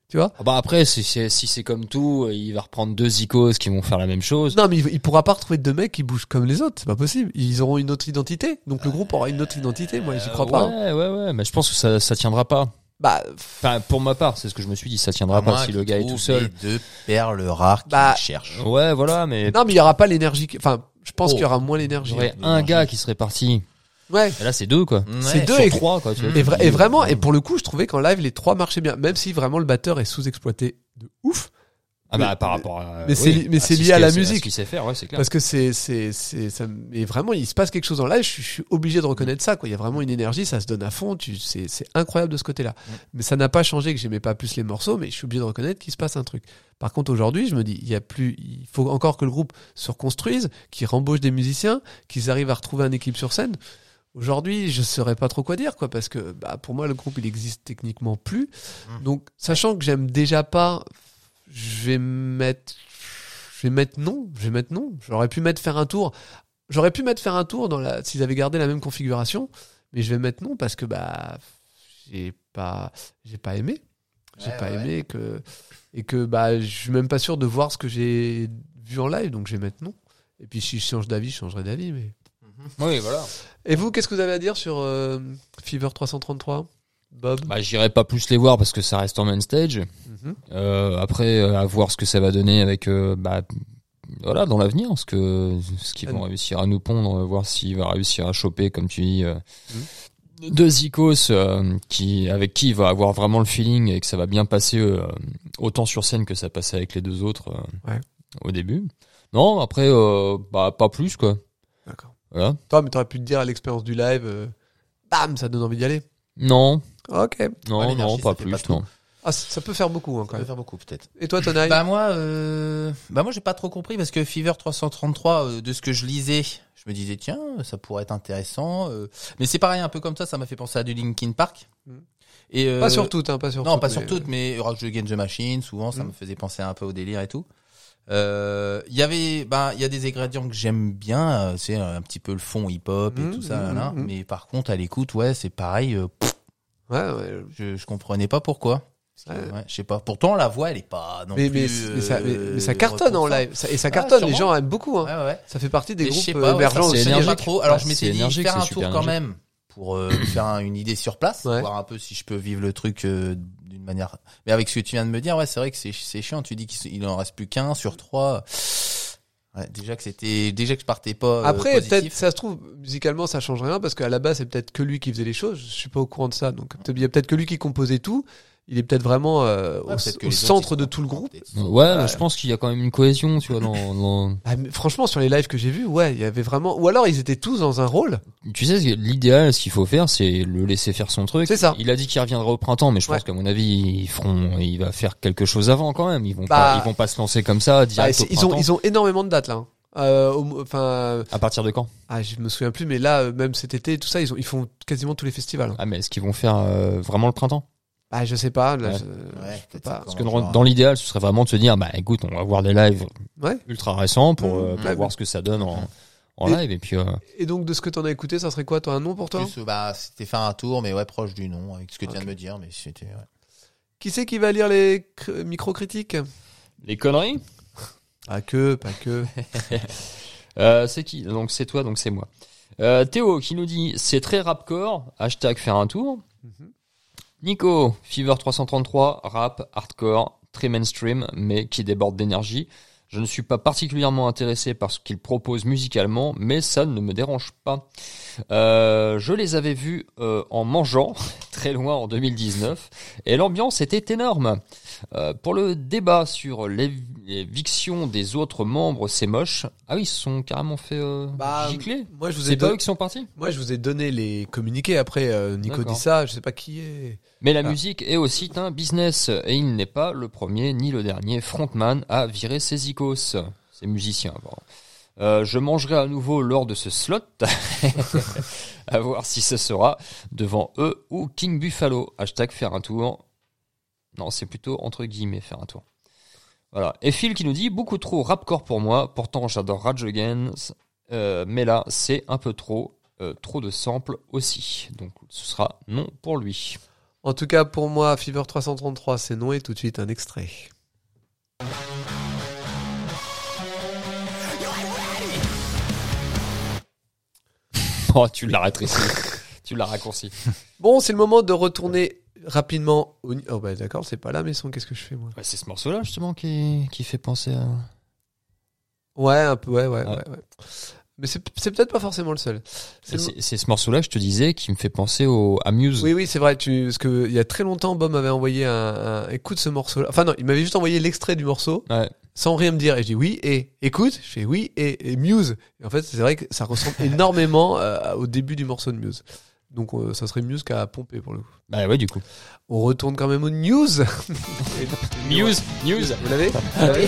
[SPEAKER 3] Tu vois
[SPEAKER 2] Ah Bah après, si c'est si c'est comme tout, euh, il va reprendre deux icônes qui vont faire la même chose.
[SPEAKER 3] Non, mais il, il pourra pas retrouver deux mecs qui bougent comme les autres, c'est pas possible. Ils auront une autre identité, donc le groupe aura une autre identité. Moi, j'y crois
[SPEAKER 2] Euh,
[SPEAKER 3] pas. hein.
[SPEAKER 2] Ouais, ouais, ouais. Mais je pense que ça, ça tiendra pas.
[SPEAKER 3] Bah,
[SPEAKER 2] Enfin, pour ma part, c'est ce que je me suis dit, ça tiendra
[SPEAKER 1] À
[SPEAKER 2] pas
[SPEAKER 1] moins
[SPEAKER 2] si
[SPEAKER 1] qu'ils
[SPEAKER 2] le gars est
[SPEAKER 1] trouvent
[SPEAKER 2] tout seul.
[SPEAKER 1] les deux perles rares qu'ils
[SPEAKER 3] Bah,
[SPEAKER 1] cherchent.
[SPEAKER 2] Ouais, voilà, mais
[SPEAKER 3] non, mais il y aura pas l'énergie. qui- Enfin, je pense
[SPEAKER 1] Oh.
[SPEAKER 3] qu'il y aura moins l'énergie.
[SPEAKER 2] j'aurais
[SPEAKER 1] de
[SPEAKER 2] un
[SPEAKER 1] manger.
[SPEAKER 2] gars qui serait parti.
[SPEAKER 3] Ouais.
[SPEAKER 2] Et là, c'est deux quoi.
[SPEAKER 3] C'est
[SPEAKER 1] Ouais.
[SPEAKER 3] deux
[SPEAKER 2] Sur
[SPEAKER 3] et-
[SPEAKER 2] trois quoi. Tu vois.
[SPEAKER 3] Et, vra- et vraiment, et pour le coup, je trouvais qu'en live, les trois marchaient bien, même si vraiment le batteur est sous-exploité de ouf.
[SPEAKER 2] Ah bah
[SPEAKER 3] mais-
[SPEAKER 2] par rapport à. Ah,
[SPEAKER 3] mais c'est li- mais
[SPEAKER 2] à
[SPEAKER 3] c'est
[SPEAKER 2] ce
[SPEAKER 3] lié
[SPEAKER 2] qu'il-
[SPEAKER 3] à la
[SPEAKER 2] ce
[SPEAKER 3] musique.
[SPEAKER 2] qu'il sait faire, ouais, c'est clair.
[SPEAKER 3] Parce que c'est, c'est, c'est, ça, me- mais vraiment, il se passe quelque chose en live, je, suis- je suis obligé de reconnaître ça, quoi. Il y a vraiment une énergie, ça se donne à fond, tu, c'est, c'est incroyable de ce côté-là.
[SPEAKER 1] Mm.
[SPEAKER 3] Mais ça n'a pas changé que j'aimais pas plus les morceaux, mais je suis obligé de reconnaître qu'il se passe un truc. Par contre, aujourd'hui, je me dis, il y a plus, il faut encore que le groupe se reconstruise, qu'il rembauche des musiciens, qu'ils arrivent à retrouver un équipe sur scène. Aujourd'hui, je saurais pas trop quoi dire, quoi, parce que, bah, pour moi, le groupe, il existe techniquement plus.
[SPEAKER 1] Mm.
[SPEAKER 2] Hum.
[SPEAKER 3] Donc, sachant que j'aime déjà pas, je vais mettre je vais mettre non, je vais mettre non. J'aurais pu mettre faire un tour. J'aurais pu mettre faire un tour dans la s'ils avaient gardé la même configuration, mais je vais mettre non parce que bah j'ai pas j'ai pas aimé. J'ai
[SPEAKER 1] Ouais,
[SPEAKER 3] pas
[SPEAKER 1] ouais,
[SPEAKER 3] aimé que et que bah je suis même pas sûr de voir ce que j'ai vu en live donc je vais mettre non. Et puis si je change d'avis, je changerai d'avis mais
[SPEAKER 2] Oui, voilà.
[SPEAKER 3] Et vous, qu'est-ce que vous avez à dire sur euh, Fever 333 Bob
[SPEAKER 2] Bah, j'irai pas plus les voir parce que ça reste en main stage.
[SPEAKER 3] Mhm.
[SPEAKER 2] Euh, après, euh, à voir ce que ça va donner avec, euh, bah, voilà, dans l'avenir, ce que ce qu'ils vont
[SPEAKER 3] Euh,
[SPEAKER 2] réussir à nous pondre, euh, voir s'il va réussir à choper, comme tu dis, euh,
[SPEAKER 3] Mhm.
[SPEAKER 2] deux icos euh, qui, avec qui il va avoir vraiment le feeling et que ça va bien passer euh, autant sur scène que ça passait avec les deux autres euh,
[SPEAKER 3] Ouais.
[SPEAKER 2] au début. Non, après, euh, bah, pas plus quoi.
[SPEAKER 3] D'accord.
[SPEAKER 2] Voilà.
[SPEAKER 3] Toi, mais t'aurais pu te dire à l'expérience du live euh, bam, ça donne envie d'y aller.
[SPEAKER 2] Non,
[SPEAKER 3] OK.
[SPEAKER 2] non,
[SPEAKER 1] Ouais, l'énergie,
[SPEAKER 2] non, pas
[SPEAKER 1] ça fait
[SPEAKER 2] plus.
[SPEAKER 1] pas tout.
[SPEAKER 2] non.
[SPEAKER 3] Ah, ça ça peut faire beaucoup hein, quand
[SPEAKER 1] On peut
[SPEAKER 3] même.
[SPEAKER 1] faire beaucoup peut-être.
[SPEAKER 3] Et toi, Tonai
[SPEAKER 1] Bah moi, euh, bah moi j'ai pas trop compris parce que Fever 333, euh, de ce que je lisais, je me disais tiens, ça pourrait être intéressant. euh. Mais c'est pareil, un peu comme ça, ça m'a fait penser à du Linkin Park.
[SPEAKER 3] Mm.
[SPEAKER 1] Et euh,
[SPEAKER 3] Pas sur toutes, hein, pas sur
[SPEAKER 1] Non,
[SPEAKER 3] toutes,
[SPEAKER 1] pas sur
[SPEAKER 3] mais-
[SPEAKER 1] toutes, mais Rock Against the Machine, souvent, ça
[SPEAKER 3] Mm.
[SPEAKER 1] me faisait penser un peu au délire et tout. Euh, Il y avait, bah, il y a des ingrédients que j'aime bien, euh, c'est un petit peu le fond hip-hop
[SPEAKER 3] Mm,
[SPEAKER 1] et tout ça,
[SPEAKER 3] mm,
[SPEAKER 1] là,
[SPEAKER 3] mm, mm.
[SPEAKER 1] mais par contre à l'écoute, ouais, c'est pareil, euh, pff,
[SPEAKER 3] Ouais, ouais.
[SPEAKER 1] je, je comprenais pas pourquoi.
[SPEAKER 3] Ouais.
[SPEAKER 1] Ouais, je sais pas. Pourtant la voix, elle est pas non
[SPEAKER 3] Euh. Mais, mais,
[SPEAKER 1] plus.
[SPEAKER 3] mais ça, mais- mais ça
[SPEAKER 1] euh,
[SPEAKER 3] cartonne en
[SPEAKER 1] reconfortante.
[SPEAKER 3] live. Ça- et ça cartonne, les
[SPEAKER 1] sûrement.
[SPEAKER 3] gens aiment beaucoup. Hein.
[SPEAKER 1] Ouais, ouais, ouais.
[SPEAKER 3] Ça fait partie des
[SPEAKER 1] Et je sais
[SPEAKER 3] groupes euh,
[SPEAKER 1] pas, ouais,
[SPEAKER 3] émergents.
[SPEAKER 1] ça,
[SPEAKER 3] aussi.
[SPEAKER 1] je savais euh, pas trop. Alors je
[SPEAKER 2] Ouais,
[SPEAKER 1] m'étais
[SPEAKER 2] c'est
[SPEAKER 1] dit
[SPEAKER 2] énergique,
[SPEAKER 1] faire
[SPEAKER 2] c'est
[SPEAKER 1] un
[SPEAKER 2] super
[SPEAKER 1] tour quand
[SPEAKER 2] énergique.
[SPEAKER 1] même pour euh, *coughs* me faire un- une idée sur place,
[SPEAKER 3] Ouais.
[SPEAKER 1] voir un peu si je peux vivre le truc euh, d'une manière. Mais avec ce que tu viens de me dire, ouais, c'est vrai que c'est c'est chiant. Tu dis qu'il il en reste plus qu'un sur trois. Ouais, déjà que c'était, déjà que je partais pas. euh,
[SPEAKER 3] Après, peut-être,
[SPEAKER 1] positif.
[SPEAKER 3] ça se trouve, musicalement, ça change rien parce qu'à la base, c'est peut-être que lui qui faisait les choses. Je suis pas au courant de ça. Donc, peut-être- il y a peut-être que lui qui composait tout. Il est peut-être vraiment euh, au,
[SPEAKER 1] Ouais, peut-être que
[SPEAKER 3] au
[SPEAKER 1] les autres,
[SPEAKER 3] centre
[SPEAKER 1] ils
[SPEAKER 3] de
[SPEAKER 1] sont
[SPEAKER 3] tout le groupe.
[SPEAKER 1] peut-être-
[SPEAKER 2] Ouais, mais je pense qu'il y a quand même une cohésion, tu vois, dans- dans,
[SPEAKER 3] Ah, mais franchement, sur les lives que j'ai vus, ouais, il y avait vraiment. Ou alors, ils étaient tous dans un rôle.
[SPEAKER 2] Tu sais, l'idéal, ce qu'il faut faire, c'est le laisser faire son truc.
[SPEAKER 3] C'est ça.
[SPEAKER 2] Il a dit qu'il reviendra au printemps, mais je pense
[SPEAKER 3] Ouais.
[SPEAKER 2] qu'à mon avis, ils feront, il va faire quelque chose avant quand même. Ils vont
[SPEAKER 3] Bah,
[SPEAKER 2] pas, ils vont pas se lancer comme ça
[SPEAKER 3] Bah,
[SPEAKER 2] direct
[SPEAKER 3] c'est-
[SPEAKER 2] au
[SPEAKER 3] ils, ont,
[SPEAKER 2] printemps.
[SPEAKER 3] ils ont énormément de dates là. hein. Euh, au- Enfin,
[SPEAKER 2] À partir de quand
[SPEAKER 3] ah, je me souviens plus, mais là, euh, même cet été, tout ça, ils, ont, ils font quasiment tous les festivals. hein.
[SPEAKER 2] Ah, mais est-ce qu'ils vont faire euh, vraiment le printemps
[SPEAKER 3] Bah, je sais pas. Là,
[SPEAKER 2] Ouais.
[SPEAKER 1] Ouais,
[SPEAKER 3] je- je peux
[SPEAKER 1] peut-être
[SPEAKER 3] pas.
[SPEAKER 1] encore.
[SPEAKER 2] Parce que
[SPEAKER 1] Non,
[SPEAKER 2] dans,
[SPEAKER 1] genre-
[SPEAKER 2] dans l'idéal, ce serait vraiment de se dire, bah écoute, on va voir des lives
[SPEAKER 3] Ouais.
[SPEAKER 2] ultra récents pour, euh,
[SPEAKER 1] Mmh,
[SPEAKER 2] pour
[SPEAKER 3] ouais,
[SPEAKER 2] voir
[SPEAKER 3] mais-
[SPEAKER 2] ce que ça donne en, en
[SPEAKER 3] Et-
[SPEAKER 2] live. Et puis, euh,
[SPEAKER 3] Et donc, de ce que t'en as écouté, ça serait quoi, toi, un nom pour toi
[SPEAKER 1] Plus, euh, bah, c'était faire un tour, mais ouais, proche du nom, avec ce que tu viens
[SPEAKER 3] Ok.
[SPEAKER 1] de me dire, mais c'était. ouais.
[SPEAKER 3] Qui c'est qui va lire les cr- micro-critiques
[SPEAKER 2] les conneries.
[SPEAKER 3] Pas que, pas que.
[SPEAKER 2] Euh, c'est qui Donc c'est toi, donc c'est moi. Euh, Théo qui nous dit c'est très rapcore, hashtag faire un tour.
[SPEAKER 3] Mhm.
[SPEAKER 2] Nico, Fever 333, rap, hardcore, très mainstream, mais qui déborde d'énergie. Je ne suis pas particulièrement intéressé par ce qu'il propose musicalement, mais ça ne me dérange pas. Euh, je les avais vus euh, en mangeant, *laughs* très loin en 2019, et l'ambiance était énorme. Euh, pour le débat sur l'év- l'éviction des autres membres, c'est moche. Ah oui, ils se sont carrément fait euh,
[SPEAKER 3] Bah,
[SPEAKER 2] gicler.
[SPEAKER 3] *laughs* Moi, je vous ai
[SPEAKER 2] C'est pas
[SPEAKER 3] donné.
[SPEAKER 2] eux qui sont partis.
[SPEAKER 3] Moi, je vous ai donné les communiqués. Après, euh, Nico
[SPEAKER 2] D'accord.
[SPEAKER 3] dit ça. Je sais pas qui est.
[SPEAKER 2] Mais la
[SPEAKER 3] Ah.
[SPEAKER 2] musique est aussi un business et il n'est pas le premier ni le dernier frontman à virer ses icos, ses musiciens. pardon. Euh, je mangerai à nouveau lors de ce slot, *laughs* à voir si ce sera devant eux ou King Buffalo. Hashtag faire un tour. Non, c'est plutôt entre guillemets faire un tour. Voilà. Et Phil qui nous dit beaucoup trop rapcore pour moi. Pourtant, j'adore Rage Against, euh, mais là, c'est un peu trop, euh, trop de samples aussi. Donc, ce sera non pour lui.
[SPEAKER 3] En tout cas, pour moi, Fever 333, c'est non et tout de suite un extrait.
[SPEAKER 2] Oh, tu l'as rétréci. *laughs* tu l'as raccourci.
[SPEAKER 3] Bon, c'est le moment de retourner rapidement au. ni- Oh, bah d'accord, c'est pas là, mais son, qu'est-ce que je fais, moi
[SPEAKER 2] c'est ce morceau-là, justement, qui, qui fait penser à.
[SPEAKER 3] Ouais, un peu, ouais, ouais,
[SPEAKER 2] Ah.
[SPEAKER 3] ouais. ouais. Mais c'est c'est peut-être pas forcément le seul. C'est le-
[SPEAKER 2] C'est c'est ce morceau-là, je te disais, qui me fait penser au à Muse.
[SPEAKER 3] Oui, oui, c'est vrai. Tu... Parce qu'il y a très longtemps, Bob m'avait envoyé un, un- Écoute ce morceau-là. Enfin, non, il m'avait juste envoyé l'extrait du morceau
[SPEAKER 2] Ouais.
[SPEAKER 3] sans rien me dire. Et je dis oui, et écoute. Je fais oui, et, et Muse. Et en fait, c'est vrai que ça
[SPEAKER 2] *laughs*
[SPEAKER 3] ressemble énormément euh, au début du morceau de Muse. Donc, euh, ça serait Muse qu'à pomper pour le coup.
[SPEAKER 2] Bah ouais, du coup.
[SPEAKER 3] On retourne quand même aux news.
[SPEAKER 2] *laughs* Muse, Muse.
[SPEAKER 3] Vous l'avez Vous l'avez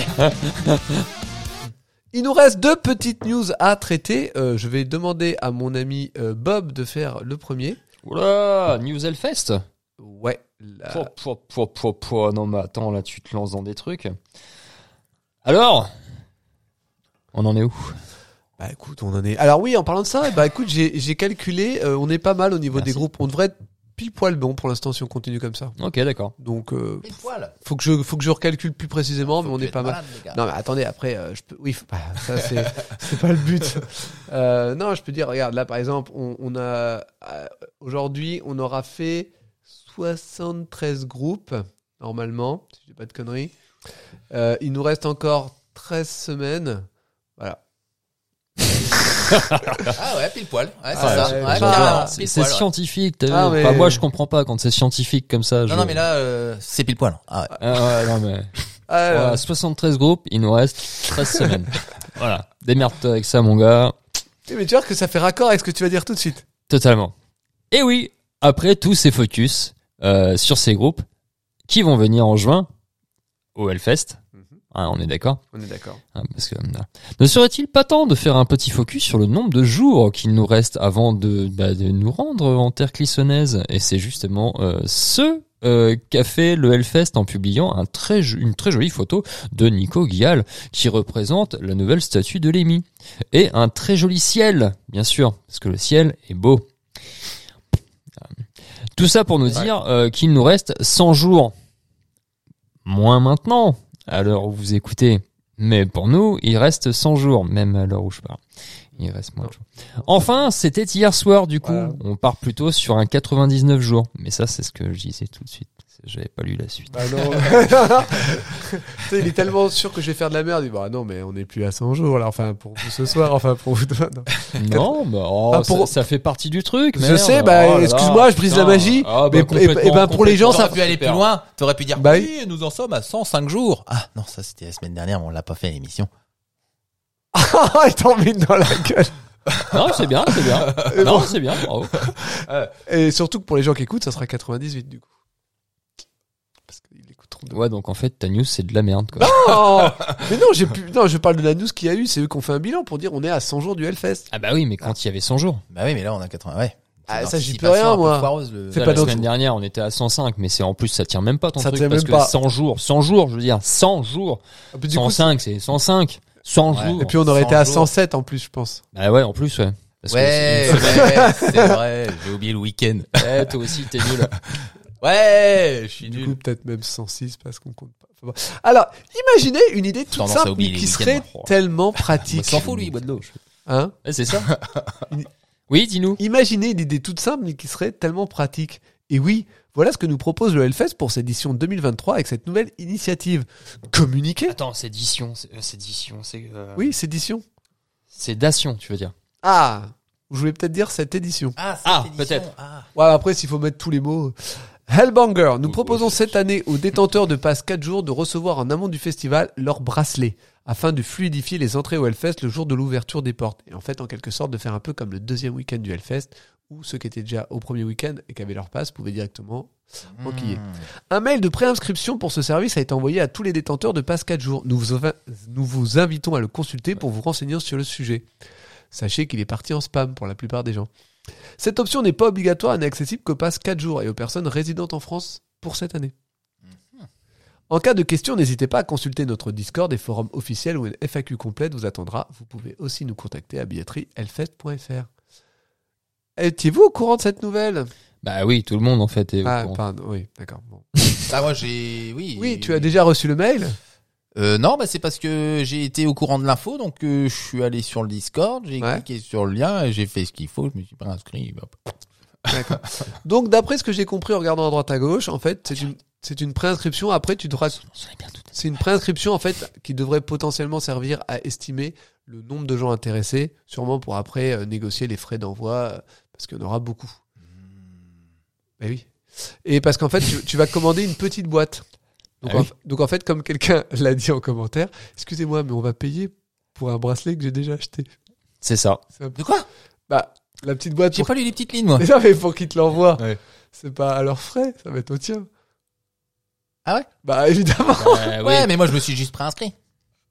[SPEAKER 3] Il nous reste deux petites news à traiter. Euh, je vais demander à mon ami euh, Bob de faire le premier.
[SPEAKER 2] Oula, News Hellfest.
[SPEAKER 3] Ouais. la-
[SPEAKER 2] Pouah, pouah, pouah, pouah, pouah. Non, mais attends, là, tu te lances dans des trucs. Alors On en est où
[SPEAKER 3] Bah écoute, on en est. Alors oui, en parlant de ça, bah écoute, j'ai j'ai calculé, euh, on est pas mal au niveau des
[SPEAKER 2] Merci.
[SPEAKER 3] groupes. On devrait être pile poil bon pour l'instant si on continue comme ça.
[SPEAKER 2] Ok, d'accord.
[SPEAKER 3] Donc euh,
[SPEAKER 1] Les poils.
[SPEAKER 3] faut que je faut que je recalcule plus précisément, mais on est pas mal.
[SPEAKER 1] mal.
[SPEAKER 3] Non mais attendez, après, euh, je peux... oui, faut pas- ça c'est *laughs* c'est pas le but. Euh, non, je peux dire, regarde, là par exemple, on, on a euh, aujourd'hui, on aura fait 73 groupes normalement, si j'ai pas de conneries. Euh, il nous reste encore 13 semaines. Voilà.
[SPEAKER 1] Ah ouais, pile poil. Ouais, c'est
[SPEAKER 3] Ah,
[SPEAKER 1] ça.
[SPEAKER 3] ouais,
[SPEAKER 1] Ouais,
[SPEAKER 3] je-
[SPEAKER 1] carrément,
[SPEAKER 3] Ah,
[SPEAKER 1] pile
[SPEAKER 2] C'est c'est
[SPEAKER 1] poil, ouais.
[SPEAKER 2] scientifique, t'as vu.
[SPEAKER 3] Ah, mais-
[SPEAKER 2] Enfin, moi, je comprends pas quand c'est scientifique comme ça. je-
[SPEAKER 1] Non, non, mais là, euh, c'est pile poil. Ah ouais.
[SPEAKER 2] Ah ouais, non, mais-
[SPEAKER 3] Ah,
[SPEAKER 2] Voilà,
[SPEAKER 3] euh,
[SPEAKER 2] 73 groupes, il nous reste 13 semaines. voilà. Démerde-toi avec ça, mon gars.
[SPEAKER 3] Eh, Mais tu vois que ça fait raccord avec ce que tu vas dire tout de suite.
[SPEAKER 2] Totalement. Et oui, après tous ces focus euh, sur ces groupes qui vont venir en juin au Hellfest, Ah, on est d'accord
[SPEAKER 3] On est d'accord.
[SPEAKER 2] Ah, parce que, ah. Ne serait-il pas temps de faire un petit focus sur le nombre de jours qu'il nous reste avant de, bah, de nous rendre en terre clissonnaise Et c'est justement euh, ce euh, qu'a fait le Hellfest en publiant un très, jo- une très jolie photo de Nico Guial qui représente la nouvelle statue de Lémi. Et un très joli ciel, bien sûr, parce que le ciel est beau. Tout ça pour nous dire euh, qu'il nous reste 100 jours. Moins maintenant, à l'heure où vous écoutez. Mais pour nous, il reste 100 jours, même à l'heure où je parle. Il reste moins de jours. Enfin, c'était hier soir, du coup.
[SPEAKER 3] Voilà.
[SPEAKER 2] On part plutôt sur un 99 jours. Mais ça, c'est ce que je disais tout de suite. J'avais pas lu la suite.
[SPEAKER 3] Bah *laughs* non. Tu sais, il est tellement sûr que je vais faire de la merde. Il dit, bah non, mais on n'est plus à 100 jours là. Enfin, pour vous ce soir, enfin, pour vous. Non.
[SPEAKER 2] Non, bah, oh,
[SPEAKER 3] Ah, pour-
[SPEAKER 2] ça, ça fait partie du truc.
[SPEAKER 3] Je
[SPEAKER 2] merde.
[SPEAKER 3] sais, bah,
[SPEAKER 2] Oh là là,
[SPEAKER 3] excuse-moi, je brise
[SPEAKER 2] putain.
[SPEAKER 3] la magie,
[SPEAKER 2] Ah, bah,
[SPEAKER 3] mais- et-
[SPEAKER 2] complètement,
[SPEAKER 3] et ben, pour les gens,
[SPEAKER 2] complètement.
[SPEAKER 3] ça-
[SPEAKER 1] T'aurais pu aller
[SPEAKER 2] hein.
[SPEAKER 1] plus loin. T'aurais pu dire,
[SPEAKER 3] Bah
[SPEAKER 1] oui, nous en sommes à 105 jours. Ah, non, ça, c'était la semaine dernière, mais on l'a pas fait à l'émission.
[SPEAKER 3] *laughs* Ah, il t'en met une dans la gueule.
[SPEAKER 2] Non, c'est bien, c'est
[SPEAKER 3] *laughs*
[SPEAKER 2] bien. non, c'est bien. bravo.
[SPEAKER 3] Et surtout que pour les gens qui écoutent, ça sera 98 du coup. Parce qu'ils écouteront de.
[SPEAKER 2] Ouais, donc en fait, ta news, c'est de la merde, quoi.
[SPEAKER 3] Oh *laughs* mais non, j'ai plus. Non, je parle de la news qu'il y a eu. C'est eux qui ont fait un bilan pour dire on est à 100 jours du Hellfest.
[SPEAKER 2] ah bah oui, mais quand il y avait 100 jours.
[SPEAKER 1] Bah oui, mais là, on a 80. Ouais.
[SPEAKER 3] Ah,
[SPEAKER 1] C'est
[SPEAKER 3] ça, j'y peux
[SPEAKER 1] l'anticipation
[SPEAKER 3] rien,
[SPEAKER 1] un peu
[SPEAKER 3] moi.
[SPEAKER 1] foireuse, le-
[SPEAKER 3] C'est
[SPEAKER 2] Là,
[SPEAKER 3] pas
[SPEAKER 2] la
[SPEAKER 3] notre-
[SPEAKER 2] semaine dernière, on était à 105, mais c'est en plus, ça tient même pas ton
[SPEAKER 3] Ça
[SPEAKER 2] truc.
[SPEAKER 3] tient
[SPEAKER 2] Parce
[SPEAKER 3] même
[SPEAKER 2] que
[SPEAKER 3] pas.
[SPEAKER 2] 100 jours, 100 jours, je veux dire, 100 jours.
[SPEAKER 3] Ah, bah, du coup,
[SPEAKER 2] 105, c'est 105. 100
[SPEAKER 1] Ouais.
[SPEAKER 2] jours.
[SPEAKER 3] Et puis on aurait
[SPEAKER 1] 100
[SPEAKER 3] été à
[SPEAKER 1] jours.
[SPEAKER 3] 107 en plus, je pense.
[SPEAKER 2] Bah ouais, en plus, ouais. Parce que
[SPEAKER 1] Ouais,
[SPEAKER 2] c'est une semaine.
[SPEAKER 1] ouais, c'est vrai. J'ai oublié le week-end. *laughs*
[SPEAKER 2] Ouais, toi aussi, t'es
[SPEAKER 3] *laughs*
[SPEAKER 2] nul.
[SPEAKER 1] Ouais, je suis
[SPEAKER 3] Du
[SPEAKER 1] nul.
[SPEAKER 3] coup, peut-être même 106 parce qu'on compte pas. Enfin, bon. Alors, imaginez une idée toute
[SPEAKER 1] Tendance à
[SPEAKER 3] simple mais
[SPEAKER 1] oublier les
[SPEAKER 3] qui
[SPEAKER 1] week-ends,
[SPEAKER 3] serait
[SPEAKER 1] *laughs* moi.
[SPEAKER 3] tellement
[SPEAKER 2] Il
[SPEAKER 3] pratique.
[SPEAKER 2] s'en fout, lui, il boit de l'eau.
[SPEAKER 3] Hein
[SPEAKER 2] Ouais,
[SPEAKER 3] *laughs*
[SPEAKER 2] c'est ça. oui, dis-nous.
[SPEAKER 3] Imaginez une idée toute simple mais qui serait tellement pratique. Et oui, voilà ce que nous propose le Hellfest pour cette édition 2023 avec cette nouvelle initiative. Communiquer
[SPEAKER 2] Attends, c'est Dition, c'est euh, c'est Dition, c'est. euh,
[SPEAKER 3] Oui, c'est édition.
[SPEAKER 2] C'est Dacion, tu veux dire.
[SPEAKER 3] Ah Je voulais peut-être dire cette édition.
[SPEAKER 1] Ah,
[SPEAKER 2] Ah,
[SPEAKER 1] cette
[SPEAKER 2] peut-être.
[SPEAKER 1] édition, ah.
[SPEAKER 3] Voilà, après, s'il faut mettre tous les mots. Hellbanger, nous
[SPEAKER 2] Oui,
[SPEAKER 3] proposons
[SPEAKER 2] oui.
[SPEAKER 3] cette année aux détenteurs de passe 4 jours de recevoir en amont du festival leur bracelet afin de fluidifier les entrées au Hellfest le jour de l'ouverture des portes. Et en fait, en quelque sorte, de faire un peu comme le deuxième week-end du Hellfest où ceux qui étaient déjà au premier week-end et qui avaient leur passe pouvaient directement
[SPEAKER 1] Hmm.
[SPEAKER 3] enquiller. Un mail de préinscription pour ce service a été envoyé à tous les détenteurs de passe 4 jours. Nous vous, nous vous invitons à le consulter pour vous renseigner sur le sujet. Sachez qu'il est parti en spam pour la plupart des gens. Cette option n'est pas obligatoire et n'est accessible qu'aux passe 4 jours et aux personnes résidentes en France pour cette année. En cas de question, n'hésitez pas à consulter notre Discord et forum officiel où une FAQ complète vous attendra. Vous pouvez aussi nous contacter à E billetteriehelfest.fr. Étiez-vous au courant de cette nouvelle
[SPEAKER 2] Bah oui, tout le monde, en fait, est au
[SPEAKER 3] Ah,
[SPEAKER 2] courant.
[SPEAKER 3] pardon, oui, d'accord. bon.
[SPEAKER 1] Bah, moi, j'ai, oui.
[SPEAKER 3] Oui, tu as déjà reçu le mail
[SPEAKER 1] Euh, non, bah, c'est parce que j'ai été au courant de l'info, donc euh, je suis allé sur le Discord, j'ai
[SPEAKER 3] Ouais.
[SPEAKER 1] cliqué sur le lien, et j'ai fait ce qu'il faut, je me suis pas inscrit. hop.
[SPEAKER 3] D'accord. Donc, d'après ce que j'ai compris en regardant à droite à gauche, en fait, c'est une, c'est une préinscription. Après, tu devras. C'est une préinscription, en fait, qui devrait potentiellement servir à estimer le nombre de gens intéressés, sûrement pour après euh, négocier les frais d'envoi, euh, parce qu'il y en aura beaucoup.
[SPEAKER 2] Hmm.
[SPEAKER 3] Eh oui. Et parce qu'en fait, tu, tu vas commander une petite boîte. Donc,
[SPEAKER 2] Ah
[SPEAKER 3] en,
[SPEAKER 2] oui.
[SPEAKER 3] fa- donc en fait, comme quelqu'un *laughs* l'a dit en commentaire, excusez-moi, mais on va payer pour un bracelet que j'ai déjà acheté. *laughs*
[SPEAKER 2] C'est ça.
[SPEAKER 3] C'est un peu-
[SPEAKER 1] De quoi
[SPEAKER 3] Bah, la petite boîte
[SPEAKER 1] J'ai
[SPEAKER 3] pour
[SPEAKER 1] pas lu les petites lignes,
[SPEAKER 3] *laughs*
[SPEAKER 1] moi.
[SPEAKER 3] mais non, mais pour qu'ils te l'envoient.
[SPEAKER 1] Ouais.
[SPEAKER 3] C'est pas à leurs frais, ça va être au tien.
[SPEAKER 1] Ah ouais
[SPEAKER 3] Bah évidemment. *laughs*
[SPEAKER 2] Bah, oui.
[SPEAKER 1] Ouais, mais moi, je me suis juste préinscrit.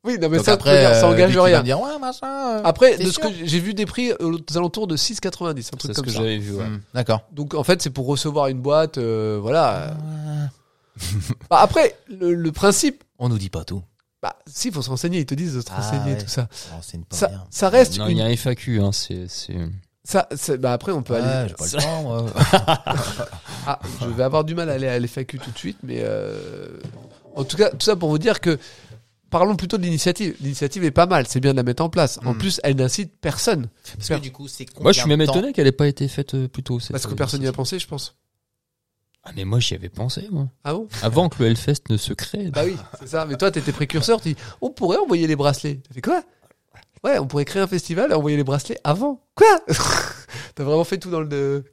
[SPEAKER 3] Oui, non mais
[SPEAKER 1] Donc
[SPEAKER 3] ça,
[SPEAKER 1] après,
[SPEAKER 3] après, ça
[SPEAKER 1] euh,
[SPEAKER 3] engage
[SPEAKER 1] lui qui va
[SPEAKER 3] rien. Ah,
[SPEAKER 1] me dire, ouais, machin. euh,
[SPEAKER 3] Après,
[SPEAKER 1] t'es
[SPEAKER 3] de ce
[SPEAKER 1] sûr
[SPEAKER 3] que j'ai vu des prix euh, aux alentours de 6,90, un
[SPEAKER 2] C'est
[SPEAKER 3] truc
[SPEAKER 2] ce
[SPEAKER 3] comme
[SPEAKER 2] que
[SPEAKER 3] ça.
[SPEAKER 2] j'avais vu, ouais.
[SPEAKER 3] Ah.
[SPEAKER 1] Hmm, D'accord.
[SPEAKER 3] Donc en fait, c'est pour recevoir une boîte, euh, voilà. Bah, après, le, le principe,
[SPEAKER 1] Euh, On nous dit pas tout.
[SPEAKER 3] bah si, faut se renseigner, ils te disent de se
[SPEAKER 1] Ah,
[SPEAKER 3] renseigner
[SPEAKER 1] ouais.
[SPEAKER 3] tout ça.
[SPEAKER 1] On renseigne pas
[SPEAKER 3] Ça,
[SPEAKER 1] bien.
[SPEAKER 3] ça reste
[SPEAKER 2] Non, il
[SPEAKER 3] une-
[SPEAKER 2] y a un FAQ, hein, c'est. c'est-
[SPEAKER 3] ça, c'est- bah après on peut
[SPEAKER 1] Ouais,
[SPEAKER 3] aller.
[SPEAKER 1] j'ai pas le temps,
[SPEAKER 3] *laughs*
[SPEAKER 1] moi.
[SPEAKER 3] Ah, je vais avoir du mal à aller à l'FAQ tout de suite, mais euh, en tout cas, tout ça pour vous dire que parlons plutôt de l'initiative. L'initiative est pas mal, c'est bien de la mettre en place. En
[SPEAKER 1] Mm.
[SPEAKER 3] plus, elle n'incite personne,
[SPEAKER 1] Parce que du coup, c'est
[SPEAKER 2] Moi, je suis
[SPEAKER 1] combien
[SPEAKER 2] même
[SPEAKER 1] de temps
[SPEAKER 2] étonné qu'elle ait pas été faite euh, plus tôt. cette-
[SPEAKER 3] parce que personne n'y a pensé, je pense.
[SPEAKER 2] Ah, mais moi, j'y avais pensé, moi.
[SPEAKER 3] Ah bon
[SPEAKER 2] Avant que le Hellfest ne se crée.
[SPEAKER 3] Bah oui, c'est ça. Mais toi, t'étais précurseur, tu dis, on pourrait envoyer les bracelets. T'as fait quoi Ouais, on pourrait créer un festival et envoyer les bracelets avant. Quoi *laughs* T'as vraiment fait tout dans le... de-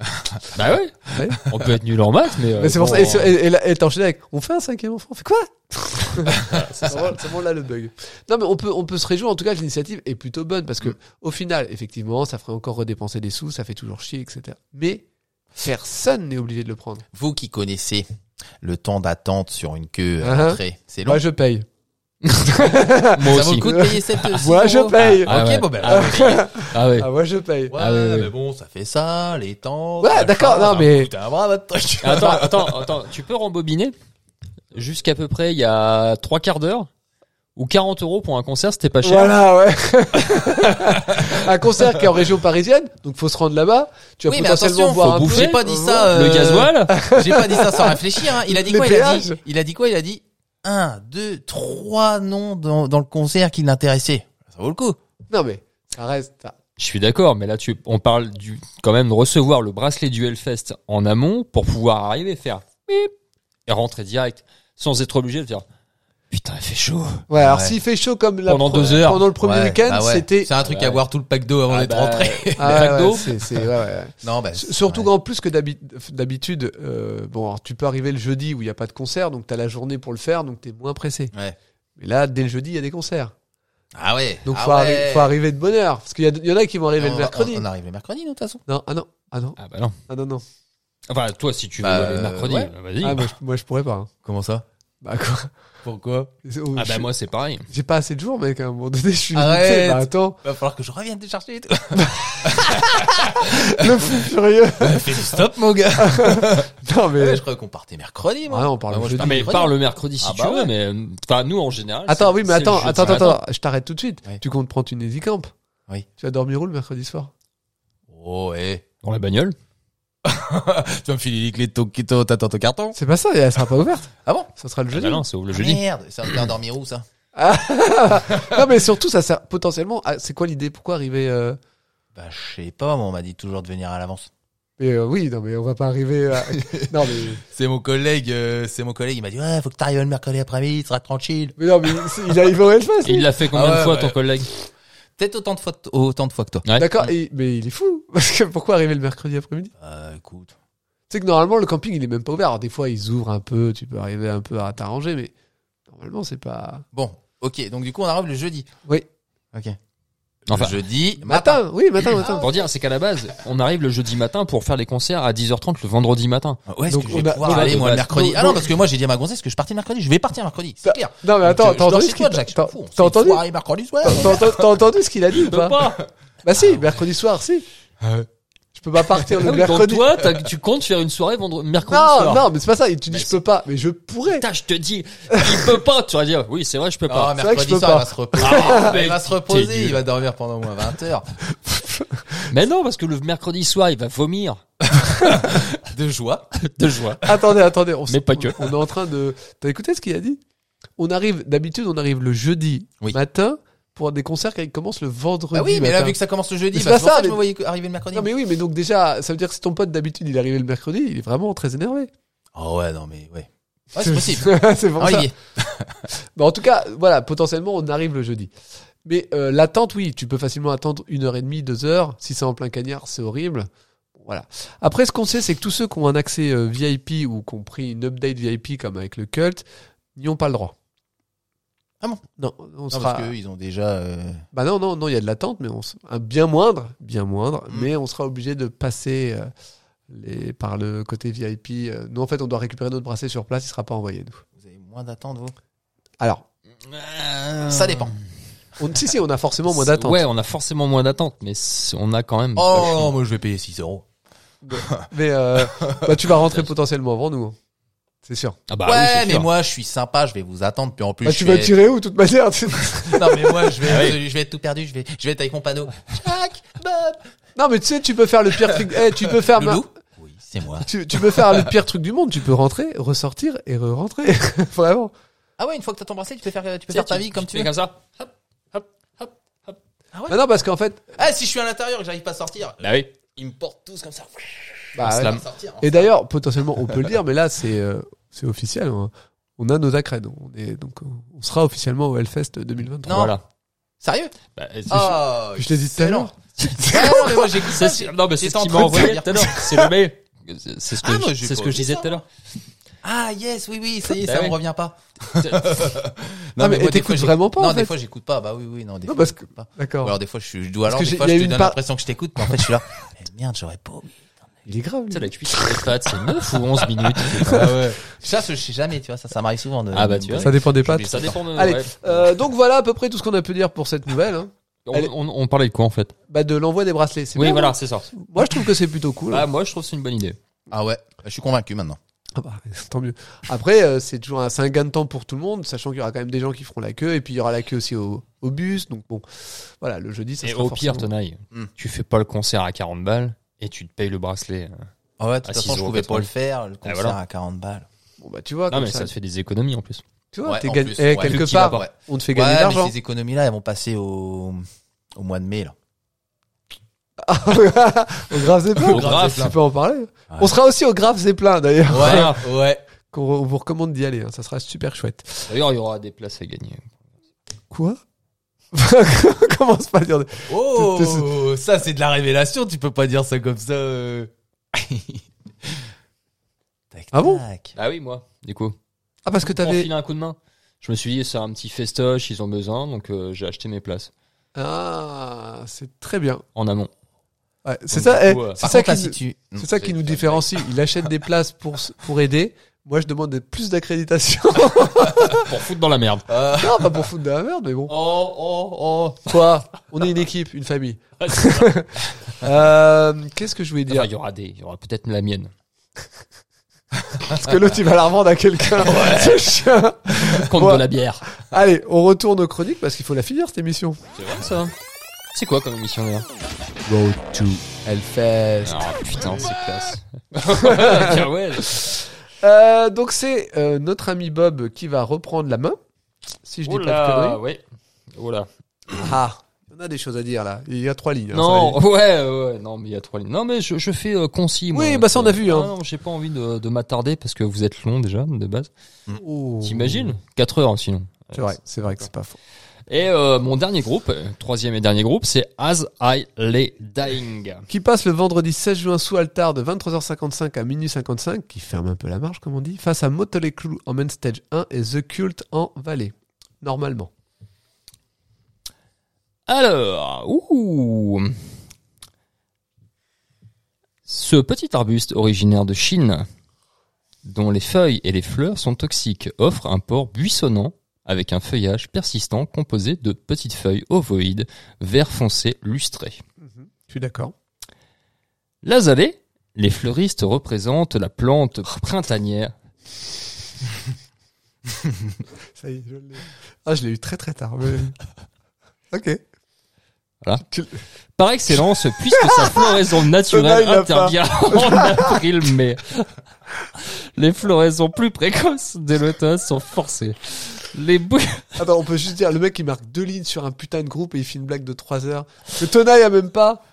[SPEAKER 2] Bah ouais.
[SPEAKER 3] Ouais.
[SPEAKER 2] On peut être nul en maths, mais. euh,
[SPEAKER 3] Mais c'est pour
[SPEAKER 2] bon,
[SPEAKER 3] ça, et, sur- et- et là, elle t'a enchaîné avec, on fait un cinquième enfant, on fait quoi *laughs* C'est vraiment, c'est vraiment là le bug. Non, mais on peut, on peut se réjouir. En tout cas, que l'initiative est plutôt bonne parce que, au final, effectivement, ça ferait encore redépenser des sous, ça fait toujours chier, etc. Mais personne n'est obligé de le prendre.
[SPEAKER 1] Vous qui connaissez le temps d'attente sur une queue à
[SPEAKER 3] Hein
[SPEAKER 1] l'entrée, c'est long.
[SPEAKER 3] Moi, je paye.
[SPEAKER 2] Moi
[SPEAKER 1] ça vaut
[SPEAKER 2] aussi.
[SPEAKER 1] le coup de payer
[SPEAKER 3] *laughs*
[SPEAKER 1] cette.
[SPEAKER 3] Moi, je paye.
[SPEAKER 2] Ah,
[SPEAKER 1] ok,
[SPEAKER 2] ouais.
[SPEAKER 1] bon, ben,
[SPEAKER 3] Ah,
[SPEAKER 1] là, je vais payer.
[SPEAKER 2] Ah ouais.
[SPEAKER 3] Ah, moi, je paye.
[SPEAKER 1] Ouais,
[SPEAKER 2] Ah, ouais, ouais.
[SPEAKER 1] mais bon, ça fait ça, les temps.
[SPEAKER 3] Ouais,
[SPEAKER 1] machin,
[SPEAKER 3] d'accord, non,
[SPEAKER 1] ça
[SPEAKER 3] mais-
[SPEAKER 1] coûte un bras, votre truc.
[SPEAKER 2] Attends,
[SPEAKER 1] *laughs*
[SPEAKER 2] attends, attends, tu peux rembobiner jusqu'à peu près il y a trois quarts d'heure ou 40 euros pour un concert, c'était pas cher.
[SPEAKER 3] Voilà, ouais. *laughs* un concert qui est en région parisienne, donc faut se rendre là-bas. Tu vas
[SPEAKER 1] Oui, mais
[SPEAKER 3] potentiellement
[SPEAKER 1] attention,
[SPEAKER 3] boire
[SPEAKER 2] faut
[SPEAKER 3] un peu.
[SPEAKER 2] bouffer.
[SPEAKER 1] J'ai pas dit ça.
[SPEAKER 2] Le
[SPEAKER 1] euh,
[SPEAKER 2] gasoil,
[SPEAKER 1] J'ai pas dit ça sans réfléchir. hein. Il a dit
[SPEAKER 3] Les
[SPEAKER 1] quoi il a dit,
[SPEAKER 3] péages.
[SPEAKER 1] il a dit quoi Il a dit un, deux, trois noms dans, dans le concert qui l'intéressaient. Ça vaut le coup.
[SPEAKER 3] Non mais ça reste. ça.
[SPEAKER 2] je suis d'accord, mais là tu, on parle du quand même de recevoir le bracelet du Hellfest en amont pour pouvoir arriver faire bip et rentrer direct sans être obligé de Ah faire putain il fait chaud.
[SPEAKER 3] Ouais, alors
[SPEAKER 1] Ouais.
[SPEAKER 3] s'il fait chaud comme la
[SPEAKER 2] Pendant
[SPEAKER 3] pre-
[SPEAKER 2] deux heures.
[SPEAKER 3] pendant le premier
[SPEAKER 1] Ouais,
[SPEAKER 3] week-end,
[SPEAKER 1] bah ouais.
[SPEAKER 3] c'était.
[SPEAKER 1] C'est un truc
[SPEAKER 2] Ouais.
[SPEAKER 1] à boire tout le pack d'eau avant
[SPEAKER 2] Ah
[SPEAKER 1] d'être
[SPEAKER 2] bah,
[SPEAKER 1] rentré.
[SPEAKER 3] *laughs* Ah, ouais,
[SPEAKER 2] McDo.
[SPEAKER 3] c'est- c'est- ouais, ouais.
[SPEAKER 1] Non, bah,
[SPEAKER 3] S- Surtout
[SPEAKER 1] ouais.
[SPEAKER 3] qu'en plus que d'habi- d'habitude, euh, bon, alors tu peux arriver le jeudi où il n'y a pas de concert, donc t'as la journée pour le faire, donc t'es moins pressé.
[SPEAKER 1] Ouais.
[SPEAKER 3] Mais là, dès le jeudi, il y a des concerts.
[SPEAKER 1] Ah ouais.
[SPEAKER 3] Donc
[SPEAKER 1] ah
[SPEAKER 3] faut,
[SPEAKER 1] ouais.
[SPEAKER 3] arri- faut arriver de bonne heure, parce qu'il y, a- il y en a qui vont arriver
[SPEAKER 1] On-
[SPEAKER 3] le mercredi.
[SPEAKER 1] On, on arrive le mercredi, nous, de toute façon.
[SPEAKER 3] Non, ah non, ah non,
[SPEAKER 2] *laughs* Ah bah non.
[SPEAKER 3] ah non, non.
[SPEAKER 2] Enfin toi si tu veux
[SPEAKER 1] Bah,
[SPEAKER 2] aller mercredi, bah,
[SPEAKER 1] ouais.
[SPEAKER 2] vas-y.
[SPEAKER 3] bah, Ah, moi, je, moi, je pourrais pas. hein.
[SPEAKER 1] Comment ça
[SPEAKER 3] Bah quoi
[SPEAKER 1] Pourquoi
[SPEAKER 2] Ah bah moi c'est pareil.
[SPEAKER 3] J'ai pas assez de jours, mec, à un moment donné, je suis
[SPEAKER 1] Arrête.
[SPEAKER 3] limité. Bah attends, *laughs*
[SPEAKER 1] Va falloir que je revienne décharger *laughs* et tout.
[SPEAKER 3] le fou furieux.
[SPEAKER 1] Fais le stop, mon gars.
[SPEAKER 3] non, mais.
[SPEAKER 1] Ah Ouais, je crois qu'on partait mercredi, moi.
[SPEAKER 3] Ah, non, on parle
[SPEAKER 1] Bah, moi,
[SPEAKER 3] jeudi.
[SPEAKER 1] je
[SPEAKER 2] Ah mais
[SPEAKER 1] mercredi.
[SPEAKER 2] parle le mercredi si
[SPEAKER 1] Ah
[SPEAKER 2] tu
[SPEAKER 1] bah
[SPEAKER 2] veux,
[SPEAKER 1] ouais.
[SPEAKER 2] mais euh, enfin nous en général.
[SPEAKER 3] Attends,
[SPEAKER 2] c'est-
[SPEAKER 3] oui, mais
[SPEAKER 2] c'est le
[SPEAKER 3] attends,
[SPEAKER 2] jeudi.
[SPEAKER 3] attends, attends, attends, je t'arrête tout de suite.
[SPEAKER 1] Ouais.
[SPEAKER 3] Tu comptes prendre une EasyCamp
[SPEAKER 1] Oui.
[SPEAKER 3] Tu vas dormir où le mercredi soir Ah.
[SPEAKER 1] Oh, eh.
[SPEAKER 2] Dans la bagnole.
[SPEAKER 1] Tu vas me filer les clés de ton, ton, ton, ton carton.
[SPEAKER 3] C'est pas ça, elle sera pas *laughs* ouverte.
[SPEAKER 1] Ah bon
[SPEAKER 3] Ça sera le
[SPEAKER 2] Ah
[SPEAKER 3] jeudi.
[SPEAKER 2] bah non, c'est ouvre le jeudi.
[SPEAKER 1] Merde, ça va me faire dormir où, ça?
[SPEAKER 3] non, mais surtout, ça sert potentiellement. à- C'est quoi l'idée Pourquoi arriver euh,
[SPEAKER 1] Bah, je sais pas, moi, on m'a dit toujours de venir à l'avance.
[SPEAKER 3] Mais euh, oui, non, mais on va pas arriver. À... *laughs* non, mais,
[SPEAKER 1] C'est mon collègue, euh, c'est mon collègue, il m'a dit, ouais, faut que t'arrives le mercredi après-midi, tu seras tranquille.
[SPEAKER 3] mais non, mais c'est- il arrive au Hellfest.
[SPEAKER 2] Il l'a fait combien
[SPEAKER 1] Ah ouais,
[SPEAKER 2] de fois
[SPEAKER 1] ouais.
[SPEAKER 2] ton collègue
[SPEAKER 1] Peut-être autant de fois, que- autant de fois que toi.
[SPEAKER 2] Ouais.
[SPEAKER 3] D'accord, et- mais il est fou. *laughs* Parce que pourquoi arriver le mercredi après-midi
[SPEAKER 1] Euh, écoute.
[SPEAKER 3] C'est que normalement, le camping, il est même pas ouvert. Alors, des fois, ils ouvrent un peu, tu peux arriver un peu à t'arranger, mais normalement, c'est pas.
[SPEAKER 1] Bon. Ok. Donc, du coup, on arrive le jeudi.
[SPEAKER 3] Oui.
[SPEAKER 1] Ok.
[SPEAKER 2] Enfin.
[SPEAKER 1] Le jeudi.
[SPEAKER 3] Matin, oui, matin, matin.
[SPEAKER 2] Pour dire, c'est qu'à la base, on arrive le jeudi matin pour faire les concerts à 10h30 le vendredi matin.
[SPEAKER 1] Ouais, est-ce
[SPEAKER 3] Donc,
[SPEAKER 1] que je vais
[SPEAKER 3] on a-
[SPEAKER 1] pouvoir
[SPEAKER 3] donc, bah,
[SPEAKER 1] aller,
[SPEAKER 2] on
[SPEAKER 1] moi,
[SPEAKER 2] a-
[SPEAKER 1] le mercredi?
[SPEAKER 3] donc,
[SPEAKER 1] ah non,
[SPEAKER 3] donc-
[SPEAKER 1] parce que moi, j'ai dit à ma gonzesse que je partais mercredi. Je vais partir mercredi, c'est
[SPEAKER 3] Bah,
[SPEAKER 1] clair.
[SPEAKER 3] Non, mais attends,
[SPEAKER 1] Donc, euh,
[SPEAKER 3] t'as
[SPEAKER 1] je dors
[SPEAKER 3] entendu
[SPEAKER 1] chez
[SPEAKER 3] ce
[SPEAKER 1] toi,
[SPEAKER 3] qu'il
[SPEAKER 1] Jack. je
[SPEAKER 3] t'as-
[SPEAKER 1] m'en fous.
[SPEAKER 3] t'as entendu
[SPEAKER 1] C'est soirée, mercredi soir.
[SPEAKER 3] T'as- t'as- t'as entendu ce qu'il a dit ou pas Bah si,
[SPEAKER 1] Ah ouais.
[SPEAKER 3] mercredi soir, si. Je peux pas partir
[SPEAKER 2] *laughs*
[SPEAKER 3] le mercredi.
[SPEAKER 2] Ah toi, t'as- tu comptes faire une soirée vendredi, mercredi
[SPEAKER 3] Non,
[SPEAKER 2] soir.
[SPEAKER 3] non, mais c'est pas ça. Et tu dis
[SPEAKER 2] Mais
[SPEAKER 3] je peux pas, mais je pourrais.
[SPEAKER 2] Putain, je te dis, il peut pas. Tu vas dire, oui, c'est vrai, je peux
[SPEAKER 1] Ah,
[SPEAKER 2] pas.
[SPEAKER 3] C'est vrai que je
[SPEAKER 1] mercredi
[SPEAKER 3] peux
[SPEAKER 1] soir, il
[SPEAKER 3] pas.
[SPEAKER 1] va se reposer.
[SPEAKER 2] Ah, mais
[SPEAKER 1] il va se
[SPEAKER 2] t'es
[SPEAKER 1] reposer.
[SPEAKER 2] nul.
[SPEAKER 1] Il va dormir pendant au moins 20 heures.
[SPEAKER 2] Mais non, parce que le mercredi soir, il va vomir
[SPEAKER 1] De joie.
[SPEAKER 2] de joie.
[SPEAKER 3] Attendez, attendez. On s-
[SPEAKER 2] Mais pas que.
[SPEAKER 3] On est en train de. T'as écouté ce qu'il a dit On arrive, d'habitude, on arrive le jeudi
[SPEAKER 1] Oui.
[SPEAKER 3] matin pour des concerts qui commencent le vendredi.
[SPEAKER 1] Ah oui, mais là,
[SPEAKER 3] matin.
[SPEAKER 1] vu que ça commence le jeudi,
[SPEAKER 3] Mais
[SPEAKER 1] bah,
[SPEAKER 3] c'est
[SPEAKER 1] c'est pour ça
[SPEAKER 3] pas ça,
[SPEAKER 1] que je
[SPEAKER 3] mais-
[SPEAKER 1] me voyais arriver le mercredi.
[SPEAKER 3] Non, mais oui, mais donc déjà, ça veut dire que si ton pote d'habitude il est arrivé le mercredi, il est vraiment très énervé.
[SPEAKER 1] Oh ouais, non, mais ouais. Ouais, c'est possible.
[SPEAKER 3] *laughs* c'est pour
[SPEAKER 1] Ah,
[SPEAKER 3] ça.
[SPEAKER 1] Olivier.
[SPEAKER 3] Bah, en tout cas, voilà, potentiellement, on arrive le jeudi. Mais euh, l'attente, oui, tu peux facilement attendre une heure et demie, deux heures. Si c'est en plein cagnard, c'est horrible. Bon, Voilà. Après, ce qu'on sait, c'est que tous ceux qui ont un accès euh, VIP ou qui ont pris une update VIP comme avec le cult, n'y ont pas le droit.
[SPEAKER 1] Ah bon
[SPEAKER 3] Non, on
[SPEAKER 1] Non,
[SPEAKER 3] sera.
[SPEAKER 1] parce qu'eux, ils ont déjà. euh,
[SPEAKER 3] Bah non, non, non, il y a de l'attente, mais on s- un bien moindre, bien moindre,
[SPEAKER 1] Mm.
[SPEAKER 3] mais on sera obligé de passer euh, les par le côté VIP. Euh, Nous, en fait, on doit récupérer notre bracelet sur place. Il sera pas envoyé nous.
[SPEAKER 1] Vous avez moins d'attente, vous
[SPEAKER 3] Alors,
[SPEAKER 1] Ça dépend.
[SPEAKER 3] on, si, si, on
[SPEAKER 1] *laughs*
[SPEAKER 3] a forcément moins d'attente.
[SPEAKER 2] Ouais, on a forcément moins d'attente, mais c'est- on a quand même.
[SPEAKER 1] Oh, moi je vais payer 6 euros. *laughs*
[SPEAKER 3] Mais euh, bah, tu vas rentrer potentiellement avant nous. hein. C'est sûr.
[SPEAKER 2] Ah bah
[SPEAKER 1] ouais,
[SPEAKER 2] oui, c'est
[SPEAKER 1] mais
[SPEAKER 2] sûr.
[SPEAKER 1] moi je suis sympa, je vais vous attendre, puis en plus.
[SPEAKER 3] Bah,
[SPEAKER 1] je
[SPEAKER 3] tu
[SPEAKER 1] vais-
[SPEAKER 3] vas tirer où, de toute manière
[SPEAKER 1] *laughs* Non, mais moi je vais,
[SPEAKER 2] Ah
[SPEAKER 1] je, vais être tout perdu, je vais, je vais être avec mon panneau. Jack, Bob,
[SPEAKER 3] Non, mais tu sais, tu peux faire le pire truc. Eh, tu peux faire. ma-
[SPEAKER 1] Loulou. Oui, c'est moi.
[SPEAKER 3] Tu, tu peux faire le pire truc du monde. Tu peux rentrer, ressortir et re-rentrer. *laughs* Vraiment.
[SPEAKER 1] Ah ouais, une fois que t'as ton bracelet, tu peux faire, euh, tu peux
[SPEAKER 2] sais,
[SPEAKER 1] faire ta vie comme tu
[SPEAKER 2] fais
[SPEAKER 1] veux.
[SPEAKER 2] comme ça.
[SPEAKER 3] Bah non, parce qu'en fait.
[SPEAKER 1] Ah, si je suis à l'intérieur et que j'arrive pas à sortir,
[SPEAKER 2] Bah oui.
[SPEAKER 1] ils me portent tous comme ça.
[SPEAKER 3] bah,
[SPEAKER 2] On se la-
[SPEAKER 1] Faut sortir. hein.
[SPEAKER 3] Et d'ailleurs, potentiellement, on peut le dire, mais là, c'est euh, c'est officiel. hein. On a nos accrèdes. On est donc on sera officiellement au Hellfest 2023.
[SPEAKER 1] Non.
[SPEAKER 2] Voilà.
[SPEAKER 1] Sérieux
[SPEAKER 2] Bah, c'est-
[SPEAKER 1] Ah,
[SPEAKER 3] Je t'ai dit tout à l'heure.
[SPEAKER 1] excellent. Ah, non, mais moi j'écoute
[SPEAKER 2] Ça,
[SPEAKER 1] ça.
[SPEAKER 2] c'est- non, mais c'est
[SPEAKER 1] j'étais
[SPEAKER 2] ce
[SPEAKER 1] en
[SPEAKER 2] qui
[SPEAKER 1] train
[SPEAKER 2] m'a
[SPEAKER 1] de
[SPEAKER 2] envoyé
[SPEAKER 1] dire.
[SPEAKER 2] tout à l'heure. C'est le mail. C'est- C'est ce que,
[SPEAKER 1] Ah,
[SPEAKER 2] je-
[SPEAKER 1] moi, j'ai
[SPEAKER 2] c'est ce
[SPEAKER 1] pas
[SPEAKER 2] que
[SPEAKER 1] vu
[SPEAKER 2] je disais
[SPEAKER 1] ça,
[SPEAKER 2] tout à l'heure.
[SPEAKER 1] Ah yes, oui, oui, ça y est,
[SPEAKER 2] Bah
[SPEAKER 1] ça
[SPEAKER 2] ouais.
[SPEAKER 1] me revient pas.
[SPEAKER 3] Non, mais,
[SPEAKER 1] moi, des fois,
[SPEAKER 3] t'écoutes
[SPEAKER 1] j'écoute-
[SPEAKER 3] vraiment pas.
[SPEAKER 1] Non,
[SPEAKER 3] en
[SPEAKER 1] des
[SPEAKER 3] fait.
[SPEAKER 1] fois j'écoute pas. Bah oui, oui, non, des
[SPEAKER 3] Non,
[SPEAKER 1] fois
[SPEAKER 3] parce que-
[SPEAKER 1] j'écoute pas. Ou
[SPEAKER 3] D'accord.
[SPEAKER 1] alors des fois je suis, je dois
[SPEAKER 3] Parce
[SPEAKER 1] alors
[SPEAKER 3] que
[SPEAKER 1] des
[SPEAKER 3] j'ai-
[SPEAKER 1] fois
[SPEAKER 3] il y
[SPEAKER 1] je
[SPEAKER 3] a
[SPEAKER 1] te
[SPEAKER 3] une Eh,
[SPEAKER 1] donne
[SPEAKER 3] part-
[SPEAKER 1] l'impression que je t'écoute, mais en fait je suis
[SPEAKER 3] *laughs*
[SPEAKER 1] là. Mais merde, j'aurais pas. oublié.
[SPEAKER 3] Il est grave.
[SPEAKER 2] Tu
[SPEAKER 3] lui.
[SPEAKER 2] sais, la cuisson des pâtes, c'est 9 ou 11 minutes.
[SPEAKER 1] Ah Ça, je sais jamais, tu vois, ça, ça m'arrive souvent de.
[SPEAKER 2] Ah bah, tu
[SPEAKER 1] de-
[SPEAKER 2] vois.
[SPEAKER 3] Ça dépend des
[SPEAKER 1] J'oublie
[SPEAKER 3] pattes.
[SPEAKER 2] Ça dépend de...
[SPEAKER 3] Allez,
[SPEAKER 2] ouais.
[SPEAKER 3] euh, donc voilà à peu près tout ce qu'on a pu dire pour cette nouvelle. hein.
[SPEAKER 2] on,
[SPEAKER 3] allez.
[SPEAKER 2] on, on parlait de quoi en fait
[SPEAKER 3] Bah, de l'envoi des bracelets. C'est
[SPEAKER 2] Oui,
[SPEAKER 3] bien,
[SPEAKER 2] voilà,
[SPEAKER 3] hein.
[SPEAKER 2] c'est ça.
[SPEAKER 3] Moi, je trouve que c'est plutôt cool.
[SPEAKER 2] Bah, moi, je trouve que c'est une bonne idée.
[SPEAKER 1] Ah ouais, je suis convaincu maintenant.
[SPEAKER 3] Ah bah, *laughs* tant mieux. Après, euh, c'est toujours un, c'est un gain de temps pour tout le monde, sachant qu'il y aura quand même des gens qui feront la queue, et puis il y aura la queue aussi au, au bus. Donc bon, voilà, le jeudi, ça
[SPEAKER 2] Et
[SPEAKER 3] sera
[SPEAKER 2] au pire,
[SPEAKER 3] forcément-
[SPEAKER 2] Tenaille,
[SPEAKER 1] Hmm.
[SPEAKER 2] tu fais pas le concert à 40 balles et tu te payes le bracelet.
[SPEAKER 1] Ah ouais, de toute
[SPEAKER 2] Ah,
[SPEAKER 1] façon, je
[SPEAKER 2] 6,80.
[SPEAKER 1] pouvais pas le faire, le concert
[SPEAKER 2] voilà.
[SPEAKER 1] à 40 balles.
[SPEAKER 3] Bon, bah, tu vois,
[SPEAKER 2] Non,
[SPEAKER 3] comme
[SPEAKER 2] mais
[SPEAKER 3] ça,
[SPEAKER 2] ça te fait des économies en plus.
[SPEAKER 3] tu vois,
[SPEAKER 1] Ouais,
[SPEAKER 3] t'es
[SPEAKER 1] en
[SPEAKER 3] gagn-
[SPEAKER 1] plus,
[SPEAKER 3] eh,
[SPEAKER 1] ouais. Vu
[SPEAKER 3] quelque
[SPEAKER 1] qu'il va
[SPEAKER 3] part,
[SPEAKER 1] pas.
[SPEAKER 3] ouais, on te fait gagner de
[SPEAKER 1] Ouais,
[SPEAKER 3] l'argent.
[SPEAKER 1] mais ces économies-là, elles vont passer au, au mois de mai, là.
[SPEAKER 3] *laughs* au Grave Zeppelin,
[SPEAKER 2] Au Grave
[SPEAKER 3] tu peux en parler. On sera aussi au Grave Zeppelin d'ailleurs, *laughs*
[SPEAKER 1] Ouais, ouais.
[SPEAKER 3] qu'on re- on vous recommande d'y aller, hein, ça sera super chouette.
[SPEAKER 2] D'ailleurs, il y aura des places à gagner.
[SPEAKER 3] Quoi *laughs* Commence pas à dire. de-
[SPEAKER 1] Oh, ça, c'est de la révélation, tu peux pas dire ça comme ça. euh. Tac,
[SPEAKER 3] Ah bon
[SPEAKER 1] tac.
[SPEAKER 2] Ah oui, moi, du coup.
[SPEAKER 3] Ah, parce que
[SPEAKER 2] Pour
[SPEAKER 3] t'avais.
[SPEAKER 2] filer un coup de main. Je me suis dit, c'est un petit festoche, ils ont besoin, donc euh, j'ai acheté mes places
[SPEAKER 3] Ah, c'est très bien.
[SPEAKER 2] en amont.
[SPEAKER 3] Ouais, c'est
[SPEAKER 2] Donc,
[SPEAKER 3] ça,
[SPEAKER 2] du
[SPEAKER 3] eh,
[SPEAKER 2] coup, euh,
[SPEAKER 3] c'est
[SPEAKER 1] Par
[SPEAKER 3] ça
[SPEAKER 1] contre, là,
[SPEAKER 3] qui.
[SPEAKER 1] si tu...
[SPEAKER 3] C'est ça
[SPEAKER 2] c'est- *laughs*
[SPEAKER 3] qui nous
[SPEAKER 2] ça me
[SPEAKER 3] différencie. Il achète des places pour, s- pour aider, Moi, je demande plus
[SPEAKER 2] *laughs*
[SPEAKER 3] d'accréditation.
[SPEAKER 2] Pour foutre dans la merde.
[SPEAKER 1] Euh,
[SPEAKER 3] non, pas pour foutre de la merde, mais bon.
[SPEAKER 2] Oh, *laughs* oh, oh.
[SPEAKER 3] Quoi On est une équipe, une famille.
[SPEAKER 2] Ah,
[SPEAKER 3] Euh, Qu'est-ce que je voulais
[SPEAKER 2] Il
[SPEAKER 3] dire
[SPEAKER 2] y aura des, il y aura peut-être la mienne.
[SPEAKER 3] Parce que l'autre, il va la revendre à
[SPEAKER 2] *laughs*
[SPEAKER 3] quelqu'un. Ce chien.
[SPEAKER 2] Contre
[SPEAKER 3] Ouais.
[SPEAKER 2] de la bière.
[SPEAKER 3] Allez, on retourne aux chroniques parce qu'il faut la finir, cette émission.
[SPEAKER 2] C'est vrai, ça. C'est quoi comme émission, d'ailleurs
[SPEAKER 3] Go to Hellfest.
[SPEAKER 2] Ah putain, c'est *laughs* classe. Bien, ouais.
[SPEAKER 3] Euh, donc, c'est euh, notre ami Bob qui va reprendre la main. Si je dis pas de conneries.
[SPEAKER 2] ouais. Oh là.
[SPEAKER 3] Ah, on a des choses à dire là. Il y a trois lignes. hein,
[SPEAKER 2] Non,
[SPEAKER 3] ça
[SPEAKER 2] ouais, ouais, non, mais il y a trois lignes. Non, mais je, je fais euh, concis. moi.
[SPEAKER 3] Oui, bah ça, on a vu,
[SPEAKER 2] Ah,
[SPEAKER 3] hein.
[SPEAKER 2] Non, j'ai pas envie de, de m'attarder parce que vous êtes long déjà de base.
[SPEAKER 3] va aller. Oh.
[SPEAKER 2] T'imagines 4 heures hein, sinon.
[SPEAKER 3] C'est vrai, c'est vrai que c'est pas faux.
[SPEAKER 2] Et euh, mon dernier groupe, euh, troisième et dernier groupe, c'est As I Lay Dying.
[SPEAKER 3] Qui passe le vendredi 16 juin sous altar de 23h55 à minuit 55, qui ferme un peu la marche comme on dit, face à Motley Crue en main stage 1 et The Cult en vallée. Normalement.
[SPEAKER 2] Alors, ouh. Ce petit arbuste originaire de Chine, dont les feuilles et les fleurs sont toxiques, offre un port buissonnant avec un feuillage persistant composé de petites feuilles ovoïdes, vert foncé lustrées.
[SPEAKER 3] Je suis d'accord.
[SPEAKER 2] L'azalée, les fleuristes représentent la plante printanière.
[SPEAKER 3] Ça y est, je l'ai. Ah, je l'ai eu très très tard.
[SPEAKER 2] *laughs*
[SPEAKER 3] mais- ok.
[SPEAKER 2] Par excellence, puisque sa floraison
[SPEAKER 3] Celui-là, il
[SPEAKER 2] naturelle
[SPEAKER 3] l'a pas.
[SPEAKER 2] intervient en avril-mai. Les floraisons plus précoces dès l'automne sont forcées. Les bou-
[SPEAKER 3] Attends, on peut juste dire, le mec il marque deux lignes sur un putain de groupe et il fait une blague de 3 heures. Le tenaille a même pas.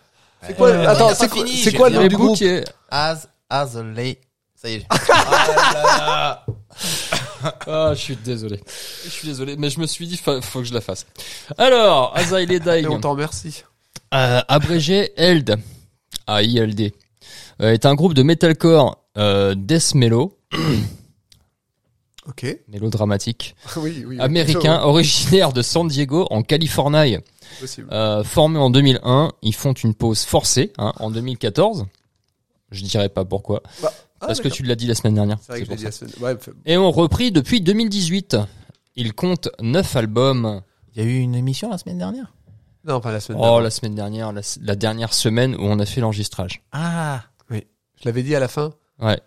[SPEAKER 3] C'est quoi
[SPEAKER 1] Euh,
[SPEAKER 3] le- Attends,
[SPEAKER 1] il a
[SPEAKER 3] c'est
[SPEAKER 1] pas
[SPEAKER 3] quoi,
[SPEAKER 1] fini,
[SPEAKER 3] c'est
[SPEAKER 1] j'ai
[SPEAKER 3] quoi Oh,
[SPEAKER 1] rien
[SPEAKER 3] le nom
[SPEAKER 2] les
[SPEAKER 3] du groupe
[SPEAKER 2] bouquets.
[SPEAKER 1] as, as a lay. Ça y est. Ah là là.
[SPEAKER 2] Ah, je suis désolé. Je suis désolé, mais je me suis dit, fa- faut que je la fasse. Alors, Azaï les
[SPEAKER 3] Et on
[SPEAKER 2] Dying,
[SPEAKER 3] t'en remercie.
[SPEAKER 2] euh, abrégé ELD, AILD, euh, est un groupe de metalcore euh, death mellow,
[SPEAKER 3] Ok.
[SPEAKER 2] mélodramatique,
[SPEAKER 3] *laughs* oui, oui.
[SPEAKER 2] américain,
[SPEAKER 3] hein.
[SPEAKER 2] originaire de San Diego, en Californie.
[SPEAKER 3] Possible.
[SPEAKER 2] Euh, formés en 2001, ils font une pause forcée hein, en 2014. Je dirais pas pourquoi, Ah, parce que tu l'as dit la semaine dernière.
[SPEAKER 3] Ah, C'est vrai que je
[SPEAKER 2] pour
[SPEAKER 3] l'ai dit la semaine. Ouais, fait-
[SPEAKER 2] ça. Et ont repris depuis 2018. Ils comptent 9 albums.
[SPEAKER 1] Il y a eu une émission la semaine dernière.
[SPEAKER 3] Non, pas la semaine
[SPEAKER 2] Oh,
[SPEAKER 3] dernière.
[SPEAKER 2] la semaine dernière, la, la dernière semaine où on a fait l'enregistrage.
[SPEAKER 1] Ah.
[SPEAKER 3] Je l'avais dit à la fin.
[SPEAKER 2] Ouais,
[SPEAKER 3] Tu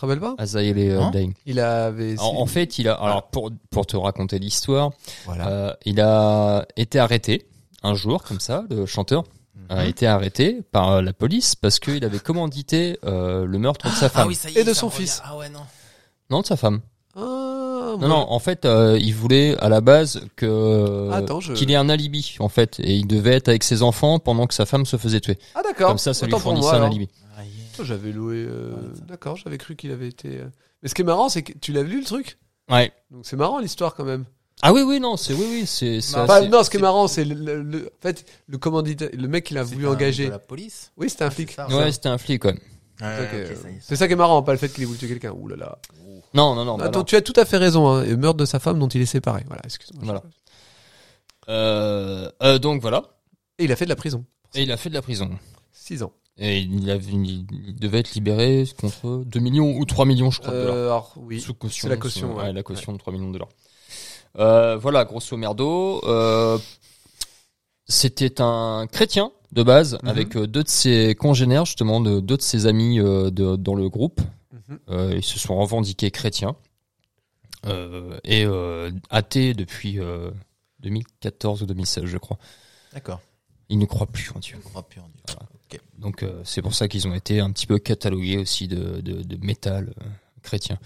[SPEAKER 3] te rappelles pas
[SPEAKER 2] Azaï les
[SPEAKER 1] Hein
[SPEAKER 2] Dying.
[SPEAKER 3] Il avait.
[SPEAKER 2] En, en fait, il a
[SPEAKER 3] Ah.
[SPEAKER 2] alors pour pour te raconter l'histoire,
[SPEAKER 1] Voilà.
[SPEAKER 2] euh, il a été arrêté un jour comme ça, le chanteur
[SPEAKER 1] Mm.
[SPEAKER 3] Hein
[SPEAKER 2] a été arrêté par euh, la police parce qu'il avait commandité euh, le meurtre
[SPEAKER 3] Ah
[SPEAKER 2] de sa femme.
[SPEAKER 1] Ah ça
[SPEAKER 3] Et de
[SPEAKER 1] ça
[SPEAKER 3] son
[SPEAKER 1] revient.
[SPEAKER 3] fils.
[SPEAKER 1] Ah ouais, non.
[SPEAKER 2] Non, de sa femme.
[SPEAKER 3] Ah,
[SPEAKER 2] Non,
[SPEAKER 3] moi-
[SPEAKER 2] non, en fait, euh, il voulait à la base que
[SPEAKER 3] Attends, euh. je-
[SPEAKER 2] qu'il ait un alibi, en fait, et il devait être avec ses enfants pendant que sa femme se faisait tuer.
[SPEAKER 3] Ah, d'accord.
[SPEAKER 2] Comme ça, ça lui
[SPEAKER 3] Autant pour
[SPEAKER 2] fournissait
[SPEAKER 3] moi,
[SPEAKER 2] un
[SPEAKER 3] alors.
[SPEAKER 2] alibi.
[SPEAKER 1] Ah,
[SPEAKER 3] Oh, J'avais loué. euh, D'accord, j'avais cru qu'il avait été. euh. Mais ce qui est marrant, c'est que tu l'avais lu le truc.
[SPEAKER 2] Ouais.
[SPEAKER 3] Donc c'est marrant l'histoire quand même.
[SPEAKER 2] Ah oui, oui, non, c'est oui, oui, c'est Ah, c'est
[SPEAKER 1] Bah,
[SPEAKER 3] Enfin,
[SPEAKER 2] assez-
[SPEAKER 3] non, ce qui est
[SPEAKER 1] c'est-
[SPEAKER 3] marrant, c'est le, le- le- en fait le commanditaire, le mec qu'il a voulu engager.
[SPEAKER 1] la police.
[SPEAKER 3] Oui,
[SPEAKER 2] Ah,
[SPEAKER 3] c'était un flic.
[SPEAKER 1] ça,
[SPEAKER 2] Ouais, c'était un flic, ouais. Ah,
[SPEAKER 3] Donc, euh,
[SPEAKER 1] ok, ça y est.
[SPEAKER 3] C'est ça qui est marrant, pas le fait qu'il ait voulu tuer quelqu'un. Ouh là là.
[SPEAKER 2] Non, non, non. bah
[SPEAKER 3] Attends,
[SPEAKER 2] non.
[SPEAKER 3] tu as tout à fait raison. Hein. Et meurtre de sa femme dont il est séparé. Voilà, excuse-moi.
[SPEAKER 2] Voilà. Euh, euh, donc voilà.
[SPEAKER 3] Et il a fait de la prison.
[SPEAKER 2] Et il a fait de la prison.
[SPEAKER 3] 6 ans.
[SPEAKER 2] Et il, avait- il- il devait être libéré contre 2 millions ou 3 millions, je crois. de dollars.
[SPEAKER 3] Euh, alors oui.
[SPEAKER 2] Sous caution.
[SPEAKER 3] c'est la caution,
[SPEAKER 2] sous-
[SPEAKER 3] ouais.
[SPEAKER 2] la caution de 3 millions de dollars. Euh, voilà, grosso merdo. euh, C'était un chrétien de base
[SPEAKER 3] Mhm.
[SPEAKER 2] avec euh, deux de ses congénères, justement, de, deux de ses amis euh, de- dans le groupe.
[SPEAKER 3] Mhm.
[SPEAKER 2] Euh, ils se sont revendiqués chrétiens euh, et euh, athées depuis euh, 2014 ou 2016, je crois.
[SPEAKER 1] D'accord.
[SPEAKER 2] Ils ne croient plus en Dieu.
[SPEAKER 1] On croit plus en Dieu. Ok.
[SPEAKER 2] Donc euh, c'est pour ça qu'ils ont été un petit peu catalogués aussi de, de, de métal euh, chrétien.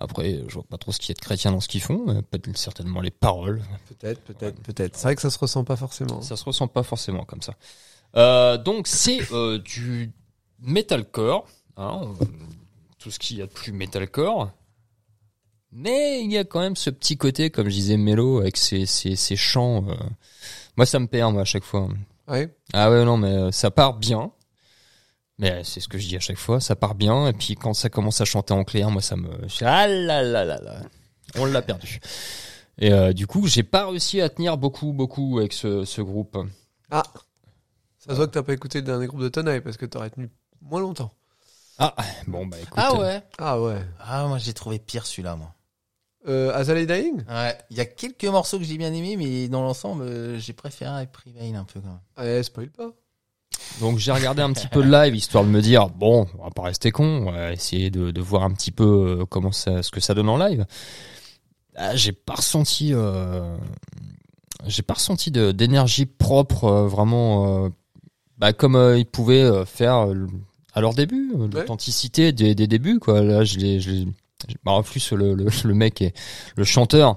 [SPEAKER 2] Après, je vois pas trop ce qu'il y a de chrétien dans ce qu'ils font, mais peut-être certainement les paroles.
[SPEAKER 3] Peut-être, peut-être, peut-être. C'est vrai que ça se ressent pas forcément.
[SPEAKER 2] Ça se ressent pas forcément comme ça. Euh, donc c'est euh, du metalcore, hein, on- tout ce qu'il y a de plus metalcore. Mais il y a quand même ce petit côté, comme je disais, mélo, avec ses, ses, ses chants. euh. Moi, ça me perd moi, à chaque fois.
[SPEAKER 3] Ouais.
[SPEAKER 2] Ah ouais, non, mais euh, ça part bien. Mais euh, c'est ce que je dis à chaque fois, ça part bien. Et puis quand ça commence à chanter en clair, moi ça me... Ah là là là là On l'a perdu. Et euh, du coup, j'ai pas réussi à tenir beaucoup, beaucoup avec ce, ce groupe.
[SPEAKER 3] Ah. Ça se voit que t'as pas écouté le dernier groupe de Tonaille parce que t'aurais tenu moins longtemps.
[SPEAKER 2] Ah, bon, bah écoute.
[SPEAKER 1] Ah
[SPEAKER 2] euh,
[SPEAKER 1] ouais.
[SPEAKER 3] Ah ouais.
[SPEAKER 1] Ah moi j'ai trouvé pire celui-là moi.
[SPEAKER 3] Euh, Azalea Dying
[SPEAKER 1] Ouais, il y a quelques morceaux que j'ai bien aimés mais dans l'ensemble euh, j'ai préféré Prevail un peu quand même.
[SPEAKER 3] Eh, spoil pas.
[SPEAKER 2] Donc j'ai regardé un petit peu le live histoire de me dire bon, on va pas rester con, on va essayer de, de voir un petit peu euh, comment ça, ce que ça donne en live. Ah, j'ai pas ressenti, euh, j'ai pas ressenti de- d'énergie propre euh, vraiment, euh, bah, comme euh, ils pouvaient euh, faire euh, le- à leur début, euh, l'authenticité des, des débuts quoi. Là je l'ai, je l'ai- je- bah, en plus le, le, le mec est le chanteur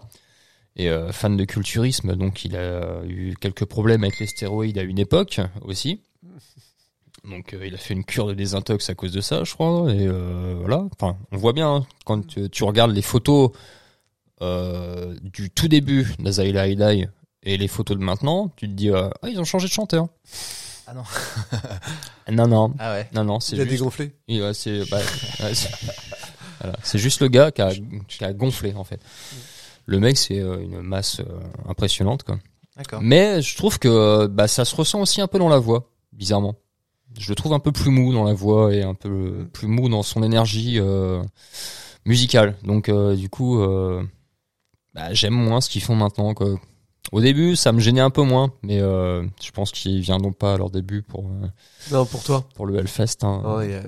[SPEAKER 2] et euh, fan de culturisme, donc il a eu quelques problèmes avec les stéroïdes à une époque aussi. Donc euh, il a fait une cure de désintox à cause de ça, je crois. Et euh, voilà. Enfin, on voit bien hein, quand tu, tu regardes les photos euh, du tout début d'Azaïla Hidaï et les photos de maintenant, tu te dis euh, ah ils ont changé de chanteur.
[SPEAKER 1] Ah non.
[SPEAKER 2] *laughs* non non
[SPEAKER 1] Ah ouais.
[SPEAKER 2] non non c'est
[SPEAKER 3] Il a
[SPEAKER 2] juste
[SPEAKER 3] dégonflé.
[SPEAKER 2] oui, ouais, c'est bah, ouais, c'est- *laughs* voilà. C'est juste le gars qui a, qui a gonflé en fait. Le mec c'est euh, une masse euh, impressionnante quoi.
[SPEAKER 1] D'accord.
[SPEAKER 2] Mais je trouve que bah, ça se ressent aussi un peu dans la voix, bizarrement. Je le trouve un peu plus mou dans la voix et un peu plus mou dans son énergie euh, musicale. Donc euh, du coup, euh, bah, j'aime moins ce qu'ils font maintenant. Quoi. Au début, ça me gênait un peu moins, mais euh, je pense qu'ils viendront pas à leur début pour euh,
[SPEAKER 3] Non, pour toi.
[SPEAKER 2] pour le Hellfest. hein.
[SPEAKER 3] Oh, il y a-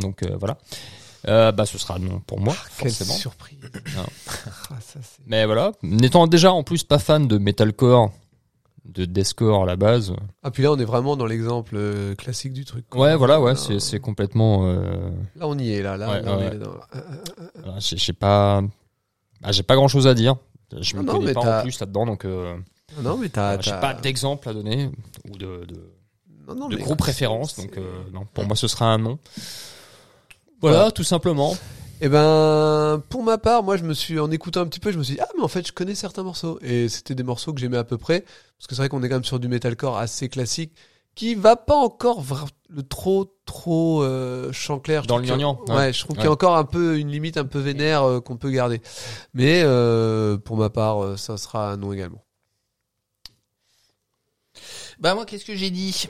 [SPEAKER 2] Donc euh, voilà. Euh, bah ce sera non pour moi
[SPEAKER 3] Ah, Quelle
[SPEAKER 2] forcément.
[SPEAKER 3] surprise.
[SPEAKER 2] *coughs* Non.
[SPEAKER 3] Ah, ça, c'est-
[SPEAKER 2] Mais voilà, n'étant déjà en plus pas fan de metalcore, de deathcore à la base,
[SPEAKER 3] Ah, puis là, on est vraiment dans l'exemple euh, classique du truc. quoi.
[SPEAKER 2] Ouais, voilà, ouais,
[SPEAKER 3] Euh,
[SPEAKER 2] c'est, c'est complètement. euh,
[SPEAKER 3] Là, on y est, là. là,
[SPEAKER 2] Ouais,
[SPEAKER 3] là, on
[SPEAKER 2] ouais.
[SPEAKER 3] est dans- Ah, ah, ah.
[SPEAKER 2] voilà, j'ai, j'ai pas, ah, j'ai pas grand chose à dire. Je me
[SPEAKER 3] Non, non,
[SPEAKER 2] connais
[SPEAKER 3] mais
[SPEAKER 2] pas en
[SPEAKER 3] t'as-
[SPEAKER 2] plus là-dedans, donc euh,
[SPEAKER 3] ah. Non, mais t'as.
[SPEAKER 2] voilà, j'ai
[SPEAKER 3] t'as-
[SPEAKER 2] pas d'exemple à donner ou de, de,
[SPEAKER 3] Non, non,
[SPEAKER 2] de
[SPEAKER 3] mais
[SPEAKER 2] gros
[SPEAKER 3] c'est-
[SPEAKER 2] préférences.
[SPEAKER 3] c'est-
[SPEAKER 2] Donc euh, non, pour moi, ce sera un non. Voilà,
[SPEAKER 3] Voilà.
[SPEAKER 2] tout simplement.
[SPEAKER 3] Eh ben, pour ma part, moi, je me suis, en écoutant un petit peu, je me suis dit, ah, mais en fait, je connais certains morceaux. Et c'était des morceaux que j'aimais à peu près. Parce que c'est vrai qu'on est quand même sur du metalcore assez classique, qui va pas encore vra- le trop, trop euh, chant clair. Je
[SPEAKER 2] Dans
[SPEAKER 3] trouve
[SPEAKER 2] le
[SPEAKER 3] qu'il y a-
[SPEAKER 2] gnangnan,
[SPEAKER 3] Ouais,
[SPEAKER 2] ouais.
[SPEAKER 3] je trouve
[SPEAKER 2] Ouais.
[SPEAKER 3] qu'il y a encore un peu une limite un peu vénère euh, qu'on peut garder. Mais euh, pour ma part, euh, ça sera un non également.
[SPEAKER 1] Bah moi qu'est-ce que j'ai dit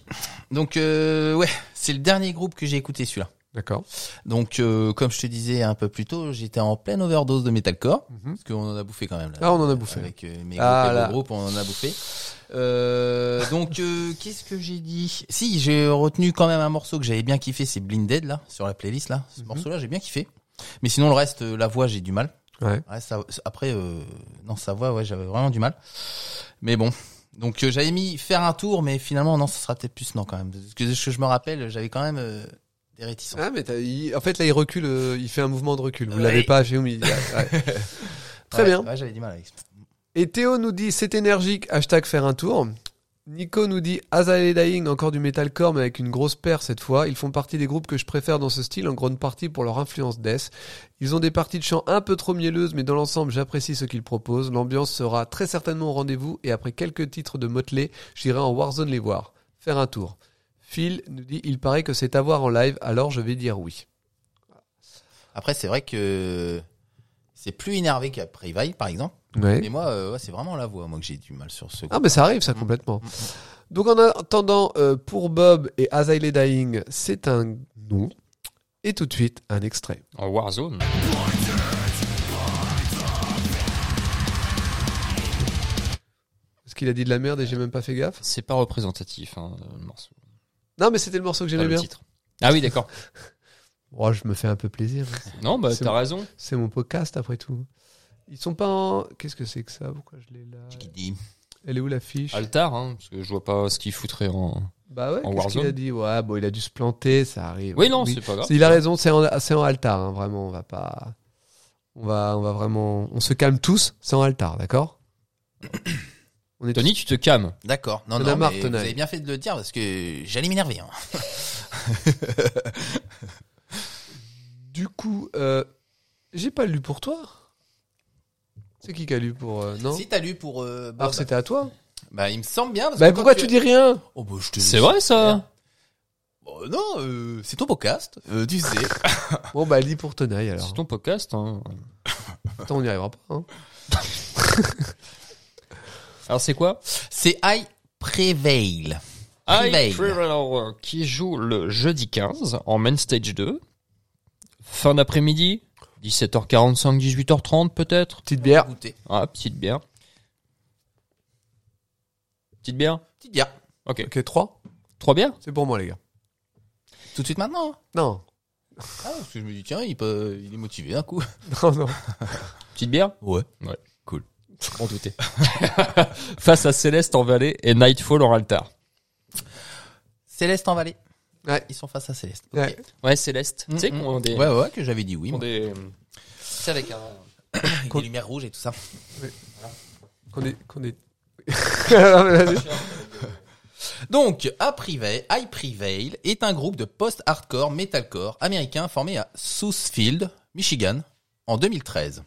[SPEAKER 1] Donc euh, ouais, c'est le dernier groupe que j'ai écouté celui-là.
[SPEAKER 3] D'accord.
[SPEAKER 1] Donc euh, comme je te disais un peu plus tôt, j'étais en pleine overdose de metalcore
[SPEAKER 3] Mhm.
[SPEAKER 1] parce qu'on en a bouffé quand même là.
[SPEAKER 3] Ah, on en a bouffé.
[SPEAKER 1] Avec euh, mes
[SPEAKER 3] Ah,
[SPEAKER 1] groupes et
[SPEAKER 3] là.
[SPEAKER 1] vos groupes, on en a bouffé. Euh, donc euh, qu'est-ce que j'ai dit Si, j'ai retenu quand même un morceau que j'avais bien kiffé, c'est Blinded là sur la playlist là. Ce
[SPEAKER 3] Mhm.
[SPEAKER 1] morceau-là, j'ai bien kiffé. Mais sinon le reste euh, la voix, j'ai du mal.
[SPEAKER 3] Ouais.
[SPEAKER 1] ça, après euh, non, sa voix ouais, j'avais vraiment du mal. Mais bon, donc euh, j'avais mis faire un tour mais finalement non, ça sera peut-être plus non quand même. Parce que ce que je me rappelle, j'avais quand même euh, des réticences.
[SPEAKER 3] Ah, mais t'as- il- en fait, là, il recule, euh, il fait un mouvement de recul. Vous
[SPEAKER 1] Ouais.
[SPEAKER 3] l'avez pas chez vous, mais il- ouais. Ah, Très
[SPEAKER 1] Ouais,
[SPEAKER 3] bien.
[SPEAKER 1] Ouais, j'avais du mal avec.
[SPEAKER 3] Et Théo nous dit c'est énergique, hashtag faire un tour. Nico nous dit Azalea Dying, encore du metalcore mais avec une grosse paire cette fois. Ils font partie des groupes que je préfère dans ce style, en grande partie pour leur influence death. Ils ont des parties de chant un peu trop mielleuses, mais dans l'ensemble j'apprécie ce qu'ils proposent. L'ambiance sera très certainement au rendez-vous et après quelques titres de Motley, j'irai en Warzone les voir. Faire un tour. Phil nous dit il paraît que c'est à voir en live, alors je vais dire oui.
[SPEAKER 1] Après, c'est vrai que c'est plus énervé qu'à Prevail, par exemple. Mais moi, euh, ouais, c'est vraiment la voix, moi, que j'ai du mal sur ce.
[SPEAKER 3] Ah,
[SPEAKER 1] groupe.
[SPEAKER 3] mais ça arrive,
[SPEAKER 2] Mm.
[SPEAKER 3] ça, complètement. Donc, en attendant, euh, pour Bob et As I Lay Dying, c'est un non. Et tout de suite, un extrait.
[SPEAKER 2] En Warzone.
[SPEAKER 3] Parce qu'il a dit de la merde et j'ai même pas fait gaffe.
[SPEAKER 2] C'est pas représentatif, hein, le morceau.
[SPEAKER 3] Non, mais c'était le morceau que
[SPEAKER 2] Pas
[SPEAKER 3] j'aimais
[SPEAKER 2] le
[SPEAKER 3] bien.
[SPEAKER 2] titre. Ah oui, d'accord. *laughs*
[SPEAKER 3] Oh, je me fais un peu plaisir.
[SPEAKER 2] Non, bah
[SPEAKER 3] C'est
[SPEAKER 2] t'as
[SPEAKER 3] bon.
[SPEAKER 2] raison.
[SPEAKER 3] C'est mon podcast, après tout. Ils sont pas en. Qu'est-ce que c'est que ça Pourquoi je l'ai là
[SPEAKER 1] Qui dit
[SPEAKER 3] Elle est où la fiche
[SPEAKER 2] Altar, hein, parce que je vois pas ce qu'il foutrait en.
[SPEAKER 3] Bah ouais,
[SPEAKER 2] en
[SPEAKER 3] qu'est-ce qu'il
[SPEAKER 2] Warzone
[SPEAKER 3] a dit Ouais, bon, il a dû se planter, ça arrive.
[SPEAKER 2] Oui, non, c'est pas grave.
[SPEAKER 3] Il a raison, c'est en, c'est en altar, hein, vraiment. On va pas, on va, on va vraiment, on se calme tous. C'est en altar, d'accord On est
[SPEAKER 2] Tony, tu te calmes.
[SPEAKER 1] D'accord. Non,
[SPEAKER 3] On
[SPEAKER 1] non,
[SPEAKER 3] a marre,
[SPEAKER 1] mais vous
[SPEAKER 3] Tonai.
[SPEAKER 1] avez bien fait de le dire parce que j'allais m'énerver. hein.
[SPEAKER 3] tous- Du coup, euh, j'ai pas lu pour toi. C'est qui qui a lu pour euh, non
[SPEAKER 1] Si t'as lu pour. euh, Bob,
[SPEAKER 3] Alors que c'était à toi.
[SPEAKER 1] Bah, il me semble bien. Parce
[SPEAKER 3] Bah
[SPEAKER 1] que
[SPEAKER 3] pourquoi
[SPEAKER 1] quand
[SPEAKER 3] tu dis rien
[SPEAKER 1] Oh, bah, je te.
[SPEAKER 2] C'est vrai ça hein.
[SPEAKER 1] Bon, non, euh, c'est ton podcast. euh, tu
[SPEAKER 3] *laughs*
[SPEAKER 1] sais.
[SPEAKER 3] Bon bah lis pour Tonaille alors.
[SPEAKER 2] C'est ton podcast. Hein.
[SPEAKER 3] Attends, on n'y arrivera pas. hein.
[SPEAKER 2] Alors c'est quoi
[SPEAKER 1] c'est I Prevail.
[SPEAKER 2] I
[SPEAKER 1] Prevail.
[SPEAKER 2] euh, Prevail, qui joue le jeudi 15 en Main Stage 2 fin d'après-midi, 17h45, 18h30 peut-être.
[SPEAKER 3] Petite bière.
[SPEAKER 1] Goûter.
[SPEAKER 2] Ah, petite bière. Petite bière
[SPEAKER 1] Petite bière.
[SPEAKER 3] Ok, 3
[SPEAKER 2] Trois bières
[SPEAKER 3] C'est pour moi, les gars.
[SPEAKER 1] Tout de suite maintenant. hein.
[SPEAKER 3] Non, *laughs*
[SPEAKER 1] Ah, parce que je me dis, tiens, il, peut, il est motivé d'un
[SPEAKER 2] *laughs*
[SPEAKER 1] coup.
[SPEAKER 3] non, non.
[SPEAKER 2] Petite bière
[SPEAKER 1] Ouais.
[SPEAKER 2] On doutait. *laughs* Face à Céleste en Vallée et Nightfall en Altar.
[SPEAKER 1] Céleste en Vallée.
[SPEAKER 3] Ouais.
[SPEAKER 1] Ils sont face à Céleste. Ok.
[SPEAKER 3] Ouais.
[SPEAKER 2] Ouais, Céleste. Tu sais
[SPEAKER 1] Mm,
[SPEAKER 2] qu'on
[SPEAKER 1] mm.
[SPEAKER 2] des...
[SPEAKER 1] Ouais, ouais, que j'avais dit oui.
[SPEAKER 2] qu'on
[SPEAKER 1] moi.
[SPEAKER 2] des-
[SPEAKER 1] C'est avec un... *coughs* avec des lumières rouges et tout ça.
[SPEAKER 3] Qu'on est. Qu'on est... *laughs* Non, mais vas-y.
[SPEAKER 1] Donc, A Prevail, I Prevail est un groupe de post-hardcore metalcore américain formé à Southfield, Michigan, en 2013.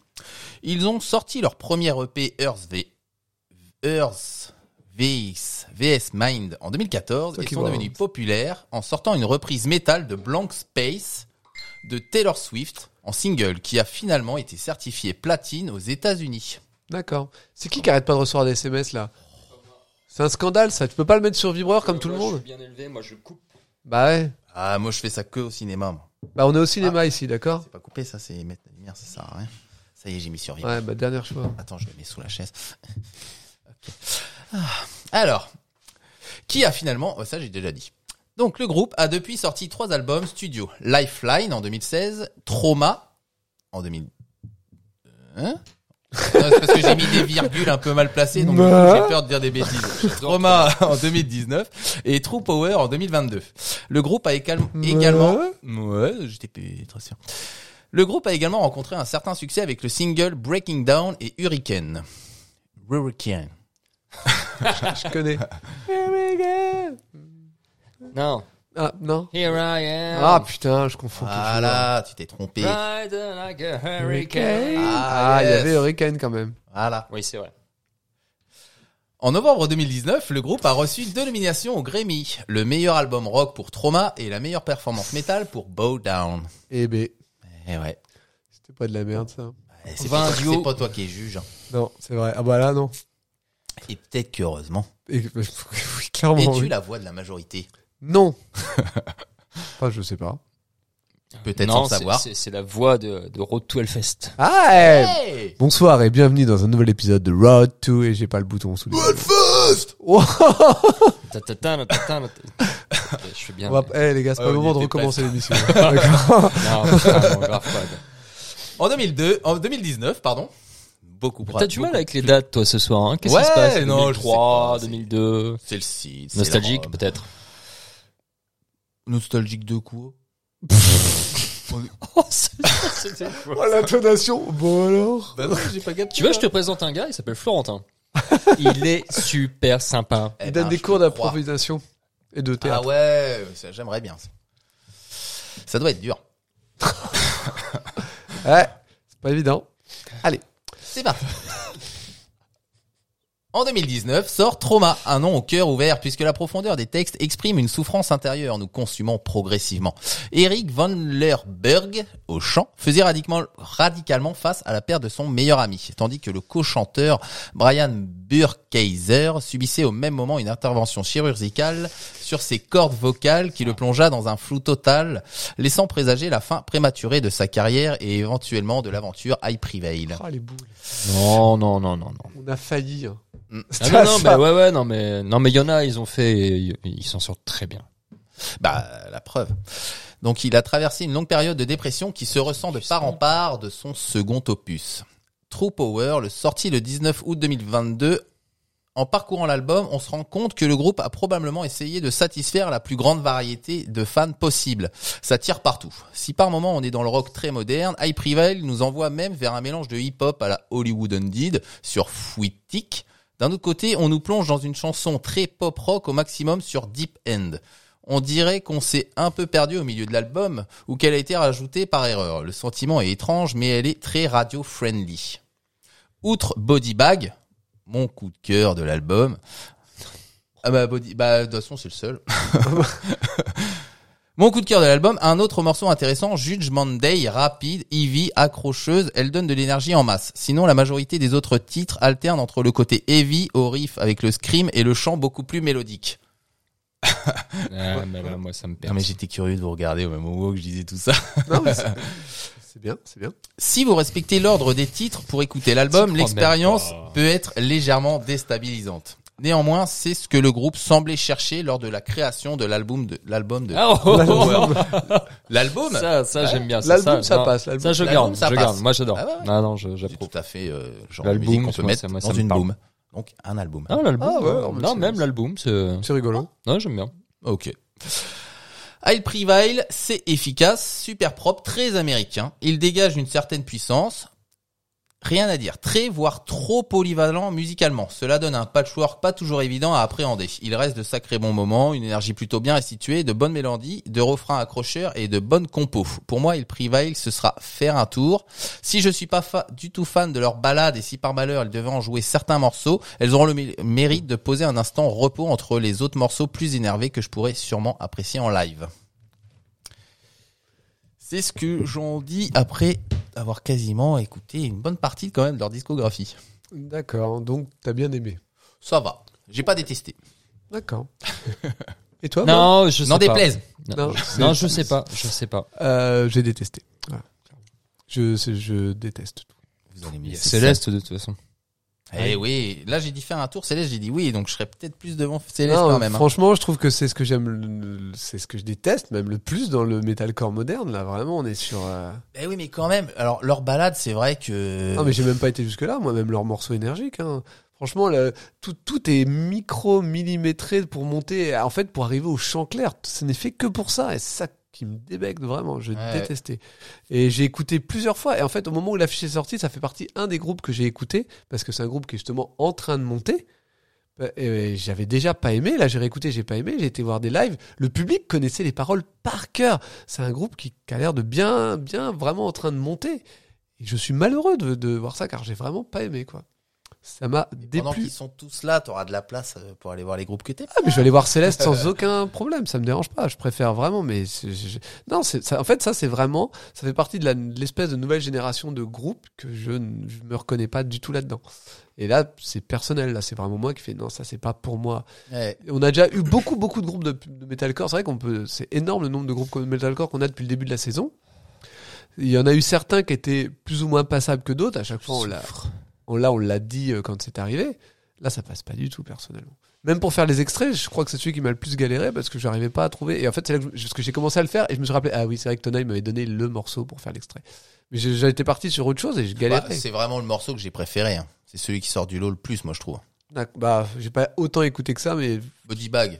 [SPEAKER 1] Ils ont sorti leur premier EP Earth V, Earth VS, VS Mind en 2014
[SPEAKER 3] Toi
[SPEAKER 1] et
[SPEAKER 3] qui
[SPEAKER 1] sont
[SPEAKER 3] vois,
[SPEAKER 1] devenus populaires en sortant une reprise métal de Blank Space de Taylor Swift en single qui a finalement été certifié platine aux États-Unis.
[SPEAKER 3] D'accord. C'est qui qui arrête pas de recevoir des SMS là C'est un scandale ça. Tu peux pas le mettre sur vibreur comme tout le monde
[SPEAKER 2] bien élevé, moi je coupe.
[SPEAKER 3] Bah ouais.
[SPEAKER 1] Ah, moi je fais ça que au cinéma. moi.
[SPEAKER 3] Bah on est au cinéma ici, d'accord
[SPEAKER 1] C'est pas coupé ça, c'est mettre la lumière, ça sert à rien. Ça y est, j'ai mis sur vibre.
[SPEAKER 3] Ouais, bah dernière choix.
[SPEAKER 1] Attends, je le mets sous la chaise. *laughs* Ok. Ah. Alors, qui a finalement, oh, ça j'ai déjà dit. Donc le groupe a depuis sorti trois albums studio. Lifeline en 2016, Trauma en 2000. Hein Non, c'est parce que j'ai mis des virgules un peu mal placées, donc du coup,
[SPEAKER 3] Bah.
[SPEAKER 1] j'ai peur de dire des bêtises. Trauma en 2019 et True Power en 2022. Le groupe a égal- également Ouais, j'étais p- très sûr. Le groupe a également rencontré un certain succès avec le single Breaking Down et Hurricane. Hurricane.
[SPEAKER 3] Je *laughs* connais.
[SPEAKER 2] Non.
[SPEAKER 3] Ah non
[SPEAKER 2] Here I am.
[SPEAKER 3] Ah putain, je confonds.
[SPEAKER 1] Voilà, tu hein. Ah. t'es trompé.
[SPEAKER 2] Riding like a
[SPEAKER 3] Hurricane.
[SPEAKER 2] hurricane.
[SPEAKER 3] Ah,
[SPEAKER 1] Ah,
[SPEAKER 3] il y
[SPEAKER 1] yes.
[SPEAKER 3] avait Hurricane quand même.
[SPEAKER 1] Voilà.
[SPEAKER 2] Oui, c'est vrai.
[SPEAKER 1] En novembre 2019, le groupe a reçu deux nominations au Grammy. Le meilleur album rock pour Trauma et la meilleure performance métal pour Bow Down.
[SPEAKER 3] Eh ben,
[SPEAKER 1] Eh ouais.
[SPEAKER 3] c'était pas de la merde ça.
[SPEAKER 1] Eh, C'est
[SPEAKER 2] Va
[SPEAKER 1] pas,
[SPEAKER 2] un
[SPEAKER 1] toi-
[SPEAKER 2] duo.
[SPEAKER 1] c'est pas toi qui es juge. hein.
[SPEAKER 3] Non, c'est vrai. Ah bah là non.
[SPEAKER 1] Et peut-être que heureusement.
[SPEAKER 3] Et- *laughs* oui, clairement.
[SPEAKER 1] Es-tu
[SPEAKER 3] Oh, oui.
[SPEAKER 1] la voix de la majorité
[SPEAKER 3] Non. *laughs* Enfin, je sais pas.
[SPEAKER 1] Peut-être
[SPEAKER 2] Non,
[SPEAKER 1] sans le
[SPEAKER 2] c'est-
[SPEAKER 1] savoir.
[SPEAKER 2] C'est c'est la voix de, de Road to Hellfest.
[SPEAKER 3] Ah eh
[SPEAKER 1] Hey
[SPEAKER 3] Bonsoir et bienvenue dans un nouvel épisode de Road to et j'ai pas le bouton sous les yeux. Oh,
[SPEAKER 2] Ta- ta- ta- ta- ta- ta- ta- Ok,
[SPEAKER 1] *laughs*
[SPEAKER 2] Je suis bien.
[SPEAKER 3] on va- Eh les gars, c'est pas
[SPEAKER 2] Ah
[SPEAKER 1] Ouais, bah.
[SPEAKER 3] le
[SPEAKER 1] on y
[SPEAKER 3] moment de
[SPEAKER 1] était
[SPEAKER 3] recommencer l'émission.
[SPEAKER 2] *laughs*
[SPEAKER 3] D'accord.
[SPEAKER 2] Non, putain, non, grave pas.
[SPEAKER 1] En 2002, en 2019, pardon. Beaucoup
[SPEAKER 2] T'as
[SPEAKER 1] beaucoup-
[SPEAKER 2] du mal avec les dates, toi, ce soir. hein. Qu'est-ce
[SPEAKER 1] Ouais,
[SPEAKER 2] qui se passe
[SPEAKER 1] non,
[SPEAKER 2] 2003,
[SPEAKER 1] je sais pas, c'est-
[SPEAKER 2] 2002.
[SPEAKER 1] C'est le site. c'est
[SPEAKER 2] Nostalgique,
[SPEAKER 1] la-
[SPEAKER 2] peut-être.
[SPEAKER 1] Nostalgique de quoi
[SPEAKER 2] Oh, c'est- c'était quoi
[SPEAKER 3] Oh, L'intonation. Bon alors.
[SPEAKER 1] Bah non, j'ai pas capté.
[SPEAKER 2] Tu vois, je te présente un gars, il s'appelle Florentin. Il est super sympa.
[SPEAKER 1] Eh
[SPEAKER 3] Il donne des cours d'improvisation et de
[SPEAKER 1] ben, Ah
[SPEAKER 3] théâtre.
[SPEAKER 1] ouais, ça, j'aimerais bien. ça. Ça doit être dur.
[SPEAKER 3] Ouais, c'est pas évident.
[SPEAKER 1] C'est parti. En 2019 sort Trauma, un nom au cœur ouvert puisque la profondeur des textes exprime une souffrance intérieure nous consumant progressivement. Eric Van Lerberg, au chant, faisait radicalement, radicalement face à la perte de son meilleur ami, tandis que le co-chanteur Brian Burkeiser subissait au même moment une intervention chirurgicale sur ses cordes vocales qui le plongea dans un flou total, laissant présager la fin prématurée de sa carrière et éventuellement de l'aventure I Prevail.
[SPEAKER 3] Ah les boules.
[SPEAKER 2] Non, non, non, non, non.
[SPEAKER 3] On a failli. hein. *laughs*
[SPEAKER 1] Mm.
[SPEAKER 2] Ah
[SPEAKER 3] C'était
[SPEAKER 2] non, non,
[SPEAKER 3] ça.
[SPEAKER 2] mais ouais, ouais, non, mais, non, mais il y en a, ils ont fait, ils ils s'en sortent très bien.
[SPEAKER 1] Bah, la preuve. Donc, il a traversé une longue période de dépression qui se ressent de part en part de son second opus. True Power, le sorti le 19 août 2022. En parcourant l'album, on se rend compte que le groupe a probablement essayé de satisfaire la plus grande variété de fans possible. Ça tire partout. Si par moment on est dans le rock très moderne, I Prevail nous envoie même vers un mélange de hip-hop à la Hollywood Undead sur Fouitic. D'un autre côté, on nous plonge dans une chanson très pop-rock au maximum sur Deep End. On dirait qu'on s'est un peu perdu au milieu de l'album ou qu'elle a été rajoutée par erreur. Le sentiment est étrange, mais elle est très radio-friendly. Outre Body Bag, mon coup de cœur de l'album. Ah bah, Body, bah, de toute façon, c'est le seul. *laughs* Mon coup de cœur de l'album, un autre morceau intéressant, Judgment Day, rapide, heavy, accrocheuse, elle donne de l'énergie en masse. Sinon, la majorité des autres titres alternent entre le côté heavy au riff avec le scream et le chant beaucoup plus mélodique.
[SPEAKER 2] Ah, bah là, moi, ça me
[SPEAKER 1] Non,
[SPEAKER 2] perd.
[SPEAKER 1] mais j'étais curieux de vous regarder au même moment que je disais tout ça.
[SPEAKER 3] Non, mais c'est- c'est bien, c'est bien.
[SPEAKER 1] *laughs* Si vous respectez l'ordre des titres pour écouter l'album,
[SPEAKER 2] J'y crois
[SPEAKER 1] l'expérience
[SPEAKER 2] même pas.
[SPEAKER 1] peut être légèrement déstabilisante. Néanmoins, c'est ce que le groupe semblait chercher lors de la création de l'album de l'album de
[SPEAKER 2] Ah, oh, oh, oh,
[SPEAKER 1] l'album.
[SPEAKER 2] ça, ça j'aime bien. ça,
[SPEAKER 3] L'album, ça,
[SPEAKER 2] non.
[SPEAKER 3] passe. l'album.
[SPEAKER 2] Ça, je
[SPEAKER 1] L'album,
[SPEAKER 2] garde.
[SPEAKER 1] ça
[SPEAKER 2] je
[SPEAKER 1] passe.
[SPEAKER 2] garde. Moi, j'adore.
[SPEAKER 1] Ah ouais, ouais.
[SPEAKER 2] Non, non, je-
[SPEAKER 1] C'est
[SPEAKER 2] j'approuve.
[SPEAKER 1] tout à fait euh, genre de
[SPEAKER 2] L'album,
[SPEAKER 1] musique qu'on peut
[SPEAKER 2] moi,
[SPEAKER 1] mettre
[SPEAKER 2] ça- moi, ça
[SPEAKER 1] dans
[SPEAKER 2] me
[SPEAKER 1] une
[SPEAKER 2] parle.
[SPEAKER 1] boom. Donc un album.
[SPEAKER 2] Non, l'album.
[SPEAKER 3] Ah ouais,
[SPEAKER 2] euh,
[SPEAKER 3] non, mais
[SPEAKER 2] non,
[SPEAKER 3] c'est-
[SPEAKER 2] même l'album, c'est. euh,
[SPEAKER 3] C'est rigolo.
[SPEAKER 2] Non, j'aime bien.
[SPEAKER 1] Ok. I'll Prevail, c'est efficace, super propre, très américain. Il dégage une certaine puissance. Rien à dire. Très, voire trop polyvalent musicalement. Cela donne un patchwork pas toujours évident à appréhender. Il reste de sacrés bons moments, une énergie plutôt bien restituée, de bonnes mélodies, de refrains accrocheurs et de bonnes compos. Pour moi, Il Prevail, ce sera faire un tour. Si je suis pas fa- du tout fan de leurs balades et si par malheur elles devaient en jouer certains morceaux, elles auront le mé- mérite de poser un instant repos entre les autres morceaux plus énervés que je pourrais sûrement apprécier en live. C'est ce que j'en dis après avoir quasiment écouté une bonne partie quand même de leur discographie.
[SPEAKER 3] D'accord, donc t'as bien aimé.
[SPEAKER 1] Ça va, j'ai pas détesté.
[SPEAKER 2] *laughs*
[SPEAKER 3] D'accord. Et toi Bob
[SPEAKER 2] Non, je sais
[SPEAKER 1] Ah N'en
[SPEAKER 2] pas.
[SPEAKER 1] déplaise.
[SPEAKER 2] Non,
[SPEAKER 3] Non,
[SPEAKER 2] je-
[SPEAKER 3] c'est-
[SPEAKER 2] non, je sais pas. Je sais pas.
[SPEAKER 3] Euh, J'ai détesté. Voilà. Je, c'est- je déteste tout.
[SPEAKER 1] Vous allez me laisser
[SPEAKER 2] Céleste, de toute façon.
[SPEAKER 1] seul. Eh oui, là j'ai dit faire un tour, Céleste, j'ai dit oui, donc je serais peut-être plus devant Céleste
[SPEAKER 3] Non,
[SPEAKER 1] quand même. hein.
[SPEAKER 3] Franchement, je trouve que c'est ce que j'aime, le- le- c'est ce que je déteste même le plus dans le metalcore moderne. Là, vraiment, on est sur. euh,
[SPEAKER 1] Eh oui, mais quand même, alors leur balade, c'est vrai que...
[SPEAKER 3] Non, mais j'ai même pas été jusque là. Moi, même leurs morceaux énergiques. hein. Franchement, le- tout, tout est micro millimétré pour monter. En fait, pour arriver au chant clair, ce n'est fait que pour ça. Et c'est ça qui me débecte vraiment. Je
[SPEAKER 1] Ouais.
[SPEAKER 3] détestais. Et j'ai écouté plusieurs fois. Et en fait, au moment où l'affiche est sortie, ça fait partie un des groupes que j'ai écouté parce que c'est un groupe qui est justement en train de monter. Euh, Et j'avais déjà pas aimé, là j'ai réécouté, j'ai pas aimé, j'ai été voir des lives, le public connaissait les paroles par cœur. C'est un groupe qui, qui a l'air de bien, bien vraiment en train de monter. Et je suis malheureux de, de voir ça car j'ai vraiment pas aimé quoi. Ça m'a
[SPEAKER 1] Pendant
[SPEAKER 3] déplu.
[SPEAKER 1] qu'ils sont tous là, t'auras de la place euh, pour aller voir les groupes que t'aimes.
[SPEAKER 3] Ah, mais je vais aller voir Céleste sans aucun problème, ça me dérange pas. Je préfère vraiment, mais c'est- je- je- non, c'est ça. En fait, ça c'est vraiment, ça fait partie de la- de l'espèce de nouvelle génération de groupes que je ne je me reconnais pas du tout là-dedans. Et là, c'est personnel. Là, c'est vraiment moi qui fais non, ça c'est pas pour moi. On a déjà eu beaucoup, beaucoup de groupes de, de metalcore. C'est vrai qu'on peut, c'est énorme le nombre de groupes de metalcore qu'on a depuis le début de la saison. Il y en a eu certains qui étaient plus ou moins passables que d'autres. À chaque fois, on l'a, on l'a, on l'a dit euh, quand c'est arrivé. Là, ça passe pas du tout personnellement. Même pour faire les extraits, je crois que c'est celui qui m'a le plus galéré parce que j'arrivais pas à trouver. Et en fait, c'est là que je- parce que j'ai commencé à le faire et je me suis rappelé, ah oui, c'est vrai que Tona, il m'avait donné le morceau pour faire l'extrait. Mais j'ai- j'étais parti sur autre chose et je
[SPEAKER 1] Bah,
[SPEAKER 3] galérais.
[SPEAKER 1] c'est vraiment le morceau que j'ai préféré. hein. C'est celui qui sort du lot le plus, moi, je trouve.
[SPEAKER 3] Bah, bah, j'ai pas autant écouté que ça, mais
[SPEAKER 1] Body Bag.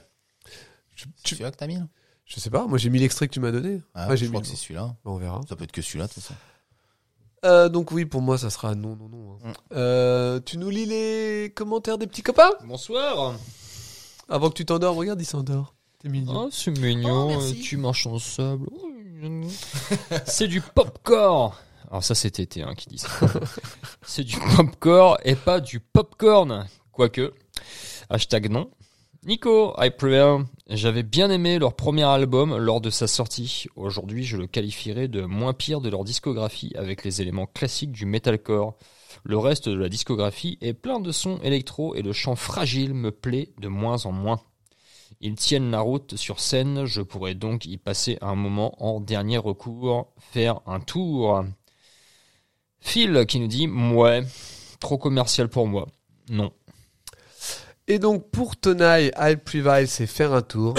[SPEAKER 3] je,
[SPEAKER 1] Tu
[SPEAKER 3] tu-
[SPEAKER 1] vois que t'as mis là
[SPEAKER 3] je sais pas. Moi, j'ai mis l'extrait que tu m'as donné.
[SPEAKER 1] Ah,
[SPEAKER 3] Moi,
[SPEAKER 1] Je
[SPEAKER 3] j'ai
[SPEAKER 1] crois
[SPEAKER 3] mis-
[SPEAKER 1] que c'est celui-là.
[SPEAKER 3] Bah, on verra.
[SPEAKER 1] Ça peut être que celui-là, de toute façon.
[SPEAKER 3] Euh, donc oui, pour moi, ça sera non, non, non. hein.
[SPEAKER 1] Mm.
[SPEAKER 3] Euh, tu nous lis les commentaires des petits copains
[SPEAKER 2] Bonsoir.
[SPEAKER 3] Avant que tu t'endormes, regarde, il s'endort. T'es mignon.
[SPEAKER 2] Oh, c'est
[SPEAKER 1] Oh,
[SPEAKER 2] mignon,
[SPEAKER 1] merci.
[SPEAKER 2] tu marches en sable. Oh, C'est du popcorn. Alors ça c'est Tété hein, qui dit
[SPEAKER 1] *laughs*
[SPEAKER 2] ça. c'est du popcorn et pas du popcorn, quoique. Hashtag non. Nico, I prevail. J'avais bien aimé leur premier album lors de sa sortie. Aujourd'hui, je le qualifierais de moins pire de leur discographie avec les éléments classiques du metalcore. Le reste de la discographie est plein de sons électro et le chant fragile me plaît de moins en moins. Ils tiennent la route sur scène, je pourrais donc y passer un moment en dernier recours, faire un tour. Phil qui nous dit Mouais, trop commercial pour moi. Non.
[SPEAKER 3] Et donc, pour Tonaille, I Prevail, c'est faire
[SPEAKER 1] *coughs*
[SPEAKER 3] un tour.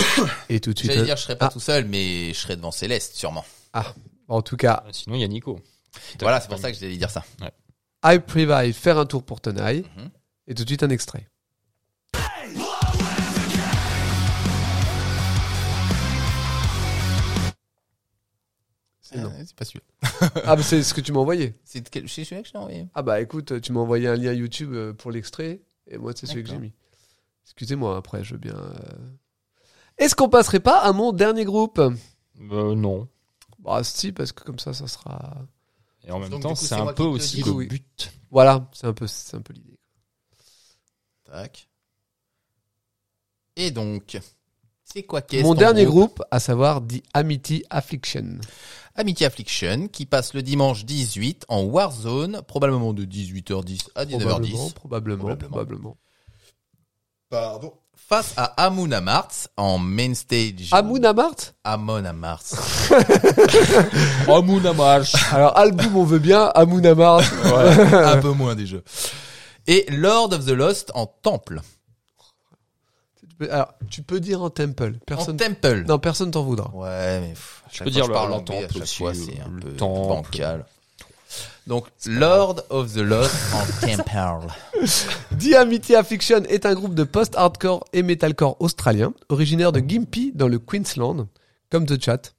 [SPEAKER 3] Et tout de suite...
[SPEAKER 1] J'allais dire, je serais pas
[SPEAKER 3] Ah.
[SPEAKER 1] tout seul, mais je serais devant Céleste, sûrement.
[SPEAKER 3] euh, En tout cas,
[SPEAKER 2] Ah, Sinon, il y a Nico.
[SPEAKER 1] Voilà, c'est pour ça que j'allais dire ça.
[SPEAKER 3] I Prevail, faire un tour pour Tonaille.
[SPEAKER 1] Mhm.
[SPEAKER 3] Et tout de suite, un extrait. C'est non.
[SPEAKER 1] Ah, *laughs* c'est pas celui-là.
[SPEAKER 3] Ah, bah, c'est ce que tu m'as envoyé.
[SPEAKER 1] C'est de quel- c'est celui-là que je t'ai envoyé.
[SPEAKER 3] Ah bah écoute, tu m'as envoyé un lien YouTube euh, pour l'extrait, et moi c'est celui que j'ai
[SPEAKER 1] D'accord.
[SPEAKER 3] mis. Excusez-moi, après je veux bien... euh. Est-ce qu'on passerait pas à mon dernier groupe
[SPEAKER 2] Euh, non.
[SPEAKER 3] Bah si, parce que comme ça, ça sera...
[SPEAKER 2] Et en même
[SPEAKER 1] Donc, du
[SPEAKER 2] temps,
[SPEAKER 1] coup,
[SPEAKER 2] c'est
[SPEAKER 1] c'est
[SPEAKER 2] un
[SPEAKER 1] moi
[SPEAKER 2] peu
[SPEAKER 1] qui te
[SPEAKER 2] aussi
[SPEAKER 1] dis
[SPEAKER 2] le
[SPEAKER 3] oui.
[SPEAKER 2] but.
[SPEAKER 3] Voilà, c'est un peu, c'est un peu l'idée.
[SPEAKER 1] Tac. Et donc, c'est quoi qu'est-ce
[SPEAKER 3] Mon
[SPEAKER 1] ton
[SPEAKER 3] dernier groupe, à savoir The Amity Affliction.
[SPEAKER 1] Amity Affliction, qui passe le dimanche 18 en Warzone, probablement de 18h10 à
[SPEAKER 3] Probablement,
[SPEAKER 1] 19h10.
[SPEAKER 3] probablement,
[SPEAKER 1] Probablement.
[SPEAKER 3] probablement.
[SPEAKER 1] Pardon. face à Amun Amarth en main stage.
[SPEAKER 3] Amoun Amart
[SPEAKER 1] Amon Amarth.
[SPEAKER 2] Oh, Mounamash.
[SPEAKER 3] *laughs* Alors, Album, on veut bien. Amoun Amart.
[SPEAKER 1] *laughs* un peu moins des jeux. Et Lord of the Lost en temple.
[SPEAKER 3] Tu peux- Alors, tu peux dire en temple. Personne.
[SPEAKER 1] en temple.
[SPEAKER 3] Non, personne t'en voudra.
[SPEAKER 1] Ouais, mais pff, à chaque fois
[SPEAKER 2] peux dire
[SPEAKER 1] que je
[SPEAKER 2] le-
[SPEAKER 1] parle
[SPEAKER 2] le
[SPEAKER 1] anglais, à
[SPEAKER 2] temple
[SPEAKER 1] chaque
[SPEAKER 2] aussi, hein.
[SPEAKER 1] fois, c'est un
[SPEAKER 2] le
[SPEAKER 1] peu
[SPEAKER 2] temple.
[SPEAKER 1] bancal. Donc Lord of the
[SPEAKER 2] *laughs*
[SPEAKER 1] Lost en temple.
[SPEAKER 3] Diamity Affiction est un groupe de post-hardcore et metalcore australien, originaire de Gympie dans le Queensland, comme The Chat.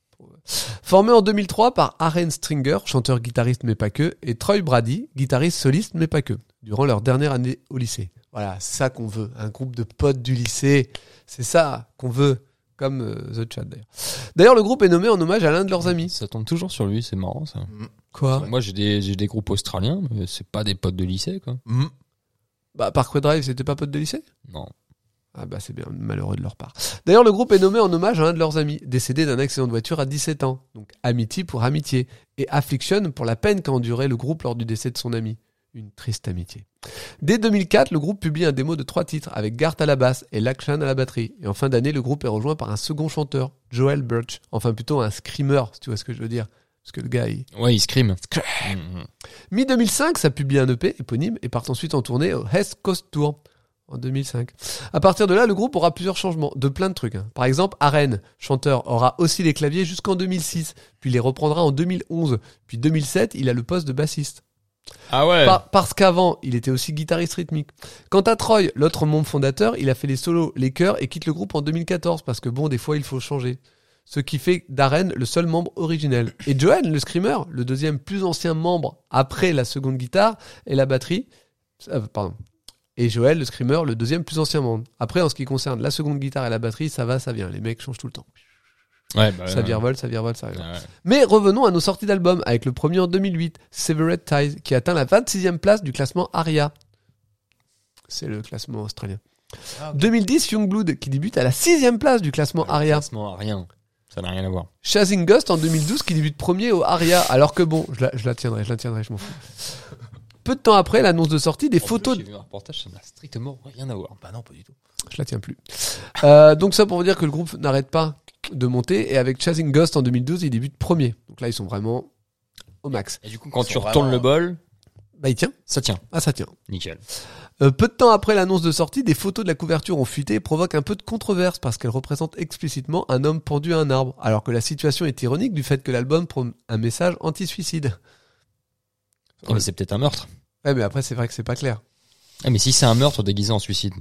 [SPEAKER 3] Formé en 2003 par Aaron Stringer, chanteur guitariste mais pas que, et Troy Brady, guitariste soliste mais pas que, durant leur dernière année au lycée. Voilà, c'est ça qu'on veut, un groupe de potes du lycée, c'est ça qu'on veut, comme euh, The Chat d'ailleurs. D'ailleurs, le groupe est nommé en hommage à l'un de leurs amis.
[SPEAKER 2] Ça tombe toujours sur lui, c'est marrant ça.
[SPEAKER 3] Quoi
[SPEAKER 2] Moi j'ai des, j'ai des groupes australiens, mais c'est pas des potes de lycée quoi.
[SPEAKER 1] Hmm.
[SPEAKER 3] Bah, Parkway Drive, c'était pas potes de lycée
[SPEAKER 2] Non.
[SPEAKER 3] Ah bah c'est bien malheureux de leur part. D'ailleurs, le groupe est nommé en hommage à un de leurs amis, décédé d'un accident de voiture à 17 ans. Donc Amity pour amitié et Affliction pour la peine qu'a enduré le groupe lors du décès de son ami. Une triste amitié. Dès 2004, le groupe publie un démo de trois titres avec Garth à la basse et Lakshan à la batterie. Et en fin d'année, le groupe est rejoint par un second chanteur, Joel Birch. Enfin plutôt un screamer, si tu vois ce que je veux dire. Parce que le gars, il,
[SPEAKER 2] Ouais, ils scriment.
[SPEAKER 3] Mi-2005, ça publie un EP éponyme et part ensuite en tournée au West Coast Tour en 2005. À partir de là, le groupe aura plusieurs changements, de plein de trucs. hein. Par exemple, Arène, chanteur, aura aussi les claviers jusqu'en 2006, puis les reprendra en 2011, puis 2007, il a le poste de bassiste.
[SPEAKER 2] Ah ouais.
[SPEAKER 3] Par- parce qu'avant, il était aussi guitariste rythmique. Quant à Troy, l'autre membre fondateur, il a fait les solos, les chœurs et quitte le groupe en 2014 parce que bon, des fois, il faut changer. Ce qui fait d'Aren le seul membre originel. Et Johan, le screamer, le deuxième plus ancien membre après la seconde guitare et la batterie, euh, pardon. Et Joël, le screamer, le deuxième plus ancien membre. Après, en ce qui concerne la seconde guitare et la batterie, ça va, ça vient. Les mecs changent tout le temps.
[SPEAKER 2] Ouais, bah,
[SPEAKER 3] ça
[SPEAKER 2] ouais.
[SPEAKER 3] virevole, ça virevole, ça virevole.
[SPEAKER 2] Ouais.
[SPEAKER 3] Mais revenons à nos sorties d'albums, avec le premier en 2008, Severed Ties, qui atteint la 26e place du classement ARIA. C'est le classement australien.
[SPEAKER 1] Ah, ok. Ah,
[SPEAKER 3] 2010, Youngblood, qui débute à la 6e place du classement
[SPEAKER 2] Le
[SPEAKER 3] ARIA.
[SPEAKER 2] classement a rien. Ça n'a rien à voir.
[SPEAKER 3] Chasing Ghost en 2012, qui débute premier au ARIA, alors que bon, je la, je la tiendrai, je la tiendrai, je m'en fous. Peu de temps après, l'annonce de sortie des
[SPEAKER 1] Oh,
[SPEAKER 2] En
[SPEAKER 3] photos...
[SPEAKER 2] plus, J'ai vu un reportage, ça n'a strictement rien à voir.
[SPEAKER 1] Bah non, pas du tout.
[SPEAKER 3] je la tiens plus. Euh, donc ça pour vous dire que le groupe n'arrête pas de monter et avec Chasing Ghost en 2012, il débute premier. Donc là, ils sont vraiment au max.
[SPEAKER 2] Et du coup, quand
[SPEAKER 1] Ils
[SPEAKER 2] tu
[SPEAKER 1] sont
[SPEAKER 2] retournes
[SPEAKER 1] vraiment-
[SPEAKER 2] le bol,
[SPEAKER 3] Bah il tient.
[SPEAKER 2] ça tient.
[SPEAKER 3] Ah ça tient.
[SPEAKER 2] Nickel.
[SPEAKER 3] Euh, peu de temps après l'annonce de sortie, des photos de la couverture ont fuité et provoquent un peu de controverse parce qu'elles représentent explicitement un homme pendu à un arbre, alors que la situation est ironique du fait que l'album prône un message anti-suicide.
[SPEAKER 2] Ah, mais c'est peut-être un meurtre.
[SPEAKER 3] Ouais, mais après c'est vrai que c'est pas clair.
[SPEAKER 2] Ah, mais si c'est un meurtre déguisé en suicide.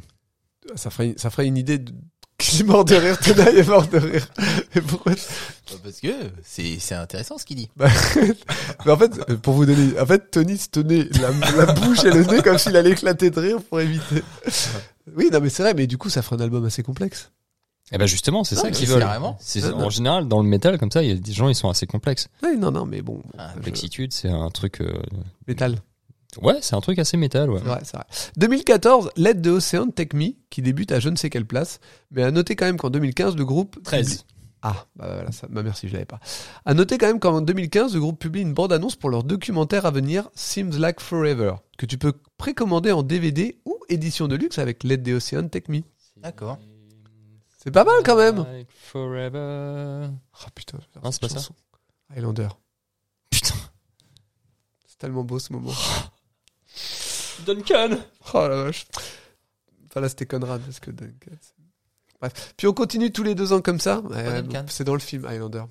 [SPEAKER 3] Ça ferait, ça ferait une idée de... *laughs* Qui est mort de rire, Tena est mort de rire. Mais pourquoi
[SPEAKER 1] Bah, Parce que c'est c'est intéressant ce qu'il dit.
[SPEAKER 3] Mais en fait, euh, pour vous donner, en fait, Tony se tenait la, la bouche et le nez comme s'il allait éclater de rire pour éviter. Oui, non, mais c'est vrai, mais du coup, ça ferait un album assez complexe.
[SPEAKER 2] Eh ben justement, c'est
[SPEAKER 1] Non,
[SPEAKER 2] ça
[SPEAKER 1] mais
[SPEAKER 2] qu'ils
[SPEAKER 1] c'est
[SPEAKER 2] veulent.
[SPEAKER 1] carrément.
[SPEAKER 2] C'est-
[SPEAKER 3] Non, non.
[SPEAKER 2] en général dans le métal comme ça, il y a des gens ils sont assez complexes.
[SPEAKER 3] Oui, non, non, mais bon,
[SPEAKER 1] Ah,
[SPEAKER 3] je-
[SPEAKER 2] Complexitude, c'est un truc. euh,
[SPEAKER 3] métal.
[SPEAKER 2] Ouais, c'est un truc assez métal. Ouais.
[SPEAKER 3] C'est vrai, c'est vrai. 2014, l'aide de Ocean Take Me, qui débute à je ne sais quelle place, mais à noter quand même qu'en 2015, le groupe.
[SPEAKER 2] 13.
[SPEAKER 3] Ah, bah voilà, ça, bah merci, je l'avais pas. À noter quand même qu'en 2015, le groupe publie une bande-annonce pour leur documentaire à venir, Seems Like Forever, que tu peux précommander en DVD ou édition de luxe avec l'aide de Ocean Take Me.
[SPEAKER 1] D'accord.
[SPEAKER 3] C'est pas mal quand même.
[SPEAKER 2] Like forever.
[SPEAKER 3] Ah putain, j'adore
[SPEAKER 2] Non,
[SPEAKER 3] cette
[SPEAKER 2] c'est pas ça.
[SPEAKER 3] chanson. Highlander.
[SPEAKER 2] Putain.
[SPEAKER 3] C'est tellement beau ce moment.
[SPEAKER 2] Duncan.
[SPEAKER 3] Oh la vache. Enfin là, c'était Conrad parce que Duncan. c'est- Bref. Puis on continue tous les deux ans comme ça. Euh,
[SPEAKER 1] Duncan.
[SPEAKER 3] c'est dans le film Highlander.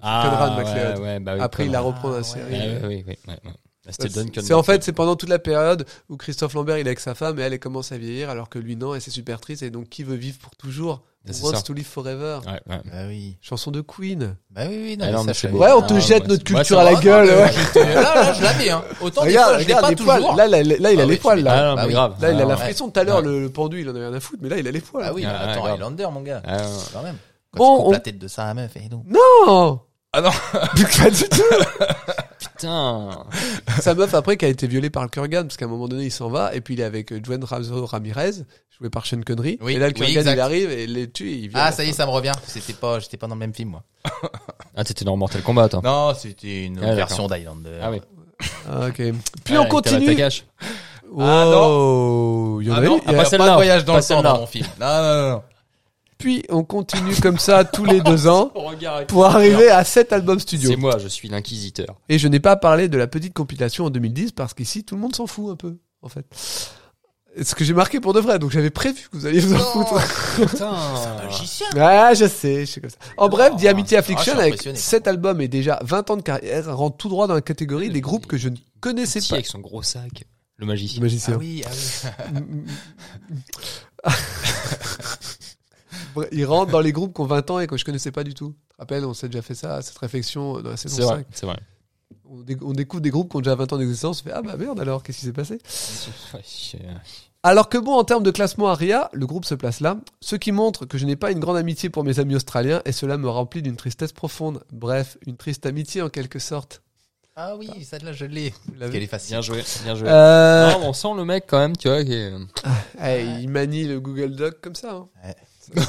[SPEAKER 2] Ah,
[SPEAKER 3] Conrad McLeod.
[SPEAKER 2] ouais, ouais, bah oui,
[SPEAKER 3] Après, il la
[SPEAKER 2] Conrad.
[SPEAKER 3] reprend dans la
[SPEAKER 1] Ah,
[SPEAKER 3] série. Euh,
[SPEAKER 1] ouais.
[SPEAKER 2] Ah, ouais, ouais, ouais, ouais, ouais. Ah, C'était Duncan.
[SPEAKER 3] C'est en fait, c'est pendant toute la période où Christophe Lambert il est avec sa femme et elle elle commence à vieillir alors que lui non et c'est super triste et donc qui veut vivre pour toujours
[SPEAKER 2] Ah, c'est
[SPEAKER 3] Wants
[SPEAKER 2] ça.
[SPEAKER 3] to live forever.
[SPEAKER 2] Ouais, ouais.
[SPEAKER 1] Bah oui.
[SPEAKER 3] Chanson de Queen.
[SPEAKER 1] Bah oui, oui. Non,
[SPEAKER 2] Ah non, mais
[SPEAKER 1] ça,
[SPEAKER 2] c'est
[SPEAKER 1] je
[SPEAKER 2] beau.
[SPEAKER 1] savais.
[SPEAKER 3] Ouais, on te
[SPEAKER 2] Ah,
[SPEAKER 3] jette
[SPEAKER 2] ouais.
[SPEAKER 3] notre
[SPEAKER 2] Ouais,
[SPEAKER 3] culture
[SPEAKER 2] ça
[SPEAKER 3] à la
[SPEAKER 1] va,
[SPEAKER 3] gueule.
[SPEAKER 1] non,
[SPEAKER 3] ouais.
[SPEAKER 1] Euh, Là, là, je l'avais. Hein. Autant des fois, je l'ai
[SPEAKER 3] regarde
[SPEAKER 1] pas
[SPEAKER 3] les poils.
[SPEAKER 1] toujours.
[SPEAKER 3] Là, là, là, il a
[SPEAKER 1] Ah
[SPEAKER 3] les
[SPEAKER 1] ouais,
[SPEAKER 3] poils. Là,
[SPEAKER 2] Ah, non,
[SPEAKER 1] Bah
[SPEAKER 2] mais
[SPEAKER 1] oui.
[SPEAKER 2] grave.
[SPEAKER 3] Là, il a
[SPEAKER 2] Ah,
[SPEAKER 3] la
[SPEAKER 2] ouais.
[SPEAKER 3] frisson tout à l'heure,
[SPEAKER 2] Ouais.
[SPEAKER 3] le, le pendu, il en avait rien à foutre, mais là, il a les poils.
[SPEAKER 1] Ah oui,
[SPEAKER 2] Ah,
[SPEAKER 1] bah, attends,
[SPEAKER 2] ouais, grave.
[SPEAKER 1] Highlander, mon gars.
[SPEAKER 2] Ah, ouais.
[SPEAKER 1] Quand même. Quand
[SPEAKER 3] Bon,
[SPEAKER 1] tu coupes
[SPEAKER 3] on-
[SPEAKER 1] la tête de sa meuf et donc.
[SPEAKER 3] Non
[SPEAKER 1] Ah non.
[SPEAKER 3] Pas du tout.
[SPEAKER 2] Ah, Putain.
[SPEAKER 3] Sa meuf, après, qui a été violée par le Kurgan, parce qu'à un moment donné, il s'en va, et puis il est avec euh, Juan Razo Ramirez, joué par Sean Connery.
[SPEAKER 1] Oui,
[SPEAKER 3] et là, le
[SPEAKER 1] oui,
[SPEAKER 3] Kurgan,
[SPEAKER 1] exact.
[SPEAKER 3] il arrive et il les tue, et il vient.
[SPEAKER 1] Ah, ça y est, ça me revient. C'était pas, j'étais pas dans le même film, moi.
[SPEAKER 2] Ah, t'étais dans Mortal Kombat, toi.
[SPEAKER 1] Non, c'était une
[SPEAKER 2] Ah,
[SPEAKER 1] version d'Highlander.
[SPEAKER 2] Ah oui.
[SPEAKER 3] Ah, ok. Puis
[SPEAKER 2] Ah,
[SPEAKER 3] on
[SPEAKER 2] t'as la
[SPEAKER 3] continue.
[SPEAKER 2] tagache.
[SPEAKER 1] Ah,
[SPEAKER 3] Oh, il y en
[SPEAKER 1] Ah
[SPEAKER 3] a
[SPEAKER 1] non,
[SPEAKER 3] eu.
[SPEAKER 1] ah,
[SPEAKER 3] Il y
[SPEAKER 1] pas
[SPEAKER 3] a-
[SPEAKER 1] celle-là.
[SPEAKER 2] de
[SPEAKER 1] voyage dans
[SPEAKER 2] pas
[SPEAKER 1] le temps
[SPEAKER 2] celle-là.
[SPEAKER 1] dans mon film. Non, non, non.
[SPEAKER 3] Puis on continue comme ça tous les deux ans pour
[SPEAKER 1] *laughs*
[SPEAKER 3] arriver à 7 albums studio.
[SPEAKER 2] C'est moi, je suis l'inquisiteur.
[SPEAKER 3] Et je n'ai pas parlé de la petite compilation en 2010 parce qu'ici tout le monde s'en fout un peu en fait. Ce que j'ai marqué pour de vrai, donc j'avais prévu que vous alliez vous en
[SPEAKER 1] Oh.
[SPEAKER 3] foutre.
[SPEAKER 2] *laughs* Putain.
[SPEAKER 1] Magicien.
[SPEAKER 3] Ah, je sais, je sais comme ça. En
[SPEAKER 2] Oh.
[SPEAKER 3] bref, The Amity Affliction
[SPEAKER 1] Ah, je suis
[SPEAKER 3] avec
[SPEAKER 1] impressionné.
[SPEAKER 3] cet album et déjà 20 ans de carrière rentre tout droit dans la catégorie des groupes que je ne connaissais
[SPEAKER 2] Petit
[SPEAKER 3] pas.
[SPEAKER 2] avec son gros sac. Le magicien.
[SPEAKER 1] Ah
[SPEAKER 3] Magicien.
[SPEAKER 1] oui, ah *laughs* oui.
[SPEAKER 3] *laughs* Bref, Ils rentrent dans les groupes qui ont 20 ans et que je connaissais pas du tout. Je te rappelle, on s'est déjà fait ça, cette réflexion dans la
[SPEAKER 2] C'est
[SPEAKER 3] saison 5.
[SPEAKER 2] vrai, c'est vrai.
[SPEAKER 3] On, dé- on découvre des groupes qui ont déjà 20 ans d'existence, on fait ah bah merde alors, qu'est-ce qui s'est passé
[SPEAKER 2] Ouais, euh,
[SPEAKER 3] Alors que bon, en termes de classement ARIA, le groupe se place là, ce qui montre que je n'ai pas une grande amitié pour mes amis australiens et cela me remplit d'une tristesse profonde. Bref, une triste amitié en quelque sorte.
[SPEAKER 1] Ah oui, celle-là, je l'ai.
[SPEAKER 3] Vous
[SPEAKER 1] Parce qu'elle
[SPEAKER 3] l'avez
[SPEAKER 1] est facile.
[SPEAKER 2] Bien joué, bien joué.
[SPEAKER 3] Euh,
[SPEAKER 2] Non, mais on sent le mec quand même, tu vois. qui est- euh,
[SPEAKER 3] eh, il manie le Google Doc comme ça. hein.
[SPEAKER 1] Ouais.
[SPEAKER 3] *laughs*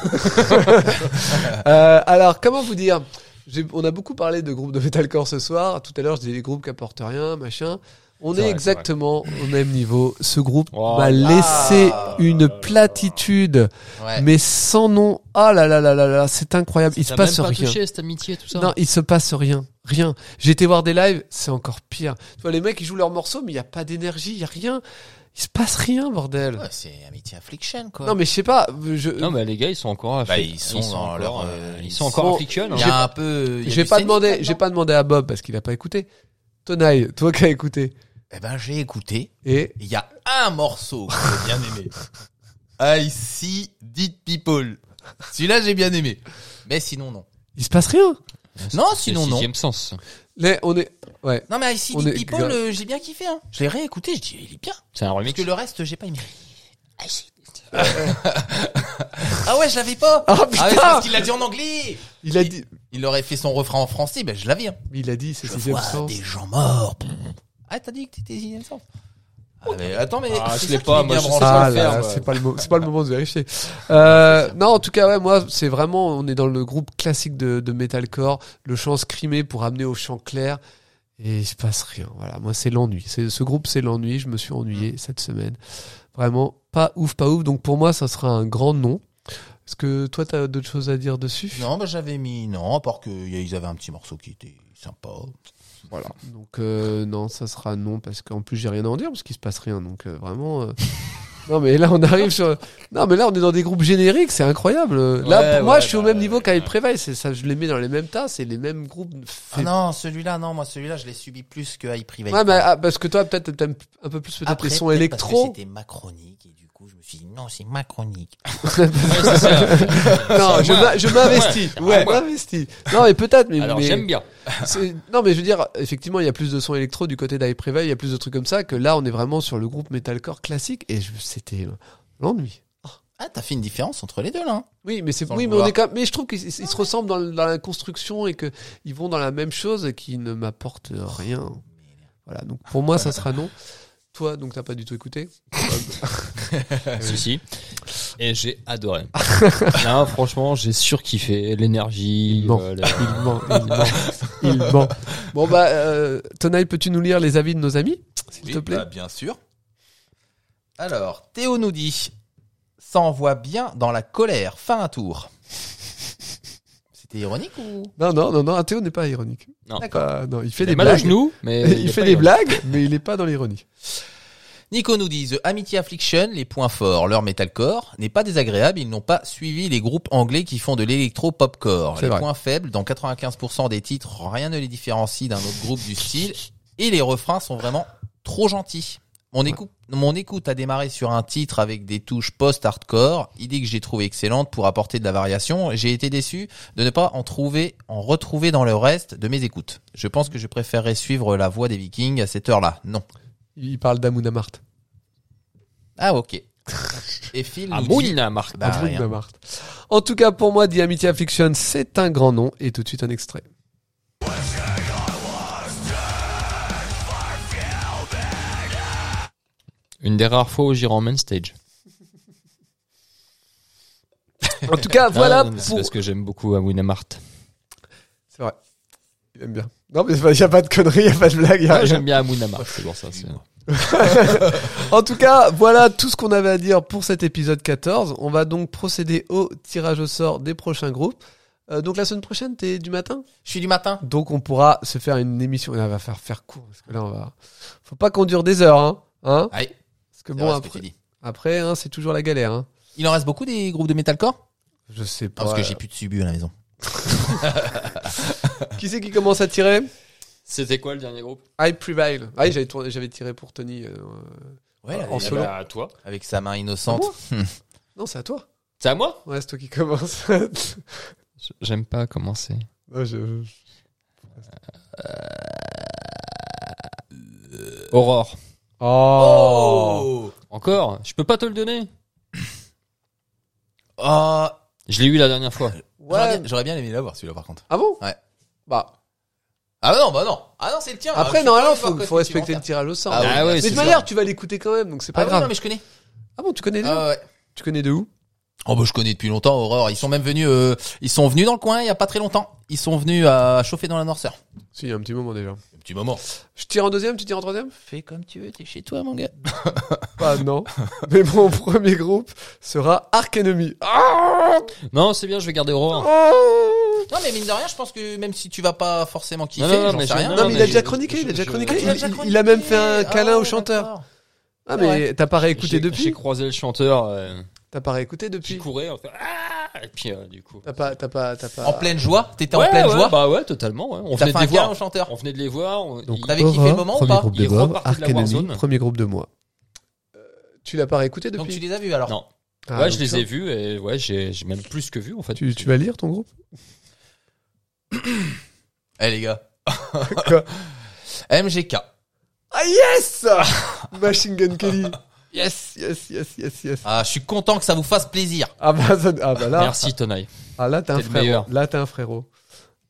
[SPEAKER 3] Euh, alors, comment vous dire J'ai- On a beaucoup parlé de groupes de metalcore ce soir. Tout à l'heure, je disais les groupes qui apportent rien, machin. On
[SPEAKER 2] C'est
[SPEAKER 3] est,
[SPEAKER 2] vrai,
[SPEAKER 3] exactement au même niveau. Ce groupe
[SPEAKER 2] Oh
[SPEAKER 3] m'a
[SPEAKER 2] là
[SPEAKER 3] laissé
[SPEAKER 1] là
[SPEAKER 3] une
[SPEAKER 2] là là.
[SPEAKER 3] platitude,
[SPEAKER 1] Ouais.
[SPEAKER 3] mais sans nom. Ah là là là là là, c'est incroyable. Il se
[SPEAKER 2] T'as
[SPEAKER 3] passe
[SPEAKER 2] même pas
[SPEAKER 3] rien.
[SPEAKER 2] touché cette amitié, tout ça.
[SPEAKER 3] Non, il se passe rien. Rien. J'ai été voir des lives, c'est encore pire. Tu vois, les mecs, ils jouent leurs morceaux, mais il n'y a pas d'énergie, il n'y a rien. Il se passe rien, bordel.
[SPEAKER 1] Ouais, c'est Amity Affliction, quoi.
[SPEAKER 3] Non, mais je sais pas. Je...
[SPEAKER 2] Non, mais les gars, ils sont encore à
[SPEAKER 1] Bah,
[SPEAKER 2] Fli-
[SPEAKER 1] ils sont dans
[SPEAKER 2] encore,
[SPEAKER 1] leur,
[SPEAKER 2] euh,
[SPEAKER 1] euh,
[SPEAKER 2] ils
[SPEAKER 1] ils
[SPEAKER 3] sont-
[SPEAKER 2] sont encore hein. affliction.
[SPEAKER 1] Il y a un peu. il y a
[SPEAKER 3] J'ai
[SPEAKER 1] du
[SPEAKER 3] pas
[SPEAKER 1] scénic
[SPEAKER 3] demandé,
[SPEAKER 1] là-dedans.
[SPEAKER 3] j'ai pas demandé à Bob parce qu'il a pas écouté. Tonaille, toi qui as écouté.
[SPEAKER 1] Eh ben, j'ai écouté.
[SPEAKER 3] Et
[SPEAKER 1] Il y a un morceau que j'ai bien *laughs* aimé. I see dead people. Celui-là, j'ai bien aimé. Mais sinon, non.
[SPEAKER 3] il se passe rien.
[SPEAKER 1] Non, sinon, non.
[SPEAKER 2] Sixième sens.
[SPEAKER 3] Là, on est, ouais.
[SPEAKER 1] Non, mais I see
[SPEAKER 3] On
[SPEAKER 1] dead
[SPEAKER 3] est
[SPEAKER 1] people,
[SPEAKER 3] grave.
[SPEAKER 1] euh, j'ai bien kiffé. Hein. Je l'ai réécouté, je dis, il est bien.
[SPEAKER 2] C'est un
[SPEAKER 1] Parce
[SPEAKER 2] remix.
[SPEAKER 1] que le reste, j'ai pas aimé. I see dead people. *laughs* ah ouais, je l'avais *laughs* pas.
[SPEAKER 3] Ah
[SPEAKER 1] Ah ouais, c'est
[SPEAKER 3] putain!
[SPEAKER 1] parce qu'il l'a dit en anglais.
[SPEAKER 3] Il a dit,
[SPEAKER 1] Il aurait fait son refrain en français, ben je l'avais. hein.
[SPEAKER 3] il a dit, c'est
[SPEAKER 1] Je
[SPEAKER 3] sixième
[SPEAKER 1] vois
[SPEAKER 3] sens.
[SPEAKER 1] des gens morts. Ah, t'as dit que t'étais sixième sens. Ah, mais attends, mais
[SPEAKER 2] Ah,
[SPEAKER 1] c'est
[SPEAKER 2] je l'ai
[SPEAKER 1] ça
[SPEAKER 2] pas,
[SPEAKER 1] qui est bien
[SPEAKER 2] moi, je sais
[SPEAKER 1] branché.
[SPEAKER 2] pas
[SPEAKER 3] Ah
[SPEAKER 2] le
[SPEAKER 3] là
[SPEAKER 2] faire, euh.
[SPEAKER 3] là,
[SPEAKER 2] moi.
[SPEAKER 3] c'est pas le mo- c'est pas le moment de
[SPEAKER 2] *laughs*
[SPEAKER 3] vérifier. Euh, non, en tout cas, ouais, moi, c'est vraiment, on est dans le groupe classique de, de metalcore, le chant scrimé pour amener au chant clair, et il se passe rien. Voilà, moi, c'est l'ennui. C'est ce groupe, c'est l'ennui. Je me suis
[SPEAKER 2] Mm.
[SPEAKER 3] ennuyé cette semaine. Vraiment, pas ouf, pas ouf. Donc pour moi, ça sera un grand non. Est-ce que toi, t'as d'autres choses à dire dessus
[SPEAKER 1] Non, bah, j'avais mis non, à part qu'ils avaient un petit morceau qui était sympa.
[SPEAKER 3] Voilà. Donc euh, non, ça sera non parce qu'en plus j'ai rien à en dire parce qu'il se passe rien. Donc euh, vraiment.
[SPEAKER 2] *laughs*
[SPEAKER 3] euh, Non mais là on arrive sur non mais là on est dans des groupes génériques c'est incroyable Euh, là
[SPEAKER 2] Ouais,
[SPEAKER 3] pour moi
[SPEAKER 2] ouais,
[SPEAKER 3] je suis au
[SPEAKER 2] bah,
[SPEAKER 3] même
[SPEAKER 2] ouais,
[SPEAKER 3] niveau
[SPEAKER 2] ouais.
[SPEAKER 3] qu'avec Prévail c'est ça je les mets dans les mêmes tas c'est les mêmes groupes
[SPEAKER 1] Ah non, celui-là, non, moi celui-là, je l'ai subi plus que High Private.
[SPEAKER 3] ouais mais ah, parce que toi peut-être t'aimes un peu plus peut-être
[SPEAKER 1] Après,
[SPEAKER 3] les sons
[SPEAKER 1] peut-être parce
[SPEAKER 3] électro
[SPEAKER 1] que C'était ma chronique, et du coup, je me suis dit non, c'est ma chronique.
[SPEAKER 3] *laughs*
[SPEAKER 2] Ouais, c'est ça.
[SPEAKER 3] non je
[SPEAKER 2] Moi,
[SPEAKER 3] m'a- je m'investis
[SPEAKER 2] Ouais,
[SPEAKER 3] ouais,
[SPEAKER 2] moi.
[SPEAKER 3] m'investis non mais peut-être mais,
[SPEAKER 2] Alors
[SPEAKER 3] mais-
[SPEAKER 2] j'aime bien.
[SPEAKER 3] C'est- Non, mais je veux dire, effectivement, il y a plus de sons électro du côté d'I Prevail, il y a plus de trucs comme ça que là, on est vraiment sur le groupe metalcore classique et je- c'était euh, l'ennui.
[SPEAKER 1] Ah, t'as fait une différence entre les deux, là. hein.
[SPEAKER 3] Oui, mais c'est
[SPEAKER 1] Sans
[SPEAKER 3] oui,
[SPEAKER 1] le
[SPEAKER 3] mais on
[SPEAKER 1] vouloir.
[SPEAKER 3] est quand même- mais je trouve qu'ils ils se ressemblent dans, le- dans la construction et que ils vont dans la même chose et qui ne m'apporte rien. Voilà, donc pour moi, ça sera non. Toi, donc t'as pas du tout écouté.
[SPEAKER 2] Si, *laughs* si. Et j'ai
[SPEAKER 3] *laughs*
[SPEAKER 2] adoré. Là, franchement, j'ai surkiffé l'énergie.
[SPEAKER 3] Non.
[SPEAKER 2] euh, la-
[SPEAKER 3] Il ment, il ment, il ment. Bon bah, euh, Tonaï, peux-tu nous lire les avis de nos amis, s'il te
[SPEAKER 2] bah.
[SPEAKER 3] plaît
[SPEAKER 1] bah, bien sûr. Alors, Théo nous dit s'envoie bien dans la colère, fin à tour. C'était ironique ou
[SPEAKER 3] Non, non, non, non, Théo n'est pas ironique.
[SPEAKER 2] Non.
[SPEAKER 3] Bah, non, il fait
[SPEAKER 2] Il
[SPEAKER 3] des
[SPEAKER 2] a mal au
[SPEAKER 3] blagues.
[SPEAKER 2] genou, mais
[SPEAKER 3] il
[SPEAKER 2] a
[SPEAKER 3] fait
[SPEAKER 2] pas
[SPEAKER 3] des
[SPEAKER 2] eu-
[SPEAKER 3] blagues, mais il n'est pas dans l'ironie.
[SPEAKER 1] Nico nous dit The Amity Affliction, les points forts, leur metalcore n'est pas désagréable, ils n'ont pas suivi les groupes anglais qui font de l'électro popcore.
[SPEAKER 3] C'est
[SPEAKER 1] Les
[SPEAKER 3] vrai.
[SPEAKER 1] points faibles, dans 95% des titres, rien ne les différencie d'un autre groupe du style et les refrains sont vraiment trop gentils. Mon écoute, mon écoute a démarré sur un titre avec des touches post-hardcore, idée que j'ai trouvée excellente pour apporter de la variation. J'ai été déçu de ne pas en trouver, en retrouver dans le reste de mes écoutes. Je pense que je préférerais suivre la voie des Vikings à cette heure-là. Non.
[SPEAKER 3] Il parle d'Amunamart.
[SPEAKER 1] Ah ok. Et Phil
[SPEAKER 2] Ah,
[SPEAKER 1] nous dit...
[SPEAKER 2] Mouna, Marc.
[SPEAKER 1] Bah, rien.
[SPEAKER 3] Amunamart. En tout cas, pour moi, The Amity Affliction, c'est un grand nom. Et tout de suite, un extrait.
[SPEAKER 2] Une des rares fois où j'irai en main stage.
[SPEAKER 3] En tout cas, *laughs* voilà
[SPEAKER 2] Ah, non, c'est
[SPEAKER 3] pour...
[SPEAKER 2] Parce que j'aime beaucoup à Winamart.
[SPEAKER 3] *laughs* C'est vrai. Il aime bien. Non, mais il n'y a pas de conneries, il n'y a pas de blagues, il y a
[SPEAKER 2] Ah,
[SPEAKER 3] rien.
[SPEAKER 2] j'aime bien à Mouna, Marc, c'est pour ça. c'est-
[SPEAKER 3] En tout cas, voilà tout ce qu'on avait à dire pour cet épisode 14. On va donc procéder au tirage au sort des prochains groupes. Euh, donc la semaine prochaine, t'es du matin
[SPEAKER 1] Je suis du matin.
[SPEAKER 3] Donc on pourra se faire une émission. Là, on va faire faire court parce que là on va. Faut pas qu'on dure des heures, hein. Hein
[SPEAKER 1] Ouais, c'est
[SPEAKER 3] Parce que
[SPEAKER 1] vrai
[SPEAKER 3] bon
[SPEAKER 1] ce que
[SPEAKER 3] après,
[SPEAKER 1] tu dis.
[SPEAKER 3] après hein, c'est toujours la galère. Hein.
[SPEAKER 1] Il en reste beaucoup des groupes de metalcore
[SPEAKER 3] Je sais
[SPEAKER 1] Ah,
[SPEAKER 3] pas.
[SPEAKER 1] Parce que j'ai plus de subu à la maison.
[SPEAKER 3] Qui c'est qui commence à tirer
[SPEAKER 2] C'était quoi le dernier groupe
[SPEAKER 3] I prevail. Ah, j'avais tourné- j'avais tiré pour Tony. euh,
[SPEAKER 1] Ouais,
[SPEAKER 3] En
[SPEAKER 1] avec-
[SPEAKER 3] solo.
[SPEAKER 2] Eh ben, À toi.
[SPEAKER 1] Avec sa main innocente.
[SPEAKER 3] Non, c'est à toi.
[SPEAKER 2] C'est à moi
[SPEAKER 3] Ouais, c'est toi qui commence. *laughs*
[SPEAKER 2] J'aime pas commencer.
[SPEAKER 3] Non, je-
[SPEAKER 2] Aurore.
[SPEAKER 3] Oh.
[SPEAKER 2] Encore Je peux pas te le donner.
[SPEAKER 1] Oh.
[SPEAKER 2] Je l'ai eu la dernière *laughs* fois.
[SPEAKER 1] J'aurais
[SPEAKER 3] Ouais.
[SPEAKER 1] bien- J'aurais bien aimé l'avoir celui-là par contre.
[SPEAKER 3] Ah bon
[SPEAKER 1] Ouais.
[SPEAKER 3] Bah
[SPEAKER 1] Ah non, bah non. Ah non, c'est le tien.
[SPEAKER 3] après
[SPEAKER 1] non,
[SPEAKER 3] normalement faut, faut respecter le tirage au sort.
[SPEAKER 1] Ah,
[SPEAKER 2] Ah
[SPEAKER 1] oui,
[SPEAKER 2] ouais,
[SPEAKER 3] mais
[SPEAKER 2] c'est
[SPEAKER 3] de
[SPEAKER 2] sûr.
[SPEAKER 3] manière tu vas l'écouter quand même donc c'est pas
[SPEAKER 1] Ah oui,
[SPEAKER 3] grave.
[SPEAKER 1] non, mais je connais.
[SPEAKER 3] Ah bon tu connais de
[SPEAKER 1] Ah ouais.
[SPEAKER 3] tu connais de où
[SPEAKER 1] Oh bah je connais depuis longtemps Aurore. Ils sont même venus, euh, ils sont venus dans le coin il y a pas très longtemps. Ils sont venus à chauffer dans la noirceur.
[SPEAKER 3] Si il y a un petit moment déjà.
[SPEAKER 1] Un petit moment.
[SPEAKER 3] Je tire en deuxième, tu tires en troisième
[SPEAKER 1] Fais comme tu veux, t'es chez toi mon gars.
[SPEAKER 3] Bah non. mais mon premier groupe sera Arc Enemy. Ah
[SPEAKER 2] Non, c'est bien, je vais garder Aurore.
[SPEAKER 3] Oh,
[SPEAKER 1] Non mais mine de rien, je pense que même si tu vas pas forcément kiffer,
[SPEAKER 2] Non, non, non,
[SPEAKER 1] j'en
[SPEAKER 2] mais
[SPEAKER 1] sais
[SPEAKER 2] je-
[SPEAKER 1] rien.
[SPEAKER 2] non,
[SPEAKER 3] non, mais il a
[SPEAKER 2] mais
[SPEAKER 3] déjà
[SPEAKER 2] je-
[SPEAKER 3] chroniqué, il a
[SPEAKER 2] je-
[SPEAKER 3] déjà
[SPEAKER 2] je-
[SPEAKER 3] chroniqué.
[SPEAKER 1] Ah,
[SPEAKER 3] Il,
[SPEAKER 1] tu l'as déjà
[SPEAKER 3] il-
[SPEAKER 1] chroniqué.
[SPEAKER 3] il a même fait un
[SPEAKER 1] Ah,
[SPEAKER 3] câlin au
[SPEAKER 1] ouais,
[SPEAKER 3] chanteur.
[SPEAKER 1] d'accord.
[SPEAKER 3] Ah
[SPEAKER 1] Ouais.
[SPEAKER 3] mais t'as pas réécouté
[SPEAKER 2] J'ai- J'ai
[SPEAKER 3] depuis
[SPEAKER 2] croisé le chanteur. euh,
[SPEAKER 3] T'as pas réécouté depuis
[SPEAKER 2] qui courait. on fait, Ah et puis euh, du coup.
[SPEAKER 3] T'as pas, t'as pas, t'as pas.
[SPEAKER 1] En pleine joie, t'étais
[SPEAKER 2] Ouais,
[SPEAKER 1] en pleine
[SPEAKER 2] ouais,
[SPEAKER 1] joie.
[SPEAKER 2] Bah ouais, totalement. ouais. On
[SPEAKER 1] T'as
[SPEAKER 2] venait
[SPEAKER 1] fait
[SPEAKER 2] de les
[SPEAKER 1] un câlin au
[SPEAKER 2] voir.
[SPEAKER 1] chanteur.
[SPEAKER 2] On venait de les voir. on-
[SPEAKER 3] Donc,
[SPEAKER 2] il-
[SPEAKER 1] T'avais kiffé le moment ou pas
[SPEAKER 2] Il est reparti de la Warzone.
[SPEAKER 3] premier groupe de moi. Euh, tu l'as pas réécouté depuis
[SPEAKER 1] Donc tu les as vus alors.
[SPEAKER 2] Non.
[SPEAKER 3] Ah,
[SPEAKER 2] ouais, je
[SPEAKER 3] donc
[SPEAKER 2] les
[SPEAKER 3] ça.
[SPEAKER 2] ai vus et ouais, j'ai j'ai même plus que vu en fait.
[SPEAKER 3] Tu, tu vas lire ton groupe
[SPEAKER 1] Eh les gars. *laughs*
[SPEAKER 3] Quoi
[SPEAKER 1] MGK.
[SPEAKER 3] Ah yes *laughs* Machine Gun Kelly.
[SPEAKER 1] Yes.
[SPEAKER 3] Yes, yes, yes, yes.
[SPEAKER 1] Ah, je suis content que ça vous fasse plaisir.
[SPEAKER 3] Ah bah, ça- ah bah là,
[SPEAKER 2] Merci Tonaï.
[SPEAKER 3] ah là t'es un
[SPEAKER 2] T'es le
[SPEAKER 3] frérot.
[SPEAKER 2] meilleur.
[SPEAKER 3] Là t'es un frérot.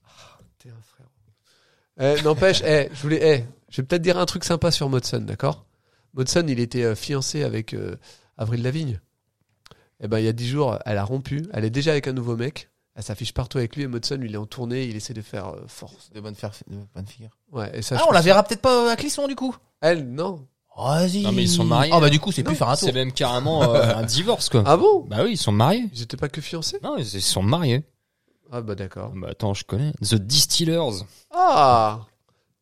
[SPEAKER 3] Ah, T'es un frérot. Eh, N'empêche, *laughs* eh, je voulais, eh, je vais peut-être dire un truc sympa sur Modson, d'accord Modson, il était euh, fiancé avec euh, Avril Lavigne. Eh ben, il y a dix jours, elle a rompu. Elle est déjà avec un nouveau mec. Elle s'affiche partout avec lui. Et Modson, lui, il est en tournée. Il essaie de faire euh, force.
[SPEAKER 1] De bonne, figure.
[SPEAKER 3] Ouais, et ça,
[SPEAKER 1] Ah, on
[SPEAKER 3] je
[SPEAKER 1] la
[SPEAKER 3] trouve ça-
[SPEAKER 1] verra peut-être pas à Clisson du coup.
[SPEAKER 3] Elle, non.
[SPEAKER 1] Vas-y.
[SPEAKER 2] Non, mais ils sont mariés.
[SPEAKER 1] Ah bah du coup, c'est plus faire un tour.
[SPEAKER 2] C'est même carrément euh, un divorce quoi.
[SPEAKER 3] Ah bon
[SPEAKER 2] Bah oui, ils sont mariés.
[SPEAKER 3] Ils étaient pas que fiancés
[SPEAKER 2] Non, ils ils sont mariés.
[SPEAKER 3] Ah bah
[SPEAKER 2] Ah
[SPEAKER 3] d'accord.
[SPEAKER 2] Bah attends, je connais. The Distillers.
[SPEAKER 3] Ah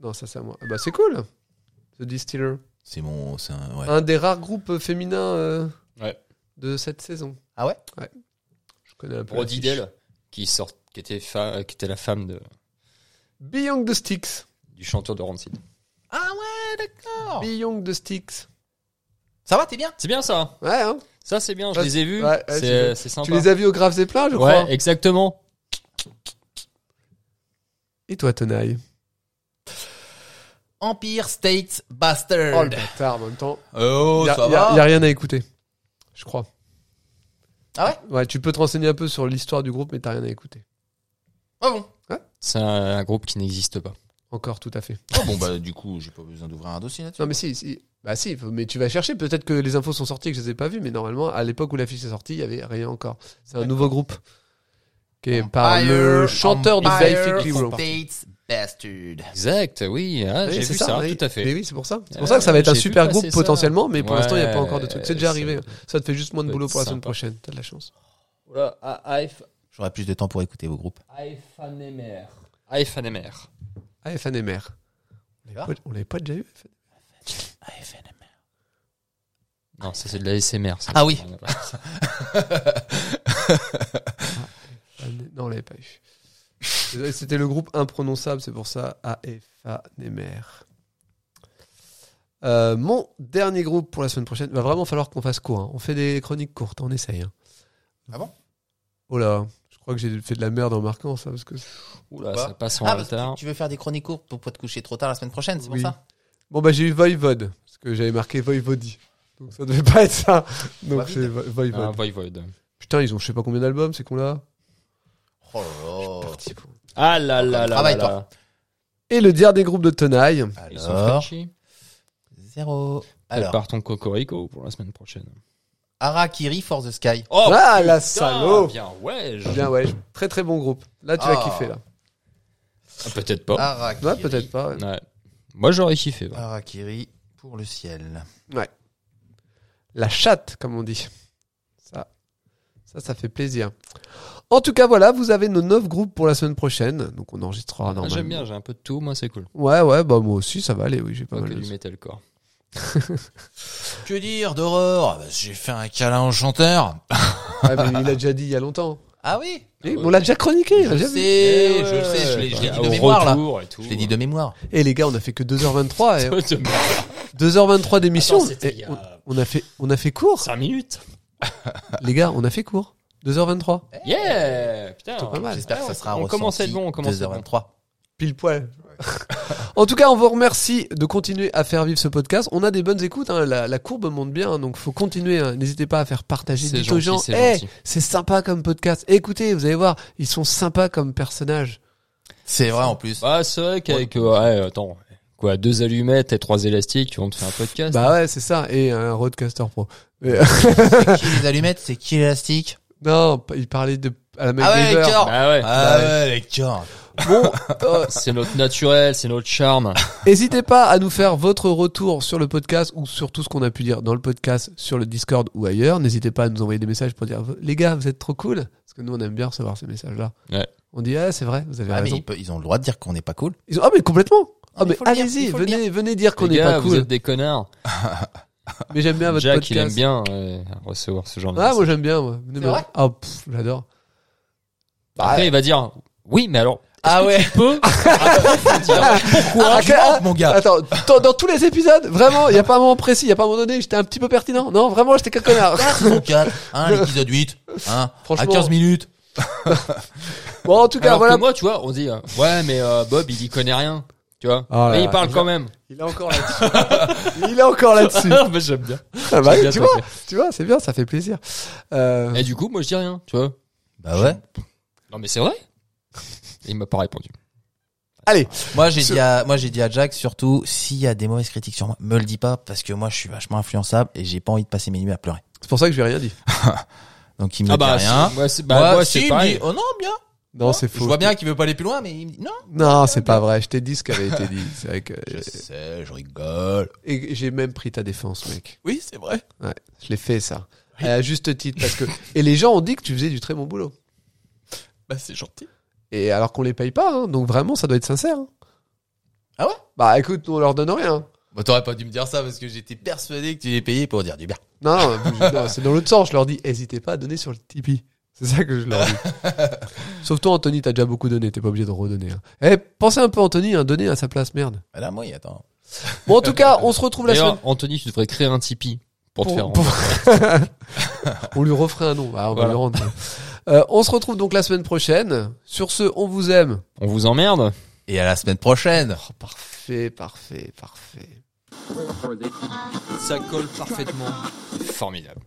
[SPEAKER 3] Non, ça c'est à moi. Ah bah c'est cool. The Distiller.
[SPEAKER 1] C'est mon, c'est un, ouais.
[SPEAKER 3] Un des rares groupes féminins euh,
[SPEAKER 2] Ouais.
[SPEAKER 3] de cette saison.
[SPEAKER 1] Ah ouais
[SPEAKER 3] Ouais. Je connais un peu.
[SPEAKER 2] Brody
[SPEAKER 3] l'affiche.
[SPEAKER 2] Dell, qui sort, qui était, fa- qui était la femme de,
[SPEAKER 3] Beyond the Sticks.
[SPEAKER 2] du chanteur de Rancid.
[SPEAKER 1] Ah ouais, d'accord.
[SPEAKER 3] Beyond the Sticks.
[SPEAKER 1] Ça va, t'es bien
[SPEAKER 2] C'est bien ça.
[SPEAKER 3] Ouais, hein
[SPEAKER 2] Ça c'est bien. Je
[SPEAKER 3] Ah,
[SPEAKER 2] les ai vus.
[SPEAKER 3] ouais, ouais, c'est bien.
[SPEAKER 2] c'est c'est sympa.
[SPEAKER 3] Tu les as vus au Grave Zeppelin, je crois.
[SPEAKER 2] ouais, exactement.
[SPEAKER 3] Et toi, Tonaille
[SPEAKER 1] Empire State
[SPEAKER 2] Euh,
[SPEAKER 3] Oh, le
[SPEAKER 1] Bastard.
[SPEAKER 3] bâtard, en même temps.
[SPEAKER 1] Oh,
[SPEAKER 3] Il a,
[SPEAKER 1] ça
[SPEAKER 3] y a-
[SPEAKER 1] va.
[SPEAKER 3] y a rien à écouter. Je crois.
[SPEAKER 1] Ah ouais
[SPEAKER 3] Ouais, tu peux te renseigner un peu sur l'histoire du groupe, mais t'as rien à écouter.
[SPEAKER 1] Ah bon
[SPEAKER 2] C'est un, un groupe qui n'existe pas.
[SPEAKER 3] Encore, tout à fait.
[SPEAKER 1] Ah bon, bah du coup, j'ai pas besoin d'ouvrir un dossier là-dessus.
[SPEAKER 3] Non, mais si, si. Bah si, faut- mais tu vas chercher. Peut-être que les infos sont sorties et que je les ai pas vues, mais normalement, à l'époque où l'affiche est sortie, il y avait rien encore. C'est un nouveau groupe qui est par le chanteur de Daify
[SPEAKER 1] Empire
[SPEAKER 3] Clearo.
[SPEAKER 1] States Bastard.
[SPEAKER 2] Exact. Oui. ah,
[SPEAKER 3] Oui,
[SPEAKER 2] j'ai
[SPEAKER 3] c'est
[SPEAKER 2] vu ça.
[SPEAKER 3] oui.
[SPEAKER 2] Tout à fait.
[SPEAKER 3] Mais oui, c'est pour ça. C'est pour
[SPEAKER 2] Euh,
[SPEAKER 3] ça que ça va être un
[SPEAKER 2] j'ai vu
[SPEAKER 3] super
[SPEAKER 2] passer
[SPEAKER 3] groupe
[SPEAKER 2] ça.
[SPEAKER 3] potentiellement, mais pour
[SPEAKER 2] Ouais,
[SPEAKER 3] l'instant, il n'y a pas encore de truc. C'est déjà
[SPEAKER 2] ça-
[SPEAKER 3] arrivé. Ça te fait juste moins de
[SPEAKER 2] peut
[SPEAKER 3] boulot
[SPEAKER 2] être
[SPEAKER 3] pour la semaine
[SPEAKER 2] sympa.
[SPEAKER 3] prochaine. T'as de la chance.
[SPEAKER 2] Voilà, à
[SPEAKER 1] J'aurais plus de temps pour écouter vos groupes.
[SPEAKER 2] Aifanemer. Aifanemer.
[SPEAKER 3] Ah, FNMR. On l'avait
[SPEAKER 1] Ah.
[SPEAKER 3] pas- On l'avait pas déjà eu FNMR.
[SPEAKER 2] Non, ça c'est de la SMR. ça.
[SPEAKER 1] Ah oui.
[SPEAKER 3] Non, on l'avait pas eu. Désolé, C'était le groupe imprononçable, c'est pour ça AFA Nemer. Euh, mon dernier groupe pour la semaine prochaine, va vraiment falloir qu'on fasse court. hein. On fait des chroniques courtes, on essaye. hein.
[SPEAKER 1] Ah bon
[SPEAKER 3] Oh là, je crois que j'ai fait de la merde en marquant
[SPEAKER 1] *laughs*
[SPEAKER 3] ça. Parce que...
[SPEAKER 2] *laughs* Oula,
[SPEAKER 1] Bah.
[SPEAKER 2] ça passe en
[SPEAKER 1] Ah, parce que
[SPEAKER 2] retard.
[SPEAKER 1] tu veux faire des chroniques courtes pour pas te coucher trop tard la semaine prochaine, c'est
[SPEAKER 3] Oui.
[SPEAKER 1] pour ça
[SPEAKER 3] Bon, bah j'ai eu Voivod, parce que j'avais marqué Voivodi. Donc ça devait pas être ça. Donc
[SPEAKER 1] Voivod.
[SPEAKER 3] c'est Vo- Voivod.
[SPEAKER 2] Ah, Voivode.
[SPEAKER 3] Putain, ils ont je sais pas combien d'albums, c'est qu'on l'a.
[SPEAKER 1] Oh là là.
[SPEAKER 2] Ah là là là là
[SPEAKER 1] Travaille,
[SPEAKER 2] là.
[SPEAKER 3] Et le dernier groupe de Tenaille.
[SPEAKER 2] Ils sont
[SPEAKER 1] Alors,
[SPEAKER 2] Frenchy.
[SPEAKER 1] zéro. Alors,
[SPEAKER 2] Prépare ton cocorico pour la semaine prochaine.
[SPEAKER 1] Harakiri for the Sky.
[SPEAKER 2] Oh
[SPEAKER 3] ah la salope
[SPEAKER 2] Bien ouais. je-
[SPEAKER 3] Bien ouais, très très bon groupe. Là tu vas
[SPEAKER 1] Ah.
[SPEAKER 3] kiffer là.
[SPEAKER 2] Ah, Peut-être pas.
[SPEAKER 1] Harakiri.
[SPEAKER 3] Ouais, peut-être pas. ouais. Ah,
[SPEAKER 2] Ouais. Moi j'aurais kiffé. ouais.
[SPEAKER 1] Harakiri pour le ciel.
[SPEAKER 3] La chatte, comme on dit. Ça, ça, ça fait plaisir. En tout cas, voilà, vous avez nos 9 groupes pour la semaine prochaine. Donc on enregistrera
[SPEAKER 2] Ah,
[SPEAKER 3] normalement.
[SPEAKER 2] J'aime bien, j'ai un peu de tout, moi c'est cool.
[SPEAKER 3] Ouais, ouais, bah moi aussi, ça va aller, oui, j'ai pas
[SPEAKER 2] Pas que
[SPEAKER 3] mal de...
[SPEAKER 2] du metalcore.
[SPEAKER 1] Que dire d'horreur Ah bah, J'ai fait un câlin au chanteur.
[SPEAKER 3] Ah, mais il l'a déjà dit il y a
[SPEAKER 2] *laughs*
[SPEAKER 3] longtemps.
[SPEAKER 1] Ah oui
[SPEAKER 3] Oui, mais on l'a déjà chroniqué, il l'a
[SPEAKER 1] Je
[SPEAKER 3] déjà
[SPEAKER 1] le
[SPEAKER 3] vu.
[SPEAKER 2] Eh,
[SPEAKER 1] sais, je le sais, je l'ai je l'ai dit de mémoire là.
[SPEAKER 2] là.
[SPEAKER 1] Je l'ai dit
[SPEAKER 2] *laughs*
[SPEAKER 1] de mémoire.
[SPEAKER 3] Et Eh, les gars, on a fait que 2h23. et-
[SPEAKER 2] de
[SPEAKER 3] 2h23 d'émission.
[SPEAKER 2] Attends, c'était
[SPEAKER 3] et
[SPEAKER 2] il y a-
[SPEAKER 3] on, on a fait, on a fait court.
[SPEAKER 2] 5 minutes.
[SPEAKER 3] les gars, on a fait court. 2h23.
[SPEAKER 2] Yeah Putain,
[SPEAKER 3] Eh, Pas mal.
[SPEAKER 1] J'espère que ça
[SPEAKER 2] Ouais,
[SPEAKER 1] sera
[SPEAKER 2] Ah, on
[SPEAKER 1] ressenti
[SPEAKER 2] commence à être bon, on commence à être bon.
[SPEAKER 1] 2h23.
[SPEAKER 3] Pile poil. *laughs* en tout cas, on vous remercie de continuer à faire vivre ce podcast. On a des bonnes écoutes. hein, La, la courbe monte bien, hein, donc faut continuer. hein. N'hésitez pas à faire partager.
[SPEAKER 2] C'est
[SPEAKER 3] Dites aux
[SPEAKER 2] gentil,
[SPEAKER 3] gens,
[SPEAKER 2] c'est
[SPEAKER 3] Eh,
[SPEAKER 2] gentil.
[SPEAKER 3] c'est sympa comme podcast. Écoutez, vous allez voir, ils sont sympas comme personnages.
[SPEAKER 1] C'est vrai en plus.
[SPEAKER 2] Ah, c'est vrai qu'avec euh, ouais, attends, quoi, deux allumettes et trois élastiques, on te fait un podcast.
[SPEAKER 3] Bah ouais, c'est ça. Et un roadcaster pro.
[SPEAKER 1] C'est qui les allumettes C'est qui l'élastique
[SPEAKER 3] Non, p- il parlait de à la même
[SPEAKER 1] Ah ouais, les corps
[SPEAKER 2] Bah ouais.
[SPEAKER 1] Ah
[SPEAKER 3] ouais.
[SPEAKER 1] ouais, les corps
[SPEAKER 3] Bon, euh,
[SPEAKER 2] C'est notre naturel, c'est notre charme.
[SPEAKER 3] Ah, N'hésitez pas à nous faire votre retour sur le podcast ou sur tout ce qu'on a pu dire dans le podcast, sur le Discord ou ailleurs. N'hésitez pas à nous envoyer des messages pour dire les gars, vous êtes trop cool. Parce que nous, on aime bien recevoir ces messages-là.
[SPEAKER 2] Ouais.
[SPEAKER 3] On dit ah c'est vrai, vous avez
[SPEAKER 1] Ah, mais
[SPEAKER 3] raison.
[SPEAKER 1] ils, peuvent- ils ont le droit de dire qu'on n'est pas cool.
[SPEAKER 3] Ils ont, ah mais complètement. Ah
[SPEAKER 1] Il
[SPEAKER 3] mais
[SPEAKER 1] faut le dire,
[SPEAKER 3] allez-y,
[SPEAKER 1] il faut le
[SPEAKER 3] venez venez dire qu'on
[SPEAKER 2] les
[SPEAKER 3] n'est
[SPEAKER 2] gars,
[SPEAKER 3] pas
[SPEAKER 2] vous
[SPEAKER 3] cool.
[SPEAKER 2] êtes des connards.
[SPEAKER 3] Mais j'aime bien votre
[SPEAKER 2] Jack,
[SPEAKER 3] podcast.
[SPEAKER 2] il aime bien euh, recevoir ce genre de
[SPEAKER 3] Ah
[SPEAKER 2] message.
[SPEAKER 3] moi j'aime bien moi. Venez
[SPEAKER 1] C'est
[SPEAKER 3] me-
[SPEAKER 1] vrai
[SPEAKER 3] ah pff, j'adore.
[SPEAKER 2] Bah, Après, il va dire, oui, mais alors,
[SPEAKER 1] Ah ouais
[SPEAKER 2] peu,
[SPEAKER 1] Pourquoi
[SPEAKER 3] Ah,
[SPEAKER 1] Argumente, mon gars
[SPEAKER 3] Attends, dans, dans tous les épisodes, vraiment, il y a pas un moment précis, il y a pas un moment donné, j'étais un petit peu pertinent. Non, vraiment, j'étais qu'un connard.
[SPEAKER 1] Ah, saison 4, hein, l'épisode 8, hein, à
[SPEAKER 3] Franchement.
[SPEAKER 1] 15 minutes.
[SPEAKER 3] Bon en tout cas
[SPEAKER 2] alors
[SPEAKER 3] voilà.
[SPEAKER 2] que moi, tu vois, on dit, euh, ouais, mais euh, Bob, il y connaît rien. Tu vois.
[SPEAKER 3] Oh là
[SPEAKER 2] mais il
[SPEAKER 3] là,
[SPEAKER 2] parle
[SPEAKER 3] il
[SPEAKER 2] quand même.
[SPEAKER 3] Il est encore là-dessus. il est encore là-dessus.
[SPEAKER 2] mais j'aime bien.
[SPEAKER 3] Ah bah oui,
[SPEAKER 2] J'aime bien
[SPEAKER 3] tu
[SPEAKER 2] ça,
[SPEAKER 3] vois,
[SPEAKER 2] ok.
[SPEAKER 3] tu vois, c'est bien, ça fait plaisir. Euh,
[SPEAKER 2] Et du coup, moi, je dis rien, tu vois.
[SPEAKER 1] Bah ouais.
[SPEAKER 2] Non, mais c'est vrai. Il m'a pas répondu.
[SPEAKER 3] allez,
[SPEAKER 1] Moi j'ai
[SPEAKER 3] Ce-
[SPEAKER 1] dit à moi j'ai dit à Jack surtout s'il y a des mauvaises critiques sur moi, me le dis pas parce que moi je suis vachement influençable et j'ai pas envie de passer mes nuits à pleurer.
[SPEAKER 3] c'est pour ça que je lui ai rien dit.
[SPEAKER 1] Donc il me dit rien.
[SPEAKER 2] si, moi, c'est, Ah bah, moi,
[SPEAKER 1] si,
[SPEAKER 2] c'est
[SPEAKER 1] il me
[SPEAKER 2] pareil.
[SPEAKER 1] dit, oh non bien.
[SPEAKER 3] Non, c'est faux.
[SPEAKER 1] Je vois bien qu'il veut pas aller plus loin mais il me dit non.
[SPEAKER 3] Non, c'est pas vrai. Je t'ai dit ce
[SPEAKER 1] *laughs*
[SPEAKER 3] qu'avait été dit. C'est vrai que
[SPEAKER 1] Je sais, je rigole.
[SPEAKER 3] et j'ai même pris ta défense, mec.
[SPEAKER 1] Oui c'est vrai.
[SPEAKER 3] Ouais, je l'ai fait ça. À juste titre,
[SPEAKER 1] *laughs*
[SPEAKER 3] parce que et les gens ont dit que tu faisais du très bon boulot.
[SPEAKER 1] Bah c'est gentil.
[SPEAKER 3] Et alors qu'on les paye pas, hein, donc vraiment, ça doit être sincère. hein.
[SPEAKER 1] Ah ouais
[SPEAKER 3] Bah écoute, nous, on leur donne rien.
[SPEAKER 1] Bah t'aurais pas dû me dire ça parce que j'étais persuadé que tu les payé pour dire du bien.
[SPEAKER 3] Non, non,
[SPEAKER 1] *laughs*
[SPEAKER 3] je- non, c'est dans l'autre sens. Je leur dis, hésitez pas à donner sur le Tipeee. C'est ça que je
[SPEAKER 1] *laughs*
[SPEAKER 3] leur dis. Sauf toi, Anthony, t'as déjà beaucoup donné. T'es pas obligé de redonner. hein. Eh, pensez un peu, Anthony, hein, donner à sa place, merde.
[SPEAKER 1] Bah là moi il attend.
[SPEAKER 3] Bon, en tout cas, on se retrouve la
[SPEAKER 2] D'ailleurs,
[SPEAKER 3] semaine.
[SPEAKER 2] Anthony, tu devrais créer un Tipeee pour, te faire.
[SPEAKER 3] Pour- pour- *laughs* on lui referait un nom. Ah, on va
[SPEAKER 2] Voilà.
[SPEAKER 3] lui rendre. Euh, on se retrouve donc la semaine prochaine. Sur ce, on vous aime.
[SPEAKER 2] On vous emmerde.
[SPEAKER 1] Et à la semaine prochaine.
[SPEAKER 3] Parfait, parfait, parfait.
[SPEAKER 2] Ça colle parfaitement. Formidable.